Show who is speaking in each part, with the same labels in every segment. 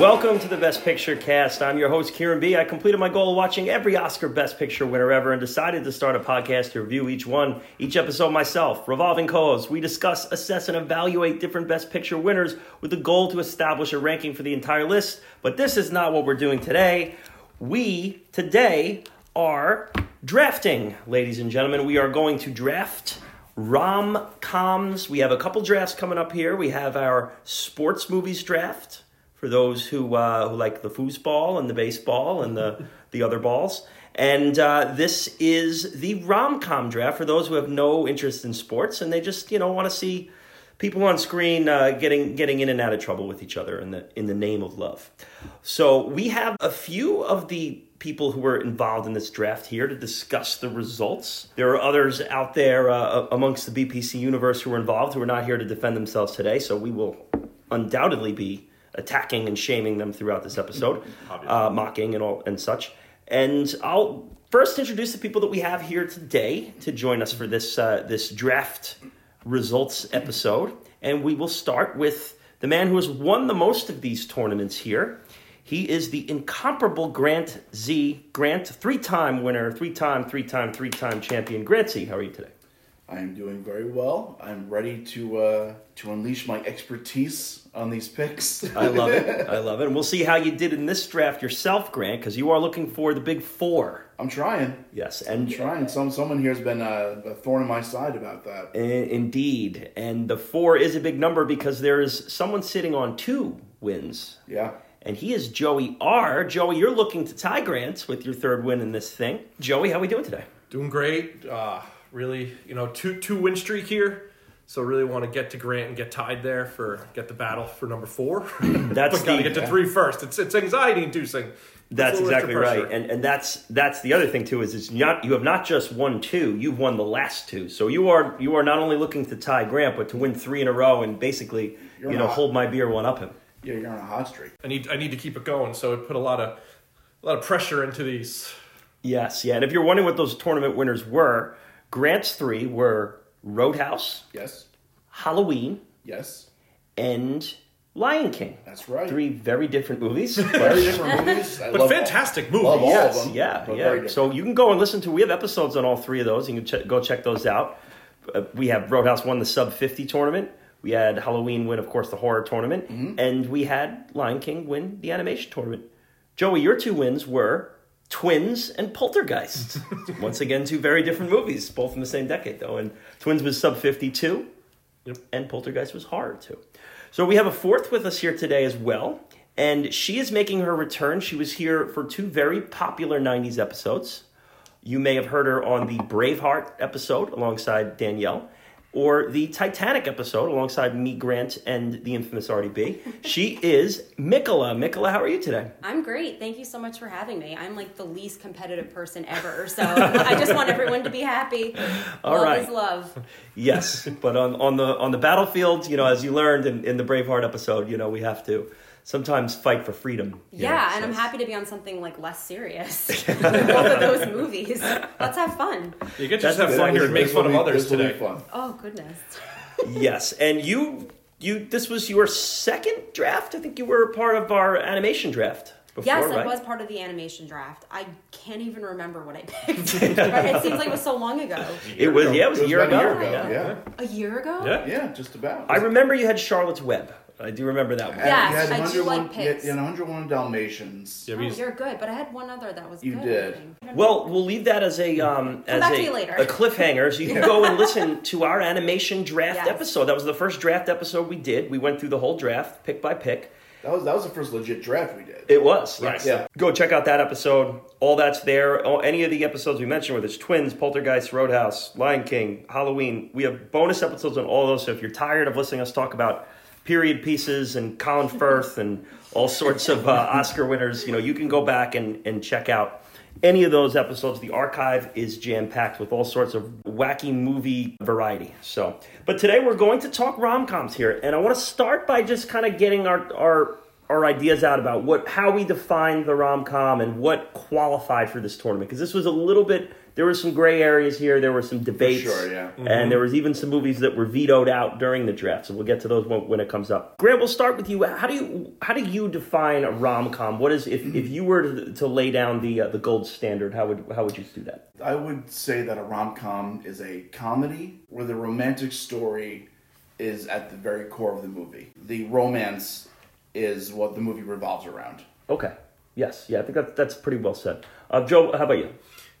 Speaker 1: Welcome to the Best Picture cast. I'm your host, Kieran B. I completed my goal of watching every Oscar Best Picture winner ever and decided to start a podcast to review each one. Each episode, myself, revolving co hosts, we discuss, assess, and evaluate different Best Picture winners with the goal to establish a ranking for the entire list. But this is not what we're doing today. We, today, are drafting, ladies and gentlemen. We are going to draft rom coms. We have a couple drafts coming up here. We have our sports movies draft for those who uh, who like the foosball and the baseball and the the other balls. And uh, this is the rom com draft for those who have no interest in sports and they just you know want to see people on screen uh, getting getting in and out of trouble with each other in the in the name of love. So we have a few of the people who were involved in this draft here to discuss the results. There are others out there uh, amongst the BPC universe who were involved who are not here to defend themselves today. So we will undoubtedly be attacking and shaming them throughout this episode, uh, mocking and all and such. And I'll first introduce the people that we have here today to join us for this uh, this draft results episode, and we will start with the man who has won the most of these tournaments here. He is the incomparable Grant Z. Grant, three-time winner, three-time, three-time, three-time champion. Grant Z, how are you today?
Speaker 2: I am doing very well. I'm ready to uh, to unleash my expertise on these picks.
Speaker 1: I love it. I love it. And we'll see how you did in this draft yourself, Grant, because you are looking for the big four.
Speaker 2: I'm trying.
Speaker 1: Yes,
Speaker 2: I'm
Speaker 1: and
Speaker 2: trying. Some someone here has been uh, a thorn in my side about that.
Speaker 1: i- indeed, and the four is a big number because there is someone sitting on two wins,
Speaker 2: Yeah.
Speaker 1: and he is Joey R. Joey, you're looking to tie Grant with your third win in this thing. Joey, how we doing today?
Speaker 3: Doing great. Uh, really, you know, two two win streak here. So really want to get to Grant and get tied there for get the battle for number four.
Speaker 1: That's
Speaker 3: but
Speaker 1: the-
Speaker 3: gotta get to three first. It's it's anxiety inducing.
Speaker 1: That's
Speaker 3: It's a little
Speaker 1: exactly
Speaker 3: extra pressure.
Speaker 1: right, and and that's that's the other thing too is it's not you have not just won two, you've won the last two. So you are you are not only looking to tie Grant, but to win three in a row and basically
Speaker 2: You're
Speaker 1: you know
Speaker 2: not.
Speaker 1: hold my beer one up him.
Speaker 2: Yeah, you're on a hot streak.
Speaker 3: I need I need to keep it going. So it put a lot of a lot of pressure into these.
Speaker 1: Yes, yeah. And if you're wondering what those tournament winners were, Grant's three were Roadhouse,
Speaker 2: Yes.
Speaker 1: Halloween,
Speaker 2: Yes.
Speaker 1: and Lion King.
Speaker 2: That's right.
Speaker 1: Three very different movies.
Speaker 2: Very different movies. I
Speaker 3: But
Speaker 2: love
Speaker 3: fantastic
Speaker 2: all,
Speaker 3: movies.
Speaker 2: Love all
Speaker 1: yes,
Speaker 2: of them.
Speaker 1: yeah,
Speaker 2: but very
Speaker 1: yeah.
Speaker 2: different.
Speaker 1: So you can go and listen to. We have episodes on all three of those. You can check, go check those out. Uh, we have Roadhouse won the sub fifty tournament. We had Halloween win, of course, the horror tournament, and we had Lion King win the animation tournament. Joey, your two wins were Twins and Poltergeist. Once again, two very different movies, both in the same decade, though. And Twins was sub fifty two,
Speaker 3: Yep.
Speaker 1: and Poltergeist was horror too. So we have a fourth with us here today as well, and she is making her return. She was here for two very popular '90s episodes. You may have heard her on the Braveheart episode alongside Danielle, or the Titanic episode alongside me, Grant, and the infamous RDB. She is Mikola. Mikola, how are you today?
Speaker 4: I'm great. Thank you so much for having me. I'm like the least competitive person ever, so I just want everyone to be happy. love
Speaker 1: right.
Speaker 4: is love.
Speaker 1: Yes, but on, on the on the battlefield, you know, as you learned in, in the Braveheart episode, you know, we have to sometimes fight for freedom. you
Speaker 4: Yeah,
Speaker 1: know,
Speaker 4: and
Speaker 1: so-
Speaker 4: I'm happy to be on something like less serious. Both of those movies. Let's have fun.
Speaker 3: You get
Speaker 1: That's
Speaker 3: to just have
Speaker 1: good.
Speaker 3: fun here and make
Speaker 2: This will
Speaker 3: fun of
Speaker 2: be-
Speaker 3: others
Speaker 2: this will be
Speaker 3: today.
Speaker 2: fun.
Speaker 4: Oh goodness.
Speaker 1: Yes, and you you this was your second draft. I think you were a part of our animation draft before,
Speaker 4: Yes,
Speaker 1: right?
Speaker 4: it was part of the animation draft. I can't even remember what I picked. it seems like it was so long ago.
Speaker 1: It was yeah, it was,
Speaker 2: It
Speaker 1: a year
Speaker 2: about
Speaker 1: ago.
Speaker 2: Yeah. yeah.
Speaker 4: A year ago?
Speaker 3: Yeah.
Speaker 2: just about.
Speaker 1: I remember you had Charlotte's Web. I do remember that one.
Speaker 4: Yeah. Yes,
Speaker 2: You had
Speaker 4: I do
Speaker 2: 101
Speaker 4: like pigs.
Speaker 2: You had 101 Dalmatians.
Speaker 3: Yeah,
Speaker 4: Oh,
Speaker 3: we just-
Speaker 4: you're good, but I had one other that was
Speaker 2: You
Speaker 4: good.
Speaker 2: did.
Speaker 4: I think.
Speaker 1: Well, we'll leave that as a um, as
Speaker 4: back
Speaker 1: a,
Speaker 4: to you later.
Speaker 1: a cliffhanger, so you can go and listen to our animation draft
Speaker 4: Yes.
Speaker 1: episode. That was the first draft episode we did. We went through the whole draft, pick by pick.
Speaker 2: That was that was the first legit draft we did.
Speaker 1: It was.
Speaker 3: Right.
Speaker 1: Yes.
Speaker 2: Yeah.
Speaker 1: Go check out that episode. All that's there. All, any of the episodes we mentioned, whether it's Twins, Poltergeist, Roadhouse, Lion King, Halloween, we have bonus episodes on all those. So if you're tired of listening to us talk about period pieces and Colin Firth and all sorts of uh, Oscar winners, you know, you can go back and, and check out any of those episodes. The archive is jam packed with all sorts of wacky movie variety. So, but today we're going to talk rom coms here, and I want to start by just kind of getting our our our ideas out about what how we define the rom com and what qualified for this tournament because this was a little bit there were some gray areas here. There were some debates.
Speaker 2: sure, yeah.
Speaker 1: And there was even some movies that were vetoed out during the draft. So we'll get to those when, when it comes up. Grant, we'll start with you. How do you how do you define a rom com? What is if, if you were to, to lay down the uh, the gold standard? How would how would you do that?
Speaker 2: I would say that a rom com is a comedy where the romantic story is at the very core of the movie. The romance is what the movie revolves around.
Speaker 1: Okay. Yes. Yeah. I think that's that's pretty well said. Uh, Joe, how about you?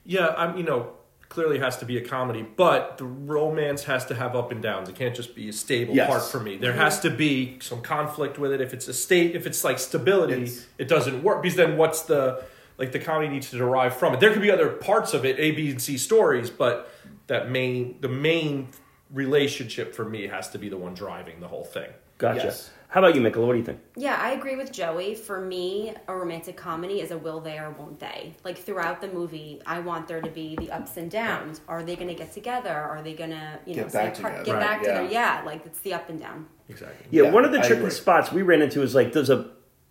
Speaker 3: Yeah, I'm. You know, clearly has to be a comedy, but the romance has to have up and downs. It can't just be a stable
Speaker 2: Yes.
Speaker 3: part for me. There has to be some conflict with it. If it's a state, if it's like stability,
Speaker 2: It's-
Speaker 3: it doesn't work because then what's the like the comedy needs to derive from it. There could be other parts of it, A, B, and C stories, but that main the main relationship for me has to be the one driving the whole thing.
Speaker 1: Gotcha.
Speaker 2: Yes.
Speaker 1: How about you, Michael? What do you think?
Speaker 4: Yeah, I agree with Joey. For me, a romantic comedy is a will they or won't they. Like throughout the movie, I want there to be the ups and downs. Are they going to get together? Are they going to, you know,
Speaker 2: Get
Speaker 4: stay
Speaker 2: back
Speaker 4: apart?
Speaker 2: together.
Speaker 4: Get
Speaker 2: Right,
Speaker 4: back
Speaker 2: yeah.
Speaker 4: together? Yeah, like it's the up and down.
Speaker 3: Exactly.
Speaker 1: Yeah,
Speaker 2: Yeah,
Speaker 1: one of the
Speaker 2: I
Speaker 1: tricky
Speaker 2: agree.
Speaker 1: spots we ran into is like there's a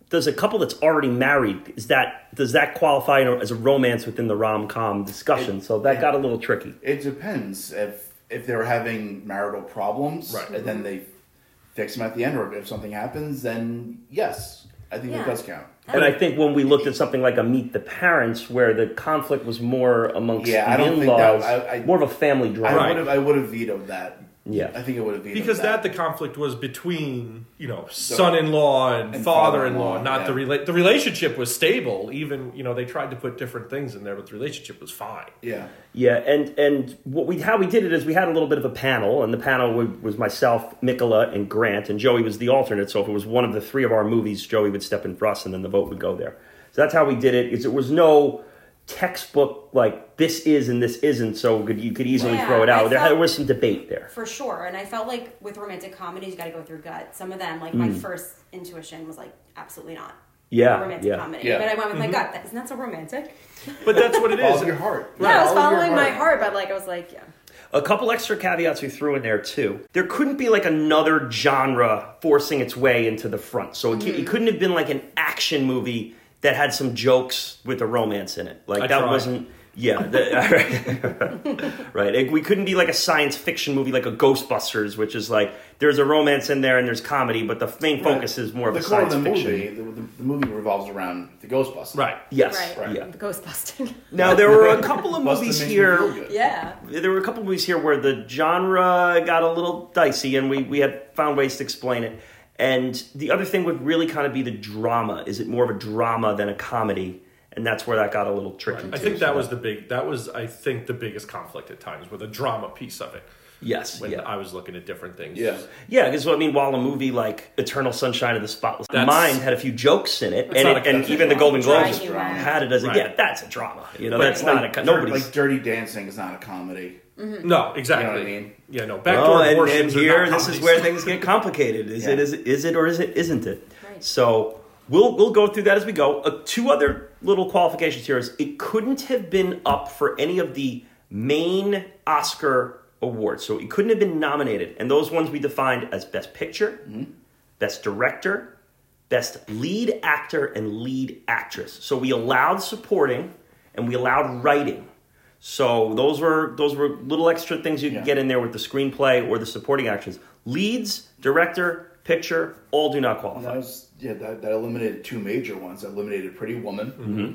Speaker 1: there's a couple that's already married. Is that does that qualify as a romance within the rom com discussion? so that got a little tricky.
Speaker 2: It depends if if they're having marital problems,
Speaker 3: Right.
Speaker 2: and then they fix them at the end, or if something happens, then yes, I think
Speaker 4: Yeah.
Speaker 2: it does count.
Speaker 1: And I think when we looked at something like a Meet the Parents, where the conflict was more amongst
Speaker 2: Yeah, I
Speaker 1: the
Speaker 2: don't
Speaker 1: in
Speaker 2: think that-
Speaker 1: laws,
Speaker 2: I- I-
Speaker 1: more of a family
Speaker 2: I
Speaker 1: drama.
Speaker 2: would have I would have vetoed that.
Speaker 1: Yeah.
Speaker 2: I think I would have vetoed
Speaker 3: because that. the conflict was between you know son-in-law and, father-in-law,
Speaker 2: And father-in-law,
Speaker 3: not the
Speaker 2: yeah.
Speaker 3: rela- the relationship was stable even you know they tried to put different things in there but the relationship was fine
Speaker 2: yeah.
Speaker 1: Yeah, and and what we how we did it is we had a little bit of a panel, and the panel wa- was myself, Nicola, and Grant, and Joey was the alternate. So if it was one of the three of our movies, Joey would step in for us, and then the vote would go there. So that's how we did it. Is there was no textbook like this is and this isn't, so we could, you could easily
Speaker 4: Yeah,
Speaker 1: throw it
Speaker 4: I
Speaker 1: out. There,
Speaker 4: felt-
Speaker 1: there was some debate there.
Speaker 4: For sure. And I felt like with romantic comedies, you got to go through gut. Some of them, like my first intuition was like, absolutely not.
Speaker 1: Mm. Yeah,
Speaker 4: A romantic
Speaker 1: yeah. Mm-hmm.
Speaker 4: comedy.
Speaker 2: Yeah.
Speaker 4: But I went with my gut. That, isn't that so romantic?
Speaker 3: but that's what it
Speaker 2: Follows
Speaker 3: is
Speaker 2: your heart.
Speaker 4: No, I was
Speaker 2: Follows your
Speaker 4: following my heart, but like, I was like, yeah.
Speaker 1: A couple extra caveats we threw in there too. There couldn't be like another genre forcing its way into the front. So it, ca- it couldn't have been like an action movie that had some jokes with a romance in it. Like
Speaker 3: I
Speaker 1: that
Speaker 3: tried.
Speaker 1: wasn't. Yeah, the, right. It, we couldn't be like a science fiction movie, like a Ghostbusters, which is like there's a romance in there and there's comedy, but the main focus is more of
Speaker 2: the
Speaker 1: a
Speaker 2: core
Speaker 1: science
Speaker 2: of the
Speaker 1: fiction.
Speaker 2: movie. The, the, the movie revolves around the Ghostbusters.
Speaker 3: right
Speaker 1: Yes.
Speaker 4: Right.
Speaker 1: Yeah.
Speaker 4: The ghost busting.
Speaker 1: Now there were a couple of
Speaker 2: Busted
Speaker 1: movies
Speaker 2: makes me
Speaker 1: here.
Speaker 2: feel good.
Speaker 4: yeah.
Speaker 1: there were a couple movies here where the genre got a little dicey and we, we had found ways to explain it and the other thing would really kind of be the drama is it more of a drama than a comedy and that's where that got a little tricky
Speaker 3: i
Speaker 1: too.
Speaker 3: think that was the big that was i think the biggest conflict at times with the drama piece of it
Speaker 1: yes
Speaker 3: when
Speaker 1: yeah
Speaker 3: i was looking at different things
Speaker 2: Yeah.
Speaker 1: yeah because i mean while a movie like eternal sunshine of the spotless
Speaker 3: That's-
Speaker 1: mind had a few jokes in it and,
Speaker 3: not
Speaker 1: it,
Speaker 3: a-
Speaker 1: and
Speaker 2: that's a
Speaker 1: even the golden
Speaker 4: drama.
Speaker 1: globes
Speaker 4: Drama.
Speaker 1: had it as a
Speaker 3: Right.
Speaker 1: yeah that's a drama you know that's
Speaker 2: Like,
Speaker 1: not a co-
Speaker 2: dir-
Speaker 1: nobody's
Speaker 2: like Dirty Dancing is not a comedy.
Speaker 5: Mm-hmm.
Speaker 3: no exactly
Speaker 2: You know what I mean?
Speaker 3: yeah no
Speaker 1: Oh,
Speaker 3: backdoor
Speaker 1: and,
Speaker 3: abortions
Speaker 1: and
Speaker 3: are not
Speaker 1: here, this is
Speaker 3: comedies.
Speaker 1: where things get complicated. Is it
Speaker 2: Yeah.
Speaker 1: is it is it or is it isn't it?
Speaker 4: Right.
Speaker 1: So we'll we'll go through that as we go. Uh, two other little qualifications here is it couldn't have been up for any of the main Oscar awards, so it couldn't have been nominated. And those ones we defined as Best Picture,
Speaker 3: Mm-hmm.
Speaker 1: Best Director, Best Lead Actor, and Lead Actress. So we allowed supporting and we allowed writing. So those were those were little extra things you could
Speaker 2: Yeah.
Speaker 1: get in there with the screenplay or the supporting actions. Leads, director, picture, all do not
Speaker 2: And
Speaker 1: qualify.
Speaker 2: that was yeah. That, that eliminated two major ones. That eliminated Pretty Woman
Speaker 1: Mm-hmm.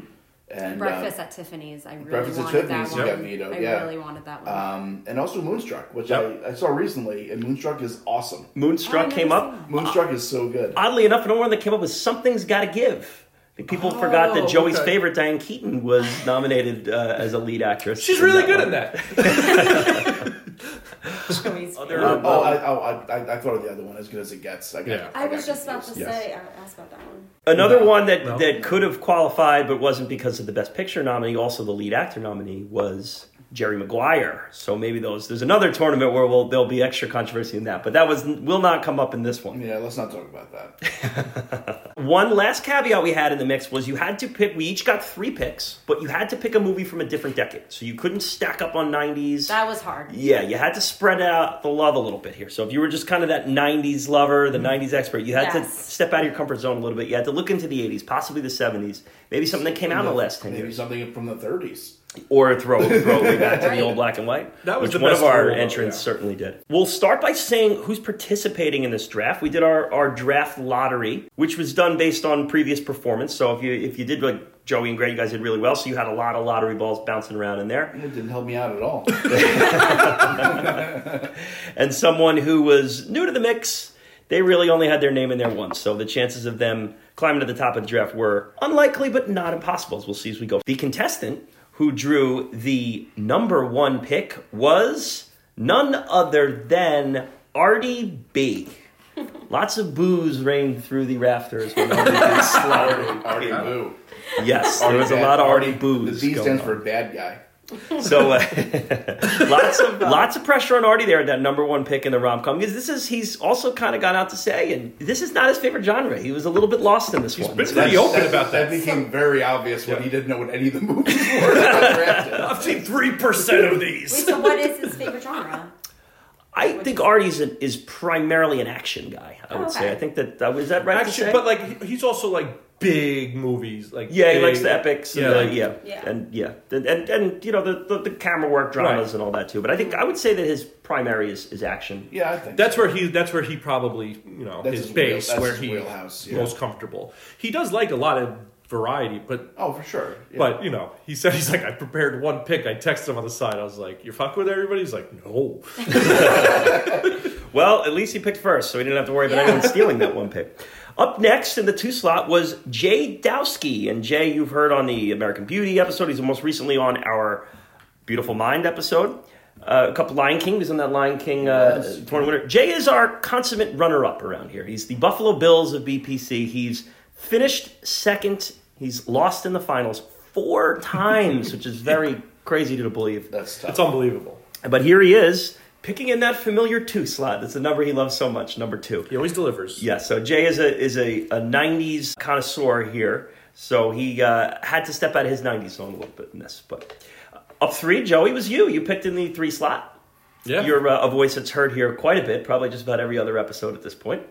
Speaker 2: and
Speaker 4: Breakfast
Speaker 2: uh,
Speaker 4: at Tiffany's. I really
Speaker 2: Breakfast at
Speaker 4: wanted
Speaker 2: Tiffany's,
Speaker 4: that
Speaker 2: you
Speaker 4: one.
Speaker 2: got vetoed,
Speaker 4: I
Speaker 2: yeah.
Speaker 4: really wanted that one.
Speaker 2: um, and also Moonstruck, which
Speaker 3: Yep.
Speaker 2: I, I saw recently. And Moonstruck is awesome.
Speaker 1: Moonstruck
Speaker 4: Oh, I
Speaker 1: came
Speaker 4: never
Speaker 1: up.
Speaker 4: seen
Speaker 2: Moonstruck is so good.
Speaker 1: Oddly enough, another one that came up was Something's Gotta Give. People forgot that
Speaker 3: Oh,
Speaker 1: Joey's
Speaker 3: okay.
Speaker 1: favorite, Diane Keaton, was nominated uh, as a lead actress.
Speaker 3: she's really good
Speaker 1: one.
Speaker 3: at that
Speaker 4: Joey's
Speaker 1: Other-
Speaker 4: favorite.
Speaker 2: oh, I, oh I, I, I thought of the other one as good as it gets. I got,
Speaker 3: Yeah.
Speaker 4: I was
Speaker 2: got
Speaker 4: just about to
Speaker 2: confused.
Speaker 4: say, I asked about that one.
Speaker 1: Another
Speaker 2: No.
Speaker 1: one that,
Speaker 3: No.
Speaker 1: that could have qualified but wasn't because of the Best Picture nominee, also the lead actor nominee, was Jerry Maguire. So maybe those there's another tournament where we'll, there'll be extra controversy in that, but that was will not come up in this one.
Speaker 2: Yeah, let's not talk about that.
Speaker 1: One last caveat we had in the mix was you had to pick. We each got three picks, but you had to pick a movie from a different decade, so you couldn't stack up on '90s.
Speaker 4: That was hard.
Speaker 1: yeah, you had to spread out the love a little bit here. So if you were just kind of that 90s lover, the 90s expert, you had
Speaker 4: Mm-hmm. Yes.
Speaker 1: to step out of your comfort zone a little bit. You had to look into the 80s, possibly the 70s, maybe something that came out in the last 10
Speaker 2: Maybe
Speaker 1: years.
Speaker 2: something from the 30s.
Speaker 1: or throw throw it back to the old black and white.
Speaker 3: That was
Speaker 1: which
Speaker 3: the
Speaker 1: one
Speaker 3: best
Speaker 1: of our
Speaker 3: rule, though,
Speaker 1: entrants
Speaker 3: yeah.
Speaker 1: certainly did. We'll start by saying who's participating in this draft. We did our, our draft lottery, which was done based on previous performance. So if you if you did like Joey and Greg, you guys did really well. So you had a lot of lottery balls bouncing around in there.
Speaker 2: It didn't help me out at all.
Speaker 1: and someone who was new to the mix, they really only had their name in there once. So the chances of them climbing to the top of the draft were unlikely, but not impossible, as we'll see as we go. The contestant who drew the number one pick was none other than Artie B. Lots of boos rained through the rafters when Artie B slaughtered.
Speaker 2: Artie Boo.
Speaker 1: Yes, there was a lot of Artie boos.
Speaker 2: The B
Speaker 1: going
Speaker 2: stands
Speaker 1: on.
Speaker 2: for bad guy.
Speaker 1: So uh, lots of lots of pressure on Artie there at that number one pick in the rom com because this is he's also kind of gone out to say and this is not his favorite genre. He was a little bit lost in this one.
Speaker 3: been
Speaker 1: So
Speaker 3: pretty
Speaker 1: that's-
Speaker 3: open about that.
Speaker 2: That became very obvious when
Speaker 3: Yeah.
Speaker 2: he didn't know what any of the movies were. that were drafted.
Speaker 3: I've seen three percent of
Speaker 4: Wait,
Speaker 3: these.
Speaker 4: so what is his favorite genre?
Speaker 1: I think Artie's an, is primarily an action guy. I would say.
Speaker 4: Okay.
Speaker 1: I think that that was that right to
Speaker 3: Action,
Speaker 1: say?
Speaker 3: but like he's also like big movies. Like
Speaker 1: yeah, he
Speaker 3: big-
Speaker 1: likes the epics. And
Speaker 3: Yeah,
Speaker 1: the-
Speaker 3: like-
Speaker 1: yeah,
Speaker 4: Yeah.
Speaker 1: and yeah, and, and and you know the the, the camera work dramas
Speaker 3: Right.
Speaker 1: and all that too. But I think I would say that his primary is, is action.
Speaker 2: Yeah, I think
Speaker 3: That's where he. That's where he probably you know
Speaker 2: That's
Speaker 3: his,
Speaker 2: his wheel-
Speaker 3: base
Speaker 2: that's
Speaker 3: where
Speaker 2: his
Speaker 3: he
Speaker 2: wheelhouse, yeah.
Speaker 3: most comfortable. He does like a lot of variety, but
Speaker 2: Oh, for sure. Yeah.
Speaker 3: but you know he said he's like I prepared one pick. I texted him on the side. I was like, "You're fucking with everybody." He's like, "No."
Speaker 1: Well, at least he picked first, so he didn't have to worry about
Speaker 4: Yeah.
Speaker 1: anyone stealing that one pick. Up next in the two slot was Jay Dowski. And Jay, you've heard on the American Beauty episode. He's most recently on our Beautiful Mind episode. Uh, a couple Lion King. He was on that Lion King uh,
Speaker 2: Yes.
Speaker 1: tournament winner. Jay is our consummate runner up around here. He's the Buffalo Bills of BPC. He's finished second. He's lost in the finals four times, which is very crazy to believe.
Speaker 2: that's tough.
Speaker 3: it's unbelievable.
Speaker 1: But here he is, picking in that familiar two slot. That's the number he loves so much, number two.
Speaker 3: He always delivers.
Speaker 1: Yeah, so Jay is a is a, a '90s connoisseur here, so he uh, had to step out of his '90s zone a little bit in this. But uh, up three, Joey was you. You picked in the three slot.
Speaker 3: yeah.
Speaker 1: You're uh, a voice that's heard here quite a bit, probably just about every other episode at this point.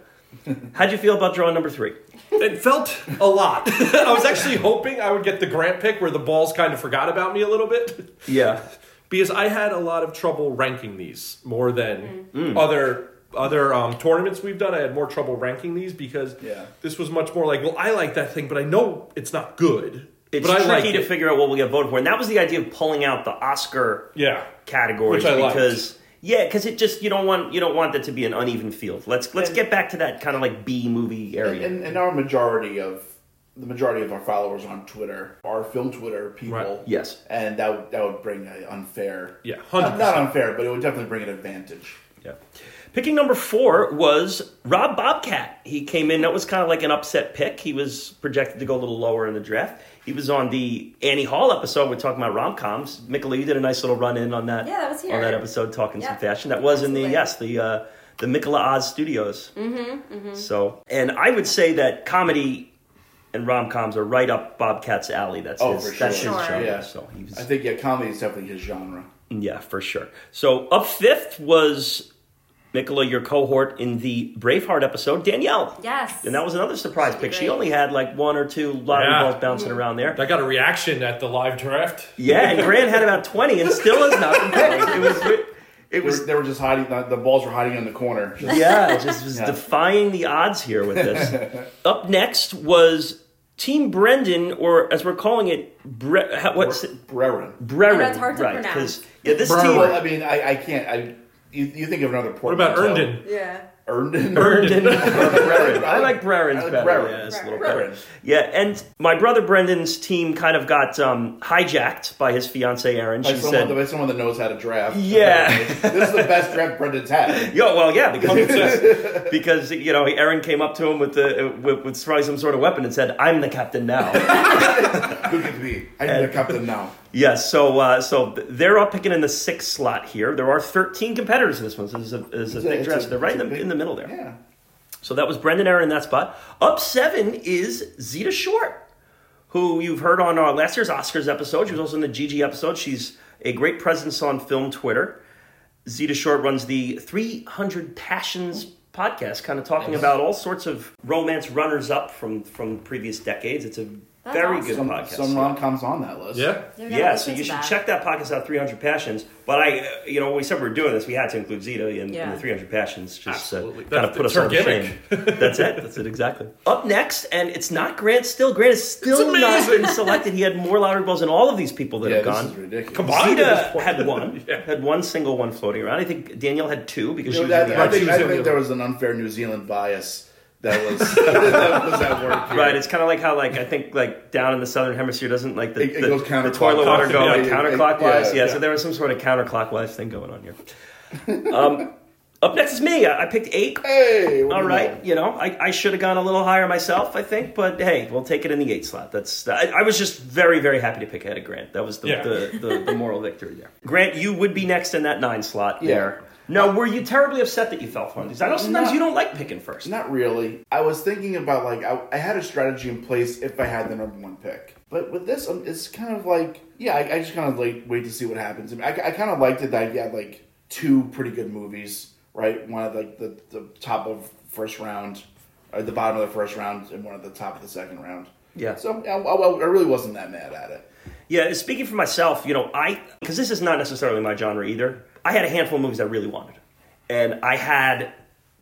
Speaker 1: How'd you feel about drawing number three?
Speaker 3: It felt a lot. I was actually hoping I would get the Grant pick where the balls kind of forgot about me a little bit
Speaker 1: Yeah,
Speaker 3: because I had a lot of trouble ranking these more than
Speaker 1: Mm.
Speaker 3: other other um, tournaments we've done. I had more trouble ranking these because
Speaker 2: Yeah.
Speaker 3: this was much more like, well, I like that thing, but I know it's not good.
Speaker 1: it's
Speaker 3: but I
Speaker 1: tricky
Speaker 3: like
Speaker 1: to
Speaker 3: it.
Speaker 1: figure out what we get voted for, and that was the idea of pulling out the Oscar
Speaker 3: Yeah,
Speaker 1: categories
Speaker 3: Which I liked.
Speaker 1: because yeah, because it just you don't want you don't want that to be an uneven field. Let's let's
Speaker 2: And-
Speaker 1: get back to that kind of like B movie area.
Speaker 2: And, and our majority of the majority of our followers on Twitter are film Twitter people.
Speaker 3: Right.
Speaker 1: Yes.
Speaker 2: and that would, that would bring an unfair.
Speaker 3: Yeah,
Speaker 2: not, not
Speaker 3: 100%.
Speaker 2: unfair, but it would definitely bring an advantage.
Speaker 1: yeah. Picking number four was Rob Bobcat. He came in. That was kind of like an upset pick. He was projected to go a little lower in the draft. He was on the Annie Hall episode. We're talking about rom coms. Michaela, you did a nice little run in on that.
Speaker 4: Yeah, that was here.
Speaker 1: on that episode, talking some
Speaker 4: Yeah.
Speaker 1: fashion. That was in the
Speaker 4: Absolutely. Mm-hmm,
Speaker 1: yes, the uh, the Michaela Oz Studios. So, and I would say that comedy and rom coms are right up Bobcat's alley. That's
Speaker 2: Oh,
Speaker 1: his,
Speaker 2: for sure.
Speaker 1: that's his
Speaker 4: Sure.
Speaker 1: genre.
Speaker 2: Yeah.
Speaker 1: So he was,
Speaker 2: I think yeah, comedy is definitely his genre.
Speaker 1: yeah, for sure. So up fifth was Nicola, your cohort in the Braveheart episode, Danielle.
Speaker 4: Yes.
Speaker 1: And that was another surprise
Speaker 4: She
Speaker 1: pick.
Speaker 4: did
Speaker 1: She
Speaker 4: great. Mm.
Speaker 1: only had like one or two lottery
Speaker 3: Yeah.
Speaker 1: balls bouncing around there.
Speaker 3: I got a reaction at the live draft.
Speaker 1: Yeah, and Grant had about twenty, and still has not been picked. It was, it
Speaker 2: They were,
Speaker 1: was
Speaker 2: they were just hiding. The, the balls were hiding in the corner. Just-
Speaker 1: yeah, it just was
Speaker 2: Yeah.
Speaker 1: defying the odds here with this. Up next was Team Brendan, or as we're calling it, Bre- ha- what's it?
Speaker 2: Brerin.
Speaker 1: Brereton,
Speaker 4: that's hard to
Speaker 1: right?
Speaker 4: pronounce.
Speaker 1: Because yeah, this
Speaker 2: Well,
Speaker 1: team.
Speaker 2: I mean, I, I can't. I you, you think of another
Speaker 3: What
Speaker 2: port?
Speaker 3: about Erndon?
Speaker 4: Yeah.
Speaker 2: Erndon.
Speaker 1: Brendan.
Speaker 2: Brerin.
Speaker 1: I like Brereton's
Speaker 2: I like
Speaker 1: better.
Speaker 2: Brereton.
Speaker 1: Yeah, it's a little
Speaker 2: Brereton.
Speaker 1: better. Yeah, and my brother Brendan's team kind of got um, hijacked by his fiancee Erin. She
Speaker 2: By someone,
Speaker 1: said,
Speaker 2: by someone that knows how to draft.
Speaker 1: Yeah.
Speaker 2: this is the best draft Brendan's had.
Speaker 1: "Yo, well, yeah, because because you know Erin came up to him with the with, with probably some sort of weapon and said, "I'm the captain now."
Speaker 2: Look at me. I'm the captain now.
Speaker 1: Yes, so uh, so they're all picking in the sixth slot here. There are 13 competitors in this one. So this is a, this is a
Speaker 2: It's a-
Speaker 1: big
Speaker 2: it's
Speaker 1: draft.
Speaker 2: a-
Speaker 1: they're right in
Speaker 2: it's
Speaker 1: the,
Speaker 2: a big-
Speaker 1: in the middle there.
Speaker 2: Yeah.
Speaker 1: So that was Brendan Aaron in that spot. Up seven is Zeta Short, who you've heard on our last year's Oscars episode. She was also in the Gigi episode. She's a great presence on film Twitter. Zeta Short runs the 300 Passions podcast, kind of talking about all sorts of romance runners up from from previous decades. It's a
Speaker 4: That's
Speaker 1: Very
Speaker 4: awesome.
Speaker 1: good
Speaker 2: Some,
Speaker 1: podcast,
Speaker 2: some
Speaker 1: yeah.
Speaker 2: rom coms on that list.
Speaker 3: Yeah.
Speaker 4: Never
Speaker 1: Yeah, so
Speaker 4: listened
Speaker 1: you
Speaker 4: to
Speaker 1: should
Speaker 4: that.
Speaker 1: check that podcast out, 300 Passions. But I, uh, you know, when we said we were doing this, we had to include Zeta in, in
Speaker 4: Yeah.
Speaker 1: the 300 Passions just to
Speaker 3: Absolutely.
Speaker 1: kind of
Speaker 3: That's-
Speaker 1: put us
Speaker 3: it's her
Speaker 1: on
Speaker 3: gimmick.
Speaker 1: the shame. That's it. That's it, exactly. Up next, and it's not Grant still. Grant is still not
Speaker 3: amazing.
Speaker 1: been selected. He had more louder balls than all of these people that
Speaker 2: Yeah,
Speaker 1: have
Speaker 2: this
Speaker 1: gone.
Speaker 2: is ridiculous.
Speaker 3: Come on. Combined at
Speaker 1: Zeta
Speaker 3: this point.
Speaker 1: had one,
Speaker 3: Yeah.
Speaker 1: had one single one floating around. I think Danielle had two because
Speaker 2: You
Speaker 1: she
Speaker 2: know,
Speaker 1: was in
Speaker 2: that,
Speaker 1: the
Speaker 2: I
Speaker 3: Right,
Speaker 1: audience.
Speaker 2: think,
Speaker 3: she was
Speaker 2: I
Speaker 3: in
Speaker 2: think
Speaker 3: the
Speaker 2: there
Speaker 3: other-
Speaker 2: was an unfair New Zealand bias that was that was at work. here.
Speaker 1: Right, it's kind of like how like I think like down in the southern hemisphere doesn't like the,
Speaker 2: It- it
Speaker 1: the,
Speaker 2: goes
Speaker 1: the
Speaker 2: counterclockwise.
Speaker 1: toilet water go
Speaker 3: Yeah,
Speaker 1: like
Speaker 2: it-
Speaker 1: counterclockwise.
Speaker 2: it-
Speaker 1: yeah,
Speaker 2: yeah,
Speaker 1: so there was some sort of counterclockwise thing going on here. Um, up next is me. I, I picked eight.
Speaker 2: Hey, what do
Speaker 1: All
Speaker 2: you
Speaker 1: right,
Speaker 2: know?
Speaker 1: you know I, I should have gone a little higher myself, I think, but hey, we'll take it in the eight slot. That's I, I was just very very happy to pick ahead of Grant. That was the
Speaker 3: Yeah.
Speaker 1: the, the, the moral victory there. Grant, you would be next in that nine slot
Speaker 2: Yeah.
Speaker 1: there. Now, were you terribly upset that you fell for him? Because I know sometimes
Speaker 2: Not-
Speaker 1: you don't like picking first.
Speaker 2: Not really. I was thinking about like I, I had a strategy in place if I had the number one pick, but with this, um, it's kind of like yeah, I, I just kind of like wait to see what happens. I, mean, I, I kind of liked it that I had like two pretty good movies, right? One at like the, the top of first round, or the bottom of the first round, and one at the top of the second round.
Speaker 1: Yeah.
Speaker 2: So I, I, I really wasn't that mad at it.
Speaker 1: Yeah, speaking for myself, you know, I because this is not necessarily my genre either. I had a handful of movies I really wanted, and I had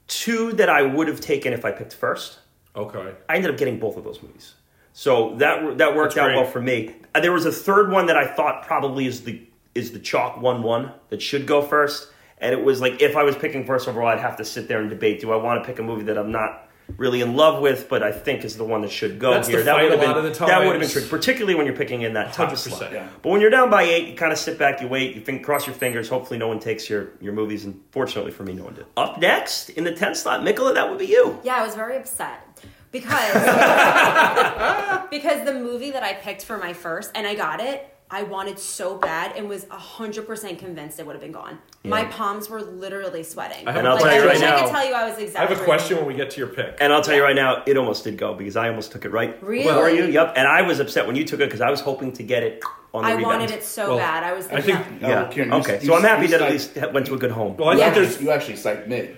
Speaker 1: two that I would have taken if I picked first.
Speaker 3: Okay.
Speaker 1: I ended up getting both of those movies, so that that worked
Speaker 3: That's
Speaker 1: out
Speaker 3: great.
Speaker 1: well for me. Uh, There was a third one that I thought probably is the is the chalk one one that should go first, and it was like if I was picking first overall, I'd have to sit there and debate: Do I want to pick a movie that I'm not really in love with, but I think is the one that should go
Speaker 3: That's the
Speaker 1: here? that
Speaker 3: fight
Speaker 1: would have
Speaker 3: a
Speaker 1: been
Speaker 3: lot of the
Speaker 1: that would have been
Speaker 3: times.
Speaker 1: tricky particularly when you're picking in that top
Speaker 3: 100%,
Speaker 1: slot.
Speaker 3: yeah.
Speaker 1: But when you're down by eight, you kind of sit back, you wait, you think, cross your fingers. Hopefully, no one takes your, your movies. And fortunately for me, no one did. Up next in the 10th slot, Nicola, that would be you.
Speaker 4: Yeah, I was very upset because because the movie that I picked for my first and I got it. I wanted so bad and was 100% convinced it would have been gone. My palms were literally sweating.
Speaker 3: I have
Speaker 1: And I'll
Speaker 4: Like,
Speaker 1: tell
Speaker 4: I
Speaker 1: you right
Speaker 4: wish I could
Speaker 1: now.
Speaker 4: tell you I was
Speaker 3: I have
Speaker 4: exaggerating.
Speaker 3: a question when we get to your pick.
Speaker 1: And I'll tell you right now, it almost did go because I almost took it right
Speaker 4: Really?
Speaker 1: before you. Yep. And I was upset when you took it because I was hoping to get it on the
Speaker 4: I
Speaker 1: rebound.
Speaker 4: wanted it so
Speaker 3: Well,
Speaker 4: bad. I was
Speaker 3: I
Speaker 4: thinking,
Speaker 3: think.
Speaker 2: No,
Speaker 1: yeah.
Speaker 2: Oh, Kieran, you-
Speaker 1: okay.
Speaker 2: you-
Speaker 1: so I'm happy
Speaker 2: you
Speaker 1: that at
Speaker 2: psyched-
Speaker 1: least it went to a good home.
Speaker 3: Well, I
Speaker 4: Yeah.
Speaker 3: think there's.
Speaker 2: you actually psyched me.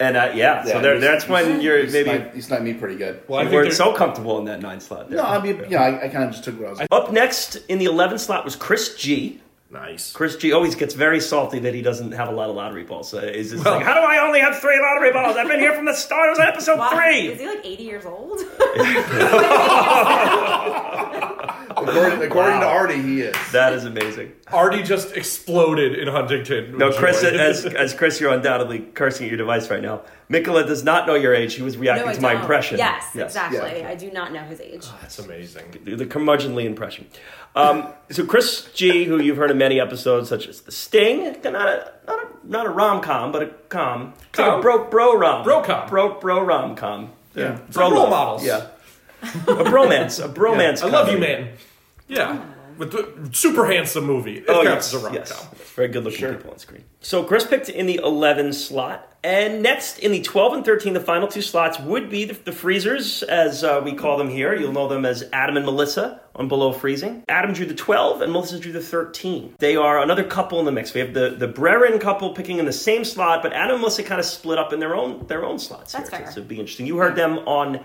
Speaker 1: and uh, yeah, so
Speaker 2: Yeah,
Speaker 1: there,
Speaker 2: you-
Speaker 1: that's
Speaker 2: you-
Speaker 1: when you're
Speaker 2: you
Speaker 1: maybe
Speaker 2: sniped- you sniped me pretty good.
Speaker 3: Well, I
Speaker 1: you
Speaker 3: think
Speaker 1: weren't
Speaker 3: there's-
Speaker 1: so comfortable in that nine slot. There.
Speaker 2: no, I mean, yeah, I, I kind of just took what I was.
Speaker 1: Up next in the 11th slot was Chris G.
Speaker 3: Nice.
Speaker 1: Chris G always gets very salty that he doesn't have a lot of lottery balls. Uh, is this like, how do I only have three lottery balls? I've been here from the start. It was on episode
Speaker 4: wow, is
Speaker 1: three.
Speaker 4: he like 80 years old?
Speaker 2: according according to
Speaker 1: Wow.
Speaker 2: Artie, he is.
Speaker 1: That is amazing.
Speaker 3: Artie just exploded in Huntington. with
Speaker 1: No, Chris,
Speaker 3: joy.
Speaker 1: as, as Chris, you're undoubtedly cursing at your device right now. Nicola does not know your age. He was reacting
Speaker 4: I
Speaker 1: to my
Speaker 4: don't.
Speaker 1: impression.
Speaker 4: Yes, exactly.
Speaker 2: Yeah.
Speaker 4: I do not know his age.
Speaker 3: That's amazing.
Speaker 1: the curmudgeonly impression. Um, so Chris G, who you've heard in many episodes, such as The Sting, not a not a, not a rom com, but a com, It's like a
Speaker 3: Com.
Speaker 1: bro bro rom,
Speaker 3: Bro-com.
Speaker 1: bro bro rom com,
Speaker 2: Yeah.
Speaker 3: It's like
Speaker 1: Bro
Speaker 3: role
Speaker 1: love.
Speaker 3: models.
Speaker 1: yeah, a bromance, a bromance.
Speaker 3: I love you,
Speaker 1: comedy.
Speaker 3: man. Yeah. With the super handsome movie. It
Speaker 1: Oh,
Speaker 3: counts
Speaker 1: yes,
Speaker 3: as a rom
Speaker 1: yes. Very good looking people on screen. So Chris picked in the 11 slot. And next in the 12 and 13, the final two slots would be the, the freezers, as uh, we call them here. You'll know them as Adam and Melissa on Below Freezing. Adam drew the 12 and Melissa drew the 13. They are another couple in the mix. We have the, the Brerin couple picking in the same slot, but Adam and Melissa kind of split up in their own their own slots
Speaker 4: That's
Speaker 1: here.
Speaker 4: fair.
Speaker 1: So it'd be interesting. You heard them on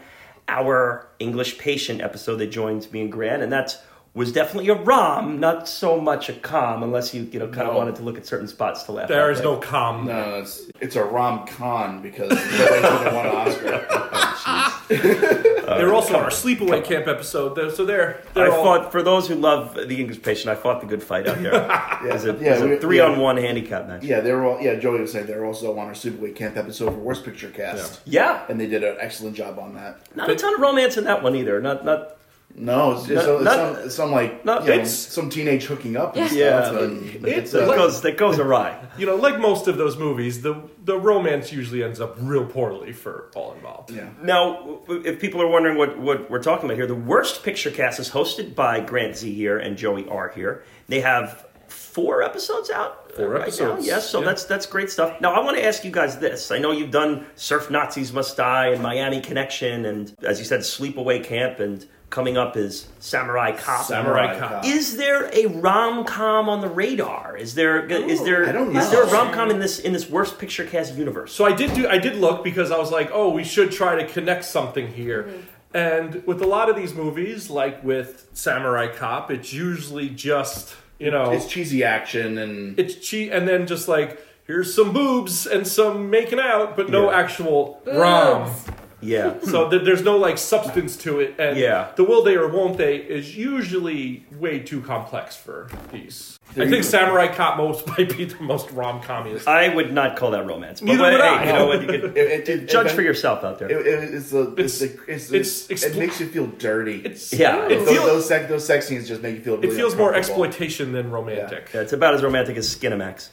Speaker 1: our English patient episode. They joined me and Grant, and that was definitely a rom, not so much a com, unless you you know kind of
Speaker 2: No.
Speaker 1: wanted to look at certain spots to laugh.
Speaker 3: There
Speaker 1: out
Speaker 3: is
Speaker 1: loud.
Speaker 3: no calm.
Speaker 2: No, it's, it's a rom con because nobody should have won an Oscar.
Speaker 3: they were also on our sleepaway camp episode, though, so they're, they're
Speaker 1: I
Speaker 3: all-
Speaker 1: fought for those who love the English patient. I fought the good fight out there. yeah, it was a, it
Speaker 2: Yeah,
Speaker 1: was a
Speaker 2: we-
Speaker 1: three
Speaker 2: yeah.
Speaker 1: on one handicap match.
Speaker 2: Yeah, they were all. Yeah, Joey was saying they were also on our Superboy Camp episode for Worst Picture Cast,
Speaker 1: Yeah,
Speaker 2: and they did an excellent job on that.
Speaker 1: not a ton of romance in that one either. Not not
Speaker 2: No, it's just
Speaker 1: No,
Speaker 2: it's
Speaker 1: not-
Speaker 2: some, it's some like
Speaker 1: not-
Speaker 2: you know,
Speaker 1: it's-
Speaker 2: some teenage hooking up. And
Speaker 1: yeah.
Speaker 2: stuff,
Speaker 1: but
Speaker 2: and
Speaker 1: It
Speaker 2: it's,
Speaker 1: that
Speaker 2: uh,
Speaker 1: goes that goes awry.
Speaker 3: you know, like most of those movies, the the romance usually ends up real poorly for all involved.
Speaker 2: yeah.
Speaker 1: Now, w- if people are wondering what, what we're talking about here, the Worst Picture Cast is hosted by Grant Z here and Joey R here. They have four episodes out. uh,
Speaker 3: Four
Speaker 1: right now.
Speaker 3: episodes,
Speaker 1: Yes, so
Speaker 3: yeah.
Speaker 1: that's that's great stuff. Now, I want to ask you guys this. I know you've done Surf Nazis Must Die and Miami Connection, and as you said, Sleepaway Camp, and coming up is Samurai Cop.
Speaker 3: Samurai Cop.
Speaker 1: Is there a rom com on the radar? Is there is there
Speaker 2: I don't
Speaker 1: is there a
Speaker 2: know.
Speaker 1: rom com in this in this Worst Picture Cast universe?
Speaker 3: So I did do I did look because I was like, oh, we should try to connect something here. And with a lot of these movies, like with Samurai Cop, it's usually just you know
Speaker 2: It's cheesy action and
Speaker 3: it's cheat and then just like here's some boobs and some making out but no
Speaker 1: Yeah.
Speaker 3: actual rom
Speaker 4: Boobs.
Speaker 1: Yeah.
Speaker 3: so th- there's no like substance to it and
Speaker 1: Yeah.
Speaker 3: the will they or won't they is usually way too complex for these i
Speaker 2: There you
Speaker 3: think
Speaker 2: go.
Speaker 3: samurai cop most might be the most rom-commiest
Speaker 1: I would not call that romance. But
Speaker 3: Neither
Speaker 1: what-
Speaker 3: would
Speaker 1: hey,
Speaker 3: I.
Speaker 1: you know what? You could
Speaker 2: It- it- it-
Speaker 1: judge
Speaker 2: it-
Speaker 1: for yourself out there.
Speaker 2: It, it, it's the it's,
Speaker 3: It's-
Speaker 2: the
Speaker 3: it's
Speaker 2: it's, it's
Speaker 3: explo-
Speaker 2: it makes you feel dirty.
Speaker 3: it's
Speaker 1: Yeah.
Speaker 3: it
Speaker 2: those,
Speaker 3: feels
Speaker 2: those, sex, those sex scenes just make you feel.
Speaker 3: it
Speaker 2: Really
Speaker 3: feels more
Speaker 2: uncomfortable.
Speaker 3: exploitation than romantic
Speaker 1: Yeah, it's about as romantic as Skinamax.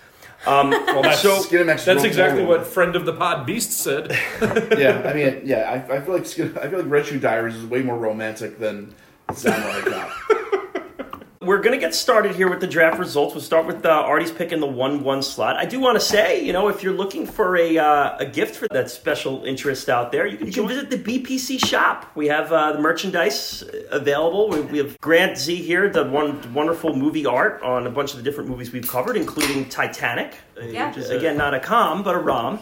Speaker 1: Um,
Speaker 3: Well, that's,
Speaker 1: So-
Speaker 2: Skinamax
Speaker 3: that's
Speaker 2: wrote
Speaker 3: exactly
Speaker 2: Roland.
Speaker 3: what friend of the pod beast said
Speaker 2: yeah, I mean, yeah, I, I feel like Skin- I feel like Red Shoe Diaries is way more romantic than Samurai Cop.
Speaker 1: We're going to get started here with the draft results. We'll start with uh, Artie's pick in the 1 1 slot. I do want to say, you know, if you're looking for a, uh, a gift for that special interest out there, you can, you can visit the BPC shop. We have uh, the merchandise uh, available. We, we have Grant Z here, the one wonderful movie art on a bunch of the different movies we've covered, including Titanic, uh,
Speaker 4: Yeah.
Speaker 1: which is, again, not a com, but a rom.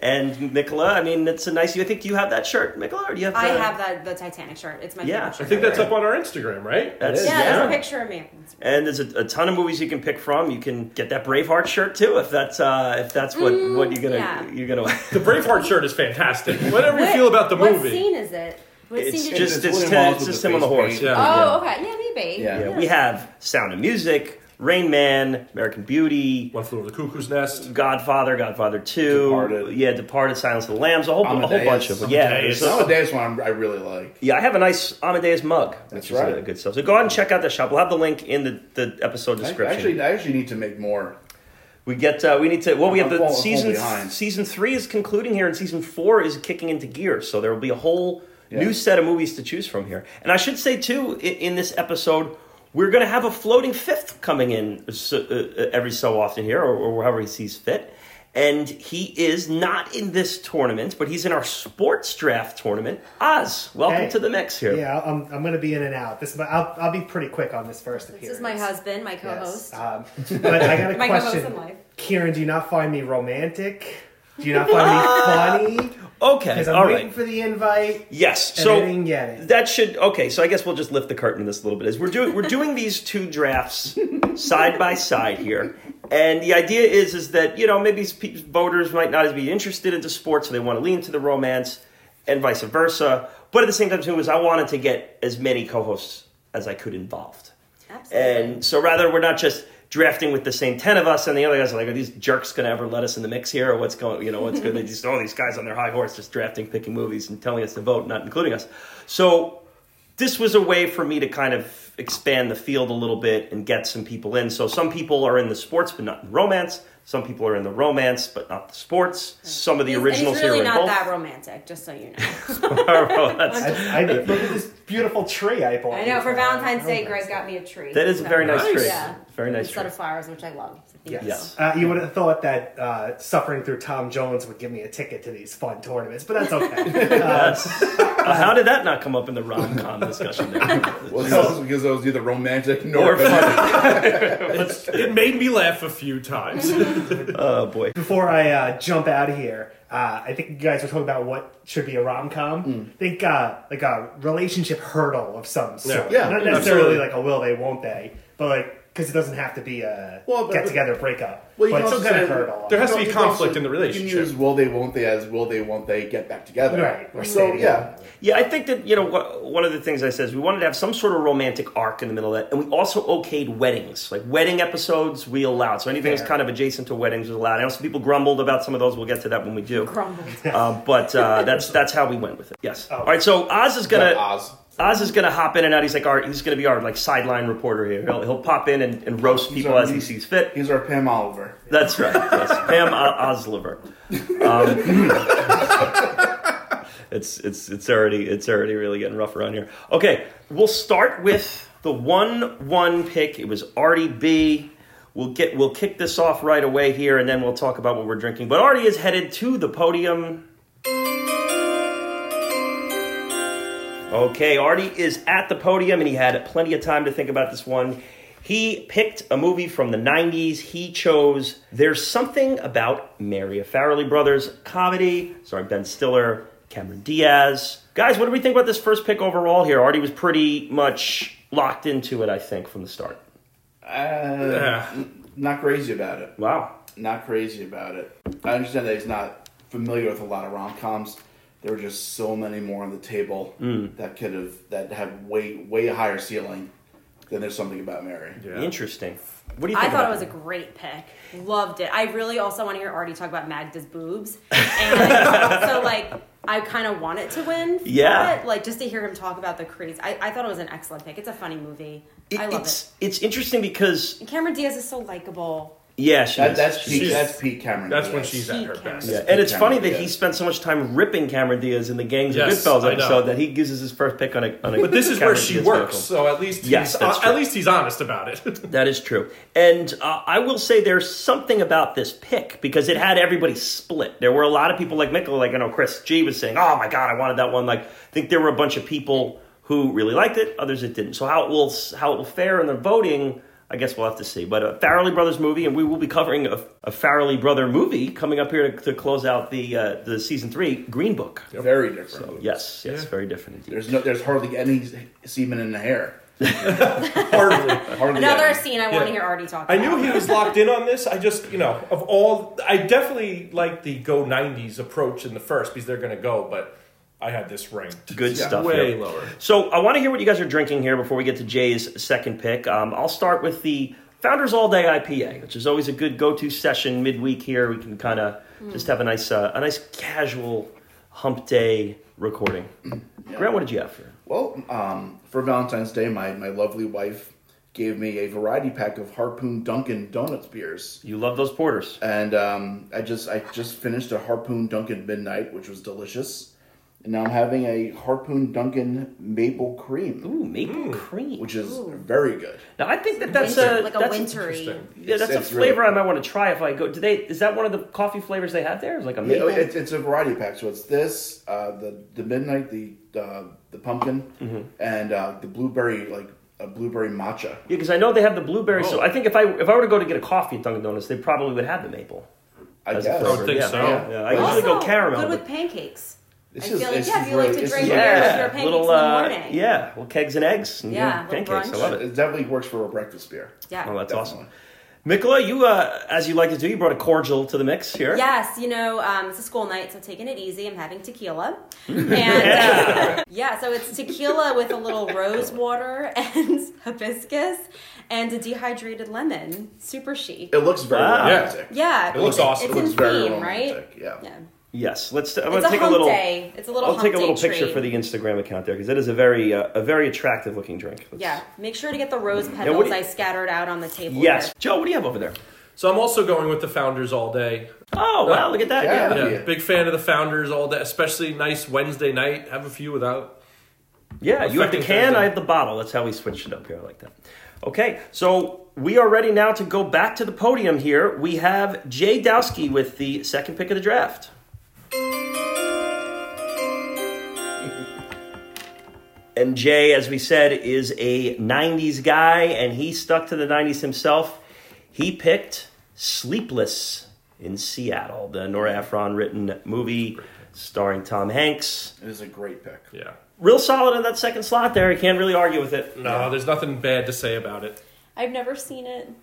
Speaker 1: and Nicola, I mean, it's a nice. I think you have that shirt, Nicola, or do you have
Speaker 4: I
Speaker 1: the-
Speaker 4: have that the Titanic shirt. It's my
Speaker 1: Yeah.
Speaker 4: favorite
Speaker 3: i
Speaker 4: shirt.
Speaker 3: think that's up on our instagram right
Speaker 1: That's-
Speaker 3: It is.
Speaker 4: yeah, there's a
Speaker 1: Yeah.
Speaker 4: picture of me.
Speaker 1: And there's a, a ton of movies you can pick from. You can get that Braveheart shirt too, if that's uh, if that's what, what you're gonna
Speaker 4: Mm, yeah.
Speaker 1: you're gonna.
Speaker 3: the braveheart shirt is fantastic whatever you
Speaker 4: What-
Speaker 3: feel about the
Speaker 4: what
Speaker 3: movie
Speaker 4: scene is it? What
Speaker 1: it's
Speaker 4: scene did
Speaker 1: just
Speaker 4: you...
Speaker 1: it's,
Speaker 2: William
Speaker 1: t-
Speaker 2: Wallace
Speaker 1: it's
Speaker 2: with
Speaker 1: just
Speaker 2: the
Speaker 1: him on the
Speaker 2: face
Speaker 1: horse.
Speaker 2: paint.
Speaker 1: Yeah.
Speaker 4: Oh, okay. Yeah, maybe.
Speaker 2: Yeah.
Speaker 1: Yeah. we have Sound of Music, Rain Man, American Beauty,
Speaker 3: one flew over the cuckoo's nest
Speaker 1: Godfather, Godfather Two,
Speaker 2: Departed.
Speaker 1: yeah, Departed, Silence of the Lambs, a whole a whole
Speaker 2: Amadeus.
Speaker 1: bunch of them. Yeah,
Speaker 3: Amadeus.
Speaker 1: there's a-
Speaker 2: Nowadays, one I'm- I really like.
Speaker 1: Yeah, I have a nice Amadeus mug.
Speaker 2: That's
Speaker 1: which is,
Speaker 2: right.
Speaker 1: uh, good stuff. So go out and check out that shop. We'll have the link in the, the episode
Speaker 2: I,
Speaker 1: description.
Speaker 2: actually, I actually need to make more.
Speaker 1: We get uh, we need to well we have
Speaker 2: I'm
Speaker 1: the
Speaker 2: fall- fall
Speaker 1: season
Speaker 2: behind.
Speaker 1: season three is concluding here and season four is kicking into gear so there will be a whole new set of movies to choose from here and I should say too in, in this episode we're going to have a floating fifth coming in so, uh, uh, every so often here or, or wherever he sees fit and he is not in this tournament but he's in our sports draft tournament Oz welcome
Speaker 5: Hey.
Speaker 1: to the mix here
Speaker 5: Yeah, I'm, I'm going to be in and out. This, but I'll, I'll be pretty quick on this first appearance.
Speaker 4: This is my husband, my co-host.
Speaker 5: Yes. Um, but I got a
Speaker 4: My co-host in
Speaker 5: question.
Speaker 4: life.
Speaker 5: Kieran, do you not find me romantic? Do you not find me funny?
Speaker 1: okay
Speaker 5: Because I'm
Speaker 1: all
Speaker 5: waiting
Speaker 1: right
Speaker 5: for the invite.
Speaker 1: Yes.
Speaker 5: And
Speaker 1: so
Speaker 5: I didn't get it.
Speaker 1: that should okay. So I guess we'll just lift the curtain on this a little bit. Is we're doing we're doing these two drafts side by side here, and the idea is is that you know maybe s- pe- voters might not as be interested into sports, so they want to lean to the romance, and vice versa. But at the same time, too, is I wanted to get as many co-hosts as I could involved.
Speaker 4: Absolutely.
Speaker 1: And so rather, we're not just drafting with the same ten of us, and the other guys are like, "Are these jerks going to ever let us in the mix here, or what's going? You know, what's good? They just all these guys on their high horse, just drafting, picking movies, and telling us to vote, not including us." So this was a way for me to kind of expand the field a little bit and get some people in. So some people are in the sports, but not in romance. Some people are in the romance, but not the sports. Some of the
Speaker 4: He's- and
Speaker 1: originals
Speaker 4: he's really
Speaker 1: here are in
Speaker 4: not
Speaker 1: both.
Speaker 4: that romantic, just so you know.
Speaker 1: Well, that's-
Speaker 5: I, I look at this beautiful tree I bought.
Speaker 4: I know for
Speaker 5: you.
Speaker 4: Valentine's Day,
Speaker 5: Oh,
Speaker 4: Greg got me a tree.
Speaker 1: That is a very nice
Speaker 3: Nice.
Speaker 1: trick.
Speaker 4: Yeah.
Speaker 1: Very nice
Speaker 4: Instead
Speaker 1: trick.
Speaker 4: of flowers, which I love.
Speaker 5: Yes.
Speaker 1: Yes.
Speaker 5: Uh, you would have thought that uh, suffering through Tom Jones would give me a ticket to these fun tournaments, but that's okay.
Speaker 1: That's- uh, how did that not come up in the rom com discussion? There?
Speaker 2: Well, this is because I was neither romantic nor.
Speaker 1: Or funny.
Speaker 3: It's- it made me laugh a few times.
Speaker 1: Oh boy.
Speaker 5: Before I uh, jump out of here, uh, I think you guys were talking about what should be a rom com. I think uh, like a relationship hurdle of some sort.
Speaker 2: Hmm. Yeah,
Speaker 5: Not necessarily
Speaker 3: absolutely.
Speaker 5: like a will they, won't they, but like, because it doesn't have to be a
Speaker 2: Well, but-
Speaker 5: get together breakup.
Speaker 2: Well, you
Speaker 5: but
Speaker 2: can
Speaker 5: some
Speaker 2: also
Speaker 5: kind of
Speaker 2: say-
Speaker 5: hurdle.
Speaker 3: There has to be
Speaker 2: You can
Speaker 3: conflict in
Speaker 2: also-
Speaker 3: the
Speaker 2: You can use
Speaker 3: relationship.
Speaker 2: will they won't they as will they won't they get back together.
Speaker 5: Right, or
Speaker 2: so
Speaker 5: stay
Speaker 2: yeah,
Speaker 1: Yeah, I think that you know wh- one of the things I said is we wanted to have some sort of romantic arc in the middle of that, and we also okayed weddings, like wedding episodes we allowed. So anything that's
Speaker 5: Fair.
Speaker 1: kind of adjacent to weddings was allowed. I know some people grumbled about some of those. We'll get to that when we do.
Speaker 4: Crumbled.
Speaker 1: Uh, but uh, that's that's how we went with it. Yes.
Speaker 5: Oh.
Speaker 1: All right. So Oz is gonna
Speaker 2: But Oz.
Speaker 1: Oz is gonna hop in and out. He's like our he's gonna be our like sideline reporter here. He'll, he'll pop in and, and roast
Speaker 2: He's
Speaker 1: people
Speaker 2: our-
Speaker 1: as he sees fit.
Speaker 2: He's our Pam Oliver.
Speaker 1: That's right. Yes, Pam O- Osliver. Um, it's it's it's already it's already really getting rough around here. Okay, we'll start with the one one pick. It was Artie B. We'll get we'll kick this off right away here, and then we'll talk about what we're drinking. But Artie is headed to the podium. Okay, Artie is at the podium and he had plenty of time to think about this one. He picked a movie from the 90s. He chose There's Something About Mary, a Farrelly Brothers comedy, sorry, Ben Stiller, Cameron Diaz. Guys, what do we think about this first pick overall here? Artie was pretty much locked into it, I think, from the start.
Speaker 2: Uh, n- Not crazy about it.
Speaker 1: Wow.
Speaker 2: Not crazy about it. I understand that he's not familiar with a lot of rom coms. There were just so many more on the table
Speaker 3: Hmm.
Speaker 2: that could have that have way way higher ceiling than there's something about Mary.
Speaker 3: Yeah.
Speaker 1: Interesting. What do you
Speaker 4: I
Speaker 1: think?
Speaker 4: thought
Speaker 1: about
Speaker 4: it was a great pick. Loved it. I really also want to hear Artie talk about Magda's boobs. And so, like, I kind of want it to win. for
Speaker 1: Yeah.
Speaker 4: it, Like, just to hear him talk about the craze. I, I thought it was an excellent pick. It's a funny movie.
Speaker 1: It-
Speaker 4: I love
Speaker 1: it's,
Speaker 4: it.
Speaker 1: It's interesting because,
Speaker 4: And Cameron Diaz is so likable.
Speaker 1: yeah, she
Speaker 2: That,
Speaker 1: is.
Speaker 2: that's
Speaker 1: She
Speaker 2: Pete.
Speaker 1: is.
Speaker 2: That's Pete Cameron.
Speaker 3: That's when
Speaker 2: Diaz.
Speaker 3: she's at
Speaker 4: He
Speaker 3: her
Speaker 4: can.
Speaker 3: best.
Speaker 1: Yeah, and it's funny
Speaker 2: Cameron
Speaker 1: that he
Speaker 2: Diaz.
Speaker 1: spent so much time ripping Cameron Diaz in the Gangs of
Speaker 3: Yes,
Speaker 1: Goodfellas
Speaker 3: I know.
Speaker 1: episode that he gives us his first pick on a. On a
Speaker 3: But this is where
Speaker 1: Cameron
Speaker 3: she
Speaker 1: Diaz
Speaker 3: works,
Speaker 1: vehicle.
Speaker 3: so at least
Speaker 1: Yes,
Speaker 3: he's,
Speaker 1: that's
Speaker 3: uh,
Speaker 1: true.
Speaker 3: at least he's honest about it.
Speaker 1: That is true. And uh, I will say there's something about this pick because it had everybody split. There were a lot of people like Michael, like I know Chris G was saying, oh my God, I wanted that one. Like, I think there were a bunch of people who really liked it, others that didn't. So how it will how it will fare in the voting, I guess we'll have to see. But a Farrelly Brothers movie, and we will be covering a, a Farrelly Brother movie coming up here to, to close out the uh, the season three Green Book.
Speaker 2: very different.
Speaker 1: Yes, yes, very different indeed.
Speaker 2: There's no. There's hardly any semen in the hair.
Speaker 3: Hardly.
Speaker 2: Hardly
Speaker 4: Another
Speaker 2: any.
Speaker 4: scene I want to
Speaker 3: Yeah.
Speaker 4: hear Artie talk
Speaker 3: I
Speaker 4: about.
Speaker 3: knew he was locked in on this. I just, you know, of all, I definitely like the go '90s approach in the first because they're going to go, but I had this ranked
Speaker 1: Good stuff.
Speaker 3: way
Speaker 1: yeah.
Speaker 3: lower.
Speaker 1: So I want to hear what you guys are drinking here before we get to Jay's second pick. Um, I'll start with the Founders All Day IPA, which is always a good go-to session midweek. Here we can kind of
Speaker 2: Hmm.
Speaker 1: just have a nice, uh, a nice casual hump day recording. Grant, what did you have here?
Speaker 2: Well, um, for Valentine's Day, my, my lovely wife gave me a variety pack of Harpoon Dunkin' Donuts beers,
Speaker 1: You love those porters.
Speaker 2: and um, I just I just finished a Harpoon Dunkin' Midnight, which was delicious, and now I'm having a Harpoon Dunkin' Maple Cream,
Speaker 1: Ooh, maple cream.
Speaker 2: Hmm. which is very good.
Speaker 1: now I think that that's
Speaker 4: Winter-
Speaker 1: a
Speaker 4: like a
Speaker 1: that's
Speaker 4: wintry.
Speaker 3: interesting.
Speaker 1: Yeah, that's
Speaker 2: It's-
Speaker 1: a
Speaker 2: it's really-
Speaker 1: flavor I might want to try if I go. Do they? Is that one of the coffee flavors they have there? It's like a
Speaker 2: Yeah,
Speaker 1: maple.
Speaker 2: it's, it's a variety pack, so it's this uh, the the midnight the uh, the pumpkin
Speaker 4: Mm-hmm.
Speaker 2: and uh, the blueberry like a blueberry matcha.
Speaker 1: Yeah, because I know they have the blueberry. So
Speaker 3: Oh.
Speaker 1: I think if I if I were to go to get a coffee at Dunkin' Donuts, they probably would have the maple.
Speaker 2: I
Speaker 1: As a
Speaker 2: guess.
Speaker 1: flavor.
Speaker 3: I would think
Speaker 1: yeah.
Speaker 3: so.
Speaker 1: Yeah, yeah. I
Speaker 4: also,
Speaker 1: usually go caramel.
Speaker 4: Good
Speaker 1: but-
Speaker 4: with pancakes.
Speaker 2: This
Speaker 4: I
Speaker 2: is-
Speaker 4: feel like,
Speaker 2: this
Speaker 4: yeah,
Speaker 2: is
Speaker 4: if you like
Speaker 2: really-
Speaker 4: to
Speaker 2: this is
Speaker 4: drink
Speaker 2: really
Speaker 4: yeah.
Speaker 2: good.
Speaker 4: your pancakes
Speaker 1: little
Speaker 4: in the
Speaker 1: uh,
Speaker 4: morning.
Speaker 1: yeah, little kegs and eggs. and
Speaker 4: Yeah,
Speaker 1: good
Speaker 4: little
Speaker 1: pancakes.
Speaker 4: brunch.
Speaker 1: I love it.
Speaker 2: It definitely works for a breakfast beer.
Speaker 4: Yeah.
Speaker 1: Oh, that's
Speaker 2: Definitely.
Speaker 1: awesome. Mikola, you uh, as you like to do, you brought a cordial to the mix here.
Speaker 4: Yes, you know, um, it's a school night, so taking it easy. I'm having tequila. And uh, yeah, so it's tequila with a little rose water and hibiscus and a dehydrated lemon. Super chic.
Speaker 2: It looks very
Speaker 1: Wow.
Speaker 2: romantic.
Speaker 4: Yeah.
Speaker 3: It looks awesome.
Speaker 4: It's
Speaker 2: It looks
Speaker 4: in
Speaker 2: very
Speaker 4: theme,
Speaker 2: romantic,
Speaker 4: right?
Speaker 2: yeah.
Speaker 1: Yes. Let's. uh, I'm
Speaker 4: It's
Speaker 1: gonna
Speaker 4: a
Speaker 1: take
Speaker 4: hump
Speaker 1: a little.
Speaker 4: day. It's a little
Speaker 1: I'll take a
Speaker 4: hump
Speaker 1: little
Speaker 4: day
Speaker 1: picture
Speaker 4: treat.
Speaker 1: for the Instagram account there because it is a very uh, a very attractive looking drink. Let's-
Speaker 4: Yeah, make sure to get the rose
Speaker 2: Mm.
Speaker 1: what
Speaker 4: petals
Speaker 1: do you-
Speaker 4: I scattered out on the table.
Speaker 1: Yes,
Speaker 4: here.
Speaker 1: Joe. What do you have over there?
Speaker 3: So I'm also going with the founders all day.
Speaker 1: Oh wow! Look at that.
Speaker 2: Yeah.
Speaker 1: Yeah.
Speaker 3: Yeah,
Speaker 2: Yeah.
Speaker 3: big fan of the founders all day, especially nice Wednesday night. Have a few without.
Speaker 1: Yeah, you have the
Speaker 3: Affecting
Speaker 1: can,
Speaker 3: Thursday.
Speaker 1: I have the bottle. That's how we switched it up here. I like that. Okay, so we are ready now to go back to the podium here. We have Jay Dowski with the second pick of the draft. And Jay, as we said, is a 90s guy, and he stuck to the 90s himself. He picked Sleepless in Seattle, the Nora Ephron written movie starring Tom Hanks
Speaker 2: It is a great pick.
Speaker 3: Yeah.
Speaker 1: real solid in that second slot there. You can't really argue with it.
Speaker 3: No, there's nothing bad to say about it.
Speaker 4: I've never seen it.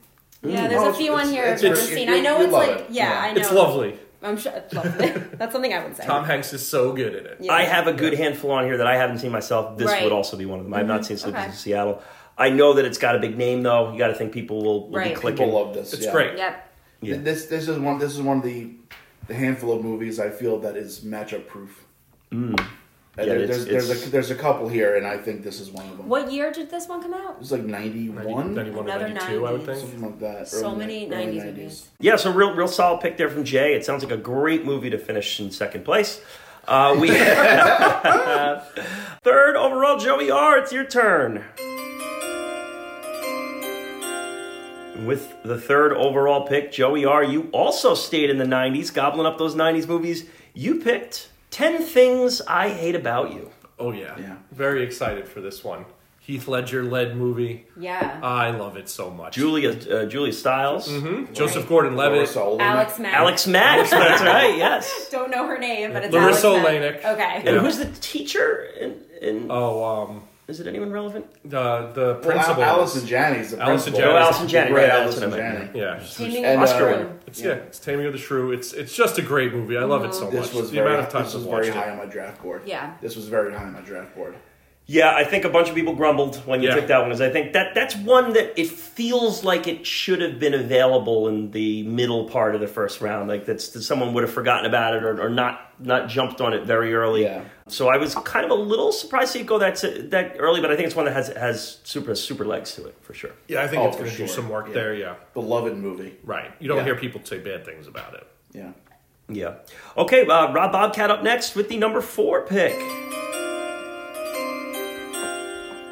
Speaker 4: Yeah, there's
Speaker 2: Oh,
Speaker 4: a few on
Speaker 2: it's-
Speaker 4: here
Speaker 2: it's-
Speaker 4: I've never
Speaker 2: it's-
Speaker 4: seen.
Speaker 2: you-
Speaker 4: I know
Speaker 2: you
Speaker 4: it's
Speaker 2: love
Speaker 4: like,
Speaker 2: it.
Speaker 4: yeah,
Speaker 2: Yeah.
Speaker 4: I know.
Speaker 3: It's lovely.
Speaker 4: I'm sure it's lovely. that's something I would say.
Speaker 3: Tom Hanks is so good at it.
Speaker 4: Yeah.
Speaker 1: I have a good handful on here that I haven't seen myself. This
Speaker 4: Right. Mm-hmm.
Speaker 1: would also be one of them. I've not seen Sleepers
Speaker 4: Okay.
Speaker 1: in Seattle. I know that it's got a big name though. You got to think people will, will be
Speaker 4: Right.
Speaker 1: clicking.
Speaker 2: People love this.
Speaker 3: It's
Speaker 2: yeah.
Speaker 3: great.
Speaker 4: Yep.
Speaker 1: Yeah.
Speaker 2: This this is one this is one of the the handful of movies I feel that is matchup proof. Mm.
Speaker 1: Yeah,
Speaker 2: there,
Speaker 1: it's-
Speaker 2: there's there's
Speaker 1: it's-
Speaker 2: a, there's a couple here, and I think this is one of them.
Speaker 4: What year did this one come out?
Speaker 2: It's like ninety one,
Speaker 3: 91 to
Speaker 4: Another
Speaker 3: 92, I would
Speaker 4: 90s.
Speaker 3: think.
Speaker 2: something like that.
Speaker 4: So
Speaker 2: early
Speaker 4: many
Speaker 2: ni- early
Speaker 4: 90s movies.
Speaker 1: yeah, so real, real solid pick there from Jay. It sounds like a great movie to finish in second place. Uh, we third overall, Joey R. It's your turn. With the third overall pick, Joey R. You also stayed in the '90s, gobbling up those '90s movies. You picked Ten Things I Hate About You.
Speaker 3: Oh yeah.
Speaker 2: Yeah.
Speaker 3: Very excited for this one. Heath Ledger led movie.
Speaker 4: Yeah.
Speaker 3: I love it so much.
Speaker 1: Julia uh, Julia Stiles,
Speaker 3: Joseph Gordon-Levitt.
Speaker 2: Laura Sullivan.
Speaker 4: Alex Mack.
Speaker 1: Alex Max. that's right. Yes.
Speaker 4: Don't know her name, but it's
Speaker 3: Larissa
Speaker 4: Alex Mack.
Speaker 3: Olenek.
Speaker 4: Okay.
Speaker 1: And who's the teacher? In, in,
Speaker 3: Oh, um,
Speaker 1: is it anyone relevant?
Speaker 3: the the
Speaker 2: Well, Al-
Speaker 3: principal.
Speaker 2: Allison Janney's the
Speaker 3: Allison
Speaker 2: principal.
Speaker 1: Oh,
Speaker 3: Janney.
Speaker 1: Allison Janney.
Speaker 2: Great
Speaker 1: Right,
Speaker 2: Allison
Speaker 1: Allison Janney.
Speaker 2: Janney.
Speaker 3: Yeah, she's-
Speaker 4: Taming
Speaker 2: And,
Speaker 4: of the
Speaker 1: Oscar
Speaker 4: Shrew.
Speaker 1: winner.
Speaker 3: It's yeah, it's Taming of the Shrew. It's it's just a great movie. I love it so
Speaker 2: Mm-hmm. This
Speaker 3: much.
Speaker 2: was
Speaker 3: the
Speaker 2: very,
Speaker 3: amount of times
Speaker 2: this was
Speaker 3: I've
Speaker 2: very
Speaker 3: watched
Speaker 2: high on
Speaker 3: it.
Speaker 2: my draft board.
Speaker 4: Yeah.
Speaker 2: This was very high on my draft board.
Speaker 1: Yeah, I think a bunch of people grumbled when you
Speaker 3: Yeah.
Speaker 1: took that one. Because I think that that's one that it feels like it should have been available in the middle part of the first round. Like that's that someone would have forgotten about it or, or not not jumped on it very early.
Speaker 2: Yeah.
Speaker 1: So I was kind of a little surprised to see it go that that early, but I think it's one that has has super super legs to it for sure.
Speaker 3: Yeah, I think
Speaker 2: Oh,
Speaker 3: it's
Speaker 2: for
Speaker 3: going to
Speaker 2: sure.
Speaker 3: do some work
Speaker 2: Yeah.
Speaker 3: there. Yeah,
Speaker 2: Beloved movie.
Speaker 3: right. You don't
Speaker 2: Yeah.
Speaker 3: hear people say bad things about it.
Speaker 2: Yeah.
Speaker 1: Yeah. Okay, uh, Rob Bobcat up next with the number four pick.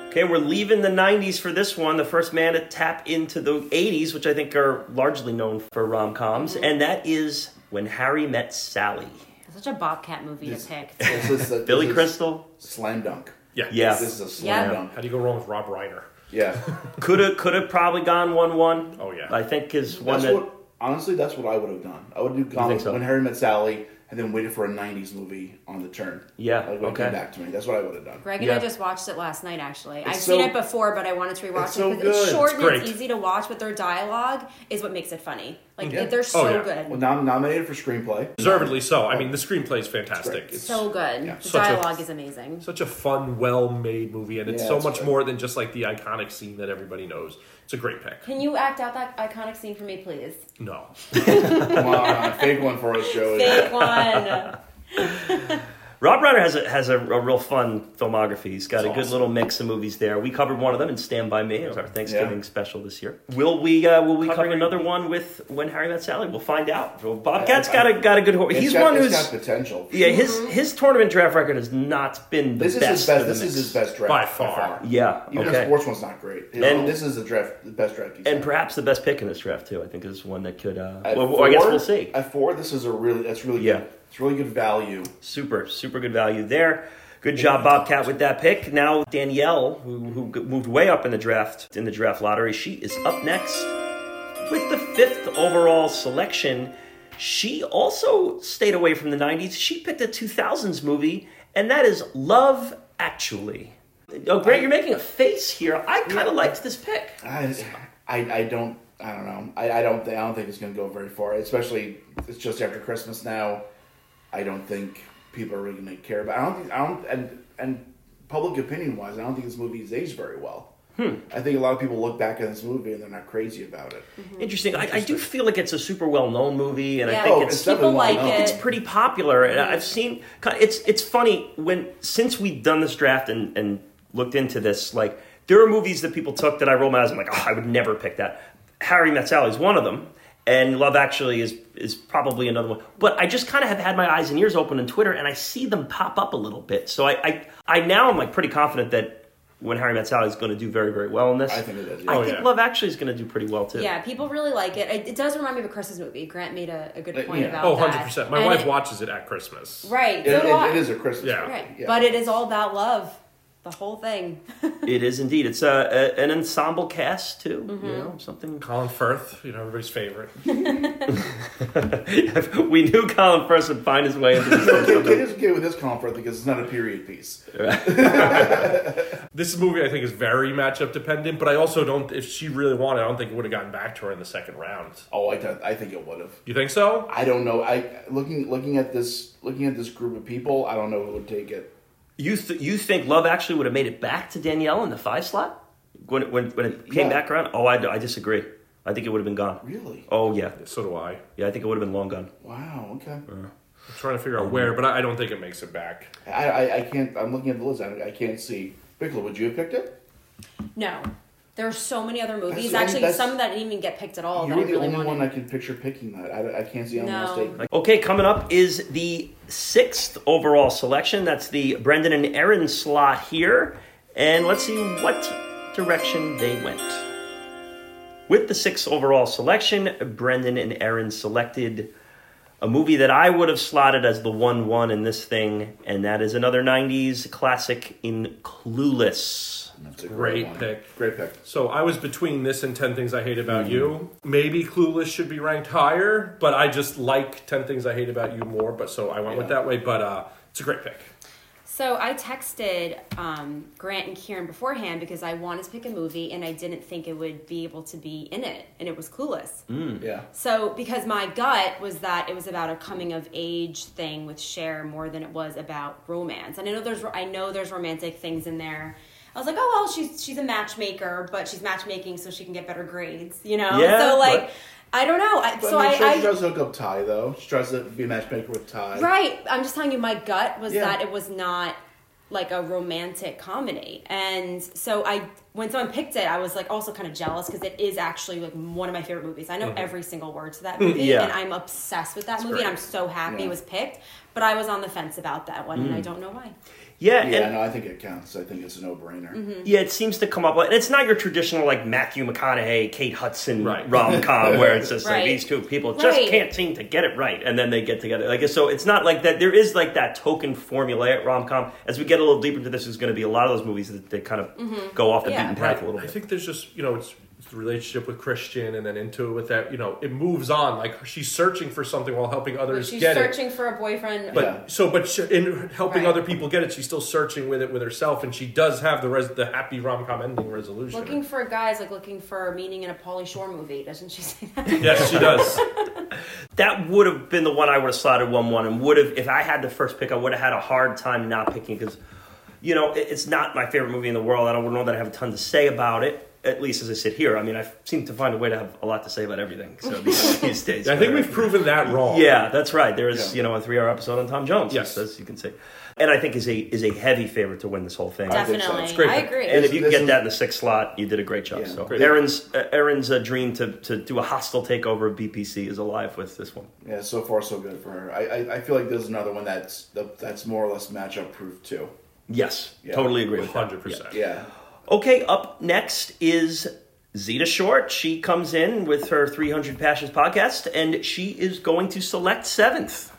Speaker 1: Okay, we're leaving the 90s for this one. The first man to tap into the 80s, which I think are largely known for rom coms, and that is When Harry Met Sally.
Speaker 4: Such a Bobcat movie to pick.
Speaker 2: This is a,
Speaker 1: Billy
Speaker 2: this is
Speaker 1: Crystal?
Speaker 2: Slam dunk.
Speaker 3: Yeah.
Speaker 1: Yeah.
Speaker 2: This is a slam
Speaker 4: Yeah.
Speaker 2: dunk.
Speaker 3: How do you go wrong with Rob Reiner?
Speaker 2: Yeah.
Speaker 1: Could have could have probably gone 1 1.
Speaker 3: Oh, yeah.
Speaker 1: I think is one
Speaker 2: That's
Speaker 1: that.
Speaker 2: what honestly that's what I would have done. I would have gone
Speaker 1: think
Speaker 2: with
Speaker 1: so?
Speaker 2: when Harry met Sally and then waited for a nineties movie on the turn.
Speaker 1: Yeah,
Speaker 2: Like when it
Speaker 1: okay.
Speaker 2: came back to me. That's what I would have done.
Speaker 4: Greg and
Speaker 1: Yeah.
Speaker 4: I just watched it last night. Actually, I've
Speaker 2: so-
Speaker 4: seen it before, but I wanted to rewatch
Speaker 2: It's
Speaker 4: it
Speaker 2: so
Speaker 4: because it's
Speaker 2: good.
Speaker 4: short
Speaker 3: It's
Speaker 4: and it's
Speaker 3: great.
Speaker 4: easy to watch. But their dialogue is what makes it funny. Like
Speaker 2: Yeah.
Speaker 4: they're so
Speaker 3: yeah.
Speaker 4: good,
Speaker 2: Well nom- nominated for screenplay.
Speaker 3: Deservedly so. I mean, the screenplay is fantastic.
Speaker 2: great.
Speaker 3: It's
Speaker 4: so good.
Speaker 2: Yeah.
Speaker 4: The
Speaker 3: Such a-
Speaker 4: dialogue is amazing.
Speaker 3: such a fun, well-made movie, and it's
Speaker 2: Yeah,
Speaker 3: so
Speaker 2: it's
Speaker 3: much
Speaker 2: great.
Speaker 3: more than just like the iconic scene that everybody knows. It's a great pick.
Speaker 4: Can you act out that iconic scene for me, please?
Speaker 3: No,
Speaker 2: Come on, fake one for us, Joey.
Speaker 4: Big one.
Speaker 1: Rob Reiner has a, has a, a real fun filmography. He's got a good
Speaker 3: awesome.
Speaker 1: little mix of movies there. We covered one of them in Stand by Me as our Thanksgiving special this year. Will we uh, will we cover another one with When Harry Met Sally? We'll find out. Well, Bobcat's
Speaker 2: I- I-
Speaker 1: got a got a good horse.
Speaker 2: It's
Speaker 1: He's
Speaker 2: got,
Speaker 1: one
Speaker 2: it's
Speaker 1: who's
Speaker 2: got potential.
Speaker 1: yeah his his tournament draft record has not been the
Speaker 2: This is
Speaker 1: best.
Speaker 2: his
Speaker 1: of
Speaker 2: best
Speaker 1: the
Speaker 2: this
Speaker 1: mix.
Speaker 2: is his best draft.
Speaker 3: By far.
Speaker 1: Yeah.
Speaker 2: Even
Speaker 1: okay.
Speaker 2: the sports one's not great. His-
Speaker 1: And-
Speaker 2: this is the draft the best draft he's
Speaker 1: And
Speaker 2: had.
Speaker 1: perhaps the best pick in this draft too. I think is one that could. Uh,
Speaker 2: At
Speaker 1: well, well, I guess
Speaker 2: four-
Speaker 1: we'll see.
Speaker 2: At four, this is a really that's really
Speaker 1: Yeah.
Speaker 2: good. It's really good value.
Speaker 1: Super, super good value there. Good job, Bobcat, with that pick. Now Danielle, who, who g- moved way up in the draft in the draft lottery, she is up next with the fifth overall selection. She also stayed away from the '90s. She picked a 2000s movie, and that is Love Actually. Oh, Greg, you're making a face here. I kind of liked this pick.
Speaker 2: I, I, I don't I don't know. I, I don't think I don't think it's gonna go very far. Especially it's just after Christmas now. I don't think people are really gonna care about. I don't think I don't and and public opinion wise, I don't think this movie has aged very well. I think a lot of people look back at this movie and they're not crazy about it.
Speaker 4: Mm-hmm.
Speaker 1: Interesting. I, I do feel like it's a super well-known movie, and I
Speaker 4: Yeah.
Speaker 1: think
Speaker 2: Oh,
Speaker 1: it's
Speaker 2: it's
Speaker 4: People
Speaker 2: definitely well
Speaker 4: like
Speaker 2: known.
Speaker 4: it.
Speaker 2: It's
Speaker 1: it's pretty popular and i've seen it's it's funny when since we've done this draft and and looked into this like there are movies that people took that i roll my eyes i'm like oh i would never pick that harry met sally is one of them and love actually is is probably another one but i just kind of have had my eyes and ears open on twitter and i see them pop up a little bit so i i, I now am like pretty confident that when Harry Met Sally is going to do very, very well in this,
Speaker 2: I think it is,
Speaker 1: I think
Speaker 3: Oh,
Speaker 2: yeah.
Speaker 3: yeah.
Speaker 1: Love Actually is going to do pretty well too.
Speaker 4: Yeah, people really like it. it. It does remind me of a Christmas movie. Grant made a, a good
Speaker 2: Uh,
Speaker 4: point
Speaker 2: yeah.
Speaker 4: about
Speaker 3: oh,
Speaker 4: that.
Speaker 3: 100 percent. My
Speaker 4: And
Speaker 3: wife
Speaker 4: it-
Speaker 3: watches it at Christmas.
Speaker 4: Right.
Speaker 2: It,
Speaker 4: so do I.
Speaker 2: it- it is a Christmas
Speaker 3: Yeah.
Speaker 2: movie.
Speaker 4: Right.
Speaker 2: Yeah.
Speaker 4: But it is all about love. The whole thing.
Speaker 1: It is indeed. It's a, a an ensemble cast too.
Speaker 3: Mm-hmm.
Speaker 1: You know, something
Speaker 3: Colin Firth, you know everybody's favorite.
Speaker 1: If we knew Colin first would find his way into this.
Speaker 2: Get, get his kid with this comfort because it's not a period piece.
Speaker 3: This movie, I think, is very matchup dependent, but I also don't. If she really wanted, I don't think it would have gotten back to her in the second round.
Speaker 2: Oh, I, don't- I think it would have.
Speaker 3: You think so?
Speaker 2: I don't know. I looking looking at this looking at this group of people. I don't know who would take it.
Speaker 1: you th- you think Love actually would have made it back to Danielle in the five slot when it, when when it came
Speaker 2: Yeah.
Speaker 1: back around? Oh, I, I disagree. I think it would have been gone.
Speaker 2: Really?
Speaker 1: Oh yeah,
Speaker 3: So do I. I'm
Speaker 1: yeah. I think it would have been long gone.
Speaker 2: Wow. Okay.
Speaker 3: trying to figure
Speaker 2: Mm-hmm.
Speaker 3: out where, but I, I don't think it makes it back.
Speaker 2: I, I, I can't. I'm looking at the list. I, I can't see. Bickler, would you have picked it?
Speaker 4: No. There are so many other movies.
Speaker 2: the only-
Speaker 4: Actually,
Speaker 2: that's-
Speaker 4: some that didn't even get picked at all Oh,
Speaker 2: You're
Speaker 4: that I
Speaker 2: the
Speaker 4: really
Speaker 2: only
Speaker 4: wanted.
Speaker 2: one I can picture picking that. I, I can't see anyone else
Speaker 4: No.
Speaker 2: taking. it.
Speaker 1: Okay, coming up is the sixth overall selection. That's the Brendan and Aaron slot here, and let's see what direction they went. With the sixth overall selection, Brendan and Aaron selected a movie that I would have slotted as the one one in this thing, and that is another '90s classic in Clueless.
Speaker 2: That's a
Speaker 3: Great
Speaker 2: one.
Speaker 3: pick.
Speaker 2: Great pick.
Speaker 3: So I was between this and 10 Things I Hate About You. Maybe Clueless should be ranked higher, but I just like 10 Things I Hate About You more, but so I went with
Speaker 2: Yeah.
Speaker 3: that way, but uh, it's a great pick.
Speaker 4: So I texted um, Grant and Kieran beforehand because I wanted to pick a movie and I didn't think it would be able to be in it, and it was Clueless.
Speaker 2: Yeah.
Speaker 4: So because my gut was that it was about a coming of age thing with Cher more than it was about romance, and I know there's I know there's romantic things in there. I was like, oh well, she's she's a matchmaker, but she's matchmaking so she can get better grades, you know.
Speaker 1: Yeah,
Speaker 4: so like,
Speaker 1: but-
Speaker 4: I don't know. I,
Speaker 2: But
Speaker 4: so
Speaker 2: I mean,
Speaker 4: I,
Speaker 2: she,
Speaker 4: I
Speaker 2: she does hook up Ty though. She tries to be a matchmaker with Ty.
Speaker 4: Right. I'm just telling you, my gut was
Speaker 2: Yeah.
Speaker 4: that it was not like a romantic comedy. And so I, when someone picked it, I was like also kind of jealous because it is actually like one of my favorite movies. I know every single word to that movie
Speaker 1: Yeah.
Speaker 4: and I'm obsessed with that movie and I'm
Speaker 3: great.
Speaker 4: so happy it
Speaker 2: Yeah.
Speaker 4: was picked. But I was on the fence about that one and I don't know why.
Speaker 1: Yeah, and-
Speaker 2: Yeah, no, I think it counts. I think it's a no-brainer.
Speaker 4: Mm-hmm.
Speaker 1: Mm-hmm. Yeah, it seems to come up. And it's not your traditional like Matthew McConaughey, Kate Hudson
Speaker 3: Right.
Speaker 1: rom com where it's just like
Speaker 4: Right.
Speaker 1: these two people just
Speaker 4: Right.
Speaker 1: can't seem to get it right, and then they get together. Like so, it's not like that. There is like that token formulaic rom com. As we get a little deeper into this, there's going to be a lot of those movies that, that kind of go off the
Speaker 4: Mm-hmm. Yeah.
Speaker 1: beaten path a little
Speaker 3: I
Speaker 1: bit.
Speaker 3: think there's just, you know, it's, it's the relationship with Christian and then into it with that, you know, it moves on. Like she's searching for something while helping others
Speaker 4: She's
Speaker 3: get it.
Speaker 4: searching for a boyfriend.
Speaker 3: But
Speaker 2: Yeah.
Speaker 3: so, but she, in helping
Speaker 4: Right.
Speaker 3: other people get it, she's still searching with it with herself, and she does have the res- the happy rom com ending resolution.
Speaker 4: Looking for a guy is like looking for meaning in a Pauly Shore movie, doesn't she say that?
Speaker 3: yes, she does.
Speaker 1: that would have been the one I would have slotted one one, and would have if I had the first pick, I would have had a hard time not picking because, you know, it- it's not my favorite movie in the world. I don't know that I have a ton to say about it. At least as I sit here, I mean, I seem to find a way to have a lot to say about everything. So these, these days,
Speaker 3: I think we've proven that wrong.
Speaker 1: Yeah, that's right. There is,
Speaker 2: Yeah.
Speaker 1: you know, a three-hour episode on Tom Jones.
Speaker 3: Yes.
Speaker 1: as, as you can see, and I think is a is a heavy favorite to win this whole thing.
Speaker 2: think so.
Speaker 4: Definitely.
Speaker 2: It's
Speaker 3: great.
Speaker 4: I agree.
Speaker 1: And if you can
Speaker 2: This
Speaker 1: get
Speaker 2: is-
Speaker 1: that in the sixth slot, you did a great job.
Speaker 2: Yeah.
Speaker 1: so
Speaker 2: Great.
Speaker 1: Aaron's uh, Aaron's uh, dream to, to do a hostile takeover of BPC is alive with this one.
Speaker 2: Yeah, so far so good for her. I, I, I feel like there's another one that's that, that's more or less matchup proof too.
Speaker 1: Yes,
Speaker 2: Yeah.
Speaker 1: totally agree with that.
Speaker 3: hundred percent.
Speaker 2: Yeah,
Speaker 1: Okay, up next is Zeta Short. She comes in with her 300 Passions podcast, and she is going to select seventh.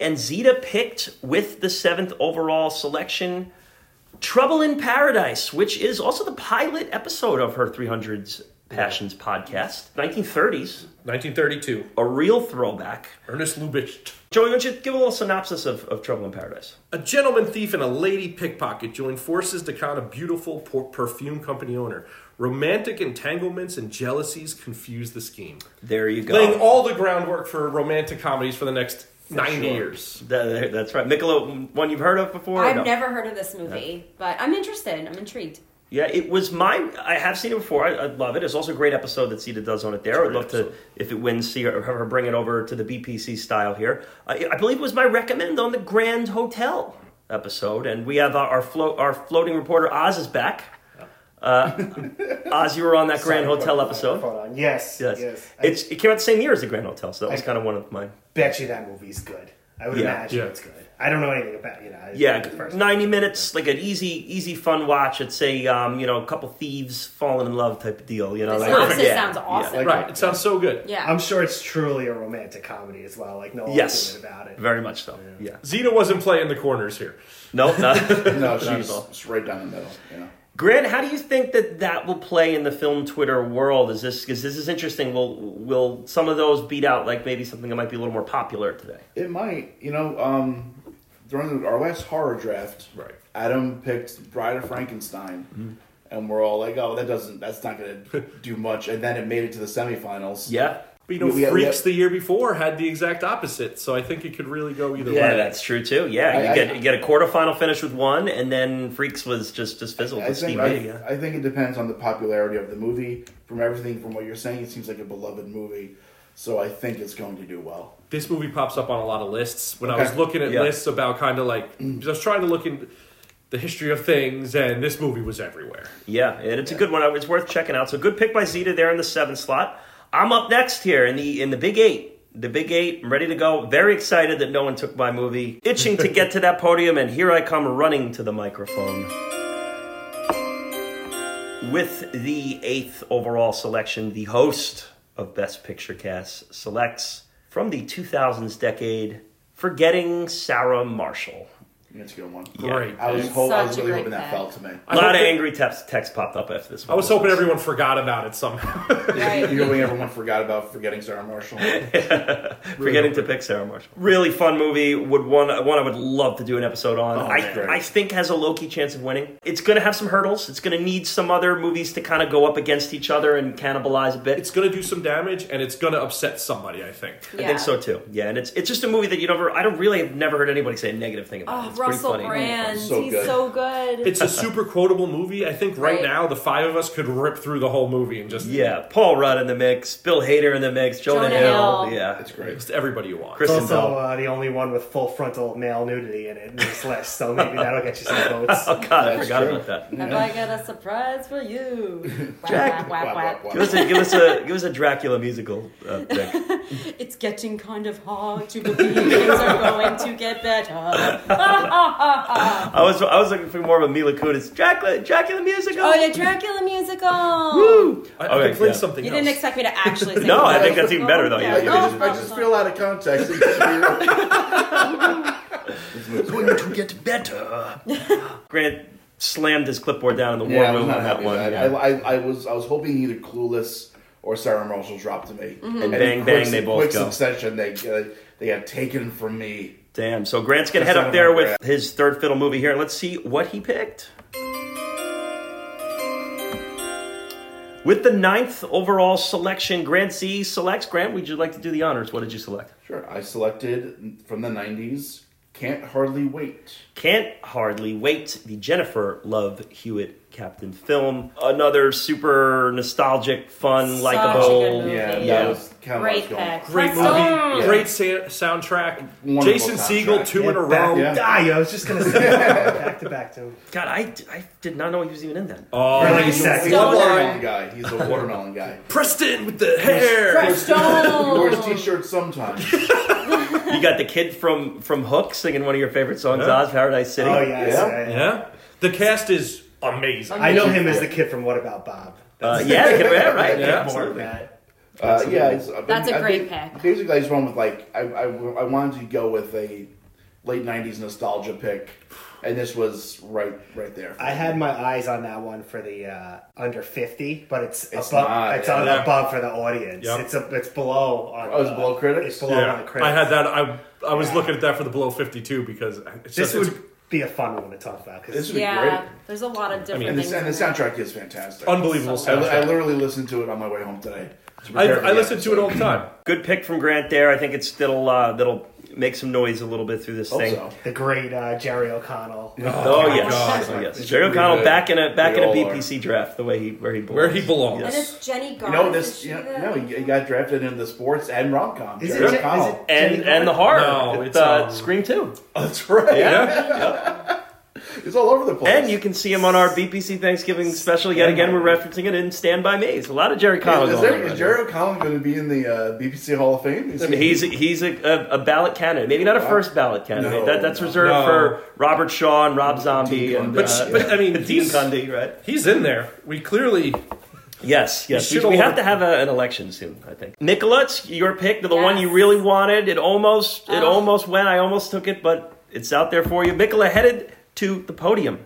Speaker 1: And Zeta picked with the seventh overall selection Trouble in Paradise, which is also the pilot episode of her 300s Passions podcast. 1930s,
Speaker 3: 1932.
Speaker 1: a real throwback.
Speaker 3: Ernest Lubitsch.
Speaker 1: Joey, why don't you give a little synopsis of, of Trouble in Paradise?
Speaker 3: A gentleman thief and a lady pickpocket join forces to con a beautiful por- perfume company owner. Romantic entanglements and jealousies confuse the scheme,
Speaker 1: There you go.
Speaker 3: laying all the groundwork for romantic comedies for the next 90
Speaker 2: sure.
Speaker 3: years.
Speaker 1: That, that's right. Michelob, one you've heard of before? or
Speaker 4: I've
Speaker 1: no?
Speaker 4: never heard of this movie, but I'm interested. I'm intrigued.
Speaker 1: Yeah, it was my. I have seen it before. I, I love it. It's also a great episode that Sita does on it there. I'd
Speaker 3: great
Speaker 1: love
Speaker 3: episode.
Speaker 1: to, if it wins, see her, have her bring it over to the BPC style here. I, I believe it was my recommend on the Grand Hotel episode. And we have our, our, float, our floating reporter, Oz, is back. Uh, Oz, you were on that Grand Hotel episode.
Speaker 5: Hold on. Yes.
Speaker 1: Yes.
Speaker 5: Yes. I
Speaker 1: It's, it came out the same year as the Grand Hotel, so that was
Speaker 5: I-
Speaker 1: kind of one of mine.
Speaker 5: bet you that movie's good. I would
Speaker 1: Yeah.
Speaker 5: imagine
Speaker 3: Yeah.
Speaker 5: it's good. I don't know anything about you know. I-
Speaker 1: Yeah,
Speaker 5: the first-
Speaker 1: 90 minutes, like an easy, easy, fun watch. It's a, um, you know, a couple thieves falling in love type of deal. You know,
Speaker 4: The
Speaker 1: like,
Speaker 4: synopsis
Speaker 1: yeah,
Speaker 4: sounds awesome.
Speaker 2: Like-
Speaker 3: Right, it sounds so good.
Speaker 4: Yeah.
Speaker 5: I'm sure it's truly a romantic comedy as well. Like no
Speaker 1: Yeah.
Speaker 5: one's
Speaker 1: Yes,
Speaker 5: about it.
Speaker 1: very much so. Yeah,
Speaker 3: Zeta wasn't playing the corners here.
Speaker 1: no, no.
Speaker 2: no,
Speaker 1: at
Speaker 2: she's,
Speaker 1: all.
Speaker 2: she's right down the middle. Yeah,
Speaker 1: Grant, how do you think that that will play in the film Twitter world? Is this because this is interesting? Will will some of those beat out like maybe something that might be a little more popular today?
Speaker 2: it might. You know, um, during our last horror draft,
Speaker 3: Right.
Speaker 2: Adam picked Bride of Frankenstein,
Speaker 1: Mm-hmm.
Speaker 2: and we're all like, "Oh, that doesn't. That's not going to do much." And then it made it to the semifinals.
Speaker 1: Yeah,
Speaker 3: But you know,
Speaker 2: We- we- we-
Speaker 3: Freaks the year before had the exact opposite, so I think it could really go either
Speaker 1: yeah,
Speaker 3: way.
Speaker 1: that's true too. Yeah, you
Speaker 2: I-
Speaker 1: get
Speaker 2: I-
Speaker 1: you get a quarterfinal finish with one, and then Freaks was just just fizzled
Speaker 2: I
Speaker 1: with
Speaker 2: think
Speaker 1: Steve
Speaker 2: I,
Speaker 1: Media.
Speaker 2: I think it depends on the popularity of the movie. From everything, from what you're saying, it seems like a beloved movie, so I think it's going to do well.
Speaker 3: this movie pops up on a lot of lists. When I
Speaker 2: Okay.
Speaker 3: was looking at
Speaker 1: Yeah.
Speaker 3: lists about kind of like, because I was trying to look in the history of things, and this movie was everywhere.
Speaker 1: Yeah, and it's a good one. Uh, It's worth checking out. So good pick by Zeta there in the seventh slot. I'm up next here in the in the Big Eight. The Big Eight. I'm ready to go. Very excited that no one took my movie. Itching to get to that podium, and here I come running to the microphone with the eighth overall selection. The host of Best Picture Cast selects from the 2000s decade Forgetting Sarah Marshall.
Speaker 2: That's a good one.
Speaker 3: Great.
Speaker 2: I was,
Speaker 4: It's
Speaker 2: hope, I was
Speaker 4: such a
Speaker 2: really
Speaker 4: great
Speaker 2: hoping that
Speaker 4: pick.
Speaker 2: fell to me.
Speaker 1: A lot
Speaker 3: hope
Speaker 1: of
Speaker 3: that-
Speaker 1: angry text, text popped up after this one.
Speaker 3: I was hoping everyone forgot about it somehow.
Speaker 4: Right.
Speaker 2: You're hoping everyone forgot about forgetting Sarah Marshall.
Speaker 1: Forgetting to pick Sarah Marshall. Really fun movie. Would one one I would love to do an episode on.
Speaker 2: Oh, man.
Speaker 1: I, I think has a low key chance of winning. It's gonna have some hurdles. It's gonna need some other movies to kind of go up against each other and cannibalize a bit.
Speaker 3: it's gonna do some damage and it's gonna upset somebody. I think.
Speaker 1: I think so too. Yeah, and it's it's just a movie that you never. I don't really have never heard anybody say a negative thing about. it.
Speaker 4: Oh,
Speaker 1: It's pretty
Speaker 4: Russell
Speaker 1: funny.
Speaker 4: Brand.
Speaker 2: So
Speaker 4: He's
Speaker 2: good.
Speaker 4: so good.
Speaker 3: It's a super quotable movie. I think right,
Speaker 4: Right.
Speaker 3: now the five of us could rip through the whole movie and just
Speaker 1: Yeah, Paul Rudd in the mix, Bill Hader in the mix, Jonah,
Speaker 4: Jonah
Speaker 1: Hill.
Speaker 4: Hill.
Speaker 1: Yeah,
Speaker 2: That's great.
Speaker 3: just everybody you want.
Speaker 1: Chris-
Speaker 5: It's
Speaker 1: Kristen
Speaker 5: also
Speaker 1: Bell.
Speaker 5: uh, the only one with full frontal male nudity in it in this list, so maybe that'll get you some votes.
Speaker 1: Oh God, I
Speaker 2: That's
Speaker 1: forgot
Speaker 2: true.
Speaker 1: about that.
Speaker 4: Have I got a surprise for you? Whack,
Speaker 1: Jack-
Speaker 2: Wow,
Speaker 4: whack,
Speaker 2: wow,
Speaker 4: whack,
Speaker 2: wow.
Speaker 1: Give us a give us a give us a Dracula musical uh, pick.
Speaker 4: whack. It's getting kind of hard to believe things are going to get better.
Speaker 1: I was I was looking for more of a Mila Kunis Dracula Dracula musical.
Speaker 4: Oh, the Dracula musical.
Speaker 1: Woo!
Speaker 3: I, I
Speaker 1: Okay,
Speaker 3: could play
Speaker 1: yeah.
Speaker 3: something
Speaker 4: You
Speaker 3: else.
Speaker 4: didn't expect me to actually sing.
Speaker 1: No, I
Speaker 4: the
Speaker 1: think that's even better, though.
Speaker 4: musical?
Speaker 1: Yeah,
Speaker 2: I,
Speaker 1: you
Speaker 2: just, I just feel out of context. It's just weird. It's weird.
Speaker 1: to get better. Grant slammed his clipboard down in the war
Speaker 2: Yeah, I was
Speaker 1: room
Speaker 2: not
Speaker 1: on that
Speaker 2: happy
Speaker 1: one.
Speaker 2: with that.
Speaker 1: yeah.
Speaker 2: I, I, I was I was hoping either Clueless or Sarah Marshall dropped to me. And,
Speaker 1: bang,
Speaker 2: in
Speaker 1: bang, they both
Speaker 2: quick
Speaker 1: go.
Speaker 2: succession. They uh, they got taken from me.
Speaker 1: Damn. So Grant's gonna
Speaker 2: That's
Speaker 1: head up
Speaker 2: not
Speaker 1: there
Speaker 2: about
Speaker 1: with
Speaker 2: Grant.
Speaker 1: his third fiddle movie here. Let's see what he picked. With the ninth overall selection, Grant C selects. Grant, would you like to do the honors? What did you select?
Speaker 2: Sure, I selected from the '90s. Can't hardly wait.
Speaker 1: Can't hardly wait. The Jennifer Love Hewitt Captain film. Another super nostalgic, fun,
Speaker 4: Such a good
Speaker 1: likable.
Speaker 4: movie.
Speaker 2: Yeah, that
Speaker 1: Yeah.
Speaker 2: was kind of what I was
Speaker 4: Great
Speaker 2: going.
Speaker 4: pick.
Speaker 2: for.
Speaker 3: Great
Speaker 4: That's
Speaker 3: movie,
Speaker 4: so-
Speaker 3: great sa- soundtrack.
Speaker 2: Wonderful
Speaker 3: Jason
Speaker 2: soundtrack.
Speaker 3: Siegel, two in a
Speaker 5: Oh,
Speaker 3: row.
Speaker 2: yeah.
Speaker 5: Die, I was just gonna say back to back to.
Speaker 1: God, I, I did not know he was even in that.
Speaker 5: Or
Speaker 3: Oh,
Speaker 5: like you
Speaker 2: He's a,
Speaker 5: said,
Speaker 2: he's a
Speaker 4: Stoner.
Speaker 2: watermelon guy. He's a watermelon guy.
Speaker 3: Preston with the hair.
Speaker 2: He wears
Speaker 4: Stone.
Speaker 2: t-shirts sometimes.
Speaker 1: You got the kid from from Hook singing one of your favorite songs,
Speaker 3: Yeah.
Speaker 1: Oz Paradise City.
Speaker 5: Oh yes,
Speaker 2: Yeah?
Speaker 5: I-
Speaker 3: Yeah, the cast is amazing.
Speaker 5: I know him as the kid from What About Bob.
Speaker 1: Uh, yeah, the kid- yeah, right.
Speaker 3: Yeah,
Speaker 5: more
Speaker 3: absolutely.
Speaker 5: of that.
Speaker 2: Uh, yeah, it's, I
Speaker 4: That's
Speaker 2: mean,
Speaker 4: a
Speaker 2: I
Speaker 4: great
Speaker 2: think-
Speaker 4: pick.
Speaker 2: Basically, I just went with like I, I, I wanted to go with a late '90s nostalgia pick, and this was right right there.
Speaker 5: I had my eyes on that one for the uh, under fifty, but it's
Speaker 2: It's
Speaker 5: above.
Speaker 2: not,
Speaker 5: it's
Speaker 2: yeah.
Speaker 5: on
Speaker 3: Yeah.
Speaker 5: above for the audience.
Speaker 3: Yep.
Speaker 5: It's a, it's below. On,
Speaker 2: Oh, it's
Speaker 5: uh,
Speaker 2: below critics?
Speaker 5: It's below on the
Speaker 3: Yeah,
Speaker 5: critics.
Speaker 3: I had that. I I was looking at that for the below fifty two because it's
Speaker 5: This
Speaker 3: just, it's
Speaker 5: would be a fun one to talk about
Speaker 2: this
Speaker 5: because
Speaker 2: would be
Speaker 4: Yeah,
Speaker 2: great.
Speaker 4: there's a lot of different
Speaker 2: And
Speaker 4: things.
Speaker 2: the, and the
Speaker 4: in there.
Speaker 2: soundtrack is fantastic.
Speaker 3: unbelievable
Speaker 2: I, li-
Speaker 3: soundtrack.
Speaker 2: I literally listened to it on my way home today.
Speaker 3: I,
Speaker 2: to prepare for
Speaker 3: I
Speaker 2: the
Speaker 3: listen to it all the
Speaker 2: episode.
Speaker 3: time.
Speaker 1: Good pick from Grant there. I think it's still uh, that'll make some noise a little bit through this thing.
Speaker 2: Also,
Speaker 5: the great uh, Jerry O'Connell.
Speaker 1: Oh,
Speaker 3: my
Speaker 1: yes,
Speaker 3: God.
Speaker 1: Oh, yes.
Speaker 2: It's
Speaker 1: Jerry
Speaker 2: really
Speaker 1: O'Connell
Speaker 2: good.
Speaker 1: back in a back
Speaker 2: They
Speaker 1: in a
Speaker 2: all are.
Speaker 1: BPC draft, the way he where he belongs.
Speaker 3: Where he belongs.
Speaker 4: And
Speaker 1: Yes.
Speaker 4: it's Jenny
Speaker 2: you
Speaker 4: Garth.
Speaker 2: know
Speaker 4: is
Speaker 2: this.
Speaker 4: she
Speaker 2: You
Speaker 4: the-
Speaker 2: know, no, he he got drafted in the sports and rom com.
Speaker 5: Is it
Speaker 2: Jerry
Speaker 5: Je- is
Speaker 2: O'Connell.
Speaker 5: it-
Speaker 1: And
Speaker 5: Jenny
Speaker 1: and the
Speaker 5: Garth?
Speaker 1: horror.
Speaker 3: No,
Speaker 1: it's
Speaker 3: it's,
Speaker 1: uh,
Speaker 3: um,
Speaker 1: Scream too.
Speaker 2: That's right.
Speaker 3: Yeah,
Speaker 2: It's all over the place.
Speaker 1: And you can see him on our BPC Thanksgiving special yet again. We're referencing it in Stand By Me. It's a lot of Jerry O'Connell.
Speaker 2: is,
Speaker 1: going
Speaker 2: there,
Speaker 1: on
Speaker 2: is
Speaker 1: right
Speaker 2: Jerry O'Connell going to be in the uh, BBC Hall of Fame? Is
Speaker 1: I mean, he's he's a, a, a ballot candidate, maybe not a first ballot candidate.
Speaker 2: No,
Speaker 1: that, that's
Speaker 2: no.
Speaker 1: reserved
Speaker 3: No.
Speaker 1: for Robert Shaw and Rob Zombie and
Speaker 3: but,
Speaker 1: uh,
Speaker 3: but I mean,
Speaker 1: Dean
Speaker 3: he's,
Speaker 1: Cundy, right?
Speaker 3: he's in there. We clearly
Speaker 1: Yes, yes.
Speaker 3: You
Speaker 1: We,
Speaker 3: should
Speaker 1: we
Speaker 3: all-
Speaker 1: have to have a, an election soon, I think. Nicola, it's your pick, the one you
Speaker 4: Yes.
Speaker 1: really wanted. It almost it
Speaker 4: Oh.
Speaker 1: almost went. I almost took it, but it's out there for you. Nicola headed to the podium.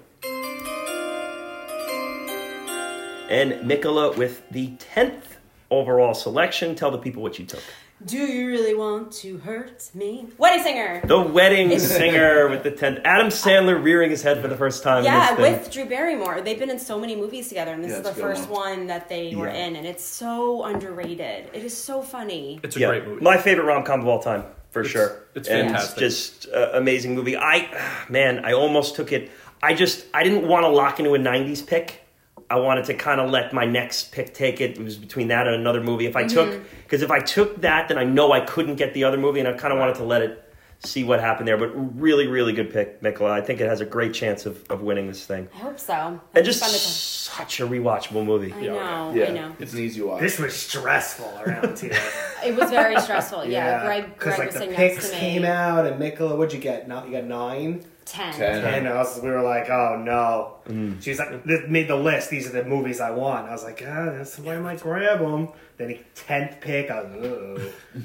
Speaker 1: And Nicola with the 10th overall selection. Tell the people what you took.
Speaker 4: Do you really want to hurt me? Wedding singer.
Speaker 1: The Wedding Singer with the 10th. Adam Sandler rearing his head for the first time.
Speaker 4: Yeah,
Speaker 1: in this thing.
Speaker 4: with Drew Barrymore. They've been in so many movies together, and this
Speaker 2: Yeah,
Speaker 4: is the
Speaker 2: that's a good
Speaker 4: first one. that they were
Speaker 1: Yeah.
Speaker 4: in, and it's so underrated. It is so funny.
Speaker 3: it's a
Speaker 1: Yeah.
Speaker 3: great movie.
Speaker 1: My favorite rom com of all time, for sure.
Speaker 3: it's
Speaker 1: And
Speaker 3: fantastic.
Speaker 1: It's just uh, amazing movie. I man, I almost took it. I just I didn't want to lock into a '90s pick. I wanted to kind of let my next pick take it. It was between that and another movie. If I took
Speaker 4: Mm-hmm.
Speaker 1: because if I took that, then I know I couldn't get the other movie, and I kind of wanted to let it see what happened there. But really, really good pick, Mikola. I think it has a great chance of, of winning this thing.
Speaker 4: I hope so.
Speaker 1: And
Speaker 4: That'd
Speaker 1: just
Speaker 4: be fun to-
Speaker 1: such a rewatchable movie.
Speaker 4: I know, I know.
Speaker 2: It's an easy watch.
Speaker 5: This was stressful around here.
Speaker 4: It was very stressful. Yeah, Greg,
Speaker 5: 'cause,
Speaker 4: Greg
Speaker 5: like
Speaker 4: was
Speaker 5: the
Speaker 4: sitting
Speaker 5: picks
Speaker 4: next to me.
Speaker 5: came out, and Nicola, what'd you get? Not you got nine.
Speaker 4: ten.
Speaker 2: Ten.
Speaker 5: And us, we were like, oh no.
Speaker 3: Mm.
Speaker 5: She's like, this made the list. These are the movies I want. I was like, ah, this is why I might grab them. Then he tenth pick. I was,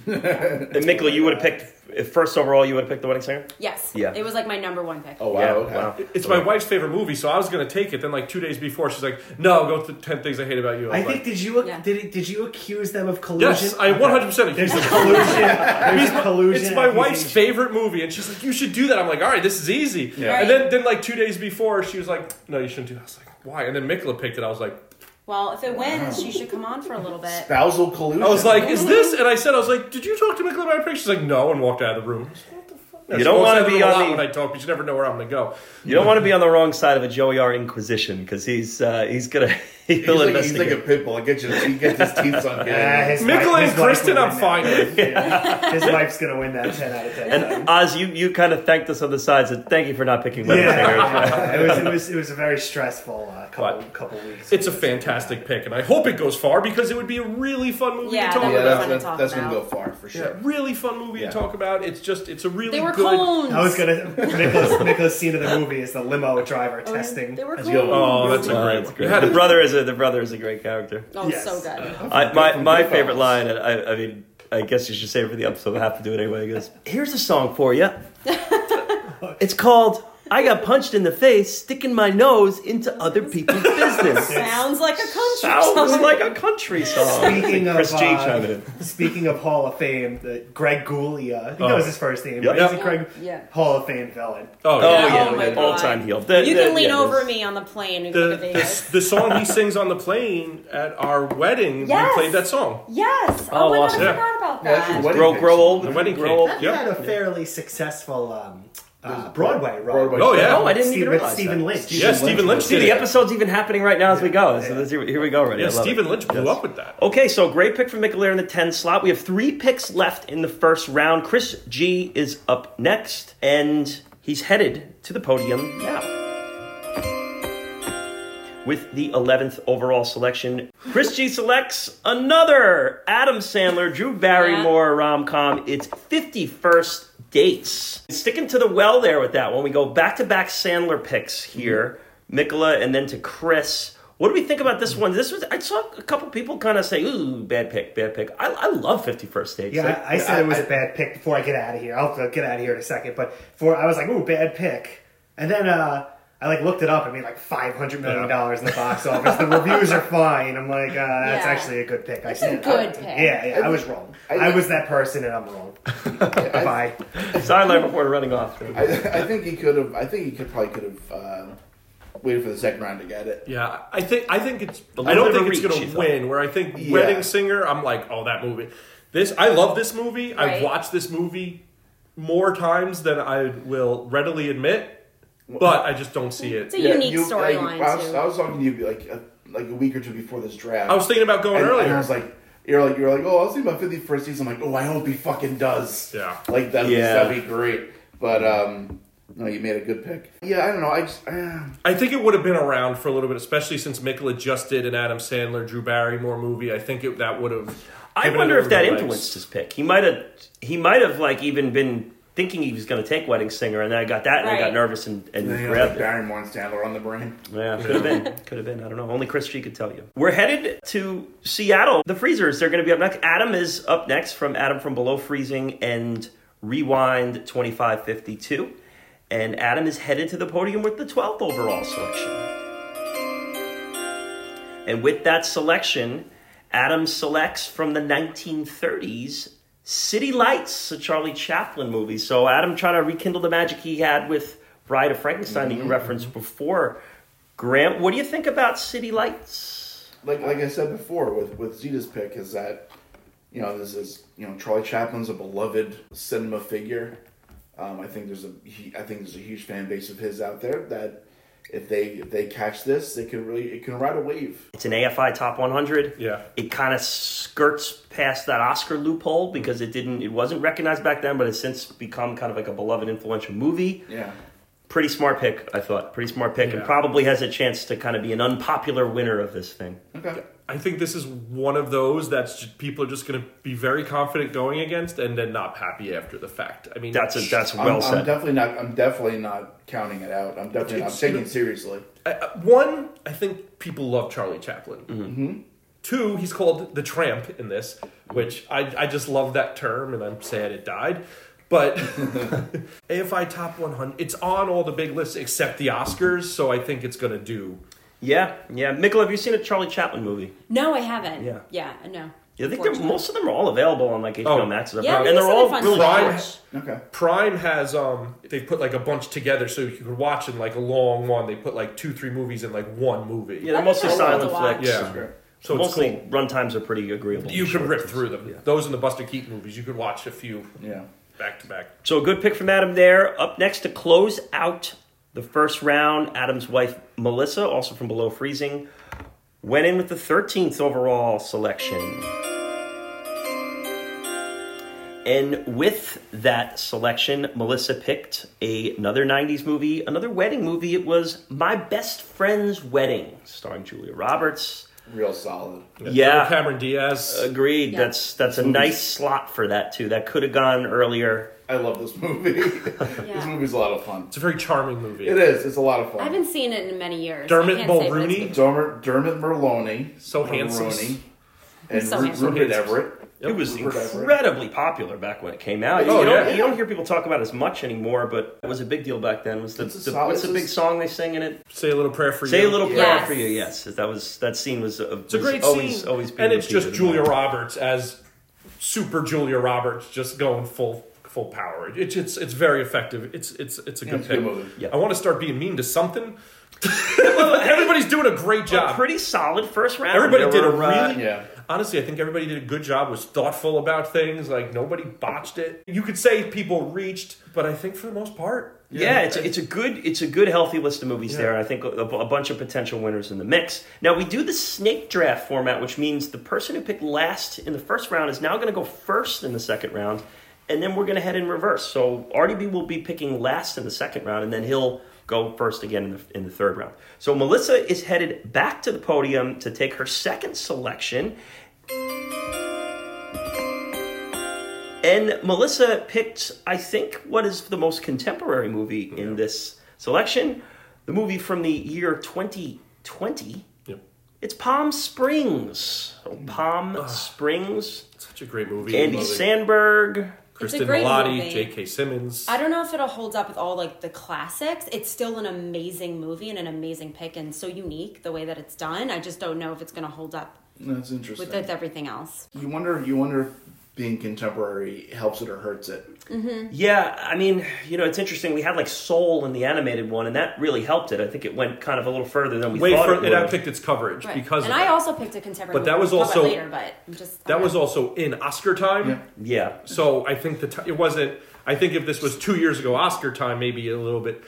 Speaker 5: Ugh.
Speaker 1: And Mikkel, you would have picked if first overall. You would have picked the wedding singer.
Speaker 4: Yes.
Speaker 1: Yeah.
Speaker 4: It was like my number one pick.
Speaker 2: Oh wow!
Speaker 1: Yeah,
Speaker 2: okay.
Speaker 1: wow.
Speaker 3: It's my wife's favorite movie, so I was gonna take it. Then like two days before, she's like, "No, go to ten things I hate about you."
Speaker 5: I
Speaker 3: was like,
Speaker 5: think did you
Speaker 4: Yeah.
Speaker 5: did it, did you accuse them of collusion?
Speaker 3: yes, I one hundred percent.
Speaker 5: There's a collusion. There's a collusion.
Speaker 3: It's my wife's
Speaker 5: accusation.
Speaker 3: favorite movie, and she's like, "You should do that." I'm like, "All right, this is easy."
Speaker 4: Yeah.
Speaker 3: And then, then like two days before, she was like, "No, you shouldn't do." that. I was like, "Why?" And then Mikla picked it. I was like,
Speaker 4: Well, if it wins, she should come on for a little bit.
Speaker 2: Spousal collusion.
Speaker 3: "I was like, is this?" And I said, "I was like, did you talk to Mikla about a picture?" She's like, "No," and walked out of the room. I was like, what the fuck?
Speaker 1: You don't
Speaker 3: She walks
Speaker 1: wanna
Speaker 3: out of
Speaker 1: be
Speaker 3: room a
Speaker 1: on
Speaker 3: lot
Speaker 1: the-
Speaker 3: when I talk, but you never know where I'm gonna go.
Speaker 1: You don't want to be on the wrong side of a Joey R Inquisition because he's uh, he's gonna
Speaker 2: He's
Speaker 1: he'll
Speaker 2: like, he's like
Speaker 1: investigate.
Speaker 2: a pit bull. I get you. He gets his teeth sucked
Speaker 5: Yeah,
Speaker 2: in.
Speaker 5: his
Speaker 3: Mikkel
Speaker 5: wife-
Speaker 3: and
Speaker 5: his wife
Speaker 3: Kristen,
Speaker 5: will
Speaker 3: I'm
Speaker 5: win
Speaker 3: fine
Speaker 5: that.
Speaker 3: with.
Speaker 5: Yeah. his wife's gonna win that ten out of ten.
Speaker 1: and Oz, you, you kind of thanked us on the side. So thank you for not picking wedding singer.
Speaker 5: yeah, it was it was it was a very stressful uh, couple
Speaker 3: But
Speaker 5: couple weeks.
Speaker 3: It's a fantastic pick, and I hope it goes far because it would be a really fun movie
Speaker 4: Yeah,
Speaker 3: to talk
Speaker 4: that would
Speaker 2: Yeah,
Speaker 4: be
Speaker 3: about.
Speaker 4: fun. to
Speaker 2: that's,
Speaker 4: talk
Speaker 2: that's gonna
Speaker 4: about.
Speaker 2: go far for
Speaker 3: Yeah,
Speaker 2: sure.
Speaker 3: really fun movie
Speaker 2: Yeah.
Speaker 3: to talk about. It's just, it's a really
Speaker 4: They were
Speaker 3: good.
Speaker 4: cones.
Speaker 5: I was gonna Nicholas Nicholas scene of the movie is the limo driver testing.
Speaker 4: They were
Speaker 2: Let's
Speaker 4: cones.
Speaker 2: go.
Speaker 3: Oh, that's a
Speaker 1: Oh,
Speaker 3: great
Speaker 1: that's
Speaker 3: one.
Speaker 1: great.
Speaker 3: You had
Speaker 1: The
Speaker 3: a
Speaker 1: brother is a the brother is a great character.
Speaker 4: Oh,
Speaker 5: Yes.
Speaker 4: so good.
Speaker 1: I, my
Speaker 2: from
Speaker 1: my
Speaker 2: Goodfellas.
Speaker 1: favorite line, and I, I mean, I guess you should save it for the episode. I have to do it anyway. He goes, "Here's a song for you. it's called." I got punched in the face, sticking my nose into other people's business.
Speaker 4: Sounds like a country
Speaker 1: Sounds
Speaker 4: song.
Speaker 1: like a country song.
Speaker 5: Speaking of
Speaker 1: Chris G
Speaker 5: uh,
Speaker 1: chimed in.
Speaker 5: speaking of Hall of Fame, the Greg Gulia, I think that was his first name.
Speaker 1: Yeah.
Speaker 5: right? Is it
Speaker 4: Yeah.
Speaker 5: Greg
Speaker 4: Yeah.
Speaker 5: Hall of Fame villain.
Speaker 1: Oh
Speaker 3: Oh, yeah.
Speaker 1: yeah,
Speaker 4: Oh, my God.
Speaker 1: all time heel.
Speaker 4: you can lean over me on the plane and go
Speaker 3: The,
Speaker 4: to Vegas.
Speaker 3: the, the song he sings on the plane at our wedding,
Speaker 4: Yes.
Speaker 3: we played that song.
Speaker 4: Yes.
Speaker 1: Oh,
Speaker 4: Oh, I
Speaker 1: awesome.
Speaker 4: never forgot about
Speaker 2: Yeah, that's your
Speaker 4: that.
Speaker 2: wedding
Speaker 1: Grow,
Speaker 2: cake.
Speaker 1: grow old.
Speaker 3: The wedding
Speaker 1: grow
Speaker 3: cake.
Speaker 1: old.
Speaker 5: He had
Speaker 3: Yep.
Speaker 5: a fairly successful um, uh, Broadway run.
Speaker 2: Broadway.
Speaker 3: Oh, yeah.
Speaker 1: Oh, I didn't
Speaker 5: Steve-
Speaker 1: even
Speaker 5: with
Speaker 1: realize
Speaker 5: Stephen
Speaker 1: that.
Speaker 5: Lynch.
Speaker 3: Yeah, Stephen Lynch
Speaker 1: See,
Speaker 3: did
Speaker 1: the
Speaker 3: it.
Speaker 1: episode's even happening right now as we go. So let's- here we go already.
Speaker 3: Yeah,
Speaker 1: I love it.
Speaker 3: Stephen Lynch blew
Speaker 1: Yes.
Speaker 3: up with that.
Speaker 1: Okay, so great pick from Mickler in the 10 slot. We have three picks left in the first round. Chris G is up next, and he's headed to the podium now. With the 11th overall selection, Chris G selects another Adam Sandler, Drew Barrymore rom com. It's 51st Dates. Sticking to the well there with that one. We go back to back Sandler picks here, Nicola, and then to Chris. What do we think about this one? This was I saw a couple people kind of say, "Ooh, bad pick, bad pick." I, I love 51st Dates.
Speaker 5: Yeah,
Speaker 1: Like,
Speaker 5: I, I said it was
Speaker 2: I-
Speaker 5: a bad pick before I get out of here. I'll, I'll get out of here in a second. But before I was like, ooh, bad pick. And then uh, I like looked it up. I mean, like five hundred million dollars in the box office. the reviews are fine. I'm like, uh, that's
Speaker 4: Yeah.
Speaker 5: actually a good pick. I
Speaker 4: It's a
Speaker 5: see it.
Speaker 4: good pick.
Speaker 5: Yeah, yeah. I was wrong.
Speaker 2: I-
Speaker 5: I was that person, and I'm wrong. Bye.
Speaker 1: sideline before running off.
Speaker 2: I, I think he could have. I think he could probably could have uh, waited for the second round to get it.
Speaker 3: Yeah, I think I think it's.
Speaker 1: little
Speaker 3: I don't
Speaker 1: bit of
Speaker 3: think it's
Speaker 1: reach,
Speaker 3: going
Speaker 1: you
Speaker 3: to
Speaker 1: thought.
Speaker 3: win. Where I think
Speaker 2: Yeah.
Speaker 3: Wedding Singer, I'm like, oh, that movie. This I love this movie. I've
Speaker 4: Right.
Speaker 3: watched this movie more times than I will readily admit, but I just don't see it.
Speaker 4: It's a unique
Speaker 2: you- like, I,
Speaker 4: storyline,
Speaker 2: was-
Speaker 4: too.
Speaker 2: I was talking to you like a, like a week or two before this draft.
Speaker 3: I was thinking about going
Speaker 2: and,
Speaker 3: earlier.
Speaker 2: and I was like, you're like, you're like, oh, I was thinking about fifty first season. I'm like, oh, I hope he fucking does.
Speaker 3: Yeah.
Speaker 2: like that.
Speaker 1: Yeah.
Speaker 2: That'd be great. But um, no, you made a good pick. Yeah, I don't know. I just uh,
Speaker 3: I think it would have been around for a little bit, especially since Mikla just did an Adam Sandler, Drew Barrymore movie. I think it, that would have.
Speaker 1: I
Speaker 3: given it
Speaker 1: wonder
Speaker 3: a
Speaker 1: if that
Speaker 3: little legs.
Speaker 1: influenced his pick. He might have. He might have like even been thinking he was going to take Wedding Singer, and then I got that, and I got
Speaker 4: Right.
Speaker 1: nervous and, and
Speaker 2: you know, like
Speaker 1: grabbed it.
Speaker 2: Barrymore and Sandler on the brain.
Speaker 1: Yeah, could have been. Could have been. I don't know. Only Chris G could tell you. We're headed to Seattle. The Freezers. They're going to be up next. Adam is up next from Adam from Below Freezing and Rewind twenty five fifty two, and Adam is headed to the podium with the twelfth overall selection. And with that selection, Adam selects from the 1930s City Lights, a Charlie Chaplin movie. So Adam trying to rekindle the magic he had with Bride of Frankenstein that you referenced before. Grant, what do you think about City Lights?
Speaker 2: like like I said before with with Zeta's pick is that you know this is you know Charlie Chaplin's a beloved cinema figure. Um, I think there's a he, I think there's a huge fan base of his out there that if they if they catch this they can really it can ride a wave.
Speaker 1: It's an AFI Top 100.
Speaker 3: Yeah.
Speaker 1: It kind of skirts past that Oscar loophole because it didn't it wasn't recognized back then, but it's since become kind of like a beloved influential movie.
Speaker 2: Yeah,
Speaker 1: Pretty smart pick, I thought. Pretty smart pick, and
Speaker 3: Yeah.
Speaker 1: probably has a chance to kind of be an unpopular winner of this thing.
Speaker 3: Mm-hmm.
Speaker 2: Okay.
Speaker 3: I think this is one of those that's just, people are just going to be very confident going against and then not happy after the fact. I mean,
Speaker 1: That's a, that's
Speaker 2: I'm,
Speaker 1: well
Speaker 2: I'm
Speaker 1: said.
Speaker 2: definitely not. I'm definitely not counting it out. I'm definitely not
Speaker 3: It's-
Speaker 2: taking it seriously.
Speaker 3: I- I- one. I think people love Charlie Chaplin.
Speaker 1: Mm-hmm.
Speaker 3: Mm-hmm. Two, he's called the Tramp in this, which I I just love that term, and I'm sad it died. But AFI Top 100, it's on all the big lists except the Oscars, so I think it's going to do.
Speaker 1: yeah, yeah. Michael, have you seen a Charlie Chaplin movie?
Speaker 4: No, I haven't.
Speaker 1: Yeah.
Speaker 4: Yeah, no.
Speaker 1: Yeah, I think they're,
Speaker 4: Unfortunately.
Speaker 1: most of them are all available on like HBO
Speaker 3: Oh.
Speaker 1: Max,
Speaker 4: Yeah,
Speaker 1: and they're
Speaker 4: there's
Speaker 1: all
Speaker 4: something fun
Speaker 1: really
Speaker 4: to
Speaker 1: short.
Speaker 4: watch.
Speaker 2: Okay.
Speaker 3: Prime has um they put like a bunch together so you could watch in like a long one. They put like two three movies in like one movie.
Speaker 1: Yeah, they're
Speaker 4: That'd be
Speaker 1: mostly
Speaker 4: cool to
Speaker 1: silent
Speaker 4: watch.
Speaker 1: flicks.
Speaker 3: Yeah.
Speaker 2: Sure.
Speaker 3: So it's
Speaker 1: mostly
Speaker 3: cool.
Speaker 1: runtimes are pretty agreeable.
Speaker 3: You
Speaker 1: Sure.
Speaker 3: could rip through them. Those and the Buster Keaton movies, you could watch a few
Speaker 2: Yeah.
Speaker 3: back to back.
Speaker 1: So a good pick from Adam there. Up next to close out the first round, Adam's wife Melissa, also from Below Freezing, went in with the 13th overall selection. And with that selection, Melissa picked a- another 90s movie, another wedding movie. It was My Best Friend's Wedding, starring Julia Roberts.
Speaker 2: Real solid.
Speaker 1: Yeah.
Speaker 3: Cameron Diaz.
Speaker 1: Agreed.
Speaker 4: Yeah.
Speaker 1: That's that's a nice slot for that too. That could have gone earlier.
Speaker 2: I love this movie. this movie's a lot of fun.
Speaker 3: it's a very charming movie.
Speaker 2: It is. It's a lot of fun.
Speaker 4: I haven't seen it in many years.
Speaker 3: Dermot
Speaker 4: I can't say, but it's
Speaker 3: Mulrooney?
Speaker 4: good.
Speaker 2: Dermot, Dermot Mulroney.
Speaker 3: So handsome.
Speaker 2: Mulroney. And
Speaker 4: so
Speaker 2: Ru-
Speaker 4: handsome.
Speaker 2: Rupert Everett.
Speaker 1: It was
Speaker 2: Rupert Everett.
Speaker 1: incredibly popular back when it came out. You,
Speaker 3: Oh,
Speaker 1: don't,
Speaker 3: yeah.
Speaker 1: you don't hear people talk about it as much anymore, but it was a big deal back then. Was the,
Speaker 2: It's a
Speaker 1: the-
Speaker 2: solid-
Speaker 1: what's the
Speaker 2: it's a-
Speaker 1: big song they sing in it?
Speaker 3: Say a little prayer for
Speaker 1: Say
Speaker 3: you.
Speaker 1: a little prayer
Speaker 4: Yes.
Speaker 1: for you. Yes, that was that scene was, uh,
Speaker 3: It's a great
Speaker 1: always
Speaker 3: scene.
Speaker 1: always being
Speaker 3: and it's just
Speaker 1: repeated.
Speaker 3: Julia Roberts as super Julia Roberts, just going full full power. It's it's it's very effective. It's it's it's a good
Speaker 2: it's a
Speaker 3: pick.
Speaker 2: good movie.
Speaker 1: Yeah.
Speaker 3: I want to start being mean to something. Everybody's doing a great
Speaker 1: A
Speaker 3: job.
Speaker 1: pretty solid first round.
Speaker 3: Everybody
Speaker 1: There
Speaker 3: did a
Speaker 1: were, uh,
Speaker 3: really
Speaker 2: yeah.
Speaker 3: Honestly, I think everybody did a good job. Was thoughtful about things. Like nobody botched it. You could say people reached, but I think for the most part,
Speaker 1: Yeah, it's a, it's a good it's a good healthy list of movies there, and I think a, a bunch of potential winners in the mix. Now we do the snake draft format, which means the person who picked last in the first round is now going to go first in the second round, and then we're going to head in reverse. So RDB will be picking last in the second round, and then he'll go first again in the, in the third round. So Melissa is headed back to the podium to take her second selection, And Melissa picked, I think, what is the most contemporary movie in this selection? The movie from the year 2020.
Speaker 3: Yep.
Speaker 1: It's Palm Springs. So
Speaker 2: Mm.
Speaker 1: Palm
Speaker 2: Ah.
Speaker 1: Springs.
Speaker 3: such a great movie.
Speaker 1: Andy
Speaker 3: Love it.
Speaker 1: Sandberg.
Speaker 3: Kristen
Speaker 4: great
Speaker 3: Milotti,
Speaker 4: movie.
Speaker 3: J.K. Simmons.
Speaker 4: I don't know if it'll hold up with all like the classics. It's still an amazing movie and an amazing pick and so unique the way that it's done. I just don't know if it's going to hold up
Speaker 2: That's interesting.
Speaker 4: with, with everything else.
Speaker 2: you wonder. You wonder if being contemporary helps it or hurts it.
Speaker 1: Yeah, I mean, you know, it's interesting. We had like Soul in the animated one, and that really helped it. I think it went kind of a little further than we
Speaker 3: Way
Speaker 1: thought
Speaker 3: for
Speaker 1: it
Speaker 3: it
Speaker 1: would.
Speaker 3: outpicked its coverage
Speaker 4: Right.
Speaker 3: because
Speaker 4: and
Speaker 3: of
Speaker 4: I
Speaker 3: that.
Speaker 4: also picked a contemporary.
Speaker 3: But that
Speaker 4: movie.
Speaker 3: was
Speaker 4: We'll talk about
Speaker 3: also-
Speaker 4: it later, but I'm just
Speaker 3: that was also in Oscar time.
Speaker 2: Yeah.
Speaker 1: yeah.
Speaker 3: So I think the t- it wasn't. I think if this was two years ago, Oscar time, maybe a little bit.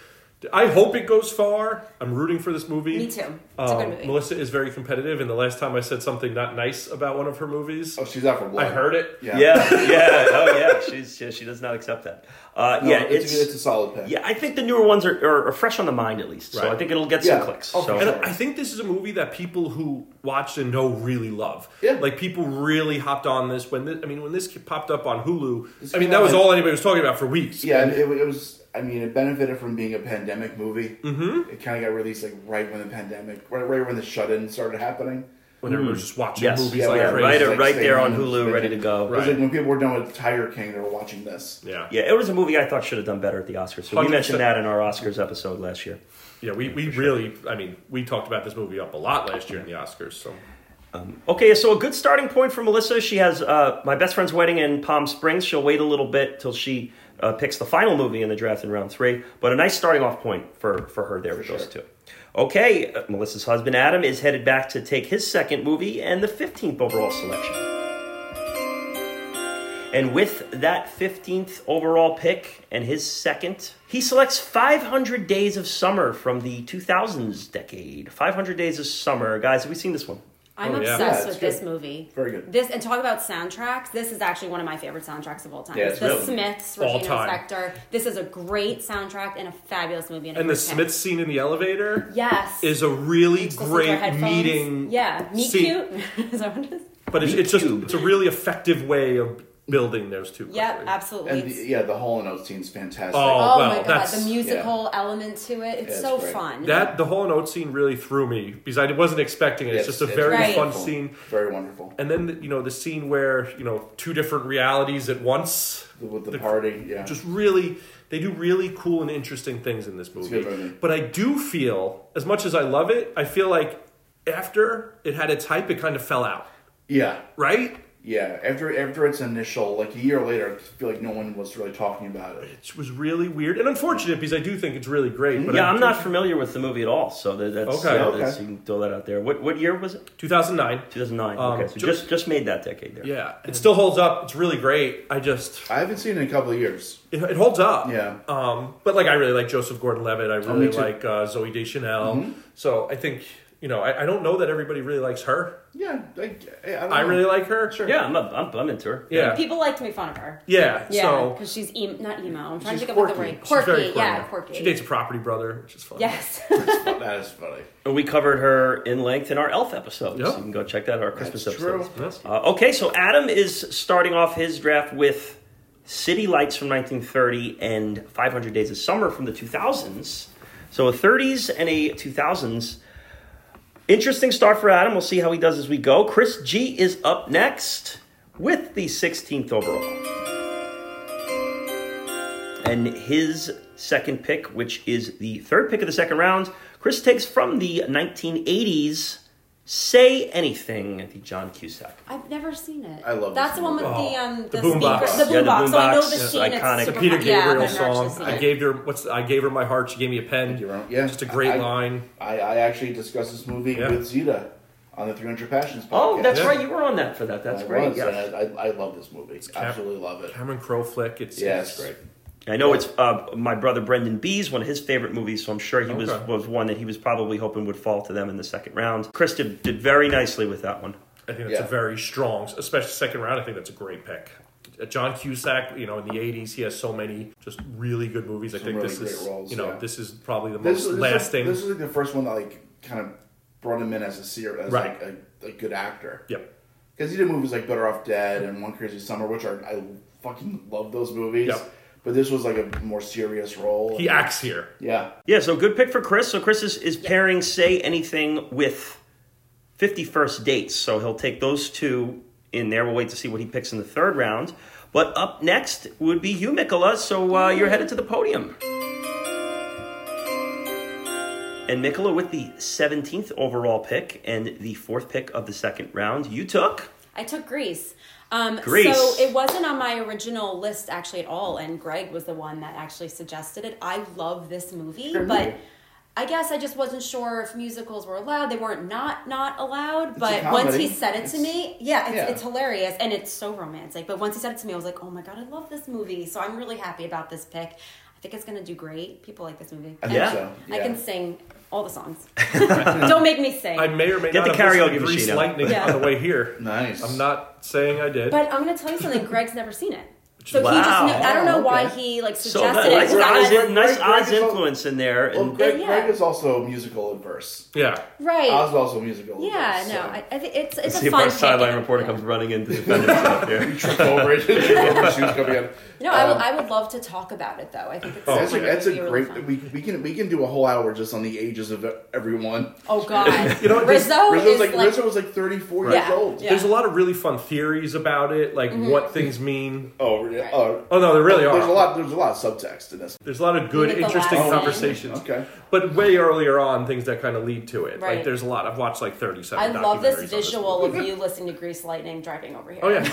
Speaker 3: I hope it goes far. I'm rooting for this movie.
Speaker 4: Me too. It's a good
Speaker 3: Um,
Speaker 4: movie.
Speaker 3: Melissa is very competitive, and the last time I said something not nice about one of her movies,
Speaker 2: Oh, she's out for blood.
Speaker 3: I heard it.
Speaker 2: Yeah.
Speaker 1: Yeah, yeah, oh yeah. She's, she, she does not accept that. Uh,
Speaker 2: No,
Speaker 1: yeah,
Speaker 2: it's, a, it's a solid pick.
Speaker 1: Yeah, I think the newer ones are, are, are fresh on the mind at least. So
Speaker 3: Right.
Speaker 1: I think it'll get
Speaker 2: Yeah.
Speaker 1: some clicks.
Speaker 2: Oh,
Speaker 1: so
Speaker 2: for
Speaker 3: And uh,
Speaker 2: sure.
Speaker 3: I think this is a movie that people who watched and know really love.
Speaker 2: Yeah.
Speaker 3: Like people really hopped on this when this, I mean when this popped up on Hulu.
Speaker 2: This
Speaker 3: I mean
Speaker 2: came
Speaker 3: that
Speaker 2: out
Speaker 3: was
Speaker 2: in-
Speaker 3: all anybody was talking about for weeks.
Speaker 2: Yeah, and it, it was. I mean, it benefited from being a pandemic movie. Mm-hmm. It kind of got released like right when the pandemic, right, right when the shut-in started happening.
Speaker 3: When everyone was just watching
Speaker 1: Yes.
Speaker 3: movies
Speaker 1: Yeah,
Speaker 3: like
Speaker 1: yeah,
Speaker 3: crazy.
Speaker 1: right-
Speaker 2: Like,
Speaker 1: right there
Speaker 2: staying
Speaker 1: on
Speaker 2: home,
Speaker 1: Hulu,
Speaker 2: staying-
Speaker 1: ready to go.
Speaker 2: It was
Speaker 3: Right.
Speaker 2: like when people were done with Tiger King, they were watching this.
Speaker 3: Yeah.
Speaker 1: yeah, it was a movie I thought should have done better at the Oscars. So we
Speaker 3: 100%.
Speaker 1: mentioned that in our Oscars episode last year.
Speaker 3: Yeah, we, we really, I mean, we talked about this movie up a lot last year in the Oscars. So
Speaker 1: Okay, so a good starting point for Melissa. She has uh, my best friend's wedding in Palm Springs. She'll wait a little bit till she uh, picks the final movie in the draft in round three. But a nice starting off point for for her there with those two. Okay, uh, Melissa's husband Adam is headed back to take his second movie and the fifteenth overall selection. And with that 15th overall pick and his second, he selects 500 Days of Summer from the 2000s decade. 500 Days of Summer. Guys, have we seen this one?
Speaker 4: I'm
Speaker 3: Oh, yeah.
Speaker 4: obsessed
Speaker 2: Yeah, it's
Speaker 4: with this
Speaker 2: good.
Speaker 4: movie.
Speaker 2: Very good.
Speaker 4: This and talk about soundtracks. This is actually one of my favorite soundtracks of all time.
Speaker 1: Yeah, it's
Speaker 4: the
Speaker 1: really-
Speaker 4: Smiths,
Speaker 3: All
Speaker 4: Regina
Speaker 3: time.
Speaker 4: Spektor. This is a great soundtrack and a fabulous movie. a
Speaker 3: And the
Speaker 4: great pick.
Speaker 3: Smith scene in the elevator
Speaker 4: yes,
Speaker 3: is a really
Speaker 4: Just listen to our
Speaker 3: great
Speaker 4: headphones.
Speaker 3: meeting.
Speaker 4: Yeah, meet
Speaker 3: scene.
Speaker 4: cute. is that what it is?
Speaker 3: But it's,
Speaker 1: Meet
Speaker 3: it's just
Speaker 1: cube.
Speaker 3: it's a really effective way of building those two.
Speaker 4: Yep,
Speaker 3: quickly.
Speaker 4: absolutely.
Speaker 2: And the, yeah, the Hall and Oates scene's fantastic.
Speaker 3: Oh.
Speaker 4: Oh,
Speaker 3: well,
Speaker 4: my god,
Speaker 3: that's-
Speaker 4: the musical element to it. It's
Speaker 2: Yeah,
Speaker 4: so
Speaker 2: it's great.
Speaker 4: fun.
Speaker 3: That the whole and Oates scene really threw me because I wasn't expecting it. It's, just a very
Speaker 4: Right.
Speaker 3: fun
Speaker 2: wonderful.
Speaker 3: scene.
Speaker 2: Very wonderful.
Speaker 3: And then you know the scene where you know two different realities at once.
Speaker 2: With the, party, yeah.
Speaker 3: just really they do really cool and interesting things in this movie.
Speaker 2: good movie.
Speaker 3: But I do feel as much as I love it, I feel like after it had its hype, it kind of fell out.
Speaker 2: yeah.
Speaker 3: Right?
Speaker 2: Yeah. After after its initial, like a year later, I feel like no one was really talking about it.
Speaker 3: Which was really weird and unfortunate because I do think it's really great. But
Speaker 1: yeah,
Speaker 3: I
Speaker 1: I'm not familiar with the movie at all, so that, that's,
Speaker 3: Okay.
Speaker 1: yeah, that's-
Speaker 2: Okay.
Speaker 1: you can throw that out there. What what year was it?
Speaker 3: 2009.
Speaker 1: 2009.
Speaker 3: Um,
Speaker 1: okay, so
Speaker 3: ju-
Speaker 1: just just made that decade there.
Speaker 3: Yeah, it still holds up. It's really great. I just
Speaker 2: I haven't seen it in a couple of years.
Speaker 3: it, it holds up.
Speaker 2: Yeah. Oh,
Speaker 3: Um, but like I really like Joseph Gordon-Levitt. I
Speaker 2: me
Speaker 3: really
Speaker 2: too. Mm-hmm.
Speaker 3: like uh, Zoe Deschanel. So I think you know I, I don't know that everybody really likes her.
Speaker 2: Yeah. I, I, don't
Speaker 3: I
Speaker 2: know.
Speaker 3: really like her. Sure.
Speaker 1: Yeah, I'm, I'm I'm into her.
Speaker 3: Yeah.
Speaker 4: People like to make fun of her.
Speaker 3: Yeah.
Speaker 4: Yeah,
Speaker 3: So
Speaker 4: because she's em- not emo. I'm trying
Speaker 2: She's
Speaker 4: to think of what the
Speaker 2: quirky.
Speaker 4: right
Speaker 2: She's
Speaker 3: she's
Speaker 4: quirky.
Speaker 3: very
Speaker 4: yeah, quirky.
Speaker 3: She dates a property brother, which is fun.
Speaker 4: yes.
Speaker 2: That is funny.
Speaker 1: We covered her in length in our Elf episode,
Speaker 3: Yep.
Speaker 1: so you can go check that out, our Christmas
Speaker 2: That's
Speaker 1: episode.
Speaker 2: true.
Speaker 3: Yes.
Speaker 1: Uh, okay, so Adam is starting off his draft with City Lights from 1930 and 500 Days of Summer from the 2000s. So a 30s and a 2000s. Interesting start for Adam. We'll see how he does as we go. Chris G is up next with the 16th overall. And his second pick, which is the third pick of the second round, Chris takes from the 1980s Say Anything, the John Cusack.
Speaker 4: I've never seen it.
Speaker 2: I love
Speaker 4: That's
Speaker 2: this
Speaker 4: the one with
Speaker 2: movie.
Speaker 4: the um
Speaker 3: The
Speaker 4: the,
Speaker 3: boom
Speaker 4: speaker,
Speaker 3: box.
Speaker 4: the
Speaker 1: Yeah,
Speaker 4: boom
Speaker 1: the
Speaker 4: box.
Speaker 1: boom
Speaker 4: so I know
Speaker 1: box
Speaker 4: the
Speaker 1: is
Speaker 4: scene. It's
Speaker 1: iconic.
Speaker 4: super
Speaker 1: The
Speaker 3: Peter
Speaker 4: fun.
Speaker 3: Gabriel
Speaker 4: yeah,
Speaker 3: song. I
Speaker 4: gave.
Speaker 3: gave her what's I gave her my heart. She gave me a pen.
Speaker 2: You're right. Yeah.
Speaker 3: Just a great
Speaker 2: I-
Speaker 3: line.
Speaker 2: I, I actually discussed this movie
Speaker 3: Yeah.
Speaker 2: with Zita on the 300 Passions podcast.
Speaker 1: Oh, that's
Speaker 3: Yeah.
Speaker 1: right. You were on that for that. That's
Speaker 2: I
Speaker 1: great.
Speaker 2: was,
Speaker 1: Yes.
Speaker 2: and I, I, I love this movie.
Speaker 3: Cap-
Speaker 2: Absolutely love it.
Speaker 3: Cameron Crowe flick. It's
Speaker 2: Yeah, it's great.
Speaker 1: I know it's uh, my brother Brendan B's one of his favorite movies, so I'm sure he was
Speaker 3: Okay.
Speaker 1: was one that he was probably hoping would fall to them in the second round. Chris did, did very nicely with that one.
Speaker 3: I think that's
Speaker 2: Yeah.
Speaker 3: a very strong, especially second round. I think that's a great pick. Uh, John Cusack, you know, in the '80s, he has so many just really good movies. I
Speaker 2: Some
Speaker 3: think
Speaker 2: really
Speaker 3: this
Speaker 2: great
Speaker 3: is,
Speaker 2: roles,
Speaker 3: you know,
Speaker 2: yeah.
Speaker 3: this is probably the
Speaker 2: This,
Speaker 3: most
Speaker 2: is- this
Speaker 3: lasting.
Speaker 2: Is, this is like the first one that like kind of brought him in as a ser- as
Speaker 3: Right.
Speaker 2: like a, a good actor.
Speaker 3: yep.
Speaker 2: Because he did movies like Better Off Dead and One Crazy Summer, which are I fucking love those movies.
Speaker 3: Yep.
Speaker 2: But this was like a more serious role.
Speaker 3: He acts here.
Speaker 2: yeah.
Speaker 1: Yeah, so good pick for Chris. So Chris is, is pairing Say Anything with 51st Dates. So he'll take those two in there. We'll wait to see what he picks in the third round. But up next would be you, Mikola. So uh, you're headed to the podium. And Mikola with the 17th overall pick and the fourth pick of the second round. You took.
Speaker 4: I took Greece. Um,
Speaker 1: Grease.
Speaker 4: So it wasn't on my original list actually at all, and Greg was the one that actually suggested it. I love this movie, but I guess I just wasn't sure if musicals were allowed. They weren't not not allowed, but once
Speaker 2: comedy.
Speaker 4: he said it to
Speaker 2: It's-
Speaker 4: me, yeah it's,
Speaker 2: yeah.
Speaker 4: it's hilarious and it's so romantic. But once he said it to me, I was like, oh my god, I love this movie. So I'm really happy about this pick. I think it's gonna do great. People like this movie.
Speaker 2: I
Speaker 1: think
Speaker 4: And
Speaker 2: so,
Speaker 4: I
Speaker 2: yeah.
Speaker 4: can sing all the songs. Don't make me sing.
Speaker 3: I may or may
Speaker 1: Get the
Speaker 3: not have listened
Speaker 1: karaoke
Speaker 3: to Grease
Speaker 1: machine out.
Speaker 3: Lightning
Speaker 4: Yeah.
Speaker 3: on the way here.
Speaker 2: Nice.
Speaker 3: I'm not saying I did.
Speaker 4: But I'm gonna tell you something. Greg's never seen it, so
Speaker 1: Wow.
Speaker 4: he just. Knew, I don't know why
Speaker 2: Okay.
Speaker 4: he like
Speaker 1: So
Speaker 4: suggested
Speaker 1: that,
Speaker 4: it.
Speaker 1: nice,
Speaker 4: because I
Speaker 1: odds,
Speaker 4: was-
Speaker 1: nice
Speaker 2: Greg-
Speaker 1: odds
Speaker 2: Greg is all-
Speaker 1: influence in there.
Speaker 2: Well,
Speaker 1: And
Speaker 2: Greg,
Speaker 4: Yeah.
Speaker 2: Greg is also musical adverse.
Speaker 3: yeah.
Speaker 4: right.
Speaker 2: Oz is also musical.
Speaker 4: yeah,
Speaker 2: adverse,
Speaker 4: no, I, I think it's it's
Speaker 1: see
Speaker 4: a
Speaker 1: if
Speaker 4: fun
Speaker 1: our
Speaker 4: pick.
Speaker 1: sideline reporter comes running in to defend himself here.
Speaker 2: So. Trip over it. Trip over shoes coming out.
Speaker 4: No, I, would,
Speaker 2: Um,
Speaker 4: I would love to talk about it though. I think
Speaker 3: Oh,
Speaker 4: it's
Speaker 2: That's,
Speaker 4: it
Speaker 2: like, Oh, that's a
Speaker 4: would be really
Speaker 2: great.
Speaker 4: fun.
Speaker 2: we, we can we can do a whole hour just on the ages of everyone.
Speaker 4: oh god,
Speaker 3: You know, there's-
Speaker 4: Rizzo
Speaker 2: Rizzo's
Speaker 4: is
Speaker 2: like,
Speaker 4: Oh, like,
Speaker 2: Rizzo was like thirty four
Speaker 4: Yeah,
Speaker 2: years old.
Speaker 4: yeah. Mm-hmm.
Speaker 3: There's a lot of really fun theories about it, like what things mean.
Speaker 2: Oh, re-
Speaker 4: Right.
Speaker 2: oh,
Speaker 3: Oh no, there really are.
Speaker 2: There's a lot. There's a lot of subtext in this.
Speaker 3: There's a lot of good,
Speaker 4: Like the
Speaker 3: interesting
Speaker 4: last
Speaker 3: conversations.
Speaker 2: name. Okay.
Speaker 3: But way earlier on, things that kind of lead to it. Like
Speaker 4: Right.
Speaker 3: there's a lot. I've watched like 37.
Speaker 4: I love
Speaker 3: documentaries
Speaker 4: this
Speaker 3: on
Speaker 4: visual of you listening to Grease Lightning driving over here.
Speaker 3: Oh yeah.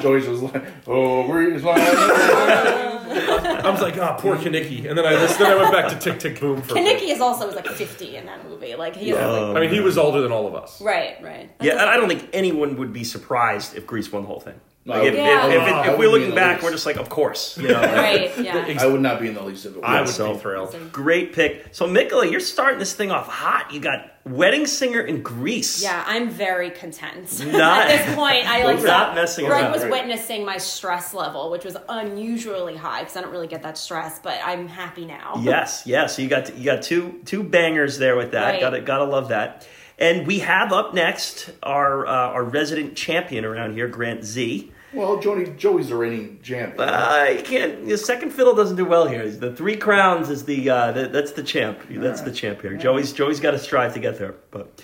Speaker 2: Joey's was like, oh, Breeze, like,
Speaker 3: I was like, ah, poor Kanicki. And then I listened. Then I went back to Tick Tick Boom for. a bit.
Speaker 4: Kanicki is also was like 50 in that movie. Like he's
Speaker 2: Yeah.
Speaker 4: like,
Speaker 3: I mean, he was older than all of us.
Speaker 4: right, right.
Speaker 1: Yeah, and I don't think anyone would be surprised if Greece won the whole thing. Like if,
Speaker 4: Yeah.
Speaker 1: if, if, it-
Speaker 2: I
Speaker 1: if we're
Speaker 2: wouldn't be in
Speaker 1: looking
Speaker 2: the
Speaker 1: back,
Speaker 2: least.
Speaker 1: we're just like, of course.
Speaker 2: You know, like,
Speaker 4: Right, yeah.
Speaker 2: I would not be in the least of it.
Speaker 3: I would
Speaker 1: so-
Speaker 3: be thrilled.
Speaker 1: Great pick. So, Mikola, you're starting this thing off hot. You got wedding singer in Greece.
Speaker 4: Yeah, I'm very content
Speaker 1: Not-
Speaker 4: at this point. I like
Speaker 1: Not
Speaker 4: saw-
Speaker 1: messing
Speaker 4: Greg
Speaker 1: around.
Speaker 4: was
Speaker 2: Right.
Speaker 4: witnessing my stress level, which was unusually high because I don't really get that stress, but I'm happy now.
Speaker 1: Yes, yes. You got you got two two bangers there with that.
Speaker 4: Right.
Speaker 1: Got to got to love that. And we have up next our uh, our resident champion around here, Grant Z.
Speaker 2: Well, Johnny, Joey's the reigning champ.
Speaker 1: Uh, you can't. The second fiddle doesn't do well here. The three crowns is the, uh, the that's the champ. That's the champ here. Joey's Joey's got to strive to get there. But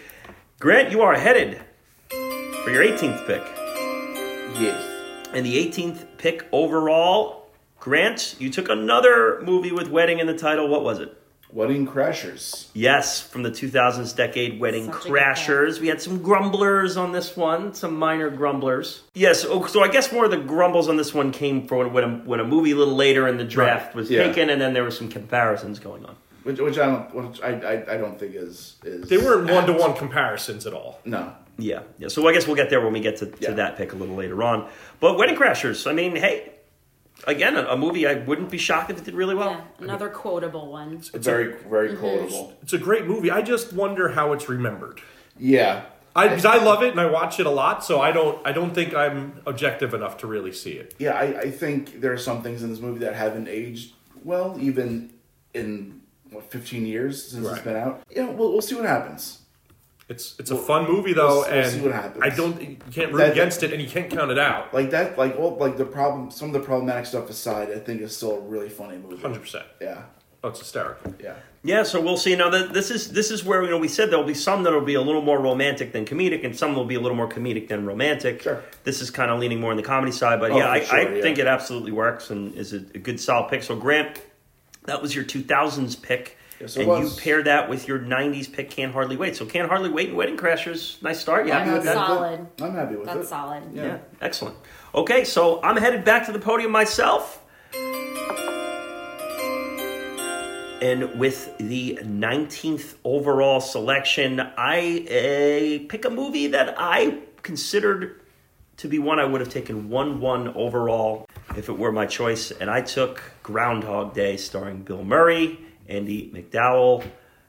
Speaker 1: Grant, you are headed for your 18th pick.
Speaker 2: yes.
Speaker 1: And the 18th pick overall, Grant, you took another movie with wedding in the title. What was it?
Speaker 2: Wedding Crashers.
Speaker 1: Yes, from the 2000s decade, Wedding
Speaker 4: Such a good
Speaker 1: Crashers. We had some grumblers on this one, some minor grumblers. Yes, oh, so I guess more of the grumbles on this one came from when a, when a movie a little later in the draft was
Speaker 2: yeah.
Speaker 1: taken, and then there were some comparisons going on.
Speaker 2: Which, which I don't, which I, I, I don't think is is.
Speaker 3: They weren't one to one comparisons at all.
Speaker 2: No,
Speaker 1: Yeah, yeah. So I guess we'll get there when we get to, to
Speaker 2: Yeah.
Speaker 1: that pick a little later on. But Wedding Crashers, I mean, hey, again, a, a movie I wouldn't be shocked if it did really well.
Speaker 4: Yeah, another quotable one.
Speaker 2: very
Speaker 4: Mm-hmm.
Speaker 2: very quotable.
Speaker 3: It's a great movie. I just wonder how it's remembered.
Speaker 2: Yeah,
Speaker 3: I, 'cause I love it and I watch it a lot, so I don't. I don't think I'm objective enough to really see it.
Speaker 2: yeah. I, I think there are some things in this movie that haven't aged well, even in what 15 years since
Speaker 3: Right.
Speaker 2: it's been out. Yeah, we'll, we'll see what happens.
Speaker 3: It's it's a fun movie though,
Speaker 2: we'll
Speaker 3: and
Speaker 2: see what happens.
Speaker 3: I don't. You can't root
Speaker 2: That-
Speaker 3: against it, and you can't count it out.
Speaker 2: Like that, like all like the problem, some of the problematic stuff aside, I think it's still a really funny movie.
Speaker 3: Hundred percent.
Speaker 2: Yeah,
Speaker 3: Oh, it's hysterical.
Speaker 2: yeah.
Speaker 1: Yeah, so we'll see. Now that this is this is where you know we said there'll be some that'll be a little more romantic than comedic, and some will be a little more comedic than romantic.
Speaker 2: Sure.
Speaker 1: This is kind of leaning more on the comedy side, but
Speaker 2: Oh,
Speaker 1: yeah, I,
Speaker 2: for sure,
Speaker 1: I
Speaker 2: yeah.
Speaker 1: think it absolutely works and is a, a good solid pick. So Grant, that was your 2000s pick,
Speaker 2: Yes, it
Speaker 1: and
Speaker 2: was.
Speaker 1: you pair that with your 90s pick, Can't Hardly Wait. So Can't Hardly Wait and Wedding Crashers, nice start. Yeah,
Speaker 4: I'm
Speaker 1: happy with that?
Speaker 4: sorry. Solid.
Speaker 2: With it. I'm happy with it.
Speaker 4: That's solid.
Speaker 2: Yeah.
Speaker 1: Yeah, excellent. Okay, so I'm headed back to the podium myself. And with the 19th overall selection, I uh, pick a movie that I considered to be one I would have taken 1 1 overall if it were my choice. And I took Groundhog Day, starring Bill Murray, Andy McDowell.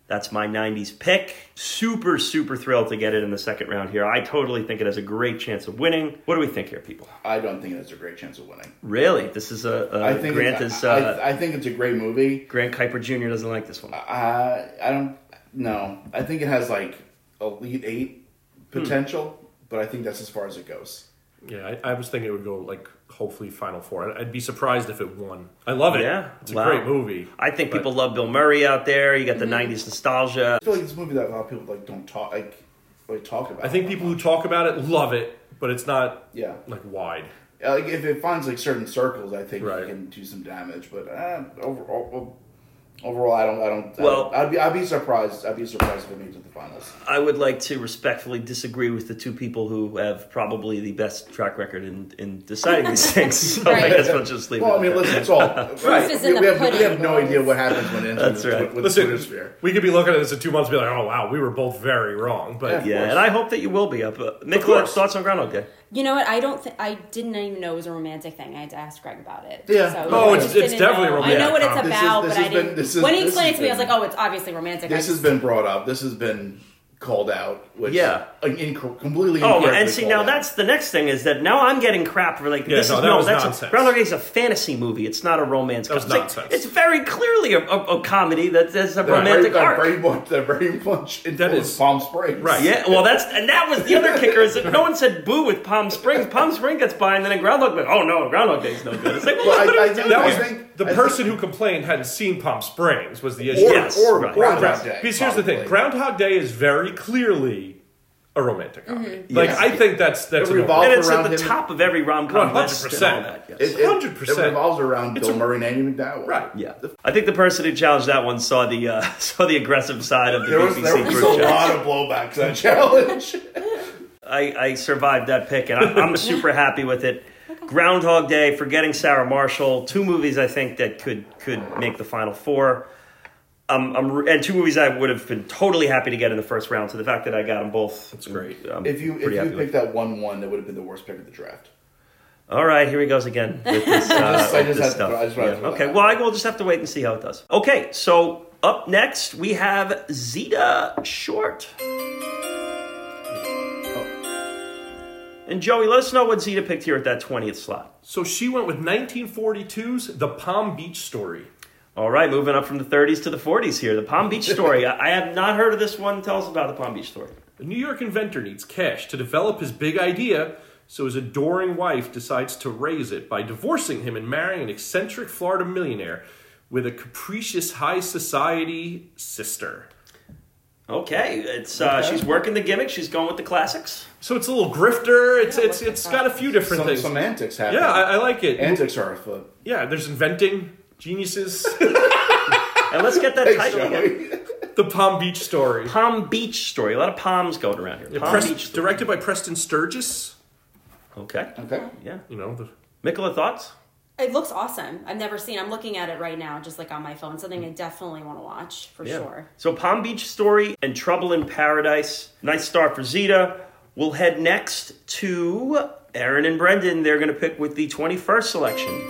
Speaker 1: That's my 90s pick. Super, super thrilled to get it in the second round here. I totally think it has a great chance of winning. What do we think here, people?
Speaker 2: I don't think it has a great chance of winning.
Speaker 1: Really? This is a. a
Speaker 2: I think
Speaker 1: Grant
Speaker 2: it's,
Speaker 1: is. Uh,
Speaker 2: I, I think it's a great movie.
Speaker 1: Grant Kuiper Jr. doesn't like this one.
Speaker 2: Uh, I don't. No, I think it has like elite eight potential, but I think that's as far as it goes.
Speaker 3: Yeah, I, I was thinking it would go like hopefully final four. I'd, I'd be surprised if it won. I love it.
Speaker 1: Yeah,
Speaker 3: it's a
Speaker 1: wow.
Speaker 3: great movie.
Speaker 1: I think
Speaker 3: But-
Speaker 1: people love Bill Murray out there. You got
Speaker 2: Mm-hmm.
Speaker 1: the 90s nostalgia.
Speaker 2: I feel like it's a movie that a lot of people like don't talk like like talk about.
Speaker 3: I think people who talk about it love it, but it's not
Speaker 2: Yeah,
Speaker 3: like wide.
Speaker 2: like if it finds like certain circles, I think
Speaker 3: Right.
Speaker 2: it can do some damage. But uh, overall, overall, I don't. I don't.
Speaker 1: Well-
Speaker 2: I would be. I'd be surprised. I'd be surprised if it made it to the finals.
Speaker 1: I would like to respectfully disagree with the two people who have probably the best track record in, in deciding these things. So I
Speaker 4: Right.
Speaker 1: guess we'll just leave
Speaker 2: Well,
Speaker 1: it.
Speaker 2: I mean, listen, it's all. right.
Speaker 4: is
Speaker 2: we,
Speaker 4: in the
Speaker 2: we have,
Speaker 4: pudding,
Speaker 2: we have no
Speaker 4: guys.
Speaker 2: idea what happens when it enters
Speaker 1: That's right.
Speaker 2: with, with
Speaker 3: Listen,
Speaker 2: Twitter sphere.
Speaker 3: we could be looking at this in two months and be like, oh wow, we were both very wrong. But
Speaker 1: yeah, and I hope that you will be up. Uh, Nicola,
Speaker 3: course.
Speaker 1: thoughts on Groundhog Day?
Speaker 4: You know what? I don't. Th- I didn't even know it was a romantic thing. I had to ask Greg about it.
Speaker 2: Yeah.
Speaker 4: So,
Speaker 2: Oh,
Speaker 4: I
Speaker 2: it's-
Speaker 4: just
Speaker 3: it's
Speaker 4: didn't
Speaker 3: definitely
Speaker 4: know. I
Speaker 3: romantic.
Speaker 4: know what
Speaker 3: This
Speaker 4: it's
Speaker 3: is-
Speaker 4: about,
Speaker 2: this
Speaker 4: but I
Speaker 2: has been-
Speaker 4: didn't.
Speaker 2: this is-
Speaker 4: when he
Speaker 2: this
Speaker 4: explained it
Speaker 2: has
Speaker 4: to me, I was
Speaker 2: been-
Speaker 4: like, "Oh, it's obviously romantic." I
Speaker 2: This has
Speaker 4: just-
Speaker 2: been brought up. This has been called out. Which
Speaker 1: Yeah.
Speaker 2: like, inc- completely.
Speaker 1: Oh,
Speaker 2: incorrectly
Speaker 1: and see,
Speaker 2: called
Speaker 1: now
Speaker 2: out.
Speaker 1: that's the next thing is that now I'm getting crap for like this
Speaker 3: no,
Speaker 1: is
Speaker 3: that
Speaker 1: no,
Speaker 3: was
Speaker 1: that's
Speaker 3: nonsense.
Speaker 1: A, Groundhog Day is a fantasy movie. It's not a romance.
Speaker 3: That was
Speaker 1: comedy. It's like-
Speaker 3: nonsense.
Speaker 1: it's very clearly a, a, a comedy that that's a
Speaker 2: They're
Speaker 1: romantic
Speaker 2: very,
Speaker 1: arc.
Speaker 2: they're Very much, they're very much in
Speaker 3: That is-
Speaker 2: Palm Springs.
Speaker 3: Right.
Speaker 1: yeah, well, that's and that was the other kicker is that no one said boo with Palm Springs. Palm Springs gets by, and then a Groundhog Day. Oh no, Groundhog Day's no good. It's like well,
Speaker 2: Well, I-
Speaker 1: what are
Speaker 2: I
Speaker 1: we
Speaker 2: think-
Speaker 1: doing?
Speaker 3: that was
Speaker 2: I think-
Speaker 3: the
Speaker 2: I
Speaker 3: person who complained hadn't seen Palm Springs was the issue.
Speaker 2: Or,
Speaker 1: Yes,
Speaker 2: or,
Speaker 1: right.
Speaker 2: or
Speaker 1: Groundhog
Speaker 2: Groundhog Day,
Speaker 3: Because here's the thing:
Speaker 2: probably.
Speaker 3: Groundhog Day is very clearly a romantic comedy. Like I think that's that's
Speaker 2: It
Speaker 3: a no-
Speaker 2: revolves-
Speaker 1: and it's at
Speaker 2: around
Speaker 1: the
Speaker 2: him.
Speaker 1: top of every rom com list and all
Speaker 3: 100%.
Speaker 1: that. yes.
Speaker 2: It- it-
Speaker 3: 100%.
Speaker 2: It revolves around Bill Murray and Andy McDowell.
Speaker 3: Right.
Speaker 1: Yeah, I think the person who challenged that one saw the uh, saw the aggressive side of the
Speaker 2: There was,
Speaker 1: BBC
Speaker 2: there was
Speaker 1: group
Speaker 2: a
Speaker 1: chat.
Speaker 2: lot of blowback to that challenge.
Speaker 1: I, I survived that pick, and I'm, I'm super happy with it. Groundhog Day, Forgetting Sarah Marshall, two movies I think that could could make the final four. Um, I'm, re- and two movies I would have been totally happy to get in the first round. So the fact that I got them both,
Speaker 3: That's great.
Speaker 1: I'm
Speaker 2: if you if
Speaker 1: pretty
Speaker 2: you
Speaker 1: happy
Speaker 2: picked
Speaker 1: with.
Speaker 2: that one one, that would have been the worst pick of the draft.
Speaker 1: All right, here he goes again with this, uh,
Speaker 2: just- I
Speaker 1: with this
Speaker 2: just had to
Speaker 1: stuff.
Speaker 2: throw- I just wanted to
Speaker 1: Yeah.
Speaker 2: throw
Speaker 1: Okay,
Speaker 2: that
Speaker 1: well, I will just have to wait and see how it does. Okay, so up next we have Zeta Short. And Joey, let us know what Zeta picked here at that 20th slot.
Speaker 3: So she went with 1942's The Palm Beach Story.
Speaker 1: All right, moving up from the 30s to the 40s here. The Palm Beach Story. I I have not heard of this one. Tell us about the Palm Beach Story.
Speaker 3: A New York inventor needs cash to develop his big idea, so his adoring wife decides to raise it by divorcing him and marrying an eccentric Florida millionaire with a capricious high society sister.
Speaker 1: Okay, it's uh, she's working the gimmick. She's going with the classics.
Speaker 3: So it's a little grifter. It's
Speaker 4: Yeah,
Speaker 3: it's
Speaker 4: what's
Speaker 3: it's
Speaker 4: the
Speaker 3: got a few different
Speaker 2: Some,
Speaker 3: things.
Speaker 2: some antics happen.
Speaker 3: yeah, I, I like it.
Speaker 2: antics are afoot.
Speaker 3: yeah, there's inventing geniuses.
Speaker 1: And let's get that
Speaker 2: Thanks,
Speaker 1: title again.
Speaker 2: Joey.
Speaker 3: the Palm Beach Story.
Speaker 1: Palm Beach Story. A lot of palms going around here. Palm
Speaker 3: Prest-
Speaker 1: Beach Story.
Speaker 3: directed by Preston Sturgis.
Speaker 1: Okay.
Speaker 2: okay.
Speaker 1: Yeah.
Speaker 3: You know, the,
Speaker 1: Nicola, thoughts?
Speaker 4: It looks awesome. I've never seen. I'm looking at it right now, just like on my phone. Something I definitely want to watch for sure.
Speaker 1: So Palm Beach Story and Trouble in Paradise. Nice start for Zeta. We'll head next to Aaron and Brendan. They're going to pick with the 21st selection.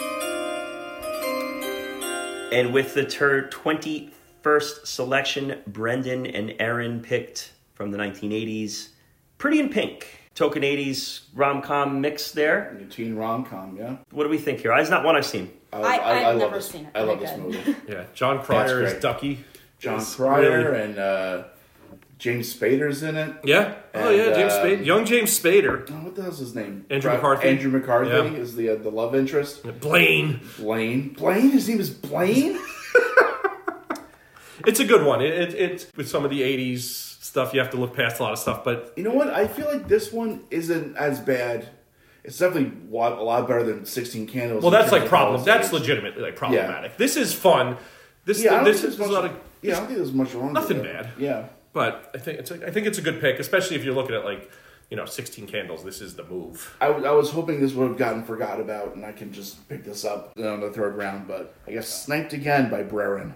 Speaker 1: And with the ter- 21st selection, Brendan and Aaron picked from the 1980s Pretty in Pink. Token 80s rom com mix there.
Speaker 2: Teen rom com. Yeah.
Speaker 1: What do we think here? It's not one I've seen.
Speaker 4: I- I've
Speaker 2: love
Speaker 4: never
Speaker 2: this-
Speaker 4: seen it.
Speaker 2: I love
Speaker 4: Okay,
Speaker 2: this
Speaker 4: good.
Speaker 2: movie.
Speaker 3: yeah, John Cryer is
Speaker 2: That's great.
Speaker 3: Ducky.
Speaker 2: John
Speaker 3: It's
Speaker 2: Cryer
Speaker 3: really-
Speaker 2: and uh, James Spader's in it.
Speaker 3: Yeah. oh
Speaker 2: And,
Speaker 3: yeah, James
Speaker 2: um,
Speaker 3: Spader. Young James Spader.
Speaker 2: Oh, what the hell's his name?
Speaker 3: Andrew
Speaker 2: Bra-
Speaker 3: McCarthy?
Speaker 2: Andrew McCarthy
Speaker 3: Yeah.
Speaker 2: is the uh, the love interest.
Speaker 3: Blaine.
Speaker 2: Blaine. Blaine. His name is Blaine.
Speaker 3: It's a good one. It, it, it's with some of the '80s stuff. You have to look past a lot of stuff, but
Speaker 2: You know what? I feel like this one isn't as bad. It's definitely wa- a lot better than Sixteen Candles.
Speaker 3: well,
Speaker 2: in
Speaker 3: that's
Speaker 2: terms
Speaker 3: like
Speaker 2: of
Speaker 3: problem.
Speaker 2: all
Speaker 3: That's
Speaker 2: stage.
Speaker 3: legitimately like problematic. This is fun. This
Speaker 2: Yeah, I don't
Speaker 3: this
Speaker 2: think
Speaker 3: is a
Speaker 2: there's
Speaker 3: lot
Speaker 2: much.
Speaker 3: of
Speaker 2: yeah, I don't think there's much wrong. with
Speaker 3: nothing
Speaker 2: it.
Speaker 3: bad.
Speaker 2: Yeah.
Speaker 3: But I think it's a, I think it's a good pick, especially if you're looking at like you know 16 candles. This is the move.
Speaker 2: I, w- I was hoping this would have gotten forgot about, and I can just pick this up on the third round. But I guess sniped again by Brerin.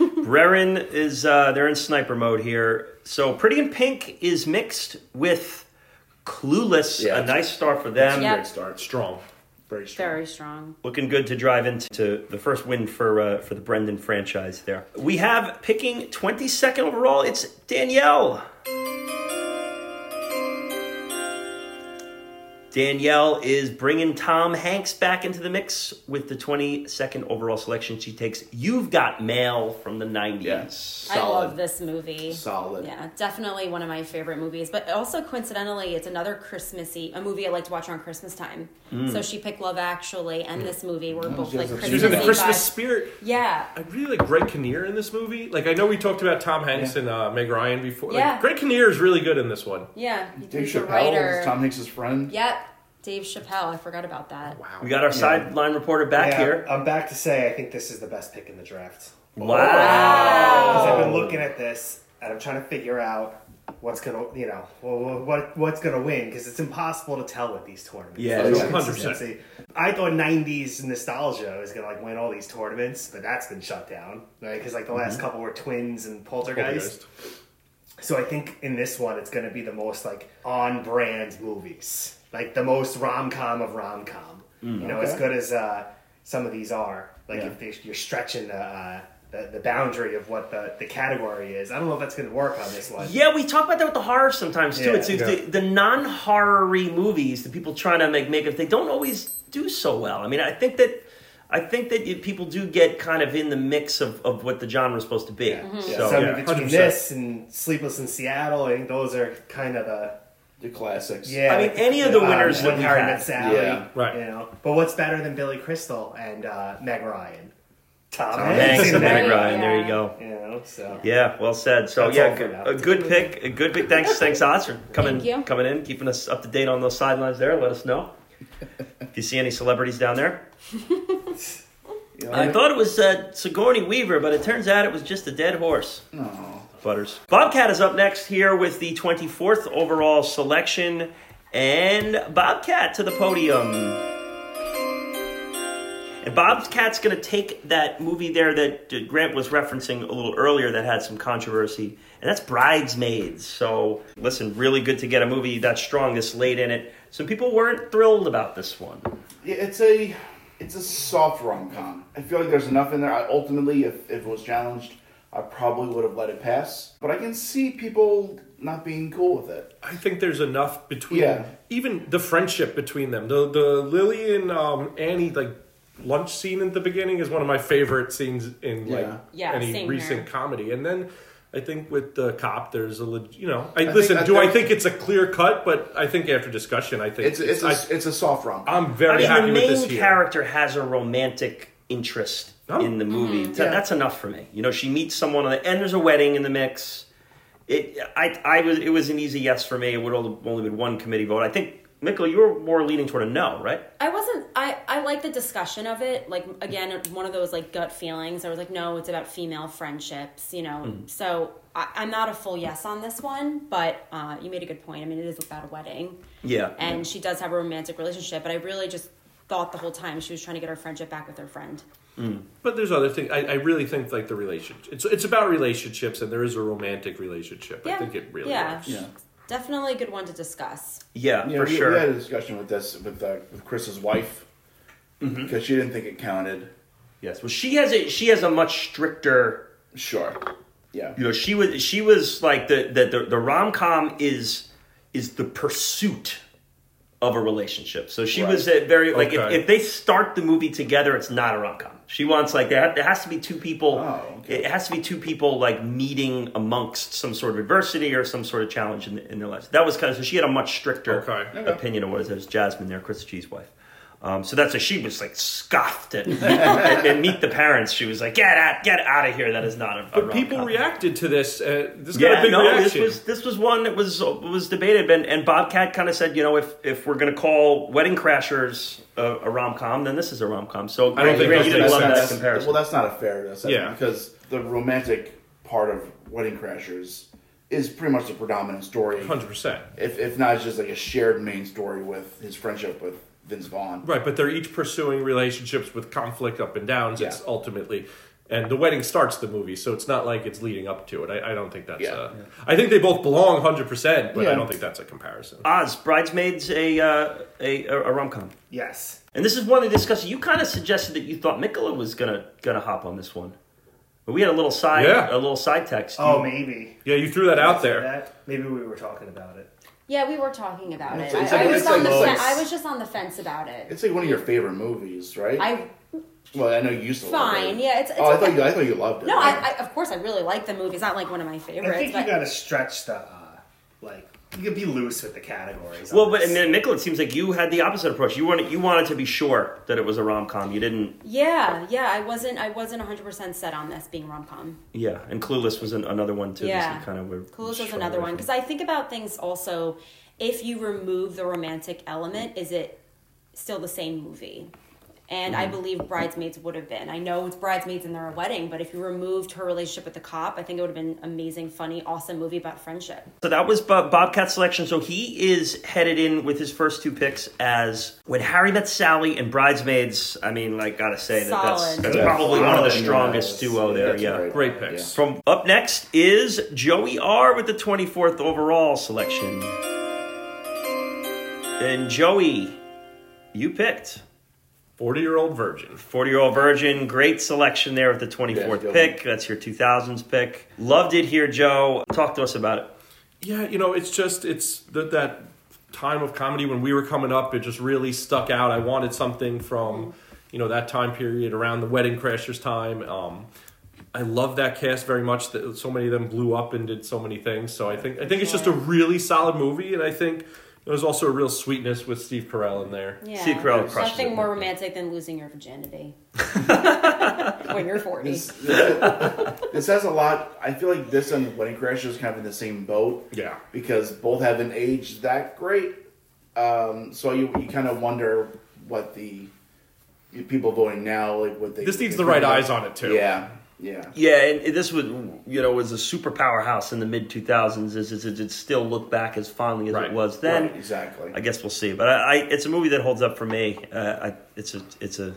Speaker 1: Rerin is uh, they're in sniper mode here. So Pretty in Pink is mixed with Clueless.
Speaker 2: Yeah.
Speaker 1: a nice start for them.
Speaker 4: Yeah.
Speaker 2: Great start.
Speaker 3: Strong.
Speaker 2: Very strong.
Speaker 4: Very strong.
Speaker 1: Looking good to drive into to the first win for uh, for the Brendan franchise there. We have picking 22nd overall. It's Danielle. Danielle is bringing Tom Hanks back into the mix with the 22nd overall selection. She takes You've Got Mail from the 90s.
Speaker 2: Yeah.
Speaker 4: I
Speaker 2: Solid.
Speaker 4: love this movie.
Speaker 2: Solid.
Speaker 4: Yeah, definitely one of my favorite movies. But also coincidentally, it's another Christmassy a movie I like to watch around Christmas time. So she picked Love Actually and this movie were both
Speaker 2: Mm. she
Speaker 4: like
Speaker 2: has a-
Speaker 4: Christmassy.
Speaker 3: She was in the
Speaker 2: Amazing.
Speaker 3: Christmas
Speaker 4: vibes.
Speaker 3: spirit.
Speaker 4: Yeah.
Speaker 3: I really like Greg Kinnear in this movie. Like I know we talked about Tom Hanks
Speaker 2: Yeah.
Speaker 3: and uh, Meg Ryan before. Like,
Speaker 4: Yeah.
Speaker 3: Greg Kinnear is really good in this one.
Speaker 4: Yeah.
Speaker 2: Dave
Speaker 4: He's a
Speaker 2: Chappelle is Tom Hanks' friend.
Speaker 4: Yep. Dave Chappelle. I forgot about that.
Speaker 3: Wow.
Speaker 1: We got our sideline reporter back
Speaker 5: Yeah,
Speaker 1: here.
Speaker 5: I'm back to say I think this is the best pick in the draft.
Speaker 4: Oh.
Speaker 1: Wow.
Speaker 5: Because I've been looking at this and I'm trying to figure out what's gonna, you know, well, what what's gonna win because it's impossible to tell with these tournaments.
Speaker 1: Yeah,
Speaker 5: There's no
Speaker 2: yeah.
Speaker 3: 100%.
Speaker 5: consistency. I thought '90s nostalgia was gonna like win all these tournaments, but that's been shut down, right? Because like the
Speaker 1: Mm-hmm.
Speaker 5: last couple were twins and poltergeist.
Speaker 3: Poltergeist.
Speaker 5: So I think in this one, it's going to be the most like on brand movies, like the most rom com of rom com.
Speaker 1: Mm.
Speaker 5: you know, as
Speaker 2: Okay.
Speaker 5: good as uh, some of these are, like
Speaker 2: Yeah.
Speaker 5: if they, you're stretching the, uh, the the boundary of what the, the category is, I don't know if that's going to work on this one.
Speaker 1: Yeah, we talk about that with the horror sometimes too.
Speaker 5: Yeah.
Speaker 1: it's it's the, the non horror-y movies that people trying to make make it. They don't always do so well. I mean, I think that I think that you, people do get kind of in the mix of, of what the genre is supposed to be. So,
Speaker 5: So
Speaker 3: Yeah,
Speaker 5: between
Speaker 3: 100%.
Speaker 5: this and Sleepless in Seattle, I think those are kind of the
Speaker 2: The classics.
Speaker 5: yeah.
Speaker 1: I mean,
Speaker 5: like,
Speaker 1: any of the
Speaker 5: um,
Speaker 1: winners that
Speaker 5: When
Speaker 1: we've
Speaker 5: Harry
Speaker 1: had.
Speaker 5: Met Sally,
Speaker 2: Yeah.
Speaker 3: Right.
Speaker 5: You know, but what's better than Billy Crystal and uh, Meg Ryan? Tom,
Speaker 1: Thanks,
Speaker 5: and
Speaker 1: Meg
Speaker 4: Right,
Speaker 1: Ryan. There
Speaker 4: yeah.
Speaker 1: you go.
Speaker 5: You know, so
Speaker 1: Yeah, well said. So
Speaker 5: That's all
Speaker 1: yeah,
Speaker 5: for
Speaker 1: good-
Speaker 5: now.
Speaker 1: a good pick. A good pick. Thanks, thanks, Oz, for coming
Speaker 4: Thank you.
Speaker 1: coming in, keeping us up to date on those sidelines. There, let us know if you see any celebrities down there.
Speaker 2: You know,
Speaker 1: I thought it was uh, Sigourney Weaver, but it turns out it was just a dead horse.
Speaker 2: no.
Speaker 1: Butters. Bobcat is up next here with the 24th overall selection. And Bobcat to the podium. And Bobcat's going to take that movie there that uh, Grant was referencing a little earlier that had some controversy, and that's Bridesmaids. So, listen, really good to get a movie that's strong this late in it. Some people weren't thrilled about this one.
Speaker 2: Yeah, it's a it's a soft rom com. I feel like there's enough in there. I, ultimately, if, if it was challenged, I probably would have let it pass. But I can see people not being cool with it.
Speaker 3: I think there's enough between
Speaker 2: Yeah.
Speaker 3: even the friendship between them. The the Lily and um, Annie like lunch scene at the beginning is one of my favorite scenes in like
Speaker 2: Yeah.
Speaker 4: Yeah,
Speaker 3: any
Speaker 4: same
Speaker 3: recent
Speaker 4: here.
Speaker 3: comedy. And then I think with the cop, there's a leg- you know. I,
Speaker 2: think-
Speaker 3: listen,
Speaker 2: I
Speaker 3: do I
Speaker 2: think-
Speaker 3: think it's a clear cut? But I think after discussion, I think
Speaker 2: It's it's a, it's a soft rom.
Speaker 3: I, I'm
Speaker 1: I
Speaker 3: very
Speaker 1: mean,
Speaker 3: happy
Speaker 1: the
Speaker 3: with this
Speaker 1: main
Speaker 3: here.
Speaker 1: character has a romantic interest
Speaker 3: Oh.
Speaker 1: in the movie. Th-
Speaker 2: Yeah.
Speaker 1: That's enough for me. You know, she meets someone, on the, and there's a wedding in the mix. It, I, I was, it was an easy yes for me. It would only only been one committee vote. I think, Mikkel, you were more leaning toward a no, right?
Speaker 4: I wasn't. I I like the discussion of it. Like again, it- one of those like gut feelings. I was like, no, it's about female friendships. You know,
Speaker 2: Mm.
Speaker 4: so I, I'm not a full yes on this one. But uh, you made a good point. I mean, it is about a wedding,
Speaker 1: Yeah.
Speaker 4: and she does have a romantic relationship. But I really just thought the whole time she was trying to get her friendship back with her friend.
Speaker 3: But there's other things. I, I really think like the relationship. It's it's about relationships, and there is a romantic relationship. I think it really
Speaker 4: yeah.
Speaker 3: works.
Speaker 2: Yeah.
Speaker 4: Definitely a good one to discuss.
Speaker 1: yeah,
Speaker 2: Yeah,
Speaker 1: for
Speaker 2: we, we
Speaker 1: sure.
Speaker 2: had a discussion with this with uh, with Chris's wife because she didn't think it counted.
Speaker 1: Yes. Well, she has a she has a much stricter.
Speaker 2: Sure. Yeah.
Speaker 1: You know, she was she was like the the the, the rom com is is the pursuit of a relationship. So she was
Speaker 2: Right.
Speaker 1: a very like
Speaker 3: Okay.
Speaker 1: if, if they start the movie together, it's not a rom com. She wants like there, there has to be two people.
Speaker 2: Oh, okay.
Speaker 1: It has to be two people like meeting amongst some sort of adversity or some sort of challenge in, in their lives. That was kind of so she had a much stricter
Speaker 3: Okay.
Speaker 2: Okay.
Speaker 1: opinion of what is it was Jasmine there, Chris G's wife. Um, so that's what she was like scoffed at, at, at meet the parents. She was like, "Get out, get out of here! That is not a." a
Speaker 3: But people
Speaker 1: rom-com."
Speaker 3: reacted to this. Uh, this got
Speaker 1: Yeah,
Speaker 3: a big
Speaker 1: no, this
Speaker 3: reaction.
Speaker 1: was this was one that was was debated, and, and Bobcat kind of said, you know, if if we're gonna call Wedding Crashers a, a rom com, then this is a rom com. So I
Speaker 3: don't think
Speaker 1: you
Speaker 3: that's-
Speaker 1: didn't
Speaker 3: that's
Speaker 1: love
Speaker 3: not-
Speaker 1: that
Speaker 3: that's-
Speaker 1: comparison.
Speaker 2: Well, that's not a fair assessment
Speaker 3: Yeah.
Speaker 2: because the romantic part of Wedding Crashers is pretty much the predominant story.
Speaker 3: Hundred percent.
Speaker 2: If, if not, it's just like a shared main story with his friendship with Vince Vaughn.
Speaker 3: Right, but they're each pursuing relationships with conflict up and downs. It's
Speaker 2: Yeah.
Speaker 3: ultimately, and the wedding starts the movie, so it's not like it's leading up to it. I, I don't think that's.
Speaker 2: Yeah.
Speaker 3: uh, I think they both belong hundred percent, but I
Speaker 2: Yeah.
Speaker 3: don't think that's a comparison.
Speaker 1: Oz bridesmaids a uh, a a rom com,
Speaker 5: Yes.
Speaker 1: and this is one they discussed. You kind of suggested that you thought Mikola was gonna gonna hop on this one, but we had a little side
Speaker 3: Yeah.
Speaker 1: a little side text.
Speaker 5: Oh,
Speaker 1: You-
Speaker 5: maybe.
Speaker 3: Yeah, you threw that out there.
Speaker 5: That, maybe we were talking about it.
Speaker 4: Yeah, we were talking about
Speaker 2: It's-
Speaker 4: it.
Speaker 2: it's
Speaker 4: I,
Speaker 2: like-
Speaker 4: I was
Speaker 2: it's
Speaker 4: on
Speaker 2: like
Speaker 4: the
Speaker 2: most-
Speaker 4: fe- I was just on the fence about it.
Speaker 2: It's like one of your favorite movies, right?
Speaker 4: I
Speaker 2: well, I know you used to love
Speaker 4: fine.
Speaker 2: it.
Speaker 4: Yeah, it's. it's
Speaker 2: Oh, I thought you I thought you loved it.
Speaker 4: No, I, I of course I really like the movie. It's not like one of my
Speaker 5: I
Speaker 4: favorites.
Speaker 5: think
Speaker 4: but
Speaker 5: you gotta stretch the, uh, like, you could be loose with the categories. on
Speaker 1: Well, but
Speaker 5: this.
Speaker 1: and then Mikkel, it seems like you had the opposite approach. You wanted you wanted to be sure that it was a rom com. You didn't,
Speaker 4: yeah, yeah, I wasn't I wasn't 100 percent set on this being rom com.
Speaker 1: yeah. And Clueless was an, another one too.
Speaker 4: Yeah,
Speaker 1: kind of
Speaker 4: Clueless was another one because I think about things also. If you remove the romantic element, is it still the same movie? And I believe Bridesmaids would have been. I know it's Bridesmaids and they're a wedding, but if you removed her relationship with the cop, I think it would have been amazing, funny, awesome movie about friendship.
Speaker 1: so that was Bob, Bobcat's selection. So he is headed in with his first two picks as when Harry met Sally and Bridesmaids. I mean, like gotta say that that's,
Speaker 4: Solid.
Speaker 1: that's
Speaker 2: Yeah.
Speaker 1: probably one of the
Speaker 2: Solid.
Speaker 1: strongest duo there.
Speaker 2: That's
Speaker 1: yeah.
Speaker 2: right.
Speaker 3: Great picks.
Speaker 1: From up next is Joey R with the 24th overall selection. And Joey, you picked.
Speaker 3: Forty-year-old virgin.
Speaker 1: 40 year old virgin great selection there with the 24th
Speaker 2: Yeah, good
Speaker 1: pick that's your 2000s pick loved it here joe talk to us about it
Speaker 3: Yeah, you know, it's just it's th- that time of comedy when we were coming up. It just really stuck out. I wanted something from you know that time period around the Wedding Crashers time. Um, I love that cast very much. That so many of them blew up and did so many things. So I think I think it's just a really solid movie, and I think there's also a real sweetness with Steve Carell in there.
Speaker 4: Yeah.
Speaker 1: Steve Carell
Speaker 4: There's
Speaker 1: crushed
Speaker 4: Nothing
Speaker 1: it.
Speaker 4: more romantic than losing your virginity when you're 40.
Speaker 2: This, this, this has a lot. I feel like this and Wedding Crashers kind of in the same boat.
Speaker 3: Yeah.
Speaker 2: Because both haven't aged that great. Um, so you, you kind of wonder what the the people voting now, like what they.
Speaker 3: This needs the right eyes on it too.
Speaker 2: Yeah. Yeah.
Speaker 1: yeah and and this was you know was a super powerhouse in the mid 2000s is is- is it still look back as fondly as
Speaker 3: Right.
Speaker 1: it was then
Speaker 2: Right, exactly.
Speaker 1: i guess we'll see but I, I it's a movie that holds up for me uh, I, it's a it's a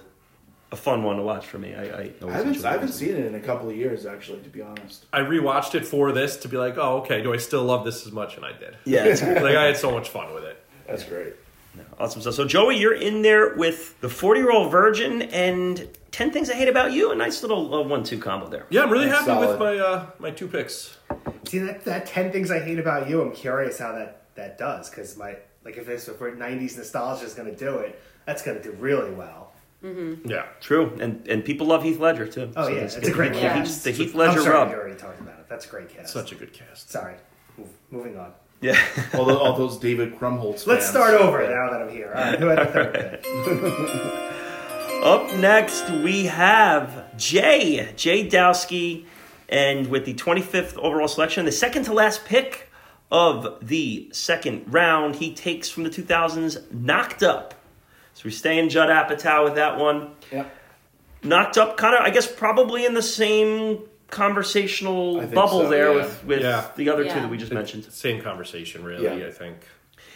Speaker 1: a fun one to watch for me. I, I,
Speaker 2: I haven't, I haven't seen it in a couple of years, actually, to be honest.
Speaker 3: I rewatched it for this to be like, oh, okay, do I still love this as much? And I did.
Speaker 1: Yeah, it's
Speaker 3: like I had so much fun with it.
Speaker 2: That's great.
Speaker 1: awesome stuff. So Joey, you're in there with the 40 year old virgin and 10 things I hate about you. A nice little uh, one two combo there.
Speaker 3: Yeah, I'm really
Speaker 2: That's
Speaker 3: happy with my
Speaker 2: solid.
Speaker 3: uh, my two picks.
Speaker 5: See that that ten things I hate about you. I'm curious how that that does because my like if this if we're '90s nostalgia is going to do it, that's going to do really well.
Speaker 3: Yeah.
Speaker 1: True, and and people love Heath Ledger too.
Speaker 5: Oh, yeah,
Speaker 1: there's-
Speaker 5: it's a great
Speaker 1: the,
Speaker 4: cast.
Speaker 1: the Heath
Speaker 5: I'm
Speaker 1: Ledger
Speaker 5: sorry,
Speaker 1: rub.
Speaker 5: we already talked about it. That's a great cast.
Speaker 3: Such a good cast.
Speaker 5: sorry, Move, moving on.
Speaker 1: Yeah.
Speaker 2: All, tho- all those David Krumholtz.
Speaker 5: Let's
Speaker 2: fans.
Speaker 5: start over now that I'm here. All right, who had the third pick?
Speaker 1: Up next, we have Jay, Jay Dowski, and with the 25th overall selection, the second to last pick of the second round, he takes from the 2000s Knocked Up. So we stay in Judd Apatow with that one.
Speaker 2: Yep.
Speaker 1: Knocked Up, kind of, I guess, probably in the same conversational
Speaker 2: I think
Speaker 1: bubble
Speaker 2: so,
Speaker 1: there
Speaker 2: yeah.
Speaker 1: with, with
Speaker 3: Yeah.
Speaker 1: the other two
Speaker 4: Yeah.
Speaker 1: that we just mentioned.
Speaker 3: Same conversation, really.
Speaker 2: Yeah.
Speaker 3: I think.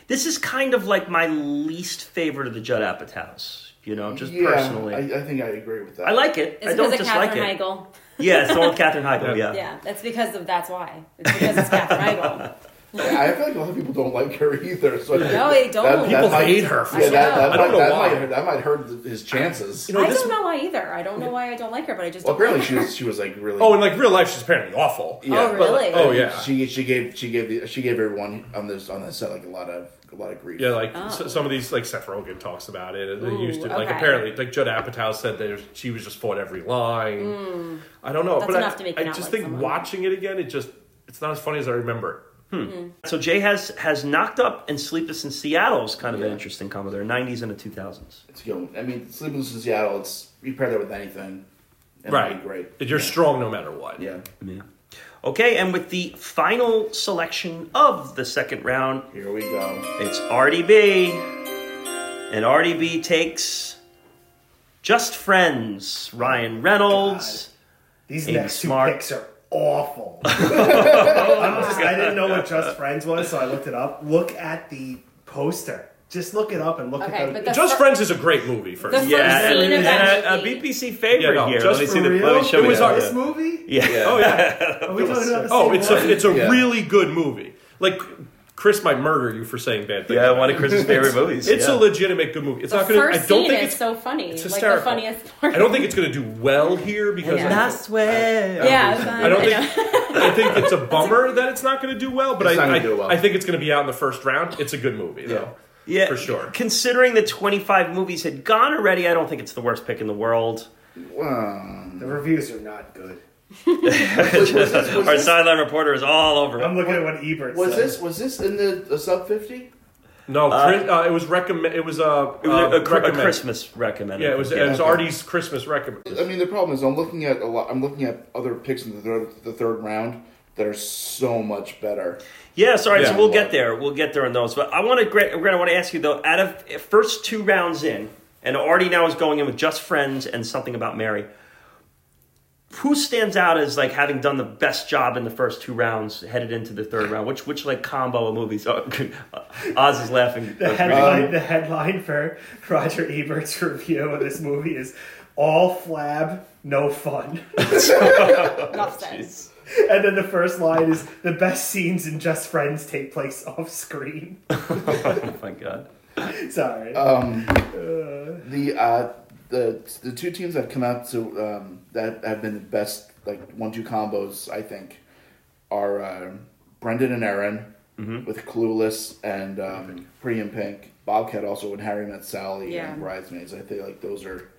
Speaker 1: This is kind of like my least favorite of the Judd Apatows, you know, just
Speaker 2: yeah,
Speaker 1: personally. I,
Speaker 2: I, I think I agree with that.
Speaker 1: like it.
Speaker 4: It's
Speaker 1: I don't
Speaker 4: because of
Speaker 1: dislike
Speaker 4: Catherine
Speaker 1: it. Uh.
Speaker 4: Heigl.
Speaker 1: Yeah, it's the one with Catherine Heigl.
Speaker 3: Yeah.
Speaker 1: Yeah.
Speaker 4: Yeah, that's because of that's why. It's because it's Catherine Heigl.
Speaker 2: Yeah, I feel like a lot of people don't like her either. So
Speaker 4: No, they don't.
Speaker 3: People hate her for
Speaker 2: Yeah, that,
Speaker 4: some
Speaker 2: that,
Speaker 4: reason.
Speaker 3: I don't
Speaker 2: might,
Speaker 3: know
Speaker 2: that,
Speaker 3: why.
Speaker 2: might, hurt- that might hurt his chances.
Speaker 3: You know,
Speaker 4: I
Speaker 3: this-
Speaker 4: don't know why either. I don't know why I don't like her, but I just
Speaker 2: well,
Speaker 4: don't
Speaker 2: apparently
Speaker 4: like
Speaker 2: she
Speaker 4: her.
Speaker 2: was she was like really.
Speaker 3: Oh, in like real life, she's apparently awful.
Speaker 2: Yeah.
Speaker 4: oh,
Speaker 2: But,
Speaker 4: really?
Speaker 3: Oh yeah.
Speaker 2: She she gave she gave the, she gave everyone on this on that set like a lot of a lot of grief.
Speaker 3: Yeah, like
Speaker 4: Oh.
Speaker 3: s- some of these, like Seth Rogen talks about it. And they
Speaker 4: Ooh,
Speaker 3: used to, like
Speaker 4: okay.
Speaker 3: apparently, like Judd Apatow said that she was just fought every line. I don't know,
Speaker 4: Mm. That's
Speaker 3: but
Speaker 4: enough
Speaker 3: I,
Speaker 4: to make you
Speaker 3: I
Speaker 4: not
Speaker 3: just
Speaker 4: like
Speaker 3: think
Speaker 4: someone.
Speaker 3: watching it again, it just it's not as funny as I remember.
Speaker 1: So Jay has has knocked up and Sleepless in Seattle's kind of an
Speaker 2: Yeah.
Speaker 1: interesting combo there, '90s and the 2000s.
Speaker 2: It's going. I mean, Sleepless in Seattle. It's you pair that with anything, it might
Speaker 3: right,
Speaker 2: Be great.
Speaker 3: That You're strong no matter what.
Speaker 2: Yeah.
Speaker 1: Yeah. Okay, and with the final selection of the second round,
Speaker 2: Here we go.
Speaker 1: it's RDB, and RDB takes Just Friends. Ryan Reynolds.
Speaker 5: These
Speaker 1: Amy
Speaker 5: next two
Speaker 1: Smart.
Speaker 5: picks are awful. I'm just- I didn't know what Just Friends was, so I looked it up. Look at the poster. Just look it up and look
Speaker 4: Okay,
Speaker 5: at
Speaker 4: but
Speaker 5: the.
Speaker 4: the
Speaker 3: Just
Speaker 4: fir-
Speaker 3: Friends is a great movie. First,
Speaker 4: The Yeah, first scene of
Speaker 1: and uh, a, a
Speaker 4: that movie.
Speaker 1: BPC favorite
Speaker 3: Yeah, no,
Speaker 1: here. Let
Speaker 3: Just
Speaker 1: me
Speaker 3: for
Speaker 1: see the.
Speaker 5: real?
Speaker 1: Let me show
Speaker 5: it
Speaker 1: you
Speaker 5: was
Speaker 1: that.
Speaker 5: on this movie.
Speaker 1: Yeah.
Speaker 3: oh yeah.
Speaker 5: Are we talking about the
Speaker 3: Oh,
Speaker 5: same
Speaker 3: it's
Speaker 5: one?
Speaker 3: a it's a
Speaker 2: Yeah.
Speaker 3: really good movie. Like Chris might murder you for saying bad things.
Speaker 1: Yeah, one of Chris's favorite movies.
Speaker 3: It's
Speaker 1: yeah.
Speaker 3: a legitimate good movie. It's
Speaker 4: The
Speaker 3: not gonna. I
Speaker 4: first
Speaker 3: don't
Speaker 4: scene
Speaker 3: think
Speaker 4: is
Speaker 3: it's.
Speaker 4: so funny.
Speaker 3: it's
Speaker 4: like the
Speaker 3: hysterical.
Speaker 4: funniest part.
Speaker 3: I don't think it's going to do well here because
Speaker 4: Yeah.
Speaker 3: I-
Speaker 1: I swear.
Speaker 4: Yeah, it's not-
Speaker 3: I don't
Speaker 4: I
Speaker 3: think.
Speaker 4: know.
Speaker 3: I think it's a bummer that it's not going to do well, but
Speaker 2: It's not
Speaker 3: I,
Speaker 2: gonna
Speaker 3: I,
Speaker 2: do well.
Speaker 3: I think it's going to be out in the first round. It's a good movie,
Speaker 2: Yeah.
Speaker 3: though.
Speaker 1: Yeah,
Speaker 3: for sure.
Speaker 1: Considering the 25 movies had gone already, I don't think it's the worst pick in the world.
Speaker 2: Wow.
Speaker 5: The reviews are not good.
Speaker 2: Um, was, was this, was
Speaker 1: Our
Speaker 2: this-
Speaker 1: sideline reporter is all over
Speaker 5: I'm
Speaker 1: it.
Speaker 5: looking at what Ebert
Speaker 2: was
Speaker 5: said.
Speaker 2: this was this in the, the sub fifty?
Speaker 3: No, Chris, uh, it was recommend. It was uh,
Speaker 1: It was a-
Speaker 3: uh,
Speaker 1: Um, a, cr- a
Speaker 3: recommend.
Speaker 1: Christmas recommended.
Speaker 3: Yeah, it was. It was Artie's Christmas recommend.
Speaker 2: I mean, the problem is I'm looking at a lot. I'm looking at other picks in the third the third round that are so much better.
Speaker 1: Yeah, sorry.
Speaker 3: Yeah.
Speaker 1: So we'll get there. We'll get there on those. But I want to, Grant, Grant, I want to ask you though. Out of first two rounds in, and Artie now is going in with Just Friends and Something About Mary. Who stands out as like having done the best job in the first two rounds, headed into the third round? Which which like combo of movies? Oh, Oz is laughing.
Speaker 5: The headline, the headline for Roger Ebert's review of this movie is "All flab, no fun,"
Speaker 4: Enough said.
Speaker 5: and then the first line is "The best scenes in Just Friends take place off screen."
Speaker 1: oh my god.
Speaker 5: Sorry,
Speaker 2: The uh, the the two teams that come out to um, that have been the best like one two combos I think are uh, Brendan and Aaron with Clueless and um, Pretty in Pink. Bobcat also with Harry Met Sally
Speaker 4: Yeah.
Speaker 2: and Bridesmaids. I think like those are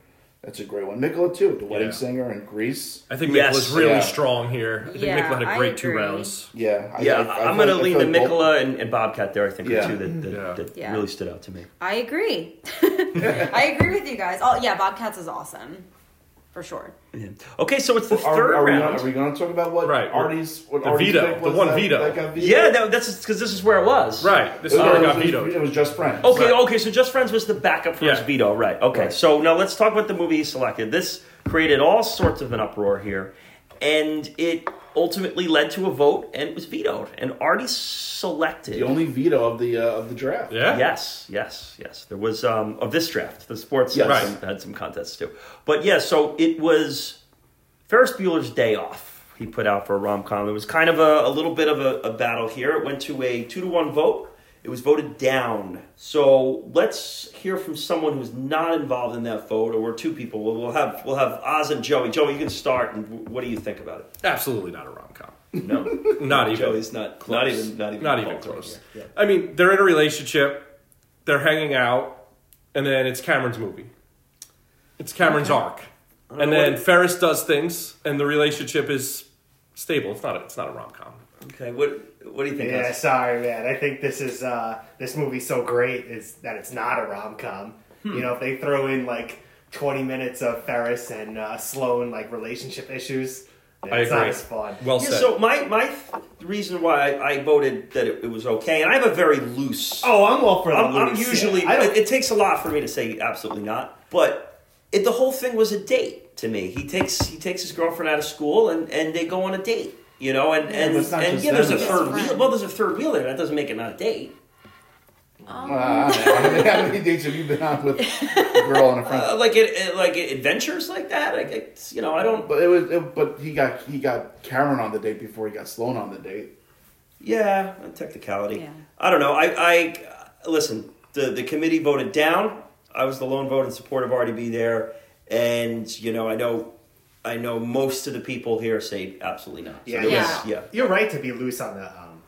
Speaker 2: that's a great one. Nicola too, The Wedding
Speaker 3: Yeah.
Speaker 2: Singer and Grease.
Speaker 3: I think
Speaker 1: Yes.
Speaker 3: Nick was really
Speaker 2: Yeah.
Speaker 3: strong here. I think
Speaker 4: Yeah,
Speaker 3: Nick had a
Speaker 4: I
Speaker 3: great two
Speaker 4: agree.
Speaker 3: rounds.
Speaker 2: Yeah, I,
Speaker 1: Yeah, I, am going to
Speaker 2: feel
Speaker 1: lean to
Speaker 2: like both-
Speaker 1: Nicola and, and Bobcat there. I think
Speaker 2: Yeah.
Speaker 1: are two that, that,
Speaker 3: Yeah.
Speaker 1: that
Speaker 4: Yeah.
Speaker 1: really stood out to me.
Speaker 4: I agree. I agree with you guys. Oh yeah, Bobcats is awesome, for sure.
Speaker 1: Yeah. Okay, so it's the
Speaker 2: Are,
Speaker 1: third
Speaker 2: are, we
Speaker 1: round.
Speaker 2: gonna, are we going to talk about what
Speaker 3: Right.
Speaker 2: Artie's what
Speaker 3: The
Speaker 2: Artie's
Speaker 3: veto.
Speaker 2: pick
Speaker 3: The
Speaker 2: was
Speaker 3: one
Speaker 2: that-
Speaker 3: veto.
Speaker 2: that got vetoed?
Speaker 1: yeah, that, that's because this is where it was.
Speaker 3: Right. This
Speaker 2: It
Speaker 3: is where it
Speaker 2: was-
Speaker 3: got
Speaker 2: it was- It
Speaker 1: Oh,
Speaker 3: vetoed.
Speaker 2: was just friends.
Speaker 1: Okay,
Speaker 3: Right.
Speaker 1: okay, so Just Friends was the backup for his
Speaker 3: Yeah.
Speaker 1: veto, right. Okay,
Speaker 2: Right.
Speaker 1: so now let's talk about the movie he selected. This created all sorts of an uproar here, and it ultimately led to a vote and it was vetoed and already selected.
Speaker 2: The only veto of the uh, of the draft.
Speaker 3: Yeah.
Speaker 1: Yes, yes, yes. There was um, of this draft, the sports
Speaker 2: Yes.
Speaker 1: had, some, had some contests too. But yeah, so it was Ferris Bueller's Day Off. He put out for a rom com. It was kind of a, a little bit of a, a battle here. It went to a two to one vote. It was voted down. So let's hear from someone who's not involved in that vote, or two people. We'll, we'll have we'll have Oz and Joey. Joey, you can start. And w- what do you think about it?
Speaker 3: Absolutely not a rom com.
Speaker 1: No,
Speaker 3: Not even.
Speaker 1: Joey's not not even not even
Speaker 3: Not even
Speaker 1: involved right
Speaker 3: close.
Speaker 1: here.
Speaker 3: I mean, they're in a relationship, they're hanging out, and then it's Cameron's movie. It's Cameron's arc, and
Speaker 1: know what
Speaker 3: then
Speaker 1: it-
Speaker 3: Ferris does things, and the relationship is stable. It's not. A, it's not a rom com.
Speaker 1: Okay, what what do you think?
Speaker 5: Yeah,
Speaker 1: Oz?
Speaker 5: sorry, man. I think this is uh, this movie's so great is that it's not a rom com.
Speaker 1: Hmm.
Speaker 5: You know, if they throw in like twenty minutes of Ferris and uh, Sloan like relationship issues, then
Speaker 3: I
Speaker 5: it's not
Speaker 3: agree.
Speaker 5: as fun.
Speaker 3: Well
Speaker 1: Yeah,
Speaker 3: said.
Speaker 1: so my my th- reason why I, I voted that it, it was okay, and I have a very loose.
Speaker 5: oh, I'm all for the
Speaker 1: I'm, I'm
Speaker 5: loose, yeah.
Speaker 1: usually
Speaker 5: I don't,
Speaker 1: it, it takes a lot for me to say absolutely not, but it, the whole thing was a date to me. He takes he takes his girlfriend out of school and and they go on a date, you know, and and
Speaker 2: but it's not
Speaker 1: and
Speaker 2: just
Speaker 1: yeah, there's
Speaker 2: them.
Speaker 1: a third
Speaker 4: Best
Speaker 1: wheel.
Speaker 4: friend.
Speaker 1: Well, there's a third wheel there. That doesn't make it not a date.
Speaker 2: Uh, how many- how many dates have you been on with a girl and a friend?
Speaker 1: Uh, like it, it like adventures like that. I, I you know I don't.
Speaker 2: But it was, it, but he got he got Cameron on the date before he got Sloan on the date.
Speaker 1: Yeah, a technicality.
Speaker 4: Yeah.
Speaker 1: I don't know. I, I listen. The the committee voted down. I was the lone vote in support of RDB there, and you know I know I know most of the people here say absolutely not. So
Speaker 5: yeah,
Speaker 1: there
Speaker 5: yeah.
Speaker 1: was- yeah.
Speaker 5: You're right to be loose on the um,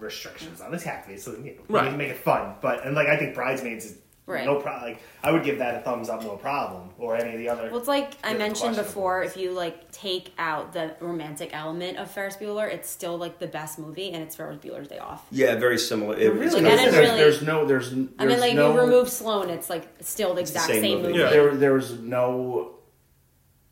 Speaker 5: restrictions on this happy. So you know,
Speaker 3: Right.
Speaker 5: you can make it fun, but and like I think bridesmaids is
Speaker 4: Right.
Speaker 5: no problem. Like I would give that a thumbs up, no problem, or any of the other.
Speaker 4: Well, it's like I
Speaker 5: Yeah,
Speaker 4: mentioned
Speaker 5: questionable.
Speaker 4: before. If you like take out the romantic element of Ferris Bueller, it's still like the best movie, and it's Ferris Bueller's Day Off.
Speaker 1: Yeah, very similar. It was
Speaker 4: really
Speaker 1: kind
Speaker 4: that
Speaker 1: of-
Speaker 4: is
Speaker 2: there's,
Speaker 4: really-
Speaker 2: there's no there's, there's
Speaker 4: I mean, like
Speaker 2: no,
Speaker 4: you remove Sloan, it's like still the
Speaker 1: the
Speaker 4: exact
Speaker 1: same
Speaker 4: same,
Speaker 1: movie.
Speaker 4: movie.
Speaker 3: Yeah.
Speaker 2: there there was no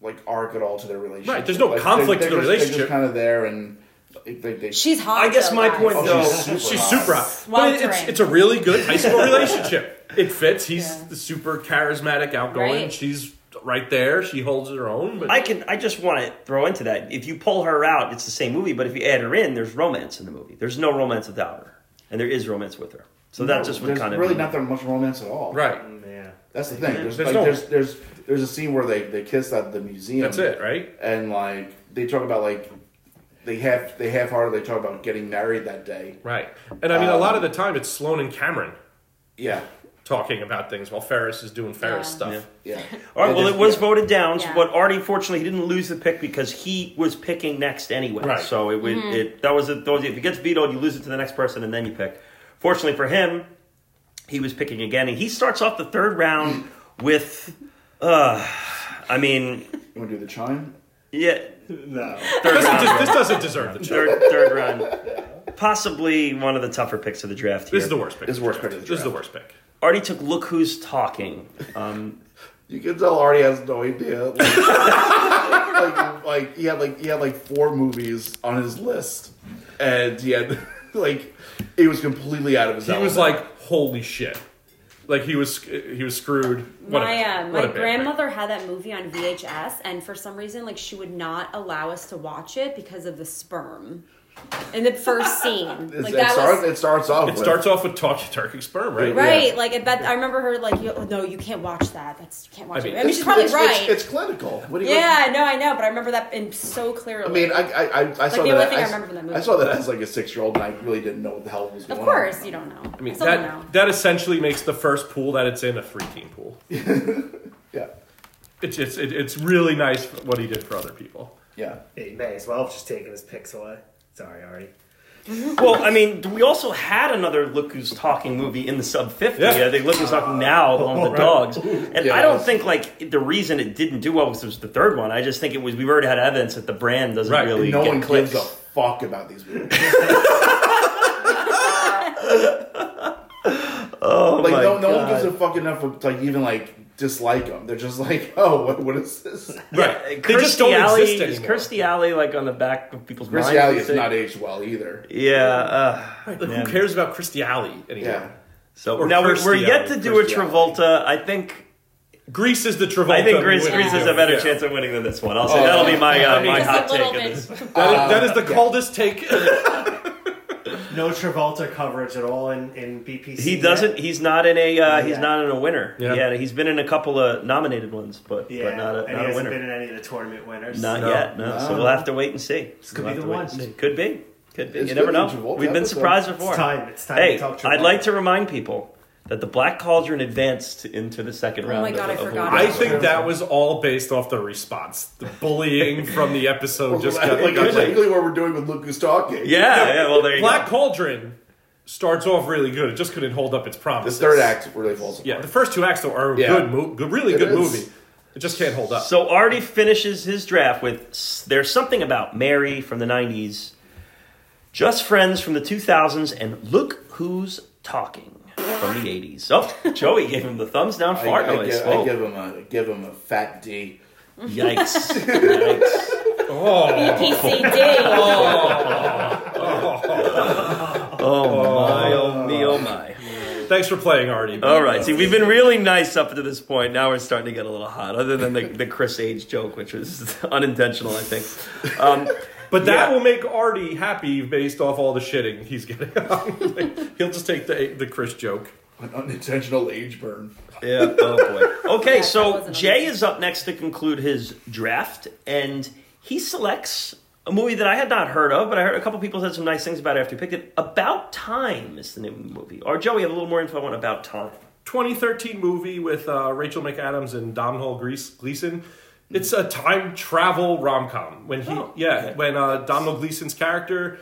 Speaker 2: like arc at all to their relationship.
Speaker 3: Right, there's no
Speaker 2: Like,
Speaker 3: conflict
Speaker 2: they,
Speaker 3: to the
Speaker 2: they're just-
Speaker 3: relationship.
Speaker 2: They're just kind of there and they, they, they
Speaker 4: She's hot.
Speaker 1: I guess
Speaker 4: though,
Speaker 1: my
Speaker 4: guys.
Speaker 1: point
Speaker 2: Oh,
Speaker 1: though.
Speaker 2: she's super
Speaker 3: She's
Speaker 2: hot.
Speaker 3: super. hot.
Speaker 4: Wild
Speaker 3: But it- it's
Speaker 4: terrain.
Speaker 3: it's a really good high school relationship. It fits. He's
Speaker 4: Yeah.
Speaker 3: super charismatic, outgoing.
Speaker 4: Right.
Speaker 3: She's right there. She holds her own. But
Speaker 1: I can. I just want to throw into that. If you pull her out, it's the same movie. But if you add her in, there's romance in the movie. There's no romance without her, and there is romance with her. So that just would
Speaker 2: there's
Speaker 1: kind of
Speaker 2: really not that much romance at all.
Speaker 3: right,
Speaker 5: yeah.
Speaker 2: That's the thing. There's
Speaker 3: There's
Speaker 2: like
Speaker 3: no-
Speaker 2: there's there's there's a scene where they they kiss at the museum.
Speaker 3: that's it. Right.
Speaker 2: And like they talk about like they half they half heartedly talk about getting married that day.
Speaker 3: Right. And I mean, a lot of the time it's Sloan and Cameron
Speaker 2: Yeah.
Speaker 3: talking about things while Ferris is doing Ferris
Speaker 4: Yeah.
Speaker 3: stuff.
Speaker 1: Yeah.
Speaker 2: Yeah.
Speaker 1: All right.
Speaker 2: And
Speaker 1: Well,
Speaker 2: there's-
Speaker 1: it was voted down,
Speaker 4: Yeah.
Speaker 1: but Artie, fortunately, he didn't lose the pick because he was picking next anyway.
Speaker 3: Right.
Speaker 1: So it would it that was it. Those if it gets vetoed, you lose it to the next person, and then you pick. Fortunately for him, he was picking again, and he starts off the third round with, uh, I mean,
Speaker 2: You want to do the chime?
Speaker 1: yeah,
Speaker 5: No.
Speaker 1: third
Speaker 3: This,
Speaker 1: round,
Speaker 3: doesn't- this doesn't deserve the chance.
Speaker 1: third, third round, possibly one of the tougher picks of the draft. Here.
Speaker 3: This is the worst pick.
Speaker 2: This is the worst pick of the
Speaker 3: This is the worst
Speaker 2: draft.
Speaker 3: pick.
Speaker 1: Artie took. Look who's talking. Um,
Speaker 2: You can tell Artie has no idea. Like, like, like, he had like he had like four movies on his list, and he had like it was completely out of his.
Speaker 3: He was
Speaker 2: element.
Speaker 3: like, "Holy shit!" Like he was he was screwed. What
Speaker 4: My
Speaker 3: a, what
Speaker 4: uh,
Speaker 3: a
Speaker 4: my
Speaker 3: bad pick.
Speaker 4: grandmother had that movie on VHS, and for some reason, like she would not allow us to watch it because of the sperm in the first scene.
Speaker 2: It's-
Speaker 4: like
Speaker 2: it,
Speaker 4: that
Speaker 2: starts,
Speaker 4: was
Speaker 2: it starts off.
Speaker 3: It starts off with talking Turkic sperm, right?
Speaker 2: Yeah.
Speaker 4: right. Like I bet I remember her like, you, no, you can't watch that. That's you can't watch
Speaker 3: I mean,
Speaker 4: it. I mean, she's probably right.
Speaker 2: It's, clinical. What do you
Speaker 4: yeah, no, I know, but I remember that in so clearly.
Speaker 2: I mean, I I, I, I saw
Speaker 4: the only
Speaker 2: that.
Speaker 4: thing I
Speaker 2: s-
Speaker 4: remember from that
Speaker 2: I
Speaker 4: movie.
Speaker 2: saw that as like a six year old, and I really didn't know what the hell was
Speaker 4: of
Speaker 2: going on.
Speaker 4: course, you don't know.
Speaker 3: I mean,
Speaker 4: still don't know.
Speaker 3: that that essentially makes the first pool that it's in a three team pool.
Speaker 2: Yeah,
Speaker 3: It's it's it, it's really nice what he did for other people.
Speaker 2: yeah.
Speaker 5: He may as well have just taken his picks away. Sorry, Artie.
Speaker 1: Well, I mean, we also had another Look Who's Talking movie in the sub 50. Yeah,
Speaker 3: Yeah. Oh,
Speaker 1: they Look Who's Talking Now on the dogs. And
Speaker 2: Yeah,
Speaker 1: I don't
Speaker 2: yes.
Speaker 1: think, like, the reason it didn't do well was it was the third one. I just think it was, we've already had evidence that the brand doesn't
Speaker 3: Right,
Speaker 1: really
Speaker 2: no
Speaker 1: get
Speaker 2: one
Speaker 1: clicks.
Speaker 2: gives a fuck about these movies.
Speaker 1: Oh,
Speaker 2: Like
Speaker 1: my
Speaker 2: no, no one
Speaker 1: God.
Speaker 2: gives a fuck enough to like even like dislike them. They're just like, oh, what, what is this?
Speaker 3: Right.
Speaker 1: Yeah,
Speaker 3: They just don't
Speaker 1: Kirstie
Speaker 3: exist
Speaker 1: Alley- is
Speaker 3: anymore.
Speaker 1: Kirstie Alley, like, on the back of people's
Speaker 2: Chris
Speaker 1: minds?
Speaker 2: Alley
Speaker 1: you
Speaker 2: is
Speaker 1: say?
Speaker 2: not aged well either.
Speaker 1: Yeah. Uh,
Speaker 3: Like, who cares about Christy Alley anymore?
Speaker 2: Yeah.
Speaker 1: so
Speaker 3: Or
Speaker 1: now we're, we're
Speaker 3: Kirstie
Speaker 1: yet
Speaker 3: Alley,
Speaker 1: to do a
Speaker 2: Kirstie Alley.
Speaker 1: Travolta. I think
Speaker 3: Greece is the Travolta.
Speaker 1: I think Greece,
Speaker 3: we went
Speaker 1: Greece has
Speaker 3: to.
Speaker 1: a better
Speaker 3: Yeah. Oh.
Speaker 1: chance of winning than this one. I'll say that'll be my uh, my
Speaker 6: Just a
Speaker 1: hot take
Speaker 6: little
Speaker 1: of
Speaker 6: bit.
Speaker 1: this.
Speaker 3: That is- that is the coldest take.
Speaker 5: No Travolta coverage at all in, in BPC.
Speaker 1: He
Speaker 5: yet.
Speaker 1: doesn't. He's not in a. Uh, he's
Speaker 5: Yeah.
Speaker 1: not in a winner.
Speaker 3: Yeah.
Speaker 1: Yeah. he's been in a couple of nominated ones, but
Speaker 5: Yeah,
Speaker 1: but not a, not
Speaker 5: and he
Speaker 1: a
Speaker 5: hasn't
Speaker 1: winner.
Speaker 5: been in any of the tournament winners.
Speaker 1: not
Speaker 3: No.
Speaker 1: yet. No. So
Speaker 2: No.
Speaker 1: we'll have to wait and see. This
Speaker 5: could be the one.
Speaker 1: Could be. Could be.
Speaker 2: It's
Speaker 1: you never
Speaker 2: good
Speaker 1: know.
Speaker 2: that Travolta
Speaker 1: We've been
Speaker 2: episode.
Speaker 1: surprised before.
Speaker 5: It's time. It's time
Speaker 1: Hey,
Speaker 5: to talk Travolta.
Speaker 1: I'd like to remind people that the Black Cauldron advanced into the second
Speaker 4: Oh
Speaker 1: round.
Speaker 4: my God,
Speaker 1: of-
Speaker 4: I
Speaker 1: of
Speaker 4: forgot
Speaker 1: awards.
Speaker 3: I think that was all based off the response, the bullying from the episode. just got,
Speaker 2: like
Speaker 3: got-
Speaker 2: exactly what we're doing with Lucas talking.
Speaker 1: Yeah, yeah. Well, there you
Speaker 3: Black
Speaker 1: go.
Speaker 3: Cauldron starts off really good. It just couldn't hold up its
Speaker 2: The
Speaker 3: promise.
Speaker 2: third act really falls apart.
Speaker 3: Yeah, the first two acts though are a
Speaker 2: Yeah.
Speaker 3: good, mo- good, really
Speaker 2: It
Speaker 3: good
Speaker 2: is.
Speaker 3: movie. It just can't hold up.
Speaker 1: So Artie finishes his draft with s- "There's something about Mary" from the '90s, "Just Friends" from the 2000s, and "Look Who's Talking" from the '80s. Oh, Joey gave him the thumbs down
Speaker 2: I,
Speaker 1: fart
Speaker 2: I
Speaker 1: noise. Oh,
Speaker 2: give,
Speaker 1: Whoa.
Speaker 2: I give him a give him a fat D.
Speaker 1: Yikes! Yikes!
Speaker 3: oh,
Speaker 6: PCD.
Speaker 1: Oh my! Oh me! Oh my!
Speaker 3: thanks for playing, Artie.
Speaker 2: Uh,
Speaker 1: All right. See, we've been really nice up to this point. Now we're starting to get a little hot. Other than the, the Chris Age joke, which was unintentional, I think. Um,
Speaker 3: But that
Speaker 1: Yeah.
Speaker 3: will make Artie happy based off all the shitting he's getting. He'll just take the the Chris joke.
Speaker 2: An unintentional age burn.
Speaker 1: Yeah. Oh boy. Okay,
Speaker 4: Yeah, that
Speaker 1: so
Speaker 4: wasn't
Speaker 1: Jay is up next to conclude his draft, and he selects a movie that I had not heard of, but I heard a couple people said some nice things about it after he picked it. About Time is the name of the movie. Or Joey, have a little more info on About Time.
Speaker 3: 2013 movie with uh, Rachel McAdams and Domhnall Grease- Gleeson. It's a time travel rom com. When he,
Speaker 1: Oh,
Speaker 3: yeah,
Speaker 1: okay.
Speaker 3: when uh, Domhnall Gleeson's character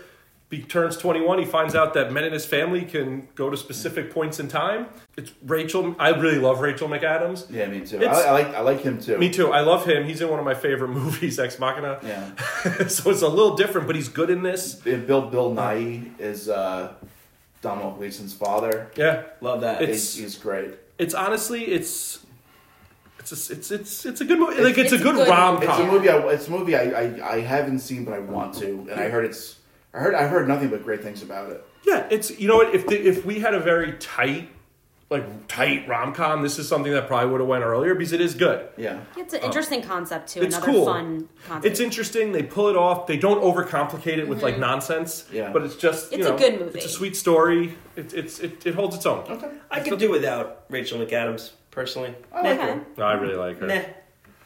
Speaker 3: be, turns 21, he finds out that men and his family can go to specific points in time. It's Rachel. I really love Rachel McAdams.
Speaker 2: Yeah, me too. I,
Speaker 3: It's-
Speaker 2: I like I like him too.
Speaker 3: Me too. I love him. He's in one of my favorite movies, Ex Machina.
Speaker 2: Yeah.
Speaker 3: so it's a little different, but he's good in this.
Speaker 2: And Bill Bill Nye is uh, Donald Gleason's father.
Speaker 3: Yeah.
Speaker 2: Love that.
Speaker 3: It's-
Speaker 2: He's, he's great.
Speaker 3: It's honestly, it's. It's a, it's it's it's a good movie. Like it's,
Speaker 4: It's
Speaker 3: a
Speaker 4: a
Speaker 3: good,
Speaker 4: good-
Speaker 3: rom
Speaker 2: It's a
Speaker 3: com.
Speaker 2: movie. I, it's a movie I, I, I haven't seen, but I want to. And I heard it's. I heard I heard nothing but great things about it.
Speaker 3: Yeah, it's you know what if the, if we had a very tight like tight rom com, this is something that probably would have went earlier because it is good.
Speaker 2: Yeah.
Speaker 4: It's an interesting concept too.
Speaker 3: It's
Speaker 4: Another
Speaker 3: cool.
Speaker 4: fun concept.
Speaker 3: It's interesting. They pull it off. They don't overcomplicate it with like nonsense.
Speaker 2: Mm-hmm. Yeah.
Speaker 3: but it's just you
Speaker 4: It's a
Speaker 3: know,
Speaker 4: good movie.
Speaker 3: It's a sweet story. It, it's it, it holds its own.
Speaker 2: Okay.
Speaker 1: I could do without Rachel McAdams personally.
Speaker 2: I like
Speaker 4: Okay.
Speaker 2: her.
Speaker 3: I really like her.
Speaker 1: Nah,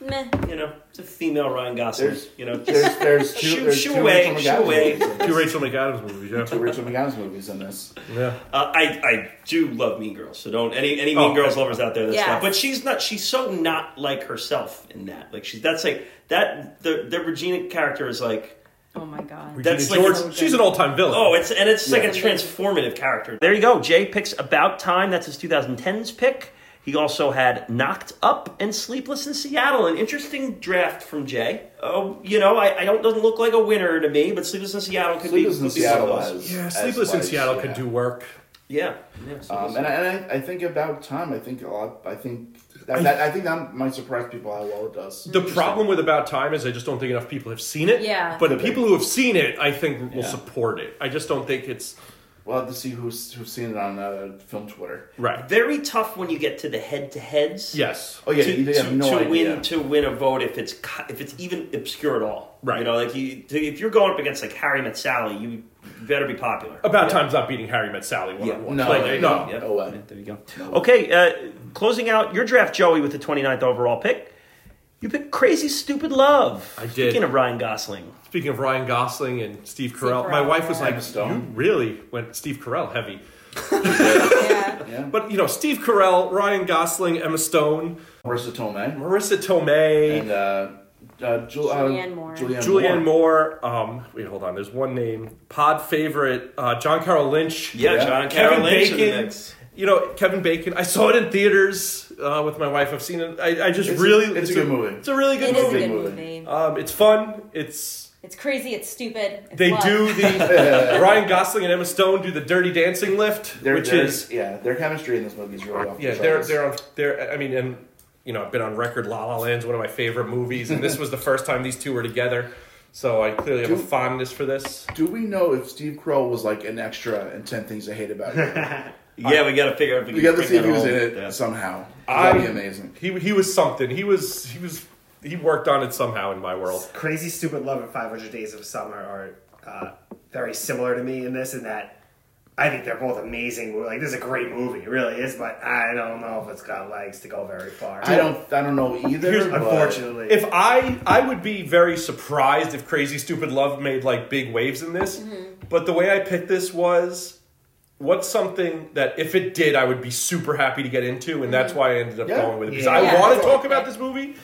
Speaker 4: Meh.
Speaker 1: you know, it's a female Ryan Gosling.
Speaker 2: There's
Speaker 1: You know,
Speaker 2: There's there's two
Speaker 1: Shoo-
Speaker 2: there's
Speaker 1: shoo
Speaker 2: two
Speaker 1: away,
Speaker 2: Rachel
Speaker 1: shoo
Speaker 2: McAdams
Speaker 1: away.
Speaker 2: movies in
Speaker 3: Two Rachel
Speaker 2: this.
Speaker 3: McAdams movies.
Speaker 2: Two Rachel McAdams movies in this.
Speaker 3: Yeah, yeah.
Speaker 1: Uh, I I do love Mean Girls, so don't any any
Speaker 3: Oh,
Speaker 1: Mean
Speaker 3: okay.
Speaker 1: Girls lovers out there. That's
Speaker 4: Yes.
Speaker 1: not, but she's not. She's so not like herself in that. Like she's that's like that. The the Regina character is like
Speaker 4: Oh my god.
Speaker 1: That's
Speaker 3: Regina
Speaker 1: like-
Speaker 3: George. She's an all time villain.
Speaker 1: oh, it's and it's like a
Speaker 2: Yeah.
Speaker 1: transformative character. There you go. Jay picks About Time. That's his 2010s pick. He also had Knocked Up and Sleepless in Seattle. An interesting draft from Jay. Oh, you know, I, I don't doesn't look like a winner to me, but Sleepless in Seattle could
Speaker 2: Sleepless
Speaker 1: be.
Speaker 2: in
Speaker 1: could be one of
Speaker 2: Seattle.
Speaker 1: those.
Speaker 2: As,
Speaker 3: yeah.
Speaker 2: as
Speaker 3: Sleepless in
Speaker 2: like,
Speaker 3: Seattle could
Speaker 2: yeah.
Speaker 3: do work.
Speaker 1: Yeah. yeah Sleepless
Speaker 2: Um, and I, and I, I think about time. I think a lot. I think that, that I think that might surprise people how well it does.
Speaker 3: The problem with About Time is I just don't think enough people have seen it.
Speaker 4: Yeah.
Speaker 3: But the
Speaker 2: Okay.
Speaker 3: people who have seen it, I think, will
Speaker 2: Yeah.
Speaker 3: support it. I just don't think it's
Speaker 2: We'll have to see who's who's seen it on uh, film Twitter.
Speaker 3: right.
Speaker 1: very tough when you get to the head to heads.
Speaker 3: Yes.
Speaker 2: Oh yeah,
Speaker 1: to,
Speaker 2: you have
Speaker 1: to,
Speaker 2: no
Speaker 1: to
Speaker 2: idea.
Speaker 1: win to win a vote if it's co- if it's even obscure at all.
Speaker 3: Right.
Speaker 1: You know, like you to, if you're going up against like Harry Met Sally, you better be popular.
Speaker 3: About Time's not beating Harry Met Sally one on one.
Speaker 2: No, Oh,
Speaker 3: Like,
Speaker 2: there you
Speaker 3: no.
Speaker 2: go.
Speaker 1: Yep.
Speaker 2: No way.
Speaker 1: There you go.
Speaker 2: No way.
Speaker 1: Okay, uh, closing out your draft, Joey, with the 29th overall pick. You picked Crazy Stupid Love.
Speaker 3: I did.
Speaker 1: Speaking of Ryan Gosling,
Speaker 3: Speaking of Ryan Gosling and Steve Carell,
Speaker 4: Carell,
Speaker 3: my wife was
Speaker 4: yeah.
Speaker 3: like,
Speaker 2: Stone.
Speaker 3: "You really went Steve Carell heavy."
Speaker 4: Yeah.
Speaker 2: Yeah.
Speaker 3: But you know, Steve Carell, Ryan Gosling, Emma Stone,
Speaker 2: Marissa Tomei
Speaker 3: Marissa Tomei,
Speaker 2: and uh, uh, Jul- uh,
Speaker 4: Julianne Moore.
Speaker 2: Julianne,
Speaker 3: Julianne
Speaker 2: Moore.
Speaker 3: Moore. Um, wait, hold on. There's one name. Pod favorite, uh, John Carroll Lynch.
Speaker 1: yeah,
Speaker 2: Yeah.
Speaker 1: John
Speaker 3: Kevin
Speaker 1: Carroll Lynch in the
Speaker 3: Bacon.
Speaker 1: mix.
Speaker 3: You know, Kevin Bacon. I saw it in theaters uh, with my wife. I've seen it. I, I just
Speaker 2: It's a-
Speaker 3: really.
Speaker 2: it's a good movie.
Speaker 3: It's a really good
Speaker 4: It is a
Speaker 3: movie.
Speaker 4: good
Speaker 2: movie.
Speaker 4: movie.
Speaker 3: Um, it's fun. It's
Speaker 4: It's crazy. It's stupid. It's
Speaker 3: they
Speaker 4: love.
Speaker 3: do the Ryan Gosling and Emma Stone do the Dirty Dancing lift,
Speaker 2: They're-
Speaker 3: which
Speaker 2: they're-
Speaker 3: is
Speaker 2: yeah, their chemistry in this movie is really off.
Speaker 3: yeah.
Speaker 2: the
Speaker 3: They're
Speaker 2: charts.
Speaker 3: they're on they're. I mean, and you know, I've been on record. La La Land's one of my favorite movies, and this was the first time these two were together. So I clearly have a
Speaker 2: Do-
Speaker 3: fondness for this.
Speaker 2: Do we know if Steve Carell was like an extra in Ten Things I Hate About You?
Speaker 1: Yeah, we got to figure out. If we
Speaker 2: We
Speaker 1: can
Speaker 2: got to
Speaker 1: bring
Speaker 2: see if
Speaker 1: that
Speaker 2: he was
Speaker 1: all-
Speaker 2: in it
Speaker 1: Yeah.
Speaker 2: somehow. That'd be
Speaker 3: I-
Speaker 2: amazing.
Speaker 3: He he was something. He was he was he worked on it somehow in my world.
Speaker 5: Crazy Stupid Love and 500 Days of Summer are uh, very similar to me in this, in that I think they're both amazing. Like, this is a great movie, it really is, but I don't know if it's got legs to go very far.
Speaker 2: I don't. I don't know either.
Speaker 3: Here's-
Speaker 2: but-
Speaker 5: Unfortunately.
Speaker 3: If I I would be very surprised if Crazy Stupid Love made like big waves in this.
Speaker 4: Mm-hmm.
Speaker 3: But the way I picked this was what's something that if it did I would be super happy to get into and that's why I ended up
Speaker 2: Yeah.
Speaker 3: going with it because
Speaker 5: Yeah.
Speaker 3: I
Speaker 4: Mm-hmm. Yeah.
Speaker 3: want to talk about this movie.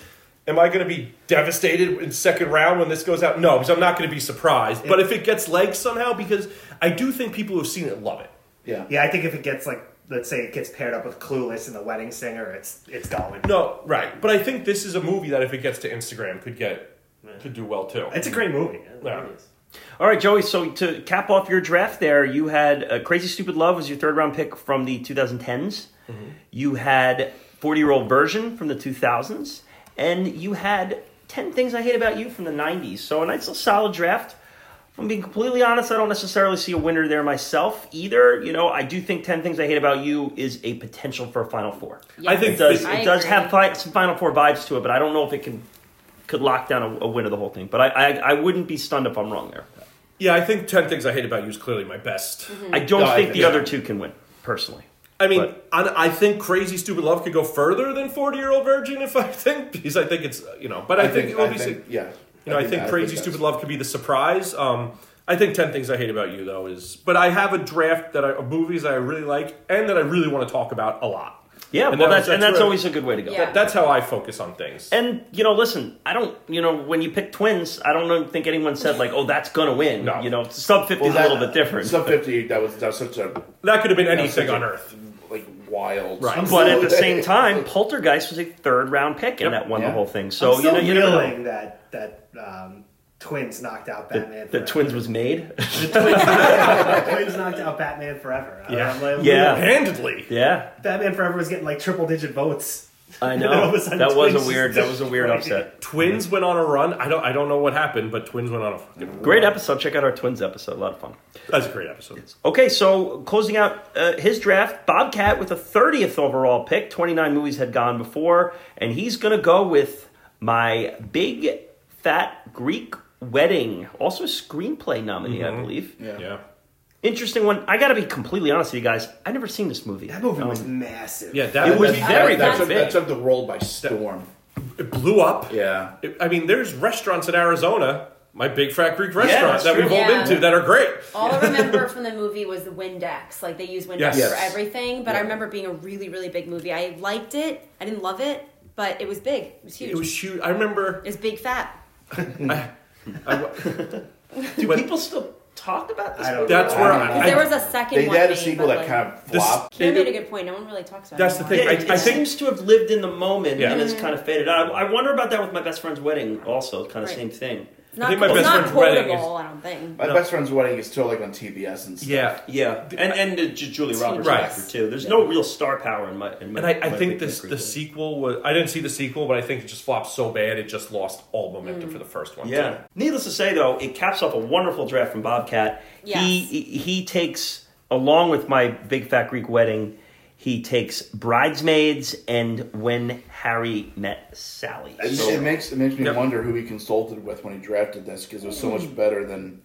Speaker 3: Am I going to be devastated in second round when this goes out? No, because I'm not going to be surprised. But if it gets legs somehow, because I do think people who've seen it love it.
Speaker 2: Yeah.
Speaker 5: Yeah, I think if it gets like, let's say it gets paired up with Clueless and The Wedding Singer, it's it's going.
Speaker 3: No, right. But I think this is a movie that if it gets to Instagram could get could do well too.
Speaker 5: It's a great movie.
Speaker 3: Yeah.
Speaker 1: All right, Joey. So to cap off your draft, there you had uh, "Crazy Stupid Love" was your third round pick from the 2010s. You had "40 Year Old Version" from the 2000s, and you had "10 Things I Hate About You" from the 90s. So a nice little solid draft. If I'm being completely honest, I don't necessarily see a winner there myself either. You know, I do think "10 Things I Hate About You" is a potential for a Final Four.
Speaker 3: I think
Speaker 1: It does.
Speaker 4: I
Speaker 1: it does
Speaker 4: agree.
Speaker 1: have fi- some Final Four vibes to it, but I don't know if it can could lock down a, a win of the whole thing. But I, I I wouldn't be stunned if I'm wrong there.
Speaker 3: Yeah, I think 10 Things I Hate About You is clearly my best.
Speaker 1: I don't
Speaker 2: No,
Speaker 1: think
Speaker 2: I think-
Speaker 1: the
Speaker 2: yeah.
Speaker 1: other two can win personally.
Speaker 3: I mean,
Speaker 1: But-
Speaker 3: I, I think Crazy Stupid Love could go further than 40 Year Old Virgin if I think, because I think it's, uh, you know, but I, think, obviously,
Speaker 2: yeah.
Speaker 3: you know, I think, Crazy
Speaker 2: that's-
Speaker 3: Stupid Love could be the surprise. Um, I think 10 Things I Hate About You, though, is, but I have a draft that I, of movies that I really like and that I really want to talk about a lot.
Speaker 1: Yeah,
Speaker 3: And
Speaker 1: well,
Speaker 3: that
Speaker 1: that's,
Speaker 3: was-
Speaker 1: and that's
Speaker 3: where-
Speaker 1: always a good way to go.
Speaker 4: Yeah.
Speaker 3: That's how I focus on things.
Speaker 1: And you know, listen, I don't, you know, when you pick twins, I don't know- think anyone said like, "Oh, that's gonna win."
Speaker 3: No.
Speaker 1: You know, sub fifty
Speaker 2: Well,
Speaker 1: is
Speaker 2: that-
Speaker 1: a little bit different.
Speaker 2: Sub fifty. That was that was such a
Speaker 3: that could have been
Speaker 2: that was
Speaker 3: anything
Speaker 2: such
Speaker 3: on
Speaker 2: a,
Speaker 3: earth.
Speaker 2: Like wild.
Speaker 3: Right.
Speaker 2: I'm
Speaker 1: but at
Speaker 2: still-
Speaker 1: the same time, Poltergeist was a third round pick, and
Speaker 3: Yep.
Speaker 1: that won
Speaker 2: Yeah.
Speaker 1: the whole thing.
Speaker 5: So
Speaker 1: So
Speaker 5: I'm still
Speaker 1: you know, you never know.
Speaker 5: reeling that that um, Twins knocked out Batman.
Speaker 1: the
Speaker 5: Forever.
Speaker 1: twins was made.
Speaker 5: Twins knocked out Batman Forever.
Speaker 3: Yeah.
Speaker 5: I'm like,
Speaker 1: Yeah.
Speaker 3: Handedly.
Speaker 1: yeah,
Speaker 5: Batman Forever was getting like triple digit votes.
Speaker 1: I
Speaker 5: Then all
Speaker 1: know.
Speaker 5: of a sudden
Speaker 1: that was
Speaker 5: Twins
Speaker 1: a weird. That was a weird
Speaker 5: destroyed it.
Speaker 1: upset.
Speaker 3: Twins went on a run. I don't, I don't know what happened, but Twins went on a fucking run.
Speaker 1: Great episode. Check out our twins episode. A lot of fun.
Speaker 3: That's a great episode.
Speaker 1: Okay, so closing out uh, his draft, Bobcat with a 30th overall pick. 29 movies had gone before, and he's going to go with my big fat Greek wedding, also a screenplay nominee, I believe.
Speaker 2: Yeah.
Speaker 3: Mm-hmm. Yeah.
Speaker 1: Interesting one. I got to be completely honest with you guys. I've never seen this movie.
Speaker 5: That movie
Speaker 1: Um,
Speaker 5: was massive.
Speaker 3: Yeah, that
Speaker 1: It was
Speaker 3: that-
Speaker 1: very,
Speaker 2: that,
Speaker 1: very
Speaker 2: took,
Speaker 1: big.
Speaker 2: that took the world by storm.
Speaker 3: It blew up.
Speaker 2: Yeah.
Speaker 3: It- I mean, there's restaurants in Arizona, my big fat Greek restaurant
Speaker 1: that's
Speaker 3: that we've
Speaker 4: true.
Speaker 3: all been
Speaker 4: Yeah.
Speaker 3: to that are great.
Speaker 4: All I remember from the movie was the Windex. Like they use Windex
Speaker 3: Yes.
Speaker 4: for
Speaker 2: Yes.
Speaker 4: everything, but I remember it being a really, really big movie. I liked it. I didn't love it, but it was big. It was huge.
Speaker 3: It was huge. I remember.
Speaker 4: big fat.
Speaker 3: I w-
Speaker 1: Do
Speaker 3: but-
Speaker 1: people still talk about this
Speaker 5: I don't
Speaker 1: movie?
Speaker 5: know.
Speaker 3: that's where I.
Speaker 4: 'Cause
Speaker 3: I
Speaker 4: there was a second
Speaker 2: They
Speaker 4: one.
Speaker 2: had a
Speaker 4: made, but,
Speaker 2: sequel that
Speaker 4: like,
Speaker 2: kind of
Speaker 3: this-
Speaker 2: flopped.
Speaker 4: Karen
Speaker 3: they-
Speaker 4: made a good point. No one really talks about
Speaker 3: That's
Speaker 4: it
Speaker 3: the
Speaker 4: anymore.
Speaker 3: thing.
Speaker 1: Yeah,
Speaker 3: I-
Speaker 1: it, it
Speaker 3: I think-
Speaker 1: seems to have lived in the moment
Speaker 3: Yeah.
Speaker 1: and it's kind of faded out. I wonder about that with my best friend's wedding, also, kind of
Speaker 4: Right.
Speaker 1: same thing.
Speaker 4: It's not,
Speaker 3: think my
Speaker 4: it's
Speaker 3: best
Speaker 4: not
Speaker 3: friend's wedding
Speaker 4: quotable, I don't think.
Speaker 2: My best friend's wedding is still like on TBS and stuff.
Speaker 3: yeah.
Speaker 1: Yeah, and and uh, Ju- Julia Roberts
Speaker 3: Right.
Speaker 1: actor too. There's no real star power in my. In my
Speaker 3: And I, I
Speaker 1: my
Speaker 3: think
Speaker 1: Big
Speaker 3: this
Speaker 1: Bang
Speaker 3: the
Speaker 1: Theory.
Speaker 3: sequel was. I didn't see the sequel, but I think it just flopped so bad it just lost all
Speaker 4: Mm.
Speaker 3: momentum for the first one.
Speaker 1: Yeah. Needless to say, though, it caps off a wonderful draft from Bobcat.
Speaker 4: Yes.
Speaker 1: He he- he takes along with my big fat Greek wedding. He takes bridesmaids and when Harry met Sally.
Speaker 2: It,
Speaker 1: So-
Speaker 2: it makes it makes me
Speaker 3: Yep.
Speaker 2: wonder who he consulted with when he drafted this because it was so much better than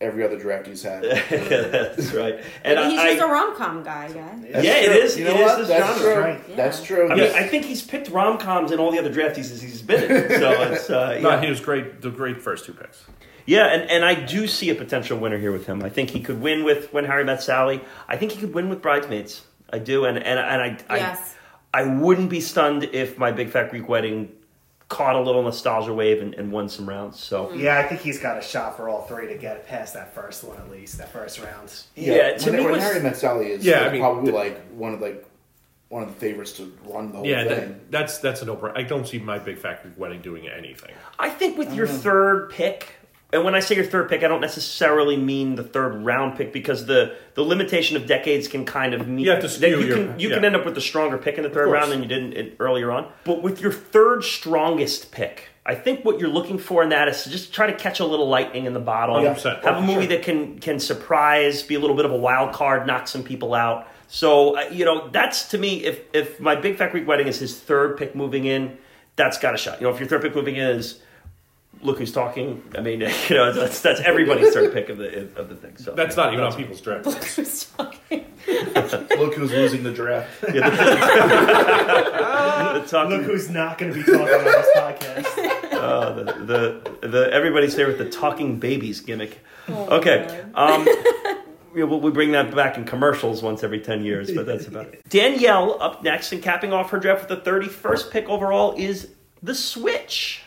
Speaker 2: every other draft he's had.
Speaker 1: that's right. And
Speaker 4: Maybe he's
Speaker 1: I,
Speaker 4: just a rom com guy, guys.
Speaker 1: Yeah, it is-
Speaker 2: You
Speaker 1: it is
Speaker 2: know what?
Speaker 1: this
Speaker 2: That's
Speaker 1: genre.
Speaker 2: true.
Speaker 5: Right.
Speaker 2: That's
Speaker 4: Yeah.
Speaker 2: true.
Speaker 1: I mean, I think he's picked rom coms in all the other drafts he's, he's been in. So it's uh,
Speaker 3: No,
Speaker 1: yeah.
Speaker 3: he was great. The great first two picks.
Speaker 1: Yeah, and, and I do see a potential winner here with him. I think he could win with When Harry Met Sally. I think he could win with Bridesmaids. I do, and and, and I, I
Speaker 4: Yes.
Speaker 1: I wouldn't be stunned if my Big Fat Greek Wedding caught a little nostalgia wave and, and won some rounds. So
Speaker 5: Yeah, I think he's got a shot for all three to get past that first one at least, that first round.
Speaker 1: yeah, to
Speaker 2: when,
Speaker 1: me
Speaker 2: when
Speaker 1: was
Speaker 2: Harry Met Sally is
Speaker 3: Yeah,
Speaker 2: like,
Speaker 3: I mean,
Speaker 2: probably like one of like one of the favorites to run the whole
Speaker 3: Yeah,
Speaker 2: thing.
Speaker 3: that, that's that's a no. I don't see my big fat Greek wedding doing anything.
Speaker 1: I think with your third pick, And when I say your third pick, I don't necessarily mean the third round pick because the, the limitation of decades can kind of mean
Speaker 3: You have to
Speaker 1: that
Speaker 3: skew
Speaker 1: you
Speaker 3: your-
Speaker 1: can you can
Speaker 3: yeah.
Speaker 1: end up with a stronger pick in the third
Speaker 3: course.
Speaker 1: round than you did in, earlier on. But with your third strongest pick, I think what you're looking for in that is to just try to catch a little lightning in the bottle. Have a
Speaker 3: 100%. Sure.
Speaker 1: movie that can can surprise, be a little bit of a wild card, knock some people out. So uh, you know that's to me if if my Big Fat Greek Wedding is his third pick moving in, that's got a shot. You know if your third pick moving in is look who's talking. I mean, you know, that's that's everybody's third pick of the of the thing. So
Speaker 3: That's not even on people's draft.
Speaker 4: Who's talking?
Speaker 2: Look who's losing the draft.
Speaker 1: the talking.
Speaker 5: Look who's not going to be talking on this podcast.
Speaker 1: oh, the, the the everybody's there with the talking babies gimmick.
Speaker 4: Oh,
Speaker 1: okay. Um, we, we bring that back in commercials once every 10 years, but that's about it. Danielle up next and capping off her draft with the 31st pick overall is The Switch.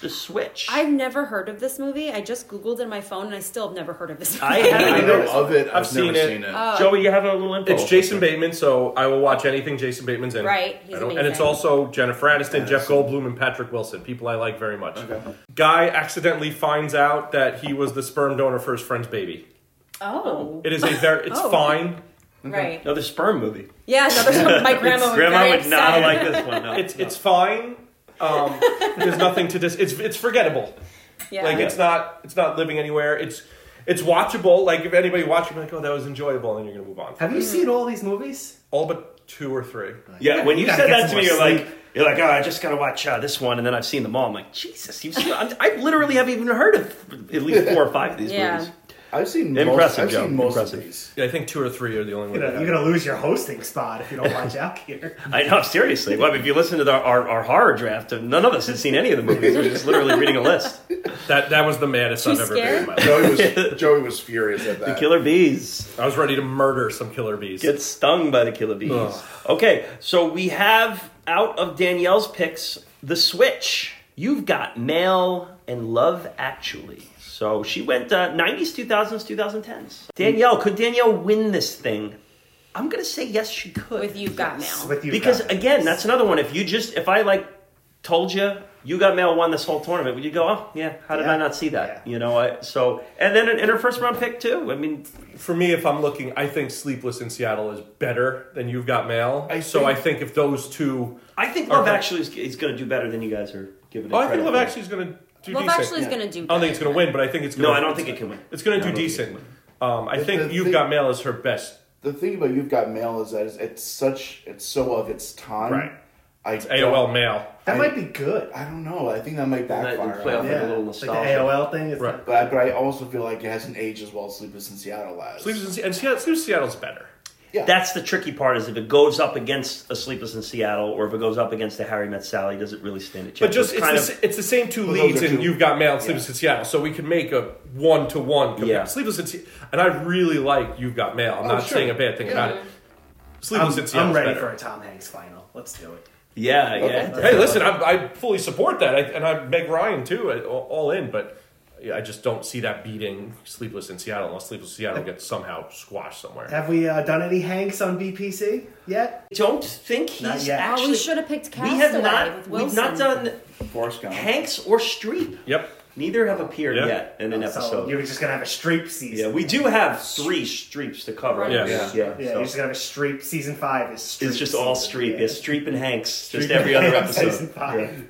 Speaker 1: The Switch.
Speaker 4: I've never heard of this movie. I just googled it on my phone, and I still have never heard of this. Movie.
Speaker 1: I
Speaker 2: I
Speaker 1: haven't
Speaker 2: know
Speaker 1: noticed.
Speaker 2: of it.
Speaker 3: I've
Speaker 2: I've, never
Speaker 3: seen it.
Speaker 2: seen it.
Speaker 4: Oh.
Speaker 1: Joey, you have a little info.
Speaker 3: It's Jason Bateman, so I will watch anything Jason Bateman's in.
Speaker 4: Right, he's
Speaker 3: I don't- And
Speaker 4: amazing.
Speaker 3: it's also Jennifer Aniston,
Speaker 2: Aniston.
Speaker 3: Jeff Goldblum, and Patrick Wilson, people I like very much.
Speaker 2: Okay.
Speaker 3: Guy accidentally finds out that he was the sperm donor for his friend's baby.
Speaker 4: oh,
Speaker 3: It is a very, it's
Speaker 4: Oh.
Speaker 3: fine.
Speaker 4: right.
Speaker 1: Another sperm movie.
Speaker 4: Yeah, another my grandma. was
Speaker 1: Grandma
Speaker 4: very
Speaker 1: would not
Speaker 4: upset.
Speaker 1: like this one. No.
Speaker 3: It's it's fine. Um, there's nothing to dis. It's it's forgettable.
Speaker 4: Yeah.
Speaker 3: Like it's not it's not living anywhere. It's it's watchable. Like if anybody watched, you'd be like, oh, that was enjoyable, and you're gonna move on.
Speaker 5: Have you seen all these movies?
Speaker 3: All but two or three.
Speaker 1: Yeah, when you
Speaker 5: gotta
Speaker 1: said
Speaker 5: get
Speaker 1: that to
Speaker 5: some
Speaker 1: me,
Speaker 5: more
Speaker 1: you're like,
Speaker 5: sleep.
Speaker 1: you're like, oh, I just gotta watch uh, this one, and then I've seen them all. I'm like, Jesus, you've seen, I'm, I literally haven't even heard of at least four or five of these
Speaker 4: Yeah.
Speaker 1: movies.
Speaker 2: I've seen most,
Speaker 1: Impressive,
Speaker 2: I've
Speaker 1: Joe.
Speaker 2: seen most
Speaker 1: Impressive.
Speaker 2: of these.
Speaker 3: Yeah, I think two or three are the only
Speaker 5: You
Speaker 3: ones.
Speaker 5: know, you're going to lose your hosting spot if you don't watch out here.
Speaker 1: I know, seriously. Well, if you listen to the, our our horror draft, none of us had seen any of the movies. We're just literally reading a list.
Speaker 3: That that was the maddest
Speaker 4: Too
Speaker 3: I've ever been in
Speaker 4: scared?
Speaker 3: my life.
Speaker 2: Joey was Joey was furious at that.
Speaker 1: Killer bees
Speaker 3: I was ready to murder some killer bees.
Speaker 1: get stung by the killer bees.
Speaker 3: Ugh.
Speaker 1: Okay, so we have out of Danielle's picks the switch. You've got male and love actually. So she went uh, 90s, 2000s, 2010s. Danielle, could Danielle win this thing? I'm gonna say yes, she could.
Speaker 4: with you've got mail.
Speaker 5: With you
Speaker 1: because
Speaker 5: guys.
Speaker 1: again, that's another one. If you just if I like told you you got mail won this whole tournament, would you go, oh yeah, how did
Speaker 5: Yeah.
Speaker 1: I not see that?
Speaker 5: Yeah.
Speaker 1: You know, I, so and then in her first round pick too. I mean,
Speaker 3: For me, if I'm looking, I think Sleepless in Seattle is better than You've Got Mail.
Speaker 2: I
Speaker 3: so
Speaker 2: think-
Speaker 3: I think if those two, oh,
Speaker 1: I think Love
Speaker 3: Or-
Speaker 1: Actually is, is going to do better than you guys are giving. it
Speaker 3: oh, I think
Speaker 1: credit
Speaker 3: Love
Speaker 1: for.
Speaker 3: Actually is going to do
Speaker 4: Love
Speaker 3: decent.
Speaker 4: Actually is going to do.
Speaker 3: I don't think it's going to win, but I think it's going
Speaker 1: No, I don't think it can win.
Speaker 3: It's going
Speaker 1: No, I
Speaker 3: to do
Speaker 1: don't think it
Speaker 3: decent.
Speaker 1: can
Speaker 3: Um, I think
Speaker 2: the
Speaker 3: You've
Speaker 2: thing-
Speaker 3: Got Mail is her best.
Speaker 2: The thing about you've got mail is that it's such it's so of its time.
Speaker 3: Right.
Speaker 2: I
Speaker 3: AOL Mail.
Speaker 5: that might be good.
Speaker 2: I don't know. I think that might
Speaker 1: that
Speaker 2: backfire.
Speaker 1: would play
Speaker 2: on
Speaker 1: off
Speaker 2: me.
Speaker 1: Like a
Speaker 5: Yeah.
Speaker 1: little
Speaker 5: Like the
Speaker 1: nostalgia.
Speaker 5: AOL thing. Is
Speaker 3: Right.
Speaker 2: But, but I also feel like it hasn't aged as well as Sleepless in Seattle has.
Speaker 3: Sleepless in Se- and Seattle, Sleepless in Seattle's better.
Speaker 1: That's the tricky part is if it goes up against a Sleepless in Seattle or if it goes up against a Harry Met Sally, does it really stand a chance?
Speaker 3: But just it's,
Speaker 1: kind
Speaker 3: the,
Speaker 1: of
Speaker 3: s it's the same two
Speaker 2: those
Speaker 3: leads,
Speaker 2: are
Speaker 3: and
Speaker 2: two-
Speaker 3: you've got Mail and Sleepless in Seattle, so we can make a one to one.
Speaker 1: Yeah.
Speaker 3: Sleepless in Se- and I really like You've Got Mail. I'm
Speaker 2: Oh,
Speaker 3: not
Speaker 2: sure.
Speaker 3: saying a bad thing about it.
Speaker 5: I'm,
Speaker 3: Sleepless in
Speaker 5: I'm
Speaker 3: Seattle's
Speaker 5: ready
Speaker 3: better.
Speaker 5: for a Tom Hanks final. Let's do it.
Speaker 1: yeah,
Speaker 2: Okay.
Speaker 1: yeah.
Speaker 3: Hey, listen, I, I fully support that, I, and I Meg Ryan too, I- all all in. But yeah, I just don't see that beating Sleepless in Seattle unless Sleepless in Seattle gets somehow squashed somewhere.
Speaker 5: Have we uh, done any Hanks on BPC yet?
Speaker 1: I don't think he's
Speaker 5: Not yet.
Speaker 1: actually.
Speaker 4: Oh, we should have picked
Speaker 1: We
Speaker 4: Castaway.
Speaker 1: have not.
Speaker 4: With
Speaker 1: We've
Speaker 4: Wilson.
Speaker 1: not done
Speaker 2: Forrest Gump.
Speaker 1: Hanks or Streep.
Speaker 3: Yep,
Speaker 1: Neither have appeared
Speaker 3: Yeah.
Speaker 1: yet in an
Speaker 5: So
Speaker 1: episode.
Speaker 5: you're just gonna have a streep season.
Speaker 1: yeah, we do have three Streeps to cover.
Speaker 4: Right.
Speaker 3: Yeah.
Speaker 1: yeah.
Speaker 5: Yeah,
Speaker 1: so
Speaker 5: you're just gonna have a streep. Season five is streep.
Speaker 1: It's just all
Speaker 5: season,
Speaker 1: Streep.
Speaker 5: yeah.
Speaker 1: It's Streep and Hanks. Just
Speaker 5: Streep
Speaker 1: every
Speaker 5: and
Speaker 1: other
Speaker 5: Hanks,
Speaker 1: episode.
Speaker 5: season five.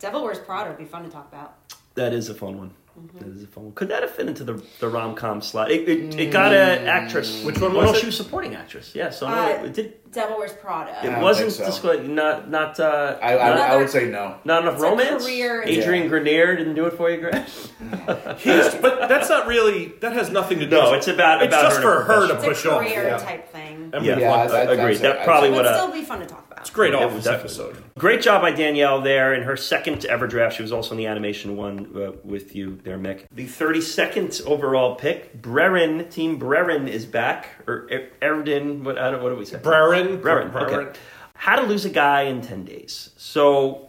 Speaker 4: Devil Wears Prada would be fun to talk about.
Speaker 1: That is a fun one.
Speaker 4: Mm-hmm.
Speaker 1: That is a fun one. Could that have fit into the, the rom com slot? It, it, it got an actress.
Speaker 3: Which one
Speaker 1: Oh, no,
Speaker 3: was it?
Speaker 1: she Mm. was supporting actress. Yeah, so no,
Speaker 4: Uh,
Speaker 1: it, did.
Speaker 4: Devil Wears Prada.
Speaker 1: It
Speaker 2: don't
Speaker 1: wasn't
Speaker 2: think so.
Speaker 1: disclosed. Not not. Uh,
Speaker 2: I, I,
Speaker 1: not,
Speaker 2: I would say no.
Speaker 1: not enough
Speaker 4: It's a
Speaker 1: romance.
Speaker 4: career-
Speaker 1: Adrian Grenier didn't do it for you, Greg.
Speaker 3: He's- but that's not really. That has nothing to do.
Speaker 1: No, it's about-
Speaker 3: it's
Speaker 1: about
Speaker 3: just
Speaker 1: her
Speaker 3: for her to
Speaker 1: profession.
Speaker 4: It's a
Speaker 3: push off.
Speaker 4: career
Speaker 2: yeah.
Speaker 4: type thing.
Speaker 3: And
Speaker 1: Yeah,
Speaker 3: we
Speaker 2: Yeah,
Speaker 3: want
Speaker 2: that-
Speaker 3: that.
Speaker 1: Agreed.
Speaker 2: that's-
Speaker 1: That probably
Speaker 4: It would
Speaker 1: would have.
Speaker 4: still be fun to talk about.
Speaker 3: Great
Speaker 1: Yeah,
Speaker 3: off this
Speaker 1: definitely.
Speaker 3: episode.
Speaker 1: Great job by Danielle there in her second ever draft. She was also in the animation one uh, with you there, Mick. The 32nd overall pick, Brerin, Team Brerin is back. Or er- Erden, what, I don't, what do we say?
Speaker 3: Brerin,
Speaker 1: Brerin, okay. How to lose a guy in 10 days. So,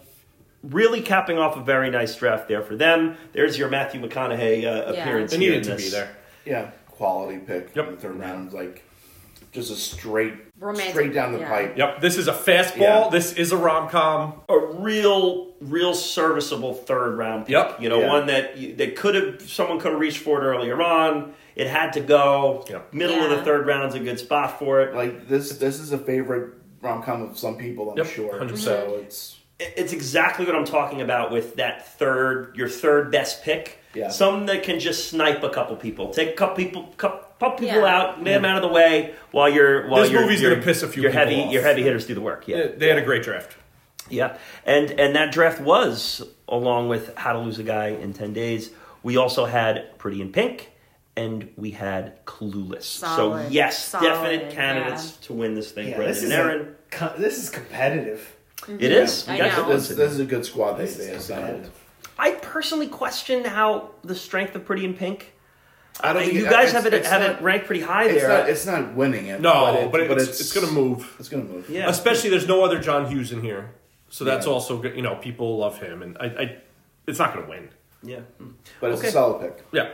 Speaker 1: really capping off a very nice draft there for them. There's your Matthew McConaughey uh,
Speaker 4: Yeah.
Speaker 1: appearance.
Speaker 3: They
Speaker 1: here
Speaker 3: needed
Speaker 1: in
Speaker 3: to
Speaker 1: this.
Speaker 3: be there.
Speaker 2: Yeah, quality pick
Speaker 3: Yep.
Speaker 2: in the third round. Like just a straight,
Speaker 4: Romantic,
Speaker 2: straight down the
Speaker 4: yeah.
Speaker 2: pipe.
Speaker 3: Yep, this is a fastball.
Speaker 2: Yeah.
Speaker 3: This is a rom com.
Speaker 1: a real, real serviceable third round pick.
Speaker 3: Yep.
Speaker 1: You know,
Speaker 2: Yeah.
Speaker 1: one that you- that could have someone could have reached for it earlier on. It had to go.
Speaker 3: Yep.
Speaker 1: Middle of the
Speaker 4: Yeah.
Speaker 1: third round's a good spot for it.
Speaker 2: Like this, this is a favorite rom com of some people. I'm
Speaker 3: Yep,
Speaker 2: sure.
Speaker 3: 100%.
Speaker 2: So it's
Speaker 1: It- It's exactly what I'm talking about with that third, your third best pick.
Speaker 2: Yeah.
Speaker 1: Some that can just snipe a couple people, take a couple people, couple, couple people
Speaker 4: Yeah.
Speaker 1: out, get them out of the way while you're while
Speaker 3: This
Speaker 1: you're,
Speaker 3: movie's
Speaker 1: you're,
Speaker 3: gonna piss a few
Speaker 1: your
Speaker 3: people
Speaker 1: heavy
Speaker 3: off.
Speaker 1: your heavy hitters do the work. Yeah.
Speaker 3: They had a great draft.
Speaker 1: Yeah, and and that draft was along with How to Lose a Guy in Ten Days. We also had Pretty in Pink, and we had Clueless. so
Speaker 4: Solid.
Speaker 1: yes,
Speaker 4: Solid,
Speaker 1: definite candidates to win this thing.
Speaker 5: Yeah,
Speaker 1: Brendan
Speaker 5: this is
Speaker 1: and
Speaker 5: a-
Speaker 1: Aaron.
Speaker 5: co- this is competitive.
Speaker 1: It is.
Speaker 4: Mm-hmm. I
Speaker 1: We got
Speaker 4: know.
Speaker 1: Clueless
Speaker 2: this,
Speaker 1: in
Speaker 2: this
Speaker 1: there.
Speaker 2: is a good squad they,
Speaker 5: This
Speaker 2: they
Speaker 5: is
Speaker 2: assembled.
Speaker 5: competitive.
Speaker 1: I personally question how the strength of Pretty in Pink.
Speaker 2: I don't. think-
Speaker 1: you guys
Speaker 2: it's-
Speaker 1: have it
Speaker 2: it's
Speaker 1: have
Speaker 2: not-
Speaker 1: it ranked pretty high
Speaker 2: It's
Speaker 1: there.
Speaker 2: not. It's not winning it.
Speaker 3: No, but, it's, it's, gonna move.
Speaker 2: It's gonna move.
Speaker 1: yeah,
Speaker 3: Especially there's no other John Hughes in here, so that's
Speaker 2: Yeah.
Speaker 3: also good. You know, people love him, and I, I it's not gonna win.
Speaker 1: yeah.
Speaker 2: but it's
Speaker 1: Okay.
Speaker 2: a solid pick.
Speaker 3: Yeah,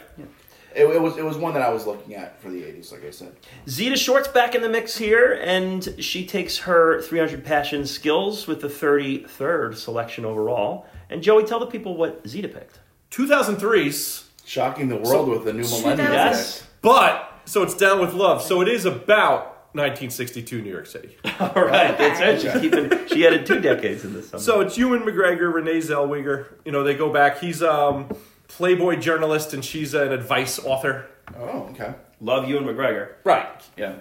Speaker 2: It, it was. It was one that I was looking at for the '80s. Like I said,
Speaker 1: Zeta Short's back in the mix here, and she takes her 300 passion skills with the 33rd selection overall. And Joey, tell the people what Zeta picked.
Speaker 3: 2003's
Speaker 2: shocking the world with the new millennium.
Speaker 1: Yes.
Speaker 3: But so it's down with love. So it is about 1962 New York City.
Speaker 1: All right. That's it. She's keeping, she added two decades in this summer.
Speaker 3: So it's Ewan McGregor, Renee Zellweger. You know they go back. He's um Playboy journalist and she's an advice author.
Speaker 2: Oh, okay.
Speaker 1: love you and McGregor.
Speaker 3: Right.
Speaker 2: Yeah,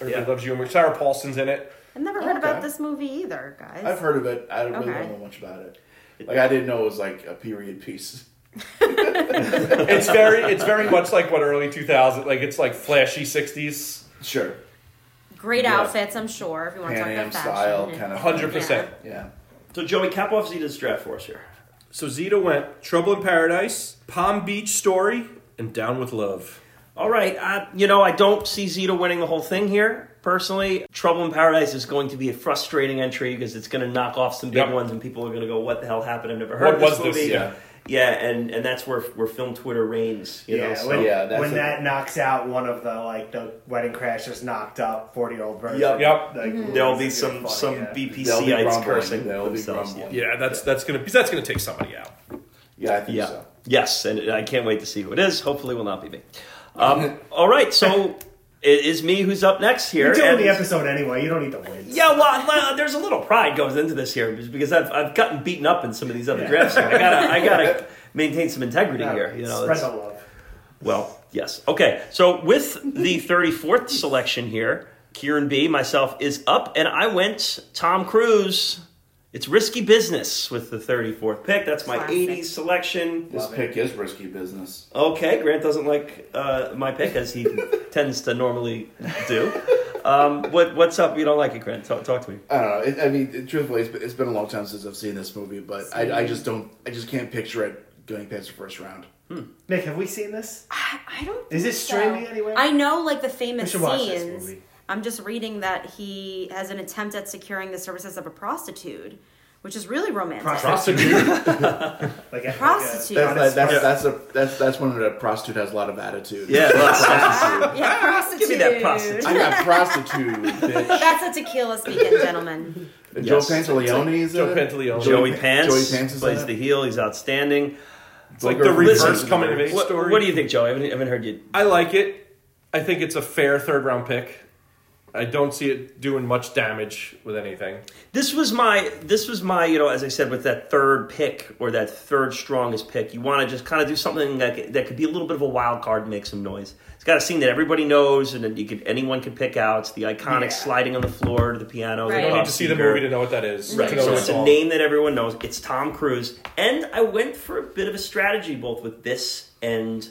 Speaker 3: Everybody
Speaker 1: Yeah.
Speaker 3: loves Ewan McGregor. Sarah Paulson's in it.
Speaker 4: I've never heard
Speaker 2: Okay.
Speaker 4: about this movie either, guys.
Speaker 2: I've heard of it. I really
Speaker 4: Okay.
Speaker 2: don't know much about it. Like I didn't know it was like a period piece.
Speaker 3: It's very it's very much like what early 2000 like it's like flashy 60s.
Speaker 2: Sure,
Speaker 4: Great
Speaker 2: Yeah.
Speaker 4: outfits, I'm sure. If you want to
Speaker 2: Pan
Speaker 4: talk
Speaker 2: Am
Speaker 4: about fashion,
Speaker 2: style
Speaker 4: and-
Speaker 2: kind of.
Speaker 3: 100%.
Speaker 2: Yeah.
Speaker 1: So, Joey, cap off Zeta's draft for us here.
Speaker 3: So Zeta went Trouble in Paradise, Palm Beach Story, and Down with Love.
Speaker 1: All right. Uh, you know, I don't see Zeta winning the whole thing here. Personally, Trouble in Paradise is going to be a frustrating entry because it's going to knock off some big
Speaker 3: Yep.
Speaker 1: ones, and people are going to go, "What the hell happened? I've never heard of
Speaker 3: What
Speaker 1: this
Speaker 3: was this?
Speaker 1: movie."
Speaker 3: Yeah.
Speaker 1: Yeah, and and that's where where film Twitter reigns. You
Speaker 5: yeah,
Speaker 1: know, so.
Speaker 5: when,
Speaker 2: Yeah, that's
Speaker 5: when
Speaker 2: a-
Speaker 5: that knocks out one of the like the wedding crashers knocked up forty year old version.
Speaker 1: Yep.
Speaker 3: Yep.
Speaker 5: Like,
Speaker 1: there'll
Speaker 5: it's
Speaker 1: be some
Speaker 5: gonna funny,
Speaker 1: some
Speaker 5: yeah.
Speaker 2: They'll be
Speaker 1: BPCites
Speaker 2: grumbling.
Speaker 1: cursing
Speaker 2: They'll be
Speaker 1: themselves.
Speaker 2: grumbling.
Speaker 1: Yeah.
Speaker 3: Yeah, that's that's gonna because that's gonna take somebody out.
Speaker 2: Yeah, I think
Speaker 1: Yeah.
Speaker 2: so.
Speaker 1: Yes, and I can't wait to see who it is. Hopefully, it will not be me. Um, all right, so it is me who's up next here.
Speaker 5: You're doing
Speaker 1: and-
Speaker 5: the episode anyway. You don't need to win.
Speaker 1: Yeah, well, well, there's a little pride goes into this here because I've, I've gotten beaten up in some of these other
Speaker 5: Yeah.
Speaker 1: drafts. So I gotta I gotta maintain some integrity
Speaker 5: No,
Speaker 1: here. You know,
Speaker 5: spread
Speaker 1: it's-
Speaker 5: the love.
Speaker 1: well, yes. Okay, so with the 34th selection here, Kieran B, myself, is up, and I went Tom Cruise. It's risky business with the 34th pick. That's my
Speaker 4: Classic.
Speaker 1: 80s selection.
Speaker 2: This
Speaker 5: Love it.
Speaker 2: pick is risky business.
Speaker 1: Okay, Grant doesn't like uh, my pick as he tends to normally do. Um, what, what's up? You don't like it, Grant? Talk, talk to me.
Speaker 2: I don't know. It, I mean, it, truthfully, it's been, it's been a long time since I've seen this movie, but I, I just don't. I just can't picture it going past the first round.
Speaker 5: Nick, have we seen this?
Speaker 4: I, I don't.
Speaker 5: Is
Speaker 4: think
Speaker 5: it streaming
Speaker 4: so.
Speaker 5: anywhere?
Speaker 4: I know, like the famous
Speaker 5: should watch this
Speaker 4: scenes.
Speaker 5: movie.
Speaker 4: I'm just reading that he has an attempt at securing the services of a prostitute, which is really romantic.
Speaker 3: Prostitute.
Speaker 5: Like a,
Speaker 4: Prostitute.
Speaker 5: Like a,
Speaker 2: That's that's
Speaker 5: honest-
Speaker 2: that's, that's a that's that's when a prostitute has a lot of attitude.
Speaker 1: Yeah, that's-
Speaker 4: yeah, prostitute.
Speaker 1: Give me that prostitute.
Speaker 2: I'm not prostitute, bitch.
Speaker 4: That's a tequila speaking, gentlemen.
Speaker 2: Joe
Speaker 1: Yes.
Speaker 2: Pantaleone is
Speaker 3: Joe
Speaker 2: in it?
Speaker 3: Pantaleone.
Speaker 1: Joey
Speaker 2: Joey
Speaker 1: Pants,
Speaker 2: Joey Pants is
Speaker 1: plays
Speaker 2: in it?
Speaker 1: the heel. He's outstanding.
Speaker 3: It's like
Speaker 2: Booger
Speaker 3: the
Speaker 2: reverse
Speaker 3: reverse
Speaker 2: is
Speaker 3: coming of
Speaker 2: better.
Speaker 3: age
Speaker 1: What,
Speaker 3: story.
Speaker 1: what do you think, Joey? I haven't, I haven't heard you.
Speaker 3: I like it. I think it's a fair third round pick. I don't see it doing much damage with anything.
Speaker 1: This was my this was my you know as I said with that third pick or that third strongest pick. You want to just kind of do something that c- that could be a little bit of a wild card and make some noise. It's got a scene that everybody knows and then you could anyone could pick out. It's the iconic
Speaker 5: Yeah.
Speaker 1: sliding on the floor to the piano.
Speaker 4: Right.
Speaker 1: The
Speaker 3: You don't
Speaker 1: pop
Speaker 3: need to see the
Speaker 1: singer.
Speaker 3: movie to know what that is.
Speaker 1: Right,
Speaker 3: to know
Speaker 1: so
Speaker 3: the
Speaker 1: it's a
Speaker 3: song.
Speaker 1: name that everyone knows. It's Tom Cruise, and I went for a bit of a strategy both with this and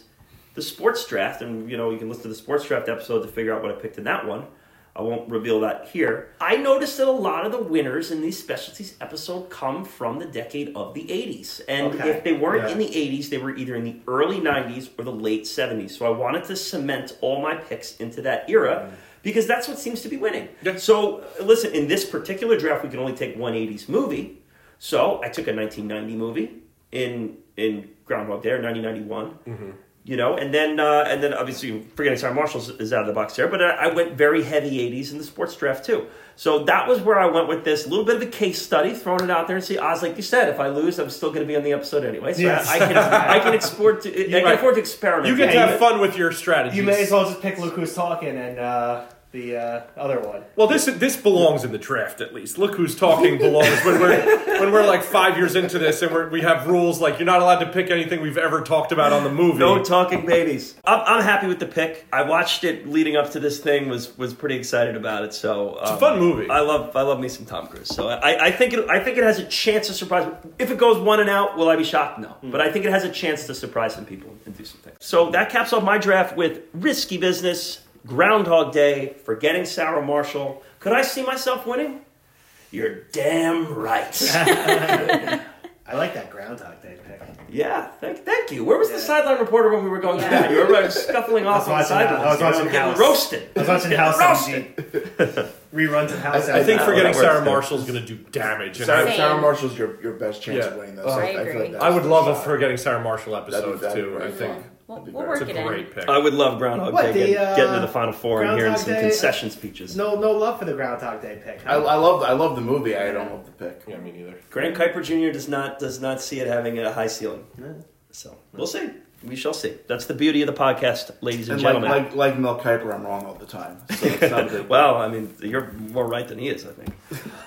Speaker 1: the sports draft. And you know, you can listen to the sports draft episode to figure out what I picked in that one. I won't reveal that here. I noticed that a lot of the winners in these specialties episode come from the decade of the '80s, and
Speaker 5: Okay.
Speaker 1: if they weren't
Speaker 3: Yeah.
Speaker 1: in the '80s, they were either in the early '90s or the late '70s. So I wanted to cement all my picks into that era. Because that's what seems to be winning.
Speaker 3: Mm. Yeah.
Speaker 1: So, uh, listen, in this particular draft, we can only take one 80s movie.
Speaker 3: Mm-hmm.
Speaker 1: So, I took a 1990 movie in in Groundhog Day, or 1991. you know, and then uh, and then obviously forgetting Sarah Marshall is out of the box there, but I I went very heavy '80s in the sports draft too. So that was where I went with this little bit of a case study, throwing it out there and see. Oz, like you said, if I lose, I'm still going to be on the episode anyway, so
Speaker 5: Yes.
Speaker 1: I, I can I can export to, I can
Speaker 3: might-
Speaker 1: afford to experiment.
Speaker 3: You get to
Speaker 1: Yeah,
Speaker 3: have fun with your strategies.
Speaker 5: You may as well just pick Look Who's Talking and uh, the uh, other one.
Speaker 3: Well, this this belongs in the draft at least. Look who's talking belongs when we're when we're like five years into this and we're, we have rules like you're not allowed to pick anything we've ever talked about on the movie.
Speaker 1: No talking babies. I'm, I'm happy with the pick. I watched it leading up to this thing. was was pretty excited about it. So um, it's
Speaker 3: a fun movie.
Speaker 1: I love I love me some Tom Cruise. So I, I think it I think it has a chance to surprise. me. If it goes one and out, will I be shocked? No,
Speaker 3: Hmm.
Speaker 1: but I think it has a chance to surprise some people and do some things. So that caps off my draft with Risky Business, Groundhog Day, Forgetting Sarah Marshall. Could I see myself winning? You're damn right.
Speaker 5: I like that Groundhog Day pick. I
Speaker 1: yeah, thank, thank you. Where was the
Speaker 5: Yeah.
Speaker 1: sideline reporter when we were going
Speaker 4: Yeah.
Speaker 1: through that? You were like, scuffling off
Speaker 5: was
Speaker 1: on the
Speaker 5: watching,
Speaker 1: sideline.
Speaker 5: uh, I was watching
Speaker 1: getting
Speaker 5: House.
Speaker 1: roasted.
Speaker 5: was watching House
Speaker 1: Roasted.
Speaker 5: MG. Reruns of House
Speaker 2: I
Speaker 3: I think
Speaker 1: Yeah,
Speaker 3: forgetting
Speaker 1: that works,
Speaker 3: Sarah
Speaker 1: yeah.
Speaker 3: Marshall's going to do damage. And
Speaker 2: Sarah,
Speaker 3: I,
Speaker 4: Same.
Speaker 2: Sarah Marshall's your, your best chance
Speaker 3: Yeah.
Speaker 2: of winning this.
Speaker 3: Oh,
Speaker 2: I,
Speaker 4: I
Speaker 2: feel
Speaker 4: agree.
Speaker 2: like
Speaker 3: I would
Speaker 2: that's
Speaker 3: love
Speaker 2: the
Speaker 3: a
Speaker 2: shot.
Speaker 3: forgetting Sarah Marshall
Speaker 2: That'd
Speaker 3: episode
Speaker 2: be- that'd be
Speaker 3: too.
Speaker 2: very
Speaker 3: I think
Speaker 2: fun.
Speaker 4: We'll,
Speaker 2: That'd be
Speaker 4: we'll
Speaker 2: very
Speaker 3: it's
Speaker 4: work
Speaker 3: a
Speaker 4: it in.
Speaker 3: great pick.
Speaker 1: I would love Groundhog
Speaker 5: What,
Speaker 1: Day
Speaker 5: the,
Speaker 1: getting, getting to
Speaker 5: uh,
Speaker 1: the Final Four and hearing
Speaker 5: Groundhog
Speaker 1: some
Speaker 5: Day, uh,
Speaker 1: concession speeches.
Speaker 5: No, no love for the Groundhog Day pick.
Speaker 2: I,
Speaker 5: huh?
Speaker 2: I love I love the movie. I don't love the pick.
Speaker 3: yeah, me neither.
Speaker 1: Grant Kuiper Jr. does not does not see it having a high ceiling. So we'll see. We shall see. That's the beauty of the podcast, ladies and,
Speaker 2: And like,
Speaker 1: gentlemen.
Speaker 2: like like Mel Kiper, I'm wrong all the time. So it's not a big
Speaker 1: well, I mean, you're more right than he is, I think.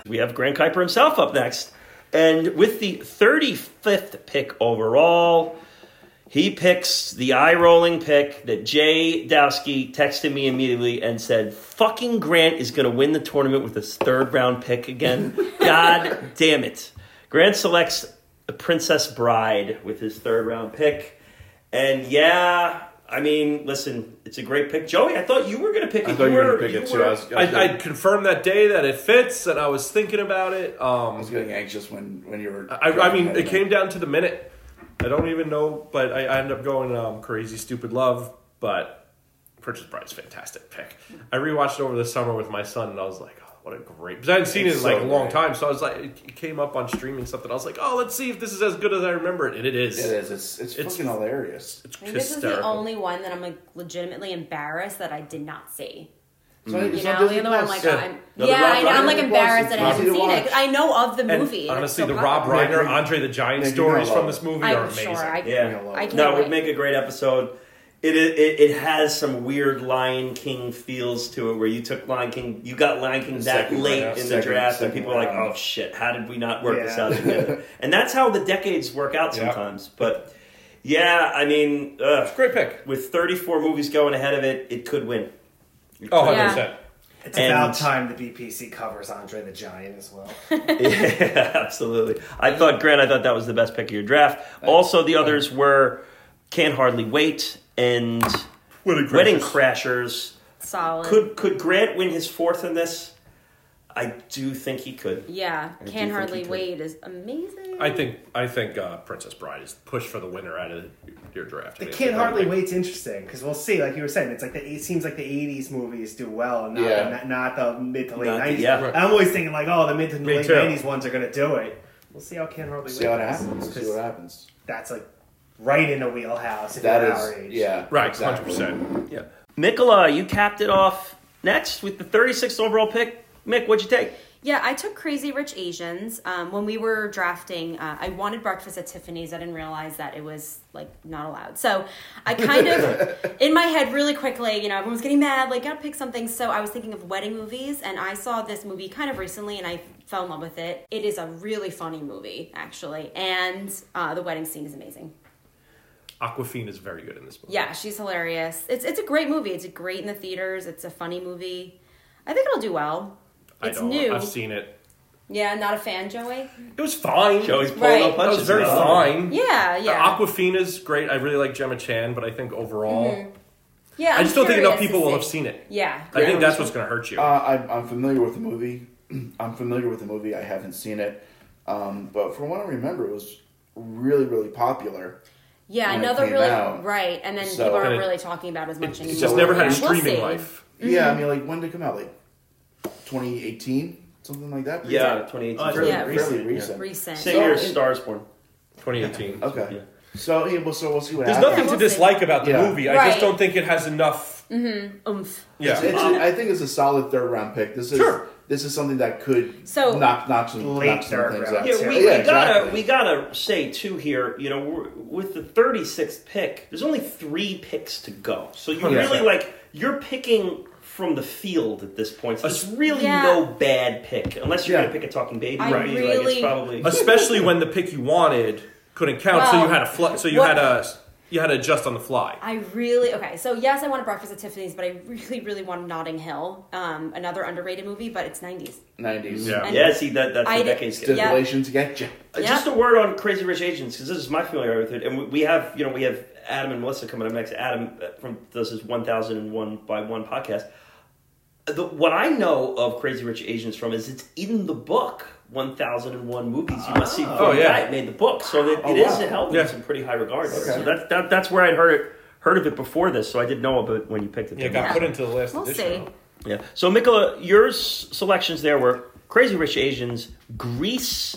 Speaker 1: we have Grant Kuiper himself up next. And with the 35th pick overall, he picks the eye rolling pick that Jay Dowski texted me immediately and said, Fucking Grant is going to win the tournament with his third round pick again. God damn it. Grant selects the Princess Bride with his third round pick. And yeah, I mean, listen, it's a great pick. Joey, I thought you were going to pick
Speaker 2: I
Speaker 1: it.
Speaker 2: thought you were
Speaker 1: were-
Speaker 2: gonna pick
Speaker 1: you
Speaker 2: it too.
Speaker 1: were-
Speaker 2: I was, I was,
Speaker 3: I, I
Speaker 2: getting,
Speaker 3: confirmed that day that it fits, and I was thinking about it.
Speaker 2: I
Speaker 3: Um,
Speaker 2: was getting anxious when when you were.
Speaker 3: I, I mean, it came down to the minute. I don't even know, but I, I ended up going um, crazy, stupid love. But Purchase Bride's fantastic pick. I rewatched it over the summer with my son, and I was like, oh, what a great. Because I hadn't seen it in
Speaker 2: It's
Speaker 3: like
Speaker 2: so
Speaker 3: a long
Speaker 2: great.
Speaker 3: time, so I was like, it it came up on streaming stuff that I was like, oh, let's see if this is as good as I remember it, and it is.
Speaker 2: It is. It's it's,
Speaker 3: It's-
Speaker 2: fucking hilarious.
Speaker 3: It's
Speaker 4: I mean, this is the
Speaker 3: hysterical.
Speaker 4: only one that I'm like legitimately embarrassed that I did not see.
Speaker 2: It's not-
Speaker 4: You
Speaker 2: it's
Speaker 4: know,
Speaker 2: not
Speaker 4: the
Speaker 2: Disney
Speaker 4: other one I'm like,
Speaker 2: Plus.
Speaker 3: Yeah.
Speaker 4: I'm,
Speaker 1: No,
Speaker 4: yeah,
Speaker 1: the Rob
Speaker 4: I know, I'm
Speaker 2: Reiner
Speaker 4: like
Speaker 2: was-
Speaker 4: embarrassed that I
Speaker 2: Rob
Speaker 4: haven't seen it.
Speaker 2: Reiner.
Speaker 4: 'cause I know of the
Speaker 3: And
Speaker 4: movie. and it's
Speaker 3: honestly,
Speaker 4: so
Speaker 3: the Rob
Speaker 4: popular.
Speaker 3: Reiner,
Speaker 2: Nick, you-
Speaker 3: Andre the Giant
Speaker 2: Nick, you're gonna
Speaker 3: stories from
Speaker 2: love
Speaker 3: this
Speaker 2: it.
Speaker 3: movie are
Speaker 4: I'm
Speaker 3: amazing.
Speaker 4: sure. I,
Speaker 1: Yeah,
Speaker 4: I can't
Speaker 1: no, it
Speaker 4: wait.
Speaker 1: would make a great episode. It, it it has some weird Lion King feels to it, where you took Lion King, you got Lion King that
Speaker 2: Second
Speaker 1: late
Speaker 2: round,
Speaker 1: in the
Speaker 2: second-
Speaker 1: draft, and
Speaker 2: second
Speaker 1: people are like,
Speaker 2: round.
Speaker 1: "Oh shit, how did we not work this
Speaker 5: Yeah.
Speaker 1: out together?" and that's how the decades work out
Speaker 3: Yeah.
Speaker 1: sometimes. But yeah, I mean, ugh,
Speaker 3: Great pick.
Speaker 1: with 34 movies going ahead of it, it could win.
Speaker 3: Oh,
Speaker 4: Yeah.
Speaker 3: 100%.
Speaker 5: It's
Speaker 1: And-
Speaker 5: about time the BPC covers Andre the Giant as well.
Speaker 1: yeah, absolutely. I thought, Grant, I thought that was the best pick of your draft. Also, the others were Can't Hardly Wait and
Speaker 3: Wedding
Speaker 1: Wedding
Speaker 3: Crashers.
Speaker 1: Crashers.
Speaker 4: solid.
Speaker 1: Could could Grant win his fourth in this? I do think he could.
Speaker 4: yeah,
Speaker 1: do
Speaker 4: can
Speaker 1: think
Speaker 4: hardly
Speaker 1: he could.
Speaker 4: wait is amazing.
Speaker 3: I think I think uh, Princess Bride is pushed for the winner out of your draft.
Speaker 5: The
Speaker 3: I mean,
Speaker 5: Kid
Speaker 3: it's a
Speaker 5: Hardly
Speaker 3: great pick.
Speaker 5: Wait's interesting because we'll see. Like you were saying, it's like the it seems like the '80s movies do well, and not,
Speaker 2: Yeah.
Speaker 5: not, not the mid to late
Speaker 1: Not the-
Speaker 5: '90s.
Speaker 1: yeah.
Speaker 5: And I'm always thinking like, oh, the mid to late
Speaker 3: too.
Speaker 5: '90s ones are gonna do it. We'll see how Kid
Speaker 4: "Oh,
Speaker 5: Hardly
Speaker 2: See
Speaker 5: Wait
Speaker 2: what
Speaker 5: does,
Speaker 2: happens. See
Speaker 5: 'cause
Speaker 2: what happens.
Speaker 5: That's like right in the wheelhouse. If
Speaker 2: That
Speaker 5: you're our age.
Speaker 2: is. Yeah.
Speaker 3: Right,
Speaker 2: exactly.
Speaker 3: 100%.
Speaker 1: Yeah. Mikola, you capped it off next with the 36th overall pick. Mick, what'd you take?
Speaker 4: Yeah, I took Crazy Rich Asians. Um, when we were drafting, uh, I wanted breakfast at Tiffany's. I didn't realize that it was like not allowed. So I kind of, in my head, really quickly, you know, everyone's getting mad, like, gotta pick something. So I was thinking of wedding movies, and I saw this movie kind of recently, and I fell in love with it. It is a really funny movie, actually, and uh, the wedding scene is amazing.
Speaker 3: Aquafina is very good in this movie.
Speaker 4: Yeah, she's hilarious. It's it's a great movie. It's great in the theaters. It's a funny movie. I think it'll do well.
Speaker 3: I
Speaker 4: It's
Speaker 3: don't,
Speaker 4: new.
Speaker 3: I've seen it.
Speaker 4: Yeah, not a fan, Joey.
Speaker 3: It was fine.
Speaker 1: Joey's
Speaker 3: It
Speaker 1: Oh, pulling
Speaker 4: Right.
Speaker 1: no
Speaker 4: That
Speaker 1: punches. Oh.
Speaker 3: was very
Speaker 1: now.
Speaker 3: fine.
Speaker 4: Yeah, yeah.
Speaker 3: Aquafina's great. I really like Gemma Chan, but I think overall,
Speaker 4: Yeah,
Speaker 3: I just don't think
Speaker 4: Mm-hmm. curious
Speaker 3: enough
Speaker 4: to
Speaker 3: people will
Speaker 4: see.
Speaker 3: have seen it.
Speaker 4: Yeah,
Speaker 3: I think that's what's going to hurt you.
Speaker 2: Uh, I'm, I'm familiar with the movie. I'm familiar with the movie. I haven't seen it, um, but from what I remember, it was really, really popular.
Speaker 4: yeah.
Speaker 2: when it
Speaker 4: Another
Speaker 2: came
Speaker 4: really
Speaker 2: out.
Speaker 4: right, and then
Speaker 2: So-
Speaker 4: people aren't
Speaker 3: And it-
Speaker 4: really talking about it as much
Speaker 3: it, it
Speaker 4: anymore.
Speaker 3: just never had a
Speaker 4: Yeah, we'll
Speaker 3: streaming
Speaker 4: see.
Speaker 3: life.
Speaker 2: Yeah, I mean, like when did it come out? Like 2018, something like that.
Speaker 1: Yeah, 2018.
Speaker 5: Oh,
Speaker 2: fairly,
Speaker 4: Yeah,
Speaker 2: fairly
Speaker 5: recent.
Speaker 2: recent.
Speaker 4: Recent.
Speaker 1: Same year as Stars Born.
Speaker 3: 2018.
Speaker 2: Okay.
Speaker 1: Yeah.
Speaker 2: So, yeah, well, so we'll see what
Speaker 3: There's
Speaker 2: happens.
Speaker 3: nothing to
Speaker 4: We'll see.
Speaker 3: dislike about the
Speaker 2: Yeah.
Speaker 3: movie. I just
Speaker 4: Right.
Speaker 3: don't think it has enough.
Speaker 4: Oomph.
Speaker 3: Yeah.
Speaker 2: It's, it's- I think it's a solid third round pick. This is
Speaker 3: Sure.
Speaker 2: this is something that could
Speaker 4: So-
Speaker 2: knock knock some,
Speaker 5: Late
Speaker 2: knock some
Speaker 5: third
Speaker 2: things
Speaker 5: round.
Speaker 2: out.
Speaker 5: Yeah,
Speaker 1: Yeah, we,
Speaker 5: Yeah,
Speaker 1: we gotta
Speaker 2: exactly.
Speaker 1: we gotta say too here. You know, we're, with the 36th pick, there's only three picks to go. So you
Speaker 2: Yeah.
Speaker 1: really like you're picking from the field at this point. So it's really
Speaker 4: Yeah.
Speaker 1: no bad pick unless you're
Speaker 2: Yeah.
Speaker 1: gonna pick a talking baby.
Speaker 4: I
Speaker 1: movie, like, it's
Speaker 4: really-
Speaker 1: probably
Speaker 3: Especially when the pick you wanted couldn't count, so
Speaker 4: Well,
Speaker 3: you had a fl- so you
Speaker 4: what-
Speaker 3: had a you had to adjust on the fly.
Speaker 4: I really okay. So yes, I want a breakfast at Tiffany's, but I really, really want Notting Hill, um, another underrated movie, but it's nineties.
Speaker 2: 90s.
Speaker 3: Yeah.
Speaker 4: And-
Speaker 1: yeah. See that that's
Speaker 4: I
Speaker 1: the
Speaker 4: did-
Speaker 1: decades. gap.
Speaker 4: Yeah.
Speaker 2: Stipulations to get you.
Speaker 1: Uh, Just a word on Crazy Rich Asians because this is my familiarity with it, and we, we have you know we have Adam and Melissa coming up next. Adam uh, from this is one thousand and one by one podcast. The, what I know of Crazy Rich Asians from is it's in the book one thousand and one movies you must see. Before
Speaker 3: Oh,
Speaker 1: You
Speaker 3: yeah.
Speaker 1: Die. It made the book, so that
Speaker 2: Oh,
Speaker 1: it is
Speaker 2: wow.
Speaker 1: held
Speaker 3: Yeah.
Speaker 1: in some pretty high regard. So
Speaker 2: Okay.
Speaker 1: that's that, that's where I heard it heard of it before this, so I did know about it when you picked it.
Speaker 3: Yeah, it got
Speaker 4: Yeah.
Speaker 3: put into the last
Speaker 4: We'll
Speaker 3: edition.
Speaker 4: see.
Speaker 1: Yeah. So, Mikola, your s- selections there were Crazy Rich Asians, Grease,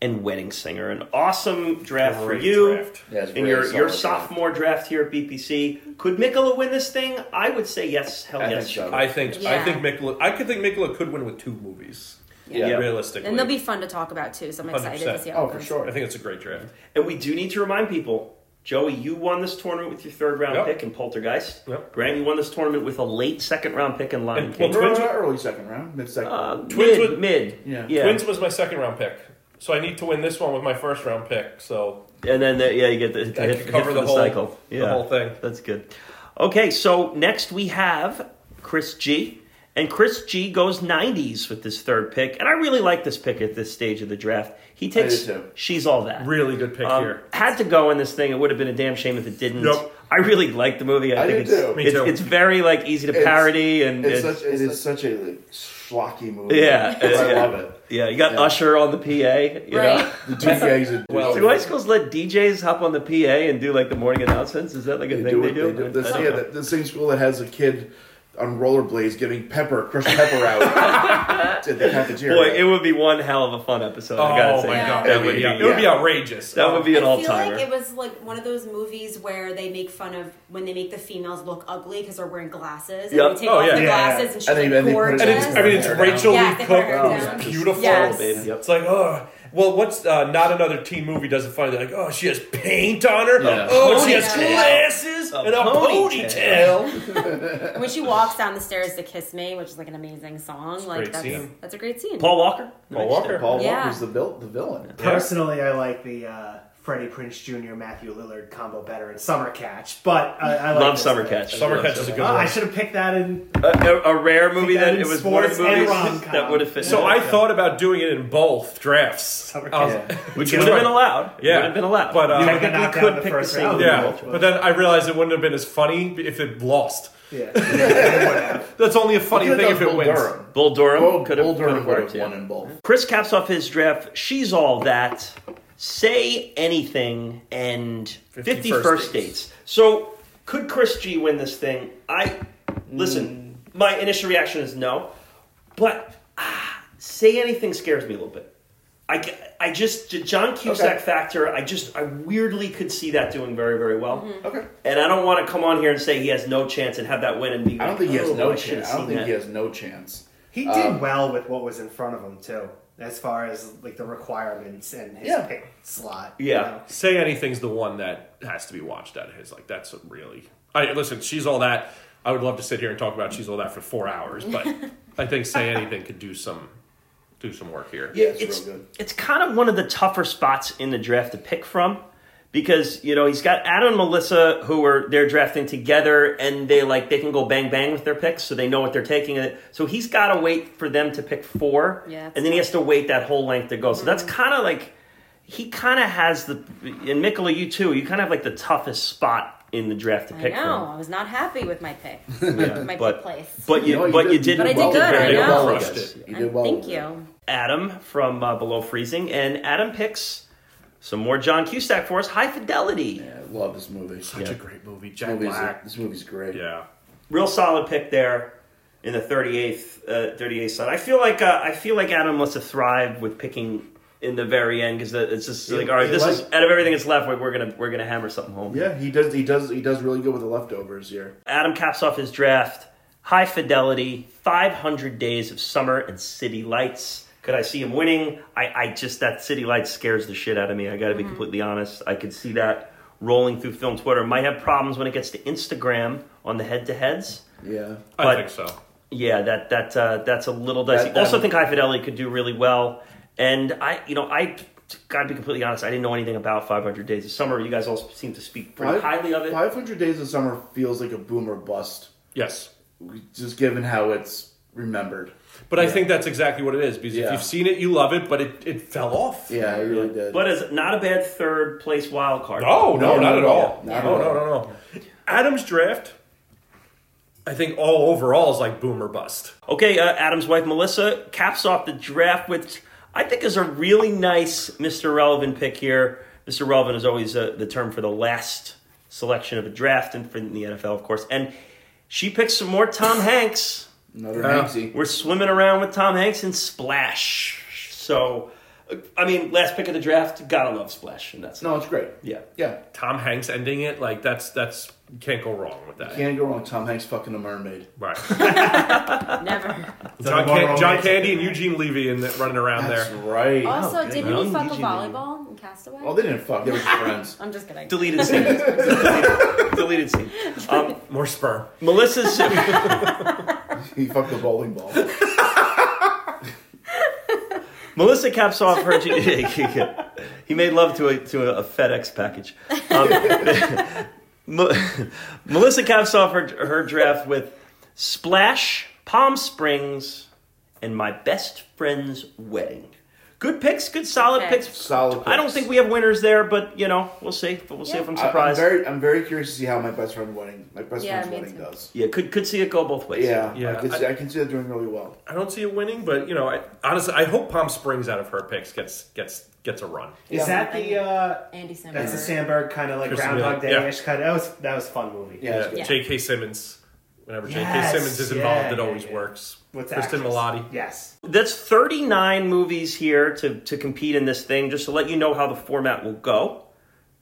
Speaker 1: and Wedding Singer. An awesome draft for
Speaker 3: Great
Speaker 1: you.
Speaker 3: draft.
Speaker 2: Yeah, it's
Speaker 1: in
Speaker 2: really
Speaker 1: your,
Speaker 2: solid
Speaker 1: your
Speaker 2: draft.
Speaker 1: sophomore draft here at BPC. Could Mikola win this thing? I would say yes. Hell
Speaker 2: I
Speaker 1: yes.
Speaker 2: think so.
Speaker 3: I think I
Speaker 4: Yeah.
Speaker 3: think Mikola, I could think Mikola could win with two movies.
Speaker 2: Yeah.
Speaker 1: Yeah.
Speaker 3: Realistically.
Speaker 4: And they'll be fun to talk about too. So I'm excited to
Speaker 3: 100%.
Speaker 4: see how.
Speaker 2: Oh,
Speaker 4: it
Speaker 2: for
Speaker 4: goes.
Speaker 2: sure.
Speaker 3: I think it's a great draft.
Speaker 1: And we do need to remind people, Joey, you won this tournament with your third round
Speaker 3: Yep.
Speaker 1: pick in Poltergeist.
Speaker 3: Yep.
Speaker 1: Grant, you won this tournament with a late second round pick in Lion
Speaker 3: And-
Speaker 1: King.
Speaker 3: well, Twins-
Speaker 2: Early- early second round, mid second.
Speaker 1: Uh,
Speaker 3: Twins
Speaker 1: mid,
Speaker 3: would-
Speaker 1: mid.
Speaker 2: Yeah.
Speaker 3: Twins was my second round pick. So I need to win this one with my first round pick. So
Speaker 1: And then, the, yeah, you get the,
Speaker 3: I
Speaker 1: hit-
Speaker 3: could
Speaker 1: hit
Speaker 3: cover
Speaker 1: for
Speaker 3: the
Speaker 1: the
Speaker 3: whole-
Speaker 1: cycle.
Speaker 3: the
Speaker 1: Yeah.
Speaker 3: whole thing.
Speaker 1: That's good. Okay, so next we have Chris G. And Chris G goes 90s with this third pick. And I really like this pick at this stage of the draft. He takes
Speaker 2: do too.
Speaker 1: She's All That.
Speaker 3: really good pick
Speaker 1: Um,
Speaker 3: here.
Speaker 1: had to go in this thing. It would have been a damn shame if it didn't.
Speaker 3: Yep.
Speaker 1: I really like the movie. I,
Speaker 2: I
Speaker 1: think
Speaker 2: do
Speaker 1: it's,
Speaker 2: too. Me
Speaker 1: it's,
Speaker 3: too.
Speaker 1: it's very like easy to parody and
Speaker 2: it's,
Speaker 1: it's-
Speaker 2: such, it's, such a like, schlocky movie.
Speaker 1: Yeah,
Speaker 2: I
Speaker 1: yeah.
Speaker 2: love it.
Speaker 1: yeah, you got
Speaker 2: Yeah.
Speaker 1: Usher on the PA. You know?
Speaker 4: Right.
Speaker 2: The two guys that do-
Speaker 3: Well,
Speaker 1: Do high schools let DJs hop on the PA and do like the morning announcements? Is that like a
Speaker 2: they
Speaker 1: thing
Speaker 2: do
Speaker 1: they
Speaker 2: it.
Speaker 1: do?
Speaker 2: They do. This,
Speaker 1: I don't
Speaker 2: yeah,
Speaker 1: know.
Speaker 2: the, the same school that has a kid on rollerblades giving pepper, crushed pepper out at the cafeteria.
Speaker 1: Boy, it would be one hell of a fun episode. I gotta
Speaker 3: oh
Speaker 1: say.
Speaker 3: my
Speaker 4: Yeah.
Speaker 3: god,
Speaker 1: that would be
Speaker 3: yeah, it would be outrageous.
Speaker 1: that would be an
Speaker 4: I
Speaker 1: all
Speaker 4: feel
Speaker 1: timer.
Speaker 4: like it was like one of those movies where they make fun of when they make the females look ugly because they're wearing glasses and
Speaker 1: Yep.
Speaker 4: they take
Speaker 3: Oh,
Speaker 4: off
Speaker 3: yeah.
Speaker 4: the
Speaker 3: Yeah.
Speaker 4: glasses and she's
Speaker 2: And they-
Speaker 4: like,
Speaker 2: and they put it
Speaker 4: gorgeous.
Speaker 2: in
Speaker 3: And it's, I mean, it's
Speaker 2: Yeah.
Speaker 3: Rachel
Speaker 4: Yeah,
Speaker 3: Lee
Speaker 4: they
Speaker 3: Cook,
Speaker 4: put her
Speaker 3: who's
Speaker 4: down.
Speaker 3: beautiful.
Speaker 4: Yes.
Speaker 1: Baby, yep.
Speaker 3: It's like, oh, well, what's uh, not another teen movie doesn't find it? Like, oh, she has paint on her.
Speaker 2: Yeah.
Speaker 3: Oh, she has
Speaker 4: Ponytail.
Speaker 3: glasses
Speaker 1: A
Speaker 3: and a
Speaker 1: ponytail.
Speaker 3: ponytail.
Speaker 4: And when she walks down the stairs to kiss me, which is like an amazing song, like
Speaker 3: great
Speaker 4: that's
Speaker 3: scene.
Speaker 4: that's a great scene.
Speaker 1: Paul Walker.
Speaker 3: Paul Walker.
Speaker 2: Paul
Speaker 4: Yeah.
Speaker 2: Walker's the, vil- the villain.
Speaker 5: Personally, I like the uh, Freddie Prince Jr. Matthew Lillard combo better in Summer Catch, but I, I like
Speaker 1: Love
Speaker 5: this
Speaker 1: Summer
Speaker 5: pick.
Speaker 1: Catch.
Speaker 3: Summer
Speaker 1: Love
Speaker 3: Catch is a good
Speaker 5: Oh, I
Speaker 3: one.
Speaker 5: should have picked that in.
Speaker 1: A, a, a rare movie that
Speaker 5: that
Speaker 1: it
Speaker 5: in
Speaker 1: was one of
Speaker 5: sports
Speaker 1: the
Speaker 5: and
Speaker 1: movies
Speaker 5: rom-com.
Speaker 1: that would have fit.
Speaker 3: So I
Speaker 1: Yeah.
Speaker 3: thought about doing it in both drafts.
Speaker 5: Summer
Speaker 3: I was-
Speaker 5: Catch.
Speaker 1: which would have been allowed.
Speaker 3: Yeah.
Speaker 1: would have been allowed.
Speaker 3: But, uh,
Speaker 1: you
Speaker 3: You
Speaker 5: got
Speaker 1: Oh, technically
Speaker 5: knocked out in
Speaker 1: could
Speaker 5: the
Speaker 1: pick the
Speaker 5: first
Speaker 1: same.
Speaker 5: round.
Speaker 1: movie.
Speaker 3: Yeah, but then I realized it wouldn't have been as funny if it lost.
Speaker 5: Yeah.
Speaker 3: That's only a funny
Speaker 2: Could've
Speaker 3: thing
Speaker 2: done
Speaker 3: if it
Speaker 2: Bull
Speaker 3: wins.
Speaker 2: Durham.
Speaker 1: Bull Durham
Speaker 2: Bull,
Speaker 1: could have
Speaker 2: Bull Durham would
Speaker 1: Oh, worked.
Speaker 2: have won
Speaker 1: Yeah.
Speaker 2: in both.
Speaker 1: Chris caps off his draft. She's all that. Say anything and
Speaker 3: 51st
Speaker 1: fifty first
Speaker 3: dates.
Speaker 1: dates. So could Chris G win this thing? I listen.
Speaker 2: Mm.
Speaker 1: My initial reaction is no, but ah, say anything scares me a little bit. I, g- I just the John Cusack
Speaker 2: Okay.
Speaker 1: factor. I just I weirdly could see that doing very very well.
Speaker 2: Okay.
Speaker 1: And I don't want to come on here and say he has no chance and have that win and be.
Speaker 2: I don't think he has
Speaker 1: "Oh,
Speaker 2: no
Speaker 1: I should've
Speaker 2: chance. I
Speaker 1: seen
Speaker 2: don't think
Speaker 1: that."
Speaker 2: he has no chance.
Speaker 5: He did
Speaker 1: um,
Speaker 5: well with what was in front of him too, as far as like the requirements and his
Speaker 2: Yeah.
Speaker 5: pick slot.
Speaker 1: Yeah.
Speaker 3: Say Anything's the one that has to be watched out of his. Like, that's a really. I Listen, She's All That. I would love to sit here and talk about She's All That for four hours, but I think Say Anything could do some do some work here.
Speaker 1: Yeah,
Speaker 2: it's
Speaker 1: it's
Speaker 2: real good.
Speaker 1: it's kind of one of the tougher spots in the draft to pick from because you know he's got Adam and Melissa who are they're drafting together and they like they can go bang bang with their picks so they know what they're taking it. So he's got to wait for them to pick four,
Speaker 4: Yeah, that's Mm-hmm.
Speaker 1: and then he has to wait that whole length to go. So that's kind of like he kind of has the and Mikola, you too. You kind of have like the toughest spot in the draft to
Speaker 4: I
Speaker 1: pick
Speaker 4: know. I was not happy with my pick, my
Speaker 1: but-
Speaker 4: pick place.
Speaker 1: from. But you,
Speaker 2: know,
Speaker 1: but you did,
Speaker 4: But I did
Speaker 2: well
Speaker 4: good,
Speaker 2: with it.
Speaker 4: I
Speaker 2: You did well
Speaker 4: know.
Speaker 2: with
Speaker 3: Crushed
Speaker 2: it.
Speaker 3: it.
Speaker 2: You did well.
Speaker 4: Thank
Speaker 2: with it.
Speaker 4: you.
Speaker 1: Adam from uh, Below Freezing, and Adam picks some more John Cusack for us. High Fidelity,
Speaker 2: Yeah, I love this movie.
Speaker 3: Such a
Speaker 2: Yeah.
Speaker 3: great movie.
Speaker 2: This
Speaker 3: Jack
Speaker 2: movie's,
Speaker 3: Black.
Speaker 2: this movie's great.
Speaker 3: Yeah.
Speaker 1: real solid pick there in uh, the thirty eighth, thirty eighth slot. I feel like uh, I feel like Adam must have thrived with picking in the very end because it's just like
Speaker 2: Yeah,
Speaker 1: all right,
Speaker 2: they
Speaker 1: this is
Speaker 2: like-
Speaker 1: out of everything that's left. We're gonna we're gonna hammer something home.
Speaker 2: Yeah, he does. He does. He does really good with the leftovers here.
Speaker 1: Adam caps off his draft. High fidelity, 500 days of summer and city lights. Could I see him winning? I, I just, that city lights scares the shit out of me. I gotta be completely honest. I could see that rolling through film Twitter. Might have problems when it gets to Instagram on the head to heads.
Speaker 2: Yeah,
Speaker 3: I
Speaker 1: But-
Speaker 3: think so.
Speaker 1: Yeah, that that uh, that's a little dicey.
Speaker 2: That- that-
Speaker 1: also, think High Fidelity could do really well. And I, you know, I gotta be completely honest. I didn't know anything about 500 Days of Summer. You guys all seem to speak pretty highly of it.
Speaker 2: Five hundred days of summer feels like a boom or bust,
Speaker 3: Yes.
Speaker 2: just given how it's remembered.
Speaker 3: But I think that's exactly what it is because if
Speaker 2: Yeah.
Speaker 3: you've seen it, you love it, but it, it fell off.
Speaker 2: Yeah, it really did.
Speaker 1: But it's not a bad third place wild card.
Speaker 3: No, no, not
Speaker 2: No, no,
Speaker 3: at
Speaker 2: no.
Speaker 3: all.
Speaker 2: Not at
Speaker 3: no,
Speaker 2: all.
Speaker 3: no, no, no. Adam's draft, I think all overall is like boom or bust.
Speaker 1: Okay, uh, Adam's wife Melissa caps off the draft, which I think is a really nice Mr. Relevant pick here. Mr. Relevant is always uh, the term for the last selection of a draft, and for in the NFL, of course. And she picks some more Tom Hanks.
Speaker 2: Another
Speaker 3: Yeah.
Speaker 2: Hanksy.
Speaker 1: We're swimming around with Tom Hanks and Splash. So, uh, I mean, last pick of the draft, gotta love Splash, and that's
Speaker 2: No, it's great.
Speaker 1: yeah.
Speaker 2: Yeah,
Speaker 3: Tom Hanks ending it like that's that's you can't go wrong with that.
Speaker 2: can't go wrong. with Tom Hanks fucking a mermaid.
Speaker 3: Right.
Speaker 4: Never.
Speaker 3: John, Can- John Candy and Eugene Levy in the, running around
Speaker 2: That's
Speaker 3: there.
Speaker 2: right.
Speaker 4: Also,
Speaker 1: good
Speaker 4: didn't
Speaker 1: one.
Speaker 4: he fuck a
Speaker 1: Eugene.
Speaker 4: volleyball in Castaway?
Speaker 2: Oh, they didn't fuck. They were just friends.
Speaker 4: I'm just kidding.
Speaker 1: Deleted scene. Deleted scene. Um,
Speaker 3: More sperm.
Speaker 1: Melissa's
Speaker 2: He fucked the bowling ball.
Speaker 1: Melissa caps off her. he made love to a to a, FedEx package. Um, Me- Melissa caps off her her draft with Splash, Palm Springs, and my best friend's wedding. Good picks, good solid
Speaker 4: Okay.
Speaker 1: picks.
Speaker 2: Solid.
Speaker 1: I don't
Speaker 2: picks.
Speaker 1: think we have winners there, but you know we'll see. But we'll see
Speaker 4: Yeah.
Speaker 1: if I'm
Speaker 2: I-
Speaker 1: surprised.
Speaker 2: I'm very, I'm very curious to see how my best friend wedding, my best
Speaker 4: Yeah,
Speaker 2: friend's
Speaker 4: me
Speaker 2: wedding
Speaker 4: too.
Speaker 2: does.
Speaker 1: yeah, could could see it go both ways.
Speaker 2: Yeah,
Speaker 3: Yeah,
Speaker 2: I can,
Speaker 3: I-
Speaker 2: see, I can see that doing really well.
Speaker 3: I don't see it winning, but you know, I, honestly, I hope Palm Springs out of her picks gets gets gets a run.
Speaker 5: Is that the? uh
Speaker 4: Andy Samberg.
Speaker 5: That's the Sandberg kind of like
Speaker 3: Kristen
Speaker 5: Groundhog
Speaker 3: Bell. Yeah.
Speaker 5: Day ish kind. That was that was a fun movie.
Speaker 2: Yeah, it's
Speaker 3: Yeah.
Speaker 2: good.
Speaker 4: Yeah.
Speaker 3: J.K. Simmons. Whenever
Speaker 5: Yes,
Speaker 3: J.K. Simmons is
Speaker 5: yeah,
Speaker 3: involved, it
Speaker 5: yeah,
Speaker 3: always
Speaker 5: yeah.
Speaker 3: works.
Speaker 5: What's that?
Speaker 3: Kristen
Speaker 5: actress?
Speaker 3: Milotti.
Speaker 5: Yes.
Speaker 1: That's 39 movies here to, to compete in this thing, just to let you know how the format will go.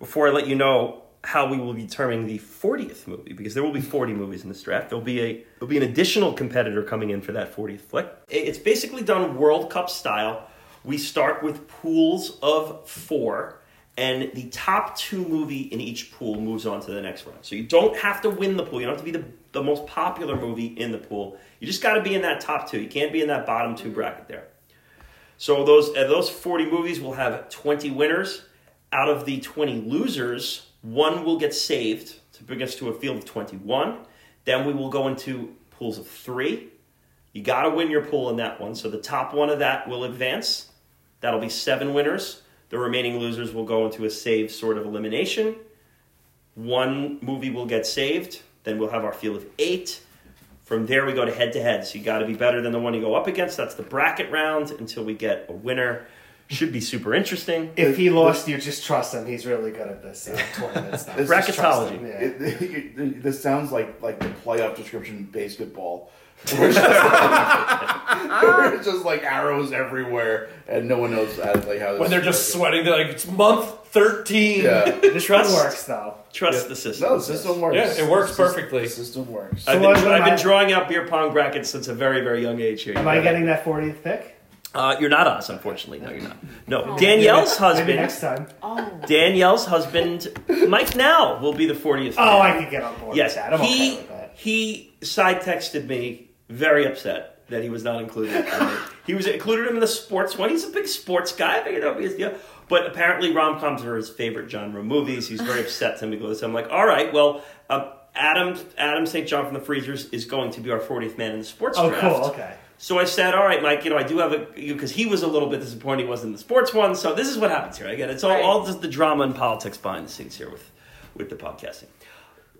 Speaker 1: Before I let you know how we will be determining the 40th movie, because there will be 40 movies in this draft. There'll be a there'll be an additional competitor coming in for that 40th flick. I- It's basically done World Cup style. We start with pools of four, and the top two movie in each pool moves on to the next round. So you don't have to win the pool. You don't have to be the, the most popular movie in the pool. You just got to be in that top two. You can't be in that bottom two bracket there. So those uh, those 40 movies will have 20 winners. Out of the 20 losers, one will get saved to bring us to a field of 21. Then we will go into pools of three. You got to win your pool in that one. So the top one of that will advance. That'll be seven winners. The remaining losers will go into a save sort of elimination. One movie will get saved. Then we'll have our field of eight. From there, we go to head to head. So you got to be better than the one you go up against. That's the bracket round until we get a winner. Should be super interesting.
Speaker 5: If he lost, you just trust him. He's really good at this uh, tournament stuff.
Speaker 2: This is
Speaker 5: Just trust
Speaker 1: Bracketology.
Speaker 5: him, yeah.
Speaker 2: It, this sounds like like the playoff description in basketball. Where it's just like- where it's just like arrows everywhere, and no one knows how, like how.
Speaker 3: When they're just sweating, they're like, it's month 13.
Speaker 2: yeah,
Speaker 5: This one
Speaker 1: Trust-
Speaker 5: works though.
Speaker 1: Trust
Speaker 3: Yeah.
Speaker 1: the system.
Speaker 2: no, the system works.
Speaker 3: Yeah, it works
Speaker 2: The sys-
Speaker 3: perfectly.
Speaker 2: The system works.
Speaker 1: I've,
Speaker 5: So
Speaker 1: been,
Speaker 5: what am
Speaker 1: I've been
Speaker 5: I-
Speaker 1: drawing out beer pong brackets since a very, very young age here.
Speaker 5: Am I getting that 40th pick?
Speaker 1: Uh, you're not us, unfortunately. No, you're not. No. Danielle's
Speaker 5: Maybe
Speaker 1: husband,
Speaker 5: next time.
Speaker 4: Oh.
Speaker 1: Danielle's husband, Mike Now, will be the 40th.
Speaker 5: Oh, I could get on board
Speaker 1: Yes,
Speaker 5: with that. I'm
Speaker 1: he
Speaker 5: okay with that.
Speaker 1: he side texted me very upset that he was not included. he was included him in the sports one. He's a big sports guy. I figured that would be his deal. But apparently rom coms are his favorite genre of movies. He's very upset to me because I'm like, all right, well, um, Adam Adam St. John from the Freezers is going to be our 40th man in the sports
Speaker 5: Oh,
Speaker 1: draft.
Speaker 5: cool. Okay.
Speaker 1: So I said, all right, Mike, you know, I do have a, because he was a little bit disappointed he wasn't in the sports one. So this is what happens here. Again, it's all,
Speaker 4: Right.
Speaker 1: all just the drama and politics behind the scenes here with, with the podcasting.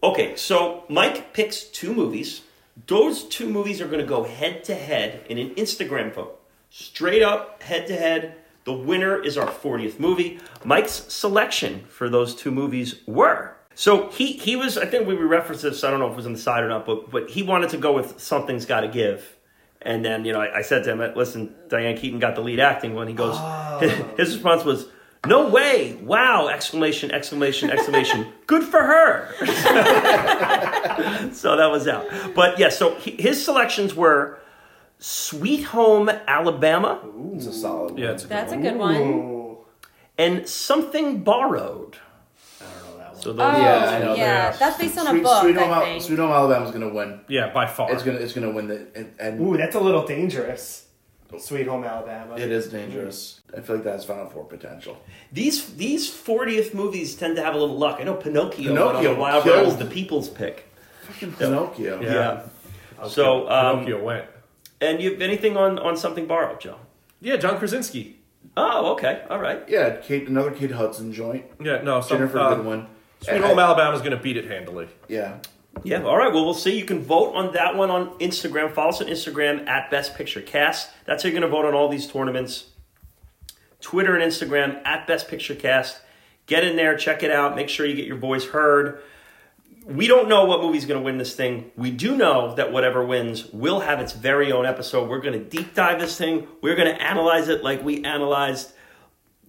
Speaker 1: Okay, so Mike picks two movies. Those two movies are going to go head to head in an Instagram vote. Straight up, head to head. The winner is our 40th movie. Mike's selection for those two movies were. So he, he was, I think we referenced this, I don't know if it was on the side or not, but, but he wanted to go with Something's Gotta Give And then, you know, I, I said to him, listen, Diane Keaton got the lead acting one. He goes, his, his response was, no way! Wow! Exclamation! Exclamation! Exclamation! Good for her. so that was out. But yeah, so he, his selections were Sweet Home Alabama
Speaker 2: It's a solid.
Speaker 3: Yeah, it's a good
Speaker 4: That's a
Speaker 3: one.
Speaker 4: good one.
Speaker 5: Ooh.
Speaker 1: and Something Borrowed. Uh,
Speaker 5: I don't know that one.
Speaker 1: So those,
Speaker 4: Oh,
Speaker 2: Yeah, I know.
Speaker 4: yeah.
Speaker 3: Yeah.
Speaker 4: That's based on a
Speaker 2: Sweet,
Speaker 4: book,
Speaker 2: Sweet, Home,
Speaker 4: I
Speaker 2: Al-
Speaker 4: think.
Speaker 2: Sweet Home Alabama's gonna win.
Speaker 3: Yeah, by far.
Speaker 2: It's gonna it's gonna win the and, and
Speaker 5: Ooh, that's a little dangerous.
Speaker 3: Oh.
Speaker 5: Sweet Home Alabama.
Speaker 2: it is dangerous. I feel like that's Final Four potential.
Speaker 1: these these fortieth movies tend to have a little luck. I know Pinocchio,
Speaker 2: Pinocchio
Speaker 1: went on the Wild
Speaker 2: killed.
Speaker 1: Rose, the people's pick.
Speaker 2: Pinocchio.
Speaker 3: Yeah.
Speaker 1: So um,
Speaker 3: Pinocchio went.
Speaker 1: and you have anything on on Something Borrowed, Joe?
Speaker 3: Yeah, John Krasinski.
Speaker 1: Oh, okay, all right.
Speaker 2: Yeah, Kate, another Kate Hudson joint.
Speaker 3: Yeah, no, so,
Speaker 2: Jennifer,
Speaker 3: uh,
Speaker 2: good one.
Speaker 3: Sweet
Speaker 2: And
Speaker 3: Home
Speaker 2: I-
Speaker 3: Alabama's going to beat it handily.
Speaker 2: Yeah,
Speaker 1: Yeah, all right. Well, we'll see. You can vote on that one on Instagram. Follow us on Instagram at Best Picture Cast. That's how you're going to vote on all these tournaments. Twitter and Instagram at Best Picture Cast. Get in there, check it out. Make sure you get your voice heard. We don't know what movie's going to win this thing. We do know that whatever wins will have its very own episode. We're going to deep dive this thing. We're going to analyze it like we analyzed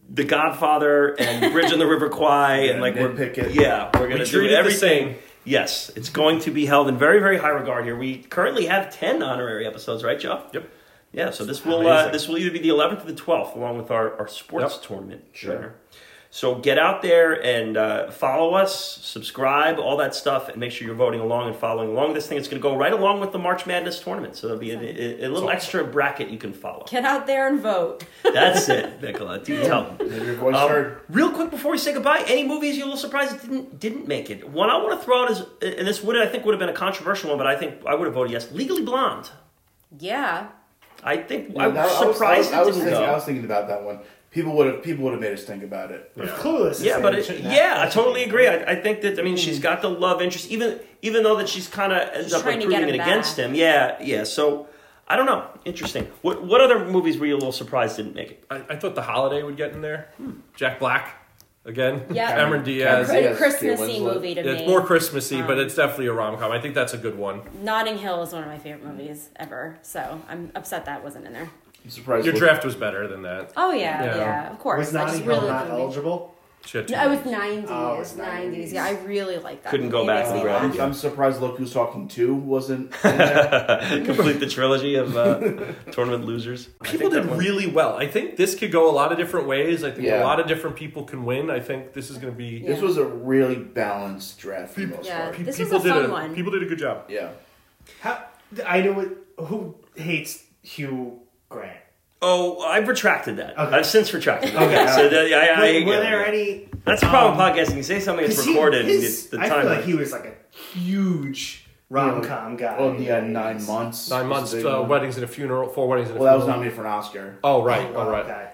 Speaker 1: The Godfather and Bridge on the River Kwai, and like we're
Speaker 2: nitpick it.
Speaker 1: yeah, we're going
Speaker 3: We
Speaker 1: to
Speaker 3: treat
Speaker 1: do
Speaker 3: it the
Speaker 1: everything.
Speaker 3: same.
Speaker 1: Yes, it's going to be held in very, very high regard here. We currently have ten honorary episodes, right, Joe?
Speaker 3: Yep.
Speaker 1: Yeah, so this will uh,
Speaker 3: Amazing.
Speaker 1: this will either be the 11th or the 12th, along with our, our sports
Speaker 3: Yep.
Speaker 1: tournament.
Speaker 2: Sure.
Speaker 1: winner. So get out there and uh, follow us, subscribe, all that stuff, and make sure you're voting along and following along. This thing is going to go right along with the March Madness tournament, so there'll be a, a, a little extra bracket you can follow.
Speaker 4: Get out there and vote.
Speaker 1: That's it, Nicola. Do tell. them.
Speaker 2: have your voice
Speaker 1: Um,
Speaker 2: heard.
Speaker 1: real quick before we say goodbye, any movies you're a little surprised didn't didn't make it? One I want to throw out is, and this would I think would have been a controversial one, but I think I would have voted yes. Legally Blonde.
Speaker 4: Yeah.
Speaker 1: I think
Speaker 2: Yeah,
Speaker 1: I'm
Speaker 2: that- I was-
Speaker 1: surprised
Speaker 2: I was, I was
Speaker 1: it didn't
Speaker 2: thinking,
Speaker 1: go.
Speaker 2: I was thinking about that one. People would have people would have made us think about it.
Speaker 5: But Clueless. is
Speaker 1: yeah, but
Speaker 5: in,
Speaker 1: it,
Speaker 5: shouldn't that-
Speaker 1: yeah, I totally agree. I, I think that I mean
Speaker 2: Hmm.
Speaker 1: she's got the love interest, even even though that she's kind of ends
Speaker 4: She's
Speaker 1: up like,
Speaker 4: trying to get
Speaker 1: proving it
Speaker 4: him
Speaker 1: against
Speaker 4: back.
Speaker 1: him. Yeah, yeah. So I don't know. Interesting. What what other movies were you a little surprised didn't make it?
Speaker 3: I, I thought the holiday would get in there. Hmm. Jack Black again.
Speaker 4: Yeah.
Speaker 3: Cameron
Speaker 4: A
Speaker 3: Diaz.
Speaker 2: Cameron-
Speaker 3: Yeah,
Speaker 2: yes,
Speaker 4: Christmassy
Speaker 2: Kate Winslet.
Speaker 4: movie to me.
Speaker 3: It's more Christmassy,
Speaker 4: Um,
Speaker 3: but it's definitely a rom com. I think that's a good one.
Speaker 4: Notting Hill is one of my favorite movies ever, so I'm upset that wasn't in there.
Speaker 2: I'm surprised.
Speaker 3: Your
Speaker 2: Liz-
Speaker 3: draft was better than that.
Speaker 4: Oh yeah,
Speaker 3: Yeah.
Speaker 4: yeah, of course.
Speaker 5: Was
Speaker 4: I
Speaker 5: Notting
Speaker 4: just
Speaker 5: Hill
Speaker 4: really
Speaker 5: not
Speaker 4: loved it.
Speaker 5: eligible?
Speaker 3: She had two
Speaker 4: No, I was
Speaker 3: movies.
Speaker 4: 90s,
Speaker 5: Oh, it was
Speaker 4: 90s.
Speaker 5: 90s.
Speaker 4: Yeah, I really like that.
Speaker 1: Couldn't go
Speaker 4: movie.
Speaker 1: back
Speaker 4: It
Speaker 1: and
Speaker 4: makes me
Speaker 1: grab
Speaker 4: laugh.
Speaker 1: it.
Speaker 2: I'm surprised Look Who's Talking Two wasn't. in there.
Speaker 1: Complete the trilogy of uh, tournament losers. I
Speaker 3: People
Speaker 1: think that
Speaker 3: did
Speaker 1: one-
Speaker 3: really well. I think this could go a lot of different ways. I think a
Speaker 2: Yeah.
Speaker 3: lot of different people can win. I think this is going to be.
Speaker 2: This
Speaker 4: Yeah.
Speaker 2: was a really balanced draft for the most
Speaker 4: Yeah.
Speaker 2: part.
Speaker 3: Pe-
Speaker 4: This was
Speaker 3: people
Speaker 4: a
Speaker 3: did
Speaker 4: fun
Speaker 3: a,
Speaker 4: one.
Speaker 3: People did a good job.
Speaker 2: Yeah.
Speaker 5: How, I know it, who hates Hugh Grant.
Speaker 1: Oh, I've retracted that.
Speaker 5: Okay.
Speaker 1: I've since retracted that.
Speaker 5: Okay,
Speaker 1: so that, I, I,
Speaker 5: Were- were
Speaker 1: yeah.
Speaker 5: there any?
Speaker 1: That's the problem with podcasting. You say something, it's
Speaker 5: 'cause he-
Speaker 1: recorded. and
Speaker 5: his-
Speaker 1: it's the
Speaker 5: I
Speaker 1: time.
Speaker 5: feel like he was like a huge rom com guy.
Speaker 2: Well, yeah,
Speaker 5: in the
Speaker 2: nine
Speaker 5: 80s.
Speaker 2: months.
Speaker 3: Nine
Speaker 2: was
Speaker 3: months,
Speaker 2: the big
Speaker 3: uh,
Speaker 2: one.
Speaker 3: weddings and a funeral, four weddings and a
Speaker 2: Well, that was
Speaker 3: funeral.
Speaker 2: nominated for an Oscar.
Speaker 3: Oh right,
Speaker 5: Oh,
Speaker 3: all right.
Speaker 5: okay.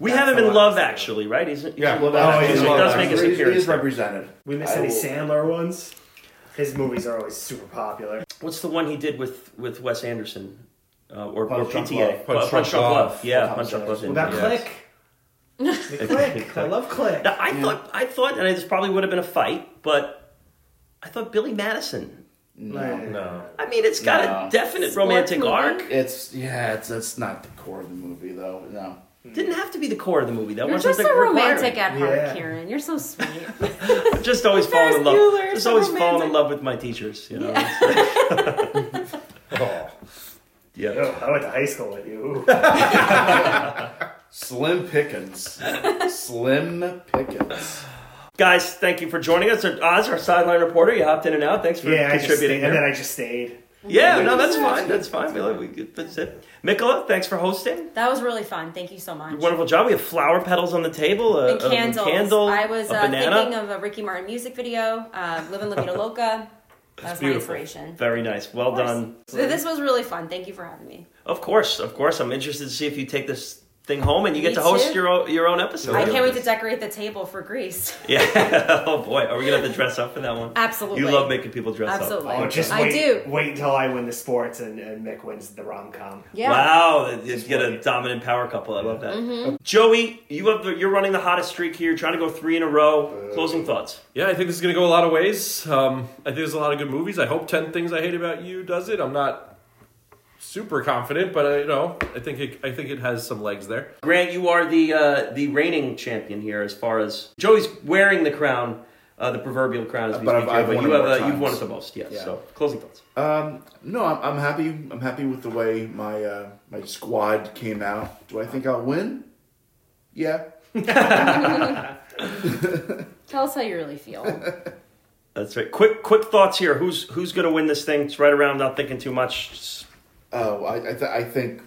Speaker 1: we
Speaker 5: That's
Speaker 1: have him
Speaker 5: the
Speaker 1: in
Speaker 5: one.
Speaker 1: Love, actually, right? He's,
Speaker 3: Yeah.
Speaker 2: Well,
Speaker 5: Oh,
Speaker 2: that-
Speaker 5: yeah,
Speaker 2: he's-
Speaker 5: it does make
Speaker 1: his
Speaker 2: he- He
Speaker 1: appearance
Speaker 2: is
Speaker 1: there.
Speaker 2: represented.
Speaker 5: We miss
Speaker 2: I
Speaker 5: any
Speaker 2: will-
Speaker 5: Sandler ones? His movies are always super popular.
Speaker 1: What's the one he did with with Wes Anderson? Uh, or, or
Speaker 2: Punch Drunk
Speaker 1: PTA?
Speaker 2: Love.
Speaker 1: Punch,
Speaker 3: Punch
Speaker 1: Punch
Speaker 3: Drunk
Speaker 1: Drunk Love.
Speaker 3: Love.
Speaker 1: Yeah,
Speaker 2: Tom
Speaker 1: Punch Drunk
Speaker 2: Selleck.
Speaker 1: Love.
Speaker 5: What
Speaker 1: didn't
Speaker 5: about
Speaker 1: he?
Speaker 3: Yes.
Speaker 5: Click? The Click. I love Click.
Speaker 1: Now, I thought I thought, and this probably would have been a fight, but I thought Billy Madison.
Speaker 5: Like,
Speaker 3: No.
Speaker 1: I mean, it's got
Speaker 2: No.
Speaker 1: a definite
Speaker 4: Sports
Speaker 1: romantic
Speaker 4: movie?
Speaker 1: arc.
Speaker 2: It's yeah. It's that's not the core of the movie though. No.
Speaker 1: Didn't have to be the core of the movie. That
Speaker 4: You're
Speaker 1: wasn't
Speaker 4: just
Speaker 1: the
Speaker 4: so romantic
Speaker 1: requirement.
Speaker 4: at heart,
Speaker 5: Yeah.
Speaker 4: Karen. You're so sweet.
Speaker 1: Just always falling in
Speaker 4: Ferris
Speaker 1: love.
Speaker 4: Bueller,
Speaker 1: just
Speaker 4: so
Speaker 1: always falling in
Speaker 4: romantic.
Speaker 1: love with my teachers. You know?
Speaker 3: Oh.
Speaker 1: Yeah.
Speaker 5: Yo, Oh, I went to high school with you.
Speaker 2: Slim Pickens. Slim Pickens.
Speaker 1: Guys, thank you for joining us. Oz, our sideline reporter, you hopped in and out. Thanks for
Speaker 5: yeah, I just stayed,
Speaker 1: contributing.
Speaker 5: and then
Speaker 1: here.
Speaker 5: I just stayed.
Speaker 1: yeah, no, that's fine. That's fine. We, we, that's it. Nicola, thanks for hosting.
Speaker 4: that was really fun. Thank you so much.
Speaker 1: Wonderful job. We have flower petals on the table, a,
Speaker 4: and
Speaker 1: a
Speaker 4: candles.
Speaker 1: uh, candle,
Speaker 4: I was
Speaker 1: a
Speaker 4: uh,
Speaker 1: banana.
Speaker 4: thinking of a Ricky Martin music video, uh, "Live and La Vida Loca." That was my
Speaker 3: beautiful.
Speaker 4: inspiration.
Speaker 1: Very nice. Well
Speaker 4: Of course.
Speaker 1: done.
Speaker 4: So this was really fun. Thank you for having me.
Speaker 1: Of course, of course. I'm interested to see if you take this thing home and you get
Speaker 4: Me
Speaker 1: to host
Speaker 4: too.
Speaker 1: your own, your own episode.
Speaker 4: I can't wait to decorate the table for Greece.
Speaker 1: Yeah. oh boy, are we gonna have to dress up for that one?
Speaker 4: Absolutely.
Speaker 1: You love making people dress up.
Speaker 4: Absolutely.
Speaker 5: Oh, just
Speaker 4: I
Speaker 5: wait,
Speaker 4: do.
Speaker 5: Wait until I win the sports and, and Mick wins the rom com.
Speaker 4: Yeah. Mm-hmm.
Speaker 1: Wow, you get a dominant power couple. I love that. Joey, you have the, you're running the hottest streak here. You're trying to go three in a row.
Speaker 2: Uh,
Speaker 1: Closing thoughts.
Speaker 3: Yeah, I think this is going to go a lot of ways. Um, I think there's a lot of good movies. I hope 10 Things I Hate About You does it. I'm not super confident, but uh, you know, I think it, I think it has some legs there.
Speaker 1: Grant, you are the uh, the reigning champion here. As far as Joey's wearing the crown, uh, the proverbial crown, as we
Speaker 2: But I've-
Speaker 1: speak
Speaker 2: I've
Speaker 1: here, but
Speaker 2: won
Speaker 1: you
Speaker 2: it
Speaker 1: have
Speaker 2: more
Speaker 1: uh, you've won it
Speaker 2: times.
Speaker 1: the most. Yes.
Speaker 2: Yeah.
Speaker 1: So closing thoughts.
Speaker 2: Um, no, I'm, I'm happy. I'm happy with the way my uh, my squad came out. Do I think I'll win? Yeah.
Speaker 6: Tell us how you really feel.
Speaker 1: That's right. Quick quick thoughts here. Who's who's going to win this thing? It's right around. Not thinking too much. Just-
Speaker 2: Oh, I I, th- I think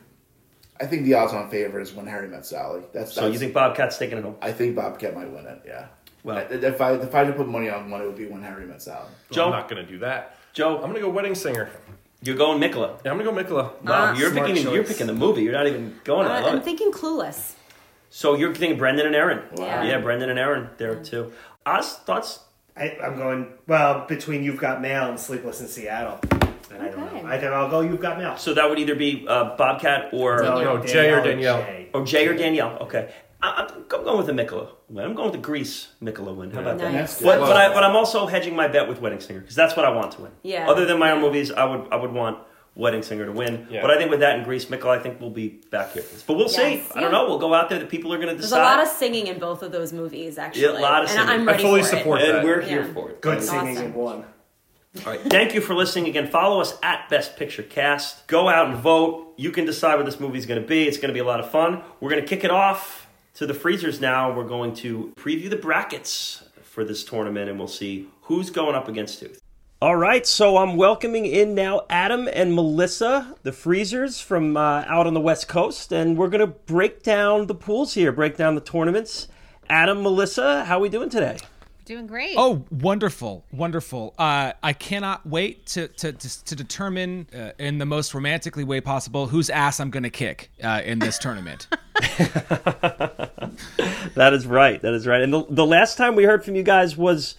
Speaker 2: I think the odds on favorite is when Harry met Sally. That's
Speaker 1: So
Speaker 2: that's-
Speaker 1: you think Bobcat's taking it home?
Speaker 2: I think Bobcat might win it. Yeah.
Speaker 1: Well-
Speaker 2: Well, if I if I had to put money on one, it would be when Harry met Sally.
Speaker 1: Joe?
Speaker 3: I'm not gonna do that.
Speaker 1: Joe?
Speaker 3: I'm gonna go wedding singer.
Speaker 1: You're going Nicola.
Speaker 3: Yeah, I'm gonna go Mikola.
Speaker 1: Wow,
Speaker 4: Ah,
Speaker 1: you're
Speaker 5: smart
Speaker 1: picking you're
Speaker 5: choice.
Speaker 1: picking the movie. You're not even going. I
Speaker 4: Uh,
Speaker 1: love
Speaker 4: I'm
Speaker 1: it.
Speaker 4: thinking clueless.
Speaker 1: so you're thinking Brendan and Aaron.
Speaker 6: Yeah.
Speaker 1: Yeah, Brendan and Aaron there too. Oz thoughts.
Speaker 5: I, I'm going well between You've Got Mail and Sleepless in Seattle. And I don't
Speaker 6: Okay.
Speaker 5: know. I think I'll go You've Got Mail.
Speaker 1: So that would either be uh, Bobcat or
Speaker 6: Danielle.
Speaker 3: No, Jay or Danielle.
Speaker 5: oh, Jay.
Speaker 1: or Jay or Danielle. Okay, I, I'm, I'm going with the Mikola. win. I'm going with the Greece Mikola win. How about that?
Speaker 4: Nice.
Speaker 2: That's good.
Speaker 1: But, but, I, but I'm also hedging my bet with Wedding Singer because that's what I want to win.
Speaker 4: Yeah.
Speaker 1: Other than my own movies, I would I would want Wedding Singer to win.
Speaker 3: Yeah.
Speaker 1: But I think with that and Grease Mickle, I think we'll be back here. But we'll see.
Speaker 4: Yes.
Speaker 1: I don't
Speaker 4: Yeah.
Speaker 1: know. We'll go out there. The people are going to
Speaker 4: There's
Speaker 1: decide.
Speaker 4: a lot of singing in both of those movies, actually.
Speaker 1: lot of
Speaker 4: and
Speaker 1: singing.
Speaker 4: I'm
Speaker 1: I
Speaker 4: ready
Speaker 3: fully
Speaker 4: for
Speaker 3: support
Speaker 4: It.
Speaker 1: and
Speaker 3: that.
Speaker 1: we're here
Speaker 6: Yeah.
Speaker 1: for it.
Speaker 5: Good
Speaker 1: Thank
Speaker 5: singing
Speaker 6: Awesome.
Speaker 5: in one.
Speaker 1: All right. Thank you for listening again. Follow us at Best Picture Cast. Go out and vote. You can decide what this movie is going to be. It's going to be a lot of fun. We're going to kick it off to the freezers now. We're going to preview the brackets for this tournament and we'll see who's going up against who. All right, so I'm welcoming in now Adam and Melissa, the freezers from uh, out on the West Coast, and we're going to break down the pools here, break down the tournaments. Adam, Melissa, how we doing today?
Speaker 6: Doing great.
Speaker 7: Oh, wonderful, wonderful! Uh, I cannot wait to to to, to determine uh, in the most romantically way possible whose ass I'm going to kick uh, in this tournament.
Speaker 1: That is right. That is right. And the, the last time we heard from you guys was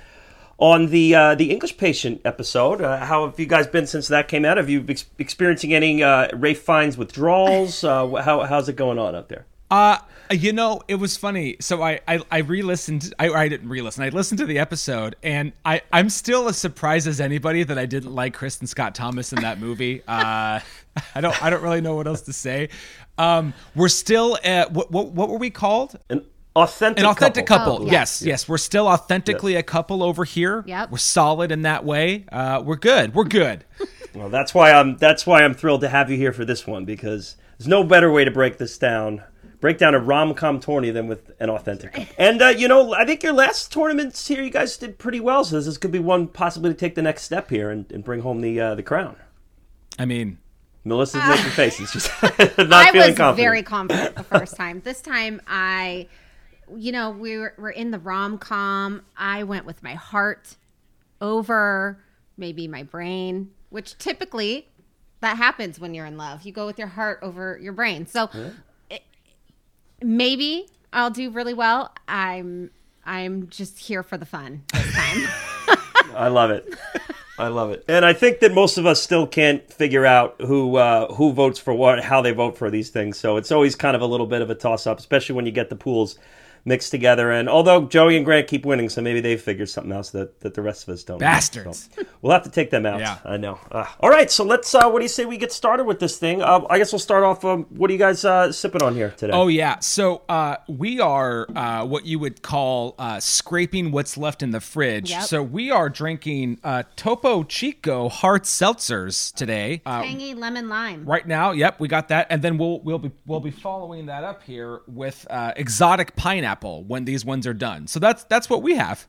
Speaker 1: on the uh, the English Patient episode. Uh, how have you guys been since that came out? Have you ex- experiencing any uh, Ray Fiennes withdrawals? Uh, wh- how, how's it going on out there?
Speaker 7: Uh, you know, it was funny. So I, I, I re-listened. I, I didn't re-listen. I listened to the episode, and I, I'm still as surprised as anybody that I didn't like Kristen Scott Thomas in that movie. Uh, I don't, I don't really know what else to say. Um, we're still, uh, what, what, what were we called?
Speaker 1: An authentic
Speaker 7: An authentic
Speaker 1: couple.
Speaker 7: couple.
Speaker 6: Oh, yeah.
Speaker 7: Yes, yes. We're still authentically a couple over here.
Speaker 6: Yep.
Speaker 7: We're solid in that way. Uh, we're good. We're good.
Speaker 1: Well, that's why I'm that's why I'm thrilled to have you here for this one because there's no better way to break this down, break down a rom com tourney than with an authentic. couple. And uh, you know, I think your last tournaments here, you guys did pretty well. So this could be one possibly to take the next step here and, and bring home the uh, the crown.
Speaker 7: I mean,
Speaker 1: Melissa's making faces. She's not
Speaker 8: Ah. I
Speaker 1: feeling
Speaker 8: was
Speaker 1: confident.
Speaker 8: very confident the first time. This time, I, you know, we were, were in the rom com. I went with my heart over maybe my brain, which typically that happens when you're in love. You go with your heart over your brain. So it- maybe I'll do really well. I'm. I'm just here for the fun this time.
Speaker 1: I love it. I love it. And I think that most of us still can't figure out who uh, who votes for what, how they vote for these things. So it's always kind of a little bit of a toss up, especially when you get the pools mixed together. And although Joey and Grant keep winning, so maybe they figured something else that, that the rest of us don't. know.
Speaker 7: Bastards.
Speaker 1: So we'll have to take them out.
Speaker 7: Yeah.
Speaker 1: I know. Uh, all right. So let's. Uh, what do you say we get started with this thing? Uh, I guess we'll start off. Um, what are you guys uh, sipping on here today?
Speaker 7: Oh yeah, so uh, we are uh, what you would call uh, scraping what's left in the fridge.
Speaker 8: Yep.
Speaker 7: So we are drinking uh, Topo Chico hard seltzers today. Uh,
Speaker 8: Tangy lemon lime.
Speaker 7: right now, yep, we got that, and then we'll we'll be we'll be following that up here with uh, exotic pineapple when these ones are done. So that's that's what we have.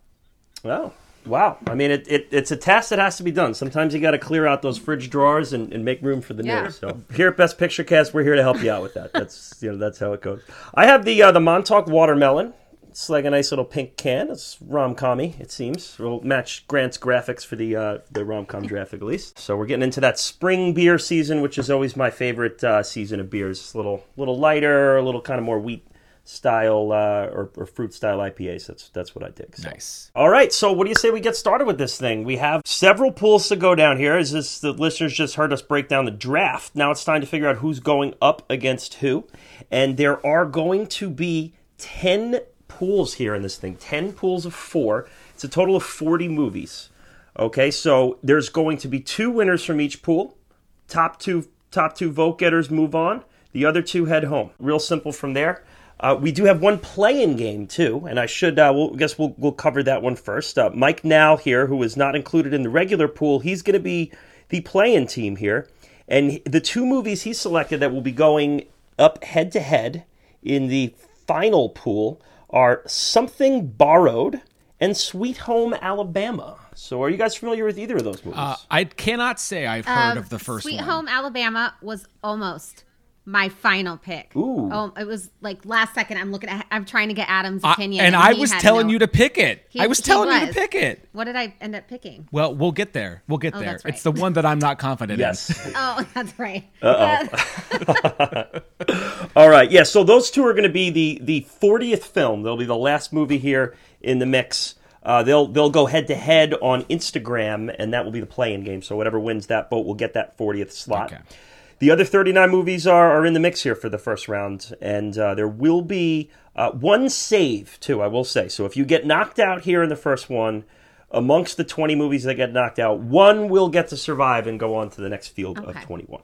Speaker 1: Wow. Oh, Wow. I mean, it, it, it's a task that has to be done. Sometimes you got to clear out those fridge drawers and, and make room for the
Speaker 6: Yeah.
Speaker 1: new. So here at Best Picture Cast, we're here to help you out with that. That's you know that's how it goes. I have the uh, the Montauk watermelon. It's like a nice little pink can. It's rom commy, it seems. We'll match Grant's graphics for the uh, the rom com draft at least. So we're getting into that spring beer season, which is always my favorite uh, season of beers. It's a little little lighter, a little kind of more wheat style uh, or, or fruit style IPAs. That's that's what I dig. So.
Speaker 7: Nice.
Speaker 1: All right, so what do you say we get started with this thing? We have several pools to go down here. As this, the listeners just heard us break down the draft. Now it's time to figure out who's going up against who, and there are going to be ten pools here in this thing. Ten pools of four. It's a total of forty movies. Okay, so there's going to be two winners from each pool. Top two Top two vote getters move on. The other two head home. Real simple from there. Uh, we do have one play-in game too, and I should uh, we'll, I guess we'll we'll cover that one first. Uh, Mike Now here, who is not included in the regular pool, he's going to be the play-in team here, and he- the two movies he selected that will be going up head-to-head in the final pool are Something Borrowed and Sweet Home Alabama. So, are you guys familiar with either of those movies?
Speaker 7: Uh, I cannot say I've heard
Speaker 8: Um,
Speaker 7: of the first
Speaker 8: Sweet
Speaker 7: one.
Speaker 8: Home Alabama was almost my final pick.
Speaker 1: Ooh.
Speaker 8: Oh, it was like last second. I'm looking at. I'm trying to get Adam's
Speaker 7: I-
Speaker 8: opinion,
Speaker 7: and I
Speaker 8: he
Speaker 7: was
Speaker 8: had
Speaker 7: telling
Speaker 8: no-
Speaker 7: you to pick it.
Speaker 8: He-
Speaker 7: I was
Speaker 8: he
Speaker 7: telling you to
Speaker 8: was.
Speaker 7: pick it.
Speaker 8: What did I end up picking?
Speaker 7: Well, we'll get there. We'll get there.
Speaker 8: Oh, that's
Speaker 7: It's the
Speaker 8: right.
Speaker 7: one that I'm not confident in.
Speaker 1: yes.
Speaker 8: Oh, that's right.
Speaker 1: All right, yeah. So those two are going to be the the fortieth film. They'll be the last movie here in the mix. Uh, they'll they'll go head to head on Instagram, and that will be the play-in game. So whatever wins that vote will get that fortieth slot.
Speaker 7: Okay.
Speaker 1: The other thirty nine movies are are in the mix here for the first round, and uh, there will be uh, one save too. I will say. So if you get knocked out here in the first one. Amongst the 20 movies that get knocked out, one will get to survive and go on to the next field of
Speaker 8: Okay.
Speaker 1: 21.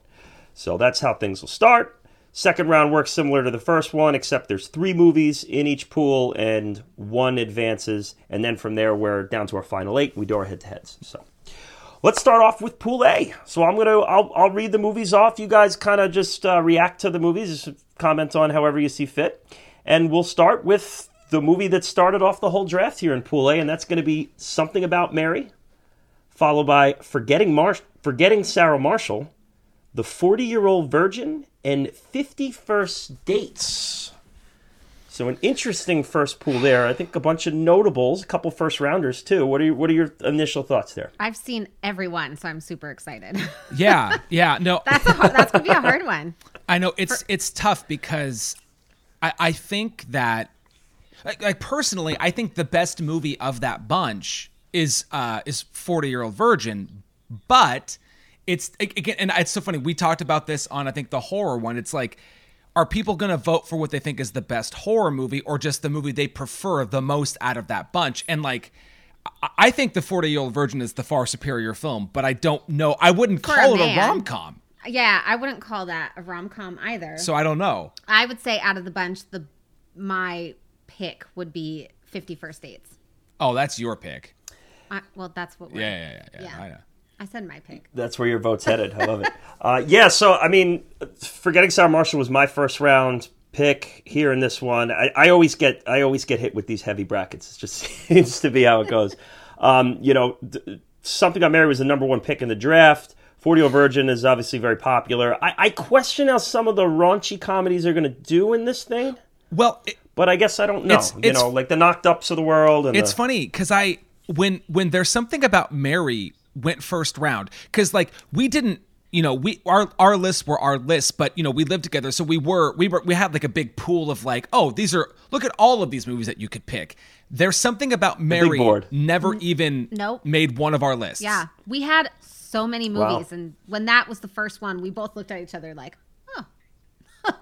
Speaker 1: So that's how things will start. Second round works similar to the first one, except there's three movies in each pool and one advances. And then from there, we're down to our final eight. We do our head to heads. So let's start off with Pool A. So I'm going to, I'll, I'll read the movies off. You guys kind of just uh, react to the movies, just comment on however you see fit. And we'll start with the movie that started off the whole draft here in Pool A, and that's going to be Something About Mary, followed by Forgetting, Mar- Forgetting Sarah Marshall. The 40 Year Old Virgin and 51st Dates. So an interesting first pool there. I think a bunch of notables, a couple first rounders too. What are your, what are your initial thoughts there?
Speaker 8: I've seen everyone, so I'm super excited.
Speaker 7: Yeah, yeah. No,
Speaker 8: that's a hard, that's gonna be a hard one.
Speaker 7: I know it's it's tough because I, I think that like, like personally, I think the best movie of that bunch is uh is Forty Year Old Virgin, but it's again, and it's so funny. We talked about this on I think the horror one. It's like, are people going to vote for what they think is the best horror movie or just the movie they prefer the most out of that bunch? And like. I- I think the Forty Year Old Virgin is the far superior film, but I don't know. I wouldn't
Speaker 8: For a
Speaker 7: call it a
Speaker 8: man.
Speaker 7: rom com,
Speaker 8: Yeah, I wouldn't call that a rom com either.
Speaker 7: so I don't know.
Speaker 8: I would say out of the bunch, the my pick would be Fifty First Dates.
Speaker 7: Oh, that's your pick.
Speaker 8: I, well, that's what. We're,
Speaker 7: Yeah, yeah, yeah, yeah.
Speaker 8: Yeah.
Speaker 7: I know.
Speaker 8: I said my pick.
Speaker 1: That's where your vote's headed. I love it. Uh, yeah, so I mean, forgetting Sarah Marshall was my first round pick here in this one. I, I always get I always get hit with these heavy brackets. It just seems to be how it goes. Um, you know, d- something got married was the number one pick in the draft. Forty Year Old Virgin is obviously very popular. I, I question how some of the raunchy comedies are going to do in this thing,
Speaker 7: Well, it,
Speaker 1: but I guess I don't know.
Speaker 7: It's-
Speaker 1: you
Speaker 7: it's-
Speaker 1: know, like the knocked ups of the world. And
Speaker 7: it's
Speaker 1: the-
Speaker 7: funny because I when when there's something about Mary went first round because like we didn't you know we our our lists were our lists but you know we lived together so we were we were we had like a big pool of like oh these are look at all of these movies that you could pick there's something about Mary
Speaker 1: board.
Speaker 7: never even
Speaker 8: nope.
Speaker 7: made one of our lists
Speaker 8: Yeah, we had so many
Speaker 1: Wow.
Speaker 8: movies, and when that was the first one, we both looked at each other like, "Oh,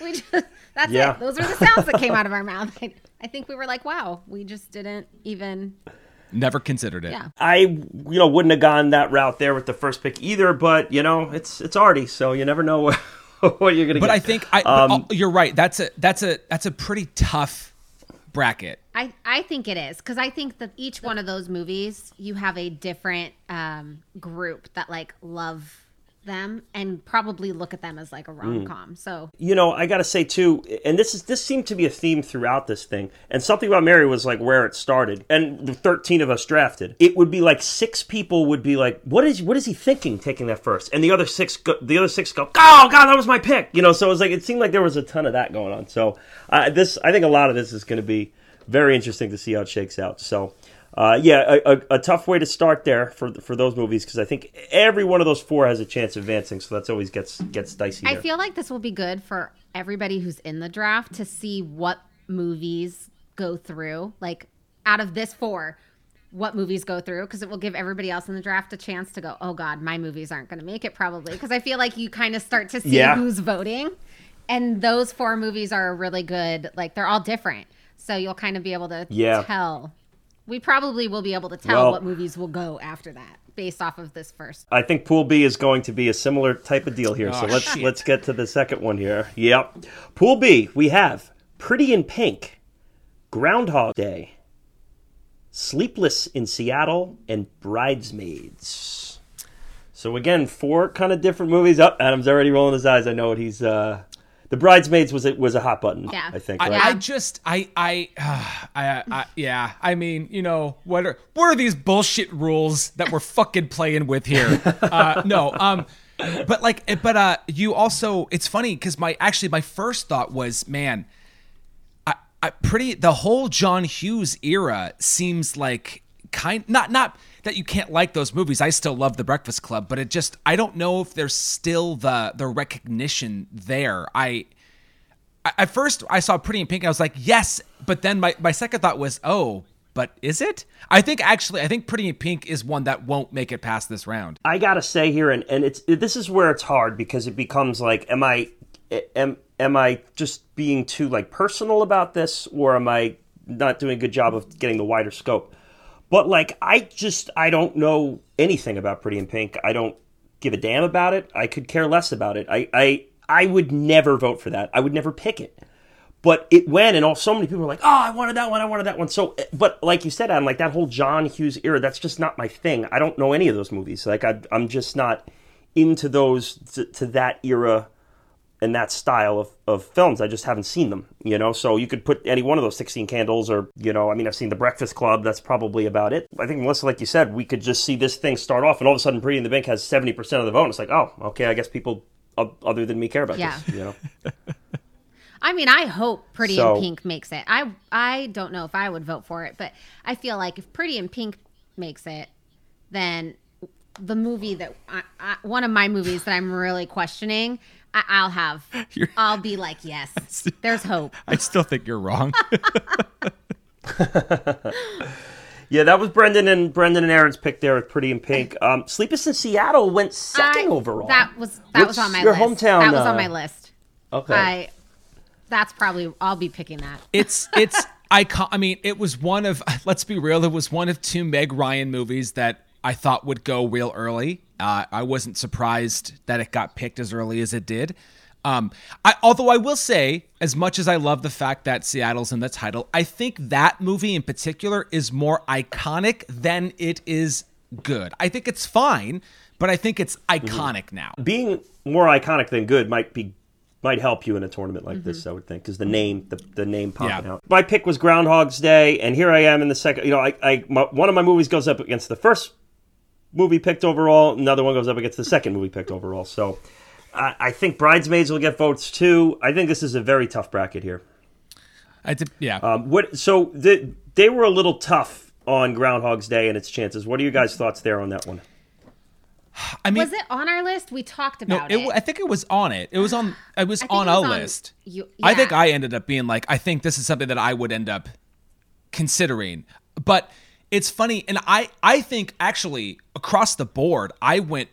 Speaker 8: we just that's
Speaker 1: Yeah.
Speaker 8: it." Those were the sounds that came out of our mouth. I, I think we were like, "Wow, we just didn't even."
Speaker 7: never considered it
Speaker 8: Yeah.
Speaker 1: I you know wouldn't have gone that route there with the first pick either, but you know it's it's already so you never know what, what you're gonna
Speaker 7: but
Speaker 1: get.
Speaker 7: I think I but,
Speaker 1: Um,
Speaker 7: oh, you're right that's a that's a that's a pretty tough bracket
Speaker 8: I I think it is because I think that each one of those movies, you have a different um, group that like love them and probably look at them as like a rom
Speaker 1: Mm.
Speaker 8: com. So
Speaker 1: you know I gotta say too, and this is this seemed to be a theme throughout this thing, and something about Mary was like where it started, and the thirteen of us drafted. It would be like six people would be like, what is what is he thinking taking that first, and the other six go, the other six go, oh god that was my pick, you know. So it was like it seemed like there was a ton of that going on. So uh, this I think a lot of this is gonna be very interesting to see how it shakes out. So. Uh, yeah, a, a, a tough way to start there for for those movies because I think every one of those four has a chance of advancing, so that's always gets gets dicey.
Speaker 8: I
Speaker 1: there.
Speaker 8: feel like this will be good for everybody who's in the draft to see what movies go through. Like out of this four, what movies go through because it will give everybody else in the draft a chance to go, "Oh god, my movies aren't going to make it probably." Because I feel like you kind of start to see
Speaker 1: Yeah.
Speaker 8: who's voting. And those four movies are really good. Like they're all different. So you'll kind of be able to
Speaker 1: Yeah.
Speaker 8: tell We probably will be able to tell
Speaker 1: Well-
Speaker 8: what movies will go after that based off of this first.
Speaker 1: I think Pool B is going to be a similar type of deal here. so
Speaker 7: Oh,
Speaker 1: let's
Speaker 7: shit.
Speaker 1: let's get to the second one here. Yep. Pool B, we have Pretty in Pink, Groundhog Day, Sleepless in Seattle, and Bridesmaids. So again, four kind of different movies. Up, Adam's already rolling his eyes. I know what he's. Uh, the Bridesmaids was it was a hot button.
Speaker 8: Yeah.
Speaker 1: I think.
Speaker 7: I,
Speaker 1: Right?
Speaker 7: I just I I, uh, I I yeah I mean you know what are what are these bullshit rules that we're fucking playing with here? Uh, no, um, but like it- but uh, you also it's funny because my actually my first thought was man, I, I pretty the whole John Hughes era seems like kind not not that you can't like those movies. I still love The Breakfast Club, but it just I don't know if there's still the the recognition there. I I- at first I saw Pretty in Pink and I was like, yes. But then my, my second thought was, oh, but is it? I think actually, I think Pretty in Pink is one that won't make it past this round.
Speaker 1: I gotta say here, and and it's this is where it's hard because it becomes like, am I, am am I just being too like personal about this, or am I not doing a good job of getting the wider scope? But like, I just I don't know anything about Pretty in Pink. I don't give a damn about it. I could care less about it. I I I would never vote for that. I would never pick it but it went and all so many people were like oh i wanted that one i wanted that one so eh, but like you said adam like that whole john hughes era that's just not my thing i don't know any of those movies like I, i'm just not into those to, to that era and that style of, of films i just haven't seen them you know so you could put any one of those 16 candles or you know i mean i've seen the breakfast club that's probably about it i think melissa like you said we could just see this thing start off and all of a sudden pretty in the bank has 70% of the vote and it's like oh okay i guess people o- other than me care about
Speaker 8: Yeah.
Speaker 1: this you know
Speaker 8: I mean, I hope Pretty
Speaker 1: So-
Speaker 8: in Pink makes it. I I don't know if I would vote for it, but I feel like if Pretty in Pink makes it, then the movie that I, I, one of my movies that I'm really questioning, I, I'll have.
Speaker 7: You're-
Speaker 8: I'll be like, yes, there's hope.
Speaker 7: I still think you're wrong.
Speaker 1: Yeah, that was Brendan and Brendan and Aaron's pick there with Pretty in Pink. Um, Sleepless in Seattle went second
Speaker 8: I-
Speaker 1: overall.
Speaker 8: That was that
Speaker 1: What's
Speaker 8: was on my
Speaker 1: your
Speaker 8: list.
Speaker 1: hometown,
Speaker 8: That was
Speaker 1: uh,
Speaker 8: on my list.
Speaker 1: okay.
Speaker 8: I. That's probably I'll be picking that.
Speaker 7: it's it's icon. I mean, it was one of let's be real. It was one of two Meg Ryan movies that I thought would go real early. Uh, I wasn't surprised that it got picked as early as it did. Um, I, although I will say, as much as I love the fact that Seattle's in the title, I think that movie in particular is more iconic than it is good. I think it's fine, but I think it's iconic now.
Speaker 1: Being more iconic than good might be might help you in a tournament like
Speaker 8: Mm-hmm.
Speaker 1: this, I would think, because the name the, the name popping
Speaker 7: Yeah.
Speaker 1: out. My pick was Groundhog's Day, and here I am in the second. You know, I, I my, one of my movies goes up against the first movie picked overall. Another one goes up against the second movie picked overall. So. I I think Bridesmaids will get votes too. I think this is a very tough bracket here.
Speaker 7: I did, yeah.
Speaker 1: Um, what? So the, they were a little tough on Groundhog's Day and its chances. What are you guys' thoughts there on that one?
Speaker 7: I mean,
Speaker 8: Was it on our list? We talked
Speaker 7: No,
Speaker 8: about
Speaker 7: it,
Speaker 8: it.
Speaker 7: I think it was on it. It was on. It was
Speaker 8: I think
Speaker 7: on
Speaker 8: it
Speaker 7: a
Speaker 8: was on
Speaker 7: list.
Speaker 8: you-
Speaker 7: I think
Speaker 8: yeah.
Speaker 7: I ended up being like, I think this is something that I would end up considering. But it's funny, and I I think actually across the board, I went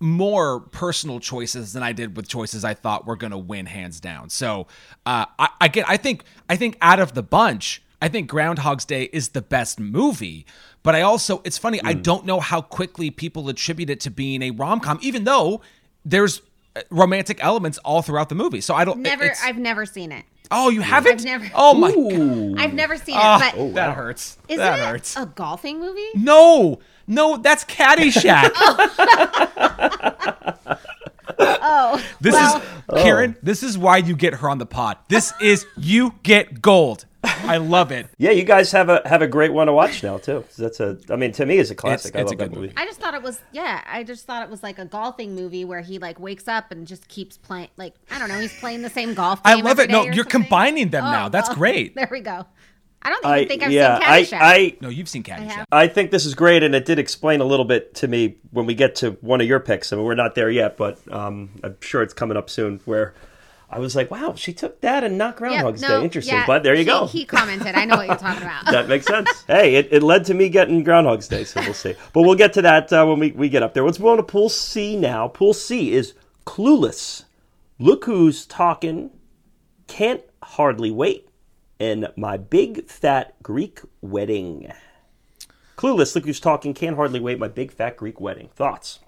Speaker 7: more personal choices than I did with choices I thought were going to win hands down. So uh, I again, I think I think out of the bunch, I think Groundhog's Day is the best movie. But I also, it's funny, I don't know how quickly people attribute it to being a rom com, even though there's uh, romantic elements all throughout the movie. So I don't it-
Speaker 8: never.
Speaker 7: it's-
Speaker 8: I've never seen it.
Speaker 7: oh, you haven't?
Speaker 8: never-
Speaker 7: Oh my god,
Speaker 8: I've never seen it. But
Speaker 7: Ah. that hurts.
Speaker 8: Isn't
Speaker 7: Oh, that
Speaker 8: it Oh.
Speaker 7: hurts.
Speaker 8: a golfing movie?
Speaker 7: no, no, that's Caddyshack.
Speaker 8: Oh,
Speaker 7: This
Speaker 8: well,
Speaker 7: is Karen. This is why you get her on the pod. This is you get gold. I love it.
Speaker 1: Yeah, you guys have a have a great one to watch now too. That's a, I mean, to me, it's a classic. I
Speaker 7: it's
Speaker 1: love
Speaker 7: a
Speaker 1: that
Speaker 7: good
Speaker 1: movie.
Speaker 7: movie.
Speaker 8: I just thought it was yeah. I just thought it was like a golfing movie where he like wakes up and just keeps playing. Like I don't know, he's playing the same golf.
Speaker 7: I
Speaker 8: game
Speaker 7: love
Speaker 8: every
Speaker 7: it. No,
Speaker 8: day or
Speaker 7: you're
Speaker 8: something.
Speaker 7: combining them
Speaker 8: Oh,
Speaker 7: now. That's
Speaker 8: well,
Speaker 7: great.
Speaker 8: There we go. I don't even
Speaker 1: I
Speaker 8: think I've
Speaker 1: yeah,
Speaker 8: seen Caddyshack.
Speaker 1: I
Speaker 7: No, you've seen Caddyshack.
Speaker 8: have.
Speaker 1: I I think this is great, and it did explain a little bit to me when we get to one of your picks. I mean, we're not there yet, but um, I'm sure it's coming up soon. Where I was like, wow, she took that and knocked
Speaker 8: Yep,
Speaker 1: Groundhog's
Speaker 8: no,
Speaker 1: Day. Interesting,
Speaker 8: yeah,
Speaker 1: but there you
Speaker 8: he-
Speaker 1: go.
Speaker 8: He commented. I know what you're talking about.
Speaker 1: that makes sense. hey, it, it led to me getting Groundhog's Day, so we'll see. But we'll get to that uh, when we, we get up there. Let's move on to Pool C now. Pool C is Clueless, Look Who's Talking, Can't Hardly Wait, and My Big Fat Greek Wedding. Clueless, look who's talking, can hardly wait, my big fat Greek wedding. Thoughts?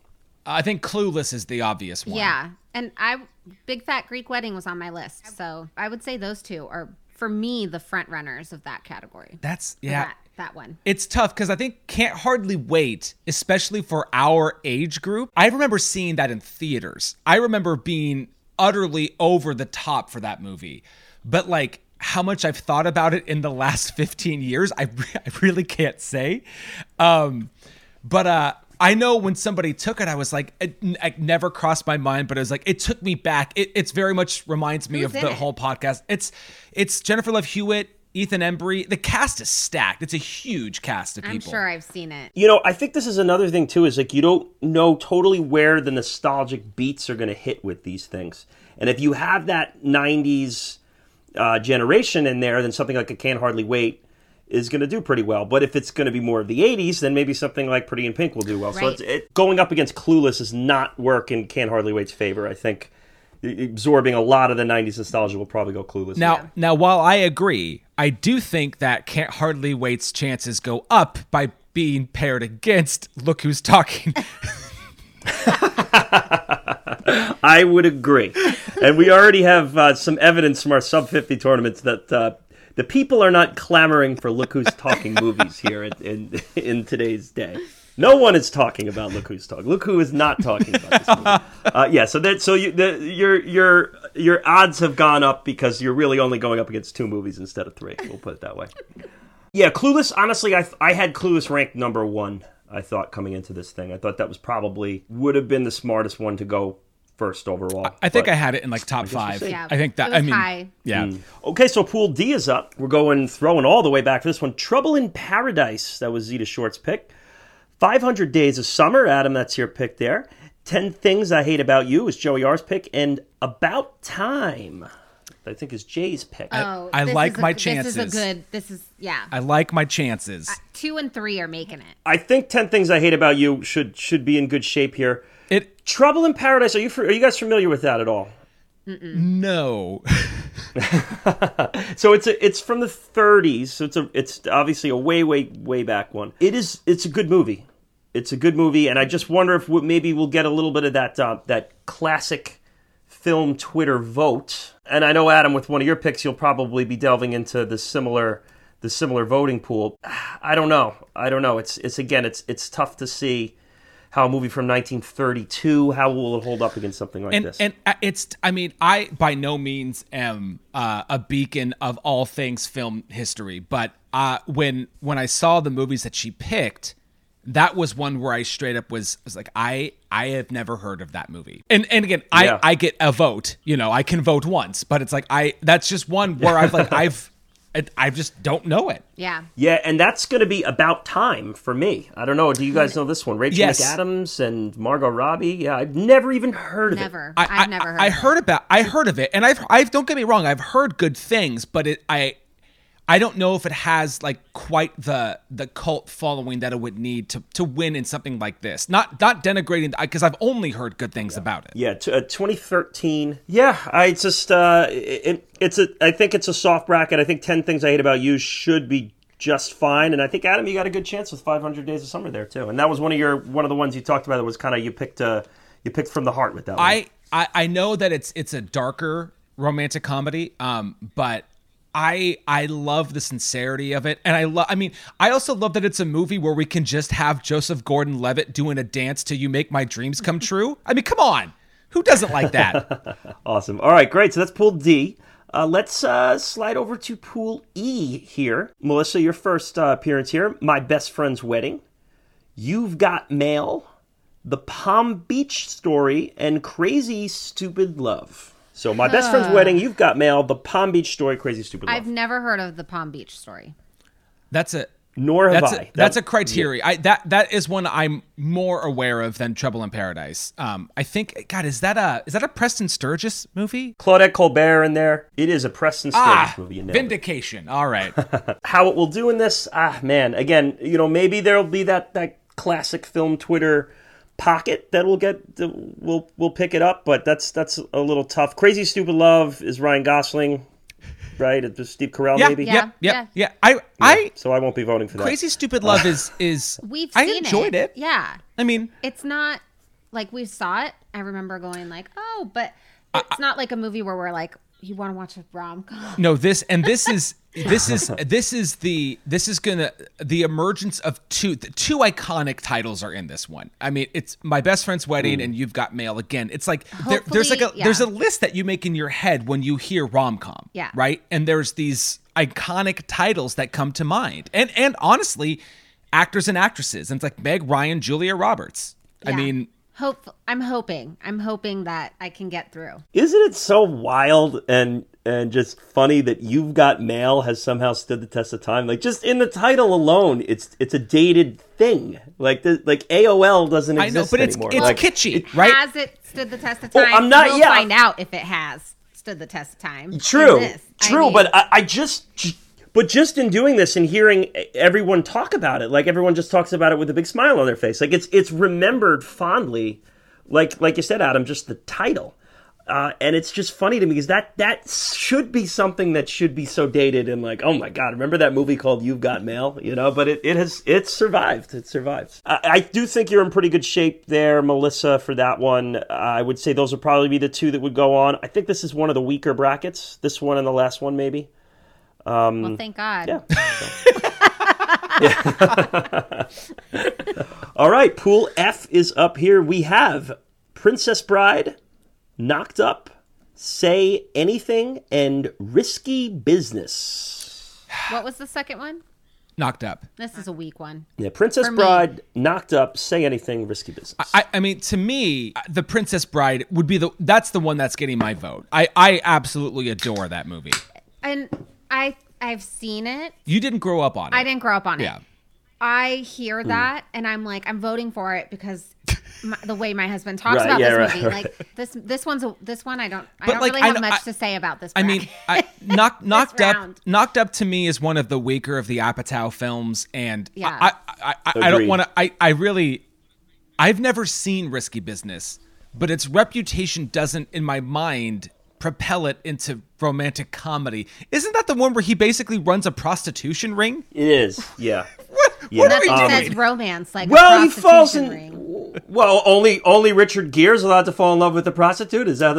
Speaker 7: I think Clueless is the obvious one.
Speaker 8: Yeah. And I Big Fat Greek Wedding was on my list. So I would say those two are for me the front runners of that category.
Speaker 7: That's yeah.
Speaker 8: That, that one.
Speaker 7: It's tough because I think can't hardly wait, especially for our age group. I remember seeing that in theaters. I remember being utterly over the top for that movie. But like how much I've thought about it in the last 15 years, I, re- I really can't say. Um, but uh, I know when somebody took it, I was like, it, n- it never crossed my mind, but it was like, it took me back. It, it's very much reminds me
Speaker 8: Who's
Speaker 7: of
Speaker 8: in
Speaker 7: the
Speaker 8: it?
Speaker 7: whole podcast. It's it's Jennifer Love Hewitt, Ethan Embry. The cast is stacked. It's a huge cast of
Speaker 8: I'm
Speaker 7: people.
Speaker 8: sure I've seen it.
Speaker 1: You know, I think this is another thing too. Is like you don't know totally where the nostalgic beats are going to hit with these things, and if you have that '90s uh, generation in there, then something like a Can Hardly Wait is going to do pretty well. But if it's going to be more of the '80s, then maybe something like Pretty in Pink will do well. So
Speaker 8: Right.
Speaker 1: it's, it, going up against Clueless is not work in Can Hardly Wait's favor. I think absorbing a lot of the '90s nostalgia will probably go Clueless.
Speaker 7: Now, now, while I agree, I do think that can't hardly wait's chances go up by being paired against. Look who's talking.
Speaker 1: I would agree. and we already have uh, some evidence from our sub 50 tournaments that uh, the people are not clamoring for Look Who's Talking movies here in, in, in today's day. No one is talking about Look Who's Talking. Look who is not talking about this movie. Uh, yeah, so that so you, the, your your your odds have gone up because you're really only going up against two movies instead of three. We'll put it that way. Yeah, Clueless. Honestly, I I had Clueless ranked number one. I thought coming into this thing, I thought that was probably would have been the smartest one to go first overall.
Speaker 7: I think
Speaker 1: but-
Speaker 7: I had it in like top five.
Speaker 1: see.
Speaker 8: Yeah.
Speaker 7: I think that.
Speaker 8: It was
Speaker 7: I mean,
Speaker 8: high.
Speaker 7: yeah.
Speaker 1: Okay, so Pool D is up. We're going throwing all the way back for this one. Trouble in Paradise. That was Zeta Short's pick. 500 Days of Summer. Adam, that's your pick there. 10 Things I Hate About You is Joey R's pick. And About Time, I think, is Jay's pick.
Speaker 8: Oh,
Speaker 7: I
Speaker 8: this
Speaker 7: like
Speaker 8: is a-
Speaker 7: my
Speaker 8: This
Speaker 7: chances.
Speaker 8: is a good. This is yeah.
Speaker 7: I like my chances.
Speaker 8: Two and three are making it.
Speaker 1: I think 10 Things I Hate About You should should be in good shape here.
Speaker 7: It
Speaker 1: Trouble in Paradise, are you, are you guys familiar with that at all?
Speaker 7: no.
Speaker 1: So it's a, it's from the 30s. So it's a it's obviously a way way way back one. It is it's a good movie. It's a good movie, and I just wonder if we, maybe we'll get a little bit of that uh, that classic film Twitter vote. And I know Adam, with one of your picks, you'll probably be delving into the similar the similar voting pool. I don't know. I don't know. It's it's again it's it's tough to see how a movie from 1932 how will it hold up against something like
Speaker 7: and
Speaker 1: this.
Speaker 7: and uh, it's i mean i by no means am uh, a beacon of all things film history but uh, when when i saw the movies that she picked that was one where i straight up was was like i i have never heard of that movie and and again i
Speaker 1: Yeah.
Speaker 7: i get a vote you know i can vote once but it's like i that's just one where i've like i've I- i just don't know it
Speaker 8: Yeah.
Speaker 1: Yeah, and that's going to be about time for me. I don't know. Do you guys know this one? Rachel
Speaker 7: Yes.
Speaker 1: McAdams and Margot Robbie. Yeah, I've never even heard of it.
Speaker 8: Never.
Speaker 7: I,
Speaker 8: I've
Speaker 7: I-
Speaker 8: never heard.
Speaker 7: I
Speaker 8: of it.
Speaker 7: heard about. I heard of it, and I've. I've. Don't get me wrong. I've heard good things, but it. I. I don't know if it has like quite the the cult following that it would need to to win in something like this. Not not denigrating because I've only heard good things about it.
Speaker 1: Yeah, t- uh, 2013. Yeah, I just uh, it, it's a. I think it's a soft bracket. I think 10 Things I Hate About You should be just fine, and I think Adam, you got a good chance with 500 Days of Summer there too. And that was one of your one of the ones you talked about that was kind of you picked uh, you picked from the heart with that. one.
Speaker 7: I, I I know that it's it's a darker romantic comedy, um, but I I love the sincerity of it, and I love. I mean, I also love that it's a movie where we can just have Joseph Gordon-Levitt doing a dance to "You Make My Dreams Come True." I mean, come on, who doesn't like that?
Speaker 1: Awesome. All right, great. So that's pool D. Uh, let's uh, slide over to pool E here. Melissa, your first uh, appearance here. My best friend's wedding. You've got mail. The Palm Beach story and crazy stupid love. So my best friend's wedding. You've got mail. The Palm Beach story. Crazy stupid love.
Speaker 8: I've never heard of the Palm Beach story.
Speaker 7: That's a
Speaker 1: Nor have
Speaker 7: that's
Speaker 1: I.
Speaker 7: a,
Speaker 1: That-
Speaker 7: that's a criteria. I that that is one I'm more aware of than Trouble in Paradise. Um, I think God is that a is that a Preston Sturgis movie?
Speaker 1: Claudette Colbert in there. It is a Preston Sturges
Speaker 7: Ah,
Speaker 1: movie. You nailed it.
Speaker 7: vindication. All right.
Speaker 1: how it will do in this ah man again you know maybe there'll be that that classic film twitter pocket that will get we'll we'll pick it up but that's that's a little tough crazy stupid love is ryan gosling right? It was Steve Carell,
Speaker 7: Yeah,
Speaker 1: maybe.
Speaker 7: yeah, yeah, yeah, I, I,
Speaker 1: So I won't be voting for that.
Speaker 7: Crazy Stupid Love is is.
Speaker 8: We've
Speaker 7: I
Speaker 8: seen
Speaker 7: enjoyed it.
Speaker 8: Yeah.
Speaker 7: I mean,
Speaker 8: It's not like we saw it. I remember going like, "Oh, but it's not like a movie where we're like, you want to watch a rom-com."
Speaker 7: no, this and this is this is this is the this is gonna the emergence of two the two iconic titles are in this one. I mean, it's my best friend's wedding and you've got mail again. It's like there, there's like a
Speaker 8: Hopefully, yeah.
Speaker 7: there's a list that you make in your head when you hear rom com.
Speaker 8: Yeah.
Speaker 7: Right. And there's these iconic titles that come to mind, and and honestly, actors and actresses. And it's like Meg Ryan, Julia Roberts. I
Speaker 8: Yeah.
Speaker 7: mean,
Speaker 8: Hope I'm hoping. I'm hoping that I can get through.
Speaker 1: Isn't it so wild and and just funny that you've got mail has somehow stood the test of time? Like just in the title alone, it's it's a dated thing. Like the, like AOL doesn't
Speaker 7: I know,
Speaker 1: exist
Speaker 7: but it's
Speaker 1: anymore.
Speaker 7: it's
Speaker 1: Like,
Speaker 7: kitschy, right?
Speaker 8: Has it stood the test of time?
Speaker 1: I'm not-
Speaker 8: We'll
Speaker 1: yeah.
Speaker 8: find out if it has stood the test of time.
Speaker 1: True,
Speaker 8: in this. I
Speaker 1: true.
Speaker 8: mean,
Speaker 1: but um, I, I just, but just in doing this and hearing everyone talk about it, like everyone just talks about it with a big smile on their face, like it's it's remembered fondly, like like you said, Adam, just the title, uh, and it's just funny to me because that that should be something that should be so dated and like, oh my god, remember that movie called You've Got Mail? You know, but it, it has it survived. It survives. I, I do think you're in pretty good shape there, Melissa, for that one. I would say those would probably be the two that would go on. I think this is one of the weaker brackets. This one and the last one, maybe.
Speaker 8: well, thank God.
Speaker 1: Yeah. All right, Pool F is up here. We have Princess Bride, Knocked Up, Say Anything, and Risky Business.
Speaker 8: What was the second one?
Speaker 7: knocked up.
Speaker 8: This is a weak one.
Speaker 1: Yeah, Princess
Speaker 8: For me.
Speaker 1: Bride, Knocked Up, Say Anything, Risky Business.
Speaker 7: I, I mean, to me, the Princess Bride would be the that's the one that's getting my vote. I, I absolutely adore that movie.
Speaker 8: And I I've seen it.
Speaker 7: You didn't grow up on it.
Speaker 8: I didn't grow up on it.
Speaker 7: Yeah.
Speaker 8: I hear that and I'm like, I'm voting for it because my, the way my husband talks
Speaker 1: Right,
Speaker 8: about
Speaker 1: yeah,
Speaker 8: this
Speaker 1: right,
Speaker 8: movie,
Speaker 1: right.
Speaker 8: like this this one's a, this one I don't I
Speaker 7: But,
Speaker 8: don't
Speaker 7: like,
Speaker 8: really
Speaker 7: I
Speaker 8: have
Speaker 7: know-
Speaker 8: much
Speaker 7: I-
Speaker 8: to say about this.
Speaker 7: I mean,
Speaker 8: bracket.
Speaker 7: I, knock, knocked up,
Speaker 8: round.
Speaker 7: knocked up to me is one of the weaker of the Apatow films, and
Speaker 8: Yeah.
Speaker 7: I, I, I, I don't
Speaker 1: Agreed.
Speaker 7: want to. I, I really, I've never seen Risky Business, but its reputation doesn't, in my mind, propel it into romantic comedy. Isn't that the one where he basically runs a prostitution ring?
Speaker 1: It is, yeah. yeah.
Speaker 8: nothing
Speaker 1: um,
Speaker 8: says romance like
Speaker 1: well,
Speaker 8: a
Speaker 1: he falls in.
Speaker 8: prostitution ring.
Speaker 1: Well, only only Richard Gere's allowed to fall in love with a prostitute. Is that,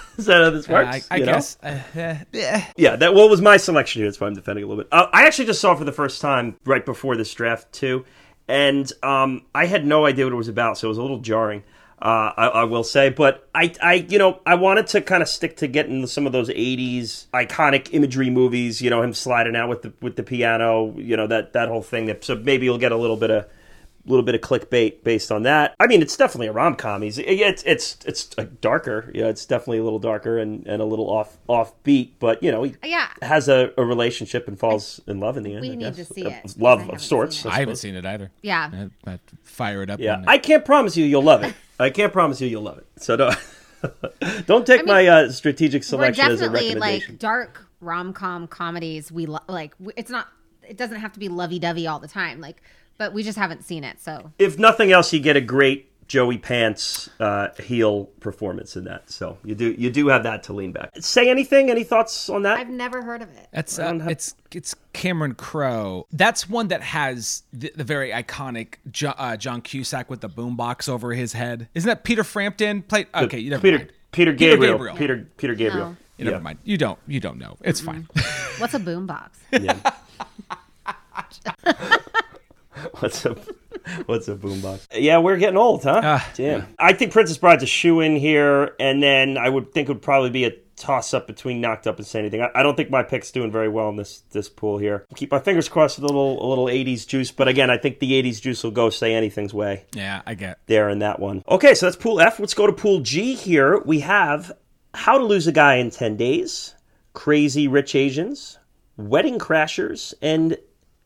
Speaker 1: is that how this works?
Speaker 7: I, I
Speaker 1: you know?
Speaker 7: guess. uh, eh.
Speaker 1: yeah, that what was my selection here. That's why I'm defending a little bit. Uh, I actually just saw it for the first time right before this draft too, and um, I had no idea what it was about, so it was a little jarring. Uh, I, I will say, but I, I, you know, I wanted to kind of stick to getting some of those '80s iconic imagery movies. You know, him sliding out with the with the piano. You know that that whole thing. That, so maybe you'll get a little bit of little bit of clickbait based on that. I mean, it's definitely a rom com. He's it's it's it's uh, darker. Yeah, it's definitely a little darker and, and a little off offbeat. But you know, he
Speaker 8: Yeah.
Speaker 1: has a, a relationship and falls in love in the end.
Speaker 8: We
Speaker 1: I
Speaker 8: need
Speaker 1: guess.
Speaker 8: to see
Speaker 1: Uh,
Speaker 8: it, because I
Speaker 1: Love
Speaker 8: haven't
Speaker 1: of sorts.
Speaker 8: seen
Speaker 7: I haven't
Speaker 1: suppose.
Speaker 7: seen it either.
Speaker 8: Yeah.
Speaker 7: I, I fire it up.
Speaker 1: Yeah,
Speaker 7: when-
Speaker 1: I can't promise you you'll love it. I can't promise you you'll love it. So don't don't take
Speaker 8: mean,
Speaker 1: my uh, strategic
Speaker 8: We're
Speaker 1: selection as a
Speaker 8: definitely
Speaker 1: recommendation.
Speaker 8: like dark rom com comedies. We lo- like w- it's not it doesn't have to be lovey dovey all the time. Like, but we just haven't seen it. So
Speaker 1: if nothing else, you get a great. Joey Pants uh, heel performance in that, so you do you do have that to lean back. Say anything? Any thoughts on that?
Speaker 8: I've never heard of it.
Speaker 7: That's uh, it's it's Cameron Crowe. That's one that has the, the very iconic jo- uh, John Cusack with the boombox over his head. Isn't that Peter Frampton? Played okay. You never
Speaker 1: Peter
Speaker 7: mind.
Speaker 1: Peter
Speaker 7: Peter
Speaker 1: Gabriel.
Speaker 7: Gabriel.
Speaker 1: Peter Peter Gabriel.
Speaker 8: No.
Speaker 7: You never mind. You don't. You don't know. It's fine.
Speaker 8: What's a boombox?
Speaker 1: Yeah. What's a What's a boombox? Yeah, we're getting old, huh?
Speaker 7: Ah,
Speaker 1: Damn. I think Princess Bride's a shoe in here, and then I would think it would probably be a toss up between Knocked Up and Say Anything. I, I don't think my pick's doing very well in this this pool here. Keep my fingers crossed with a little a little '80s juice, but again, I think the '80s juice will go Say Anything's way.
Speaker 7: yeah, I get.
Speaker 1: there in that one. Okay, so that's pool F. Let's go to pool G here. We have How to Lose a Guy in 10 Days, Crazy Rich Asians, Wedding Crashers, and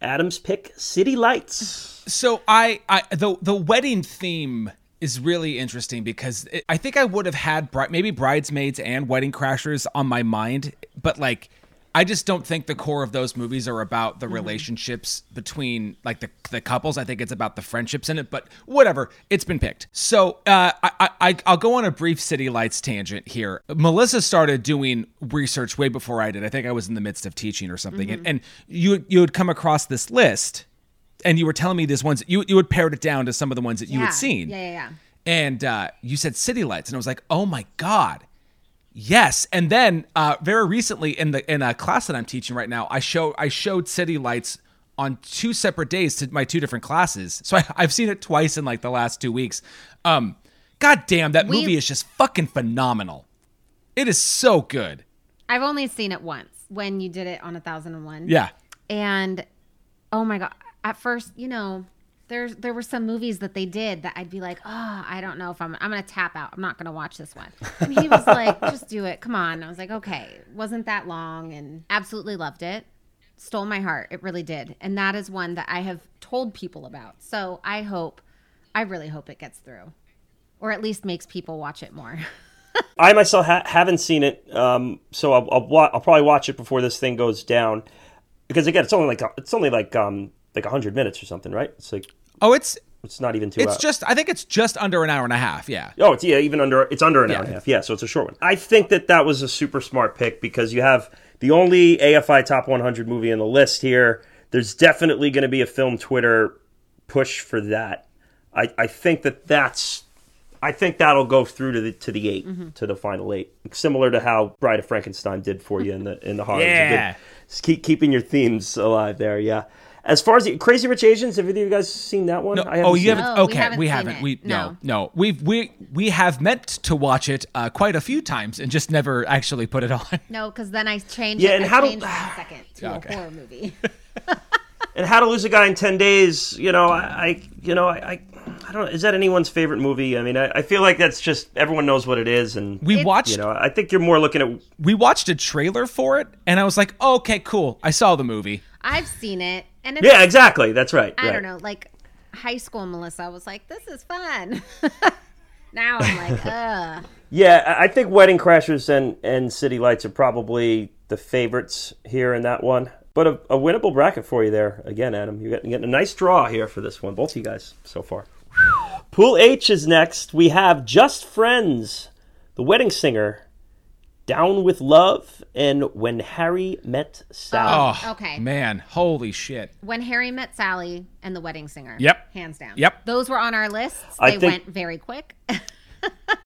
Speaker 1: Adam's pick City Lights.
Speaker 7: So I, I the the wedding theme is really interesting because it, I think I would have had bri- maybe bridesmaids and wedding crashers on my mind, but like I just don't think the core of those movies are about the relationships between like the, the couples. I think it's about the friendships in it, but whatever. It's been picked. So uh, I, I I- I'll go on a brief City Lights tangent here. Melissa started doing research way before I did. I think I was in the midst of teaching or something, and, and you you had come across this list, and you were telling me these ones you you had pared it down to some of the ones that you
Speaker 8: Yeah.
Speaker 7: had seen.
Speaker 8: Yeah, yeah, yeah.
Speaker 7: And uh, you said City Lights, and I was like, oh my god. Yes, and then uh, very recently in the in a class that I'm teaching right now, I show I showed City Lights on two separate days to my two different classes. So I, I've seen it twice in like the last two weeks. Um, God damn, that
Speaker 8: We-
Speaker 7: movie is just fucking phenomenal. It is so good.
Speaker 8: I've only seen it once when you did it on a thousand and one.
Speaker 7: Yeah,
Speaker 8: And oh my god, at first, you know, there's there were some movies that they did that I'd be like, oh, I don't know if I'm I'm gonna tap out. I'm not gonna watch this one. And he was like, just do it. Come on. And I was like, okay. It wasn't that long, and absolutely loved it. Stole my heart. It really did. And that is one that I have told people about. So I hope, I really hope it gets through, or at least makes people watch it more.
Speaker 1: I myself ha- haven't seen it, um, so I'll, I'll, wa- I'll probably watch it before this thing goes down. Because again, it's only like it's only like um like hundred minutes or something, right? It's like
Speaker 7: Oh, it's
Speaker 1: it's not even two.
Speaker 7: it's
Speaker 1: hours.
Speaker 7: just I think it's just under an hour and a half. Yeah.
Speaker 1: Oh, it's yeah, even under it's under an hour and a
Speaker 7: Yeah.
Speaker 1: half. Yeah, so it's a short one. I think that that was a super smart pick because you have the only AFI top 100 movie in the list here. There's definitely going to be a film Twitter push for that. I, I think that that's I think that'll go through to the to the 8
Speaker 7: Mm-hmm.
Speaker 1: to the final eight, similar to how Bride of Frankenstein did for you in the in the horror. It's a good-
Speaker 7: Yeah.
Speaker 1: it's keep keeping your themes alive there. Yeah. As far as the, Crazy Rich Asians, have either of you guys seen that one? I
Speaker 7: oh,
Speaker 1: seen
Speaker 7: you
Speaker 1: it.
Speaker 7: haven't.
Speaker 8: No, we
Speaker 7: okay,
Speaker 8: haven't
Speaker 7: we
Speaker 8: seen
Speaker 7: haven't.
Speaker 8: it.
Speaker 7: We no.
Speaker 8: No.
Speaker 7: no, We've we we have meant to watch it uh, quite a few times and just never actually put it on.
Speaker 8: No, because then I changed.
Speaker 1: Yeah,
Speaker 8: it.
Speaker 1: and
Speaker 8: I
Speaker 1: how do-
Speaker 8: changed it in a second to
Speaker 7: Okay.
Speaker 8: a horror movie.
Speaker 1: and How to Lose a Guy in Ten Days. You know, I, I you know, I, I, I don't. Is that anyone's favorite movie? I mean, I, I feel like that's just everyone knows what it is, and
Speaker 7: We
Speaker 8: It-
Speaker 7: watched
Speaker 1: you know, I think you're more looking at.
Speaker 7: we watched a trailer for it, and I was like, oh, okay, cool. I saw the movie.
Speaker 8: I've seen it, and it's,
Speaker 1: Yeah, exactly. That's right.
Speaker 8: I
Speaker 1: right.
Speaker 8: don't know, like high school Melissa was like, "This is fun." now I'm like, ugh.
Speaker 1: Yeah, I- I think Wedding Crashers and and City Lights are probably the favorites here in that one. But a, a winnable bracket for you there again, Adam. You're getting, getting a nice draw here for this one, both of you guys so far. Pool H is next. We have Just Friends, The Wedding Singer, Down with Love, and When Harry Met Sally.
Speaker 7: Oh,
Speaker 8: Okay.
Speaker 7: man, holy shit.
Speaker 8: When Harry Met Sally and The Wedding Singer.
Speaker 7: Yep.
Speaker 8: hands down.
Speaker 7: Yep.
Speaker 8: those were on our lists.
Speaker 1: I
Speaker 8: They
Speaker 1: think-
Speaker 8: went very quick.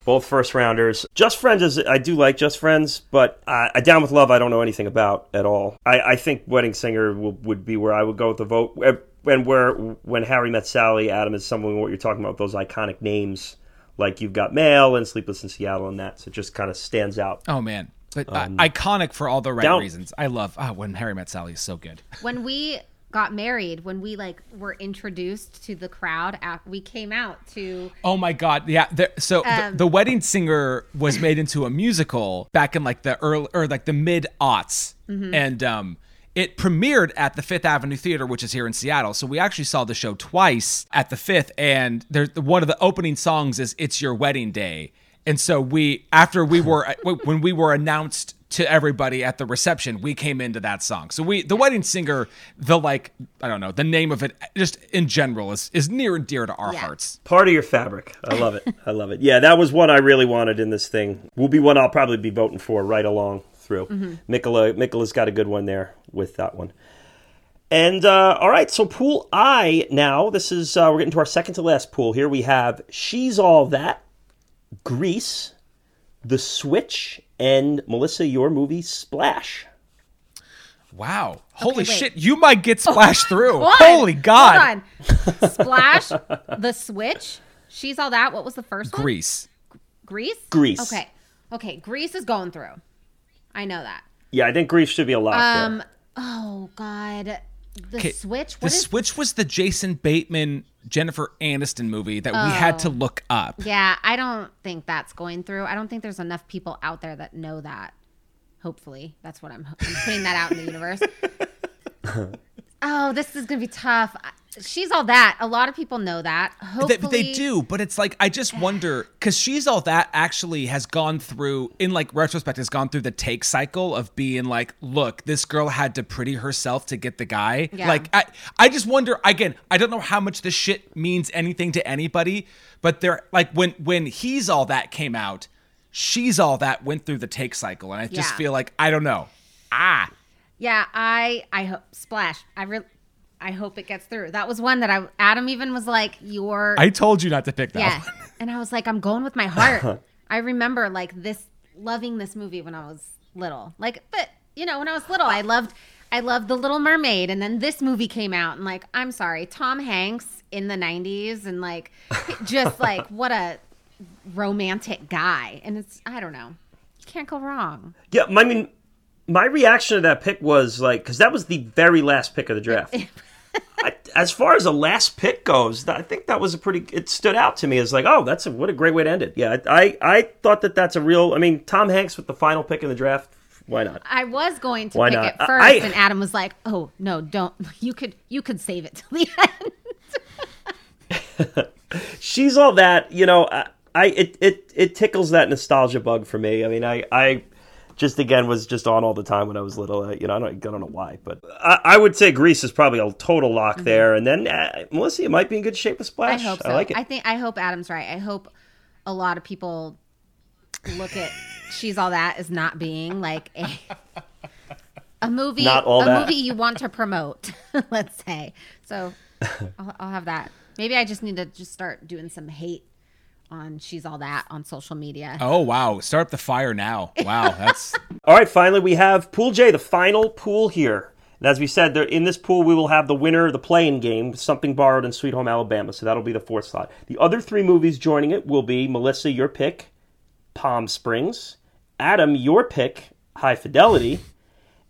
Speaker 1: Both first rounders. Just Friends is I do like Just Friends, but I, I Down with Love I don't know anything about at all. I, I think Wedding Singer will, would be where I would go with the vote. Eh, And where when Harry met Sally, Adam is someone what you're talking about with those iconic names like you've got Mail and Sleepless in Seattle and that. So it just kind of stands out.
Speaker 7: Oh man, but uh,
Speaker 1: Um,
Speaker 7: iconic for all the right
Speaker 1: Down-
Speaker 7: reasons. I love oh, when Harry Met Sally is so good.
Speaker 8: when we got married, when we like were introduced to the crowd, af- we came out to
Speaker 7: Oh my god, yeah. The, so the- the, Wedding Singer was made into a musical back in like the early or like the mid aughts, and um, it premiered at the Fifth Avenue Theater, which is here in Seattle. So we actually saw the show twice at the Fifth, and there's one of the opening songs is "It's Your Wedding Day," and so we after we were when we were announced to everybody at the reception we came into that song so we the wedding singer the like i don't know the name of it just in general is is near and dear to our
Speaker 8: Yeah.
Speaker 7: hearts
Speaker 1: Part of your fabric. I love it. I love it. Yeah, that was one I really wanted in this thing. Will be one I'll probably be voting for right along through. Nicola Nicola's got a good one there with that one. And uh, all right, so pool I now. This is uh, we're getting to our second to last pool here. We have she's all that, Grease, The Switch, and Melissa your movie Splash.
Speaker 7: Wow. Holy
Speaker 8: wait. Oh,
Speaker 7: shit, you might get splashed through.
Speaker 8: Hold on.
Speaker 7: Oh, Holy god.
Speaker 8: Hold on. Splash, The Switch, She's All That. What was the first one?
Speaker 7: Grease.
Speaker 8: Grease?
Speaker 1: Grease.
Speaker 8: Okay. Okay. Grease is going through. I know that.
Speaker 1: Yeah, I think Grease should be a lot.
Speaker 8: Um.
Speaker 1: there.
Speaker 8: Oh God. The
Speaker 7: Okay,
Speaker 8: Switch.
Speaker 7: The
Speaker 8: What is?
Speaker 7: Switch was the Jason Bateman Jennifer Aniston movie that we had
Speaker 8: Oh.
Speaker 7: to look up.
Speaker 8: yeah, I don't think that's going through. I don't think there's enough people out there that know that. Hopefully, that's what I'm, I'm putting that out in the universe. oh, this is gonna be tough. I- she's all that. A lot of people know that. Hopefully,
Speaker 7: They, but they do, but it's like I just wonder because she's all that actually has gone through in like retrospect has gone through the take cycle of being like, look, this girl had to pretty herself to get the guy.
Speaker 8: Yeah.
Speaker 7: Like I, I just wonder again. I don't know how much this shit means anything to anybody, but they're like when when he's all that came out, she's all that went through the take cycle, and I just
Speaker 8: Yeah.
Speaker 7: feel like I don't know. Ah,
Speaker 8: Yeah, I I hope splash. I re- I hope it gets through. That was one that I Adam even was like, "You're
Speaker 7: I told you not to pick that.
Speaker 8: yeah,"
Speaker 7: one.
Speaker 8: and I was like, "I'm going with my
Speaker 1: Uh-huh.
Speaker 8: heart." I remember like this loving this movie when I was little. Like, but you know, when I was little, I loved I loved The Little Mermaid, and then this movie came out, and like, I'm sorry, Tom Hanks in the '90s, and like, just like what a romantic guy, and it's I don't know, you can't go wrong.
Speaker 1: Yeah, I mean, my reaction to that pick was like, because that was the very last pick of the draft. I, as far as a last pick goes, th- I think that was a pretty. It stood out to me as like, oh, that's a, what a great way to end it. Yeah, I, I I thought that that's a real. I mean, Tom Hanks with the final pick in the draft. Why not?
Speaker 8: I was going to
Speaker 1: Why
Speaker 8: pick
Speaker 1: not?
Speaker 8: it
Speaker 1: I-
Speaker 8: first,
Speaker 1: I-
Speaker 8: and Adam was like, "Oh no, don't! You could you could save it till the end."
Speaker 1: she's all that you know i, I it, it it tickles that nostalgia bug for me i mean i i just again was just on all the time when i was little I, you know i don't, I don't know why but I, I would say greece is probably a total lock there and then uh, melissa you might be in good shape with
Speaker 8: Mm-hmm. I
Speaker 1: splash
Speaker 8: hope so.
Speaker 1: i like it
Speaker 8: think I hope Adam's right. I hope a lot of people look at "She's All That" as not being like a a movie,
Speaker 1: Not all
Speaker 8: a
Speaker 1: that.
Speaker 8: movie you want to promote. let's say so. I'll, I'll have that. Maybe I just need to just start doing some hate on "She's All That" on social media.
Speaker 7: Oh wow, start up the fire now. Wow, that's.
Speaker 1: All right, finally, we have Pool J, the final pool here. And as we said, there, in this pool, we will have the winner, of the playing game, Something Borrowed and Sweet Home Alabama. So that'll be the fourth slot. The other three movies joining it will be Melissa, your pick, Palm Springs, Adam, your pick, High Fidelity,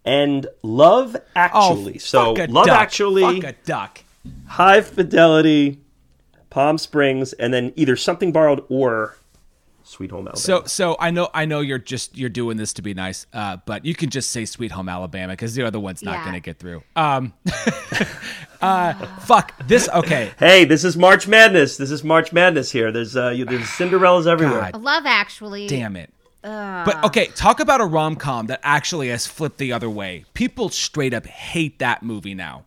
Speaker 1: and Love Actually. so
Speaker 7: Oh, fuck a
Speaker 1: Love
Speaker 7: duck.
Speaker 1: Actually,
Speaker 7: Fuck a duck.
Speaker 1: High Fidelity, Palm Springs, and then either Something Borrowed or Sweet Home Alabama.
Speaker 7: So, so I know, I know you're just you're doing this to be nice, uh, but you can just say "Sweet Home Alabama" because the other one's not
Speaker 8: Yeah.
Speaker 7: going to get through. Um, uh, fuck this. Okay,
Speaker 1: Hey, this is March Madness. This is March Madness here. There's uh, you, there's Cinderellas everywhere.
Speaker 7: God
Speaker 8: Love Actually.
Speaker 7: damn it. But okay, talk about a rom com that actually has flipped the other way. People straight up hate that movie now.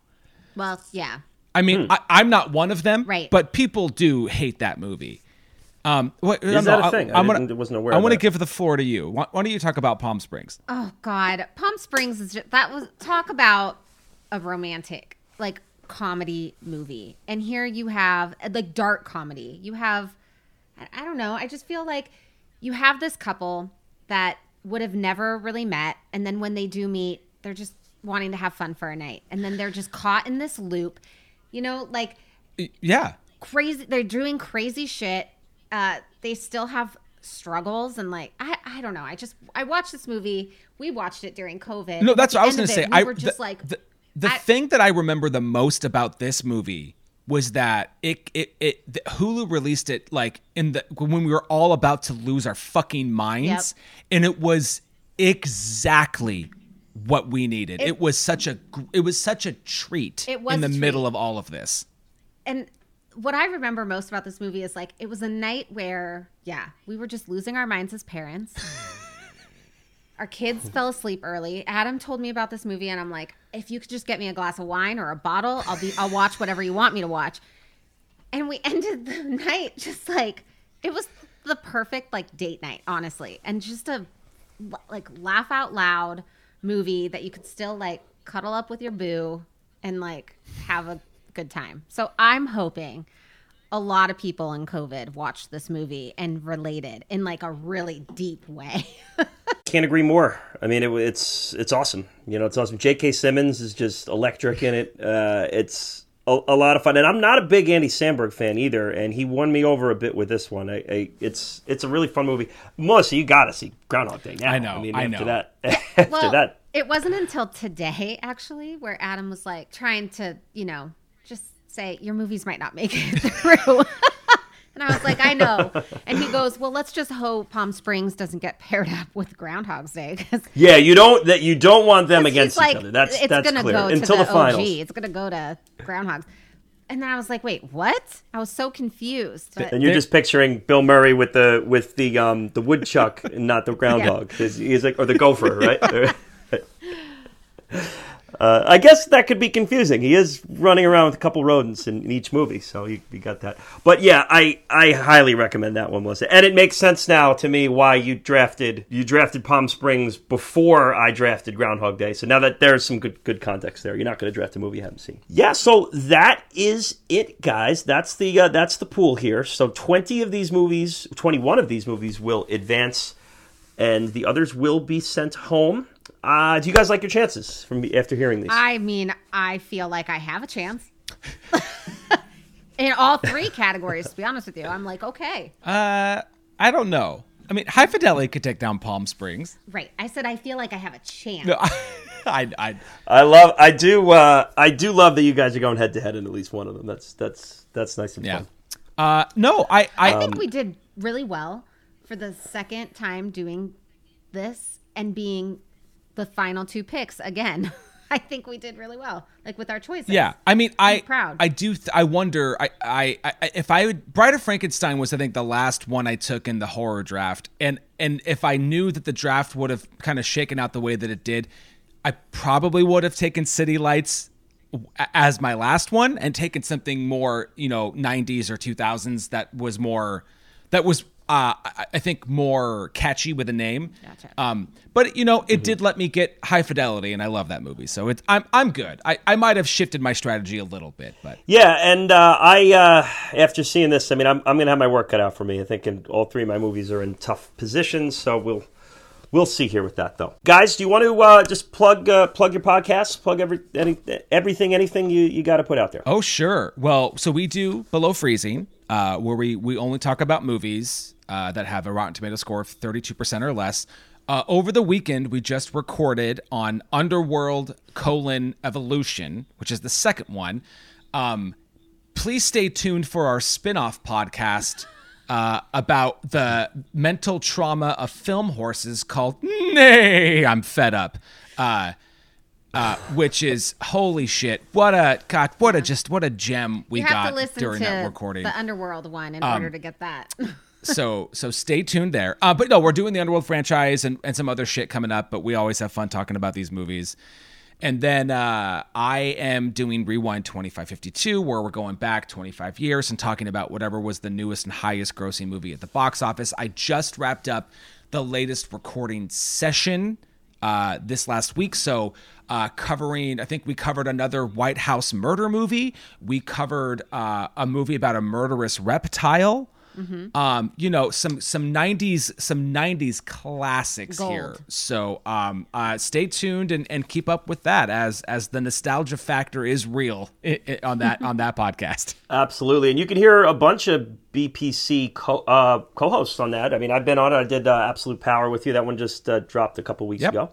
Speaker 8: Well, yeah.
Speaker 7: I mean,
Speaker 1: Hmm.
Speaker 7: I, I'm not one of them,
Speaker 8: Right.
Speaker 7: But people do hate that movie. Um, what, is
Speaker 1: that a thing? I
Speaker 7: I'm gonna,
Speaker 1: didn't- wasn't aware
Speaker 7: I
Speaker 1: of
Speaker 7: want to
Speaker 1: that.
Speaker 7: give the floor to you. Why, why don't you talk about Palm Springs?
Speaker 8: Oh God, Palm Springs is just, that was talk about a romantic like comedy movie, and here you have uh, like dark comedy. You have, I- I don't know. I just feel like you have this couple that would have never really met, and then when they do meet, they're just wanting to have fun for a night, and then they're just caught in this loop. You know, like
Speaker 7: Yeah.
Speaker 8: crazy they're doing crazy shit uh they still have struggles and like i i don't know i just i watched this movie we watched it during covid
Speaker 7: No, that's
Speaker 8: At
Speaker 7: what I was
Speaker 8: the
Speaker 7: going
Speaker 8: end
Speaker 7: to
Speaker 8: of
Speaker 7: say.
Speaker 8: it, we
Speaker 7: I
Speaker 8: were just like
Speaker 7: the, the
Speaker 8: I-
Speaker 7: thing that I remember the most about this movie was that it it, it the, Hulu released it like in the when we were all about to lose our fucking minds, and it was exactly what we needed. It, was such a gr- it was such a treat
Speaker 8: It was
Speaker 7: in the
Speaker 8: a
Speaker 7: middle
Speaker 8: treat.
Speaker 7: of all of this.
Speaker 8: and what I remember most about this movie is like it was a night where, yeah, we were just losing our minds as parents. our kids fell asleep early. Adam told me about this movie, and I'm like, if you could just get me a glass of wine or a bottle, I'll be I'll watch whatever you want me to watch. And we ended the night just like it was the perfect like date night, honestly, and just a like laugh out loud movie that you could still like cuddle up with your boo and like have a good time. So I'm hoping a lot of people in COVID watched this movie and related in like a really deep way.
Speaker 1: Can't agree more. I mean, it, it's it's awesome. You know, it's awesome. J.K. Simmons is just electric in it. Uh, it's a, a lot of fun, and I'm not a big Andy Samberg fan either, and he won me over a bit with this one. I, I, it's it's a really fun movie. Melissa, you gotta see Groundhog Day now.
Speaker 7: I know,
Speaker 1: I mean,
Speaker 7: I
Speaker 1: after
Speaker 7: know.
Speaker 1: that, after that,
Speaker 8: it wasn't until today actually where Adam was like trying to, you know, just say your movies might not make it through. and I was like, I know. And he goes, "Well, let's just hope Palm Springs doesn't get paired up with Groundhog's Day cuz
Speaker 1: yeah, you don't that you don't want them
Speaker 8: He's
Speaker 1: against
Speaker 8: like,
Speaker 1: each other. That's
Speaker 8: it's
Speaker 1: that's
Speaker 8: gonna
Speaker 1: clear
Speaker 8: go
Speaker 1: until the,
Speaker 8: to the, OG.
Speaker 1: finals.
Speaker 8: It's gonna go to Groundhog. and then I was like, wait, what? I was so confused. But
Speaker 1: And you're just picturing Bill Murray with the with the um the woodchuck and not the groundhog. He's- He's like or the gopher, right? uh, I guess that could be confusing. He is running around with a couple rodents in, in each movie, so you, you got that. But yeah, I I highly recommend that one, Melissa. And it makes sense now to me why you drafted you drafted Palm Springs before I drafted Groundhog Day. So now that there's some good good context there, you're not going to draft a movie you haven't seen. Yeah, so that is it, guys. That's the uh, that's the pool here. So 20 of these movies, 21 of these movies will advance and the others will be sent home. Uh, do you guys like your chances from after hearing these?
Speaker 8: I mean, I feel like I have a chance. In all three categories, to be honest with you, I'm like, okay,
Speaker 7: Uh, I don't know. I mean, High Fidelity could take down Palm Springs.
Speaker 8: right. I said I feel like I have a chance.
Speaker 7: No, I, I, I,
Speaker 1: I love, I do, uh, I do love that you guys are going head to head in at least one of them. That's that's that's nice and
Speaker 7: yeah.
Speaker 1: fun.
Speaker 7: Uh, no, I, I,
Speaker 8: I think we did really well for the second time doing this and being the final two picks again. I think we did really well, like with our choices.
Speaker 7: yeah. I mean, I,
Speaker 8: proud.
Speaker 7: I do. Th- I wonder. I, I, I, if I would, Bride of Frankenstein was, I think, the last one I took in the horror draft, and and if I knew that the draft would have kind of shaken out the way that it did, I probably would have taken City Lights w- as my last one and taken something more, you know, 90s or 2000s that was more, that was. Uh, I I think more catchy with a name, um, but you know it did let me get high fidelity, and I love that movie. So it's I'm I'm good. I, I might have shifted my strategy a little bit, but
Speaker 1: Yeah, and uh, I, uh, after seeing this, I mean, I'm, I'm going to have my work cut out for me. I think in, all three of my movies are in tough positions, so we'll we'll see here with that though. Guys, do you want to uh, just plug uh, plug your podcast, plug every any, everything, anything you you got to put out there?
Speaker 7: Oh, sure. Well, so we do Below Freezing, uh, where we, we only talk about movies uh, that have a Rotten Tomato score of 32% or less. Uh, over the weekend, we just recorded on Underworld colon Evolution, which is the second one. Um, please stay tuned for our spin-off podcast uh, about the mental trauma of film horses called Nay, I'm Fed Up. Uh, uh, which is holy shit! What a god! What a just what a gem we
Speaker 8: you have
Speaker 7: got
Speaker 8: to listen
Speaker 7: during
Speaker 8: to
Speaker 7: that recording Um,
Speaker 8: the Underworld one in order to get that.
Speaker 7: so so stay tuned there. Uh, but no, we're doing the Underworld franchise and, and some other shit coming up, but we always have fun talking about these movies. And then uh, I am doing Rewind 2552, where we're going back 25 years and talking about whatever was the newest and highest grossing movie at the box office. I just wrapped up the latest recording session uh, this last week. So, uh, covering, I think we covered another White House murder movie. We covered uh, a movie about a murderous reptile. Um, you know, some some '90s some '90s classics here. So, um, uh, stay tuned and, and keep up with that as as the nostalgia factor is real i i on that on that podcast.
Speaker 1: Absolutely, and you can hear a bunch of BPC co- uh, co-hosts on that. I mean, I've been on it. I did uh, Absolute Power with you. That one just uh, dropped a couple weeks
Speaker 7: Yep.
Speaker 1: ago.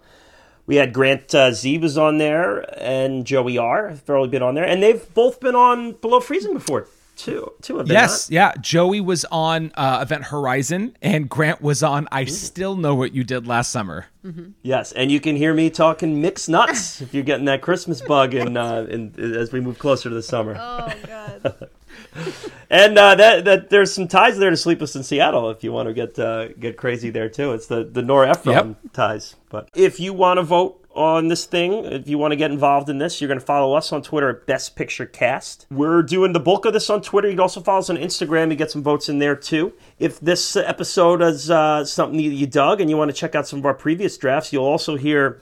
Speaker 1: We had Grant uh, Z was on there, and Joey R. have probably been on there, and they've both been on Below Freezing before. Two, two of them.
Speaker 7: Yes, yeah. Joey was on uh, Event Horizon, and Grant was on. I still know what you did last summer.
Speaker 1: Yes, and you can hear me talking mixed nuts if you're getting that Christmas bug in, uh, in as we move closer to the summer. Oh god. and uh, that that there's some ties there to Sleepless in Seattle if you want to get uh, get crazy there too. It's the the Nora Ephron ties. But if you want to vote on this thing, if you want to get involved in this, you're going to follow us on Twitter at Best Picture Cast. We're doing the bulk of this on Twitter. You can also follow us on Instagram and get some votes in there too. If this episode is uh, something that you dug and you want to check out some of our previous drafts, you'll also hear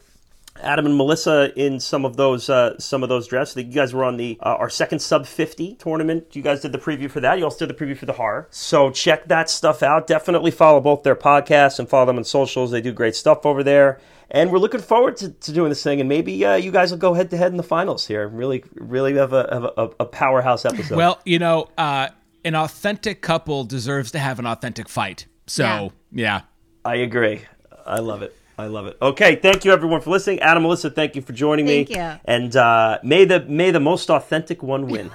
Speaker 1: Adam and Melissa in some of those uh, some of those drafts. I think you guys were on the uh, our second sub fifty tournament. You guys did the preview for that. You also did the preview for the horror. So check that stuff out. Definitely follow both their podcasts and follow them on socials. They do great stuff over there. And we're looking forward to, to doing this thing. And maybe uh, you guys will go head to head in the finals here. Really, really have a have a, a powerhouse episode.
Speaker 7: Well, you know, uh, an authentic couple deserves to have an authentic fight. So, yeah.
Speaker 8: Yeah.
Speaker 1: I agree. I love it. I love it. Okay, thank you everyone for listening. Adam, Melissa, thank you for joining
Speaker 8: Thank
Speaker 1: me.
Speaker 8: you.
Speaker 1: And uh, may the may the most authentic one win.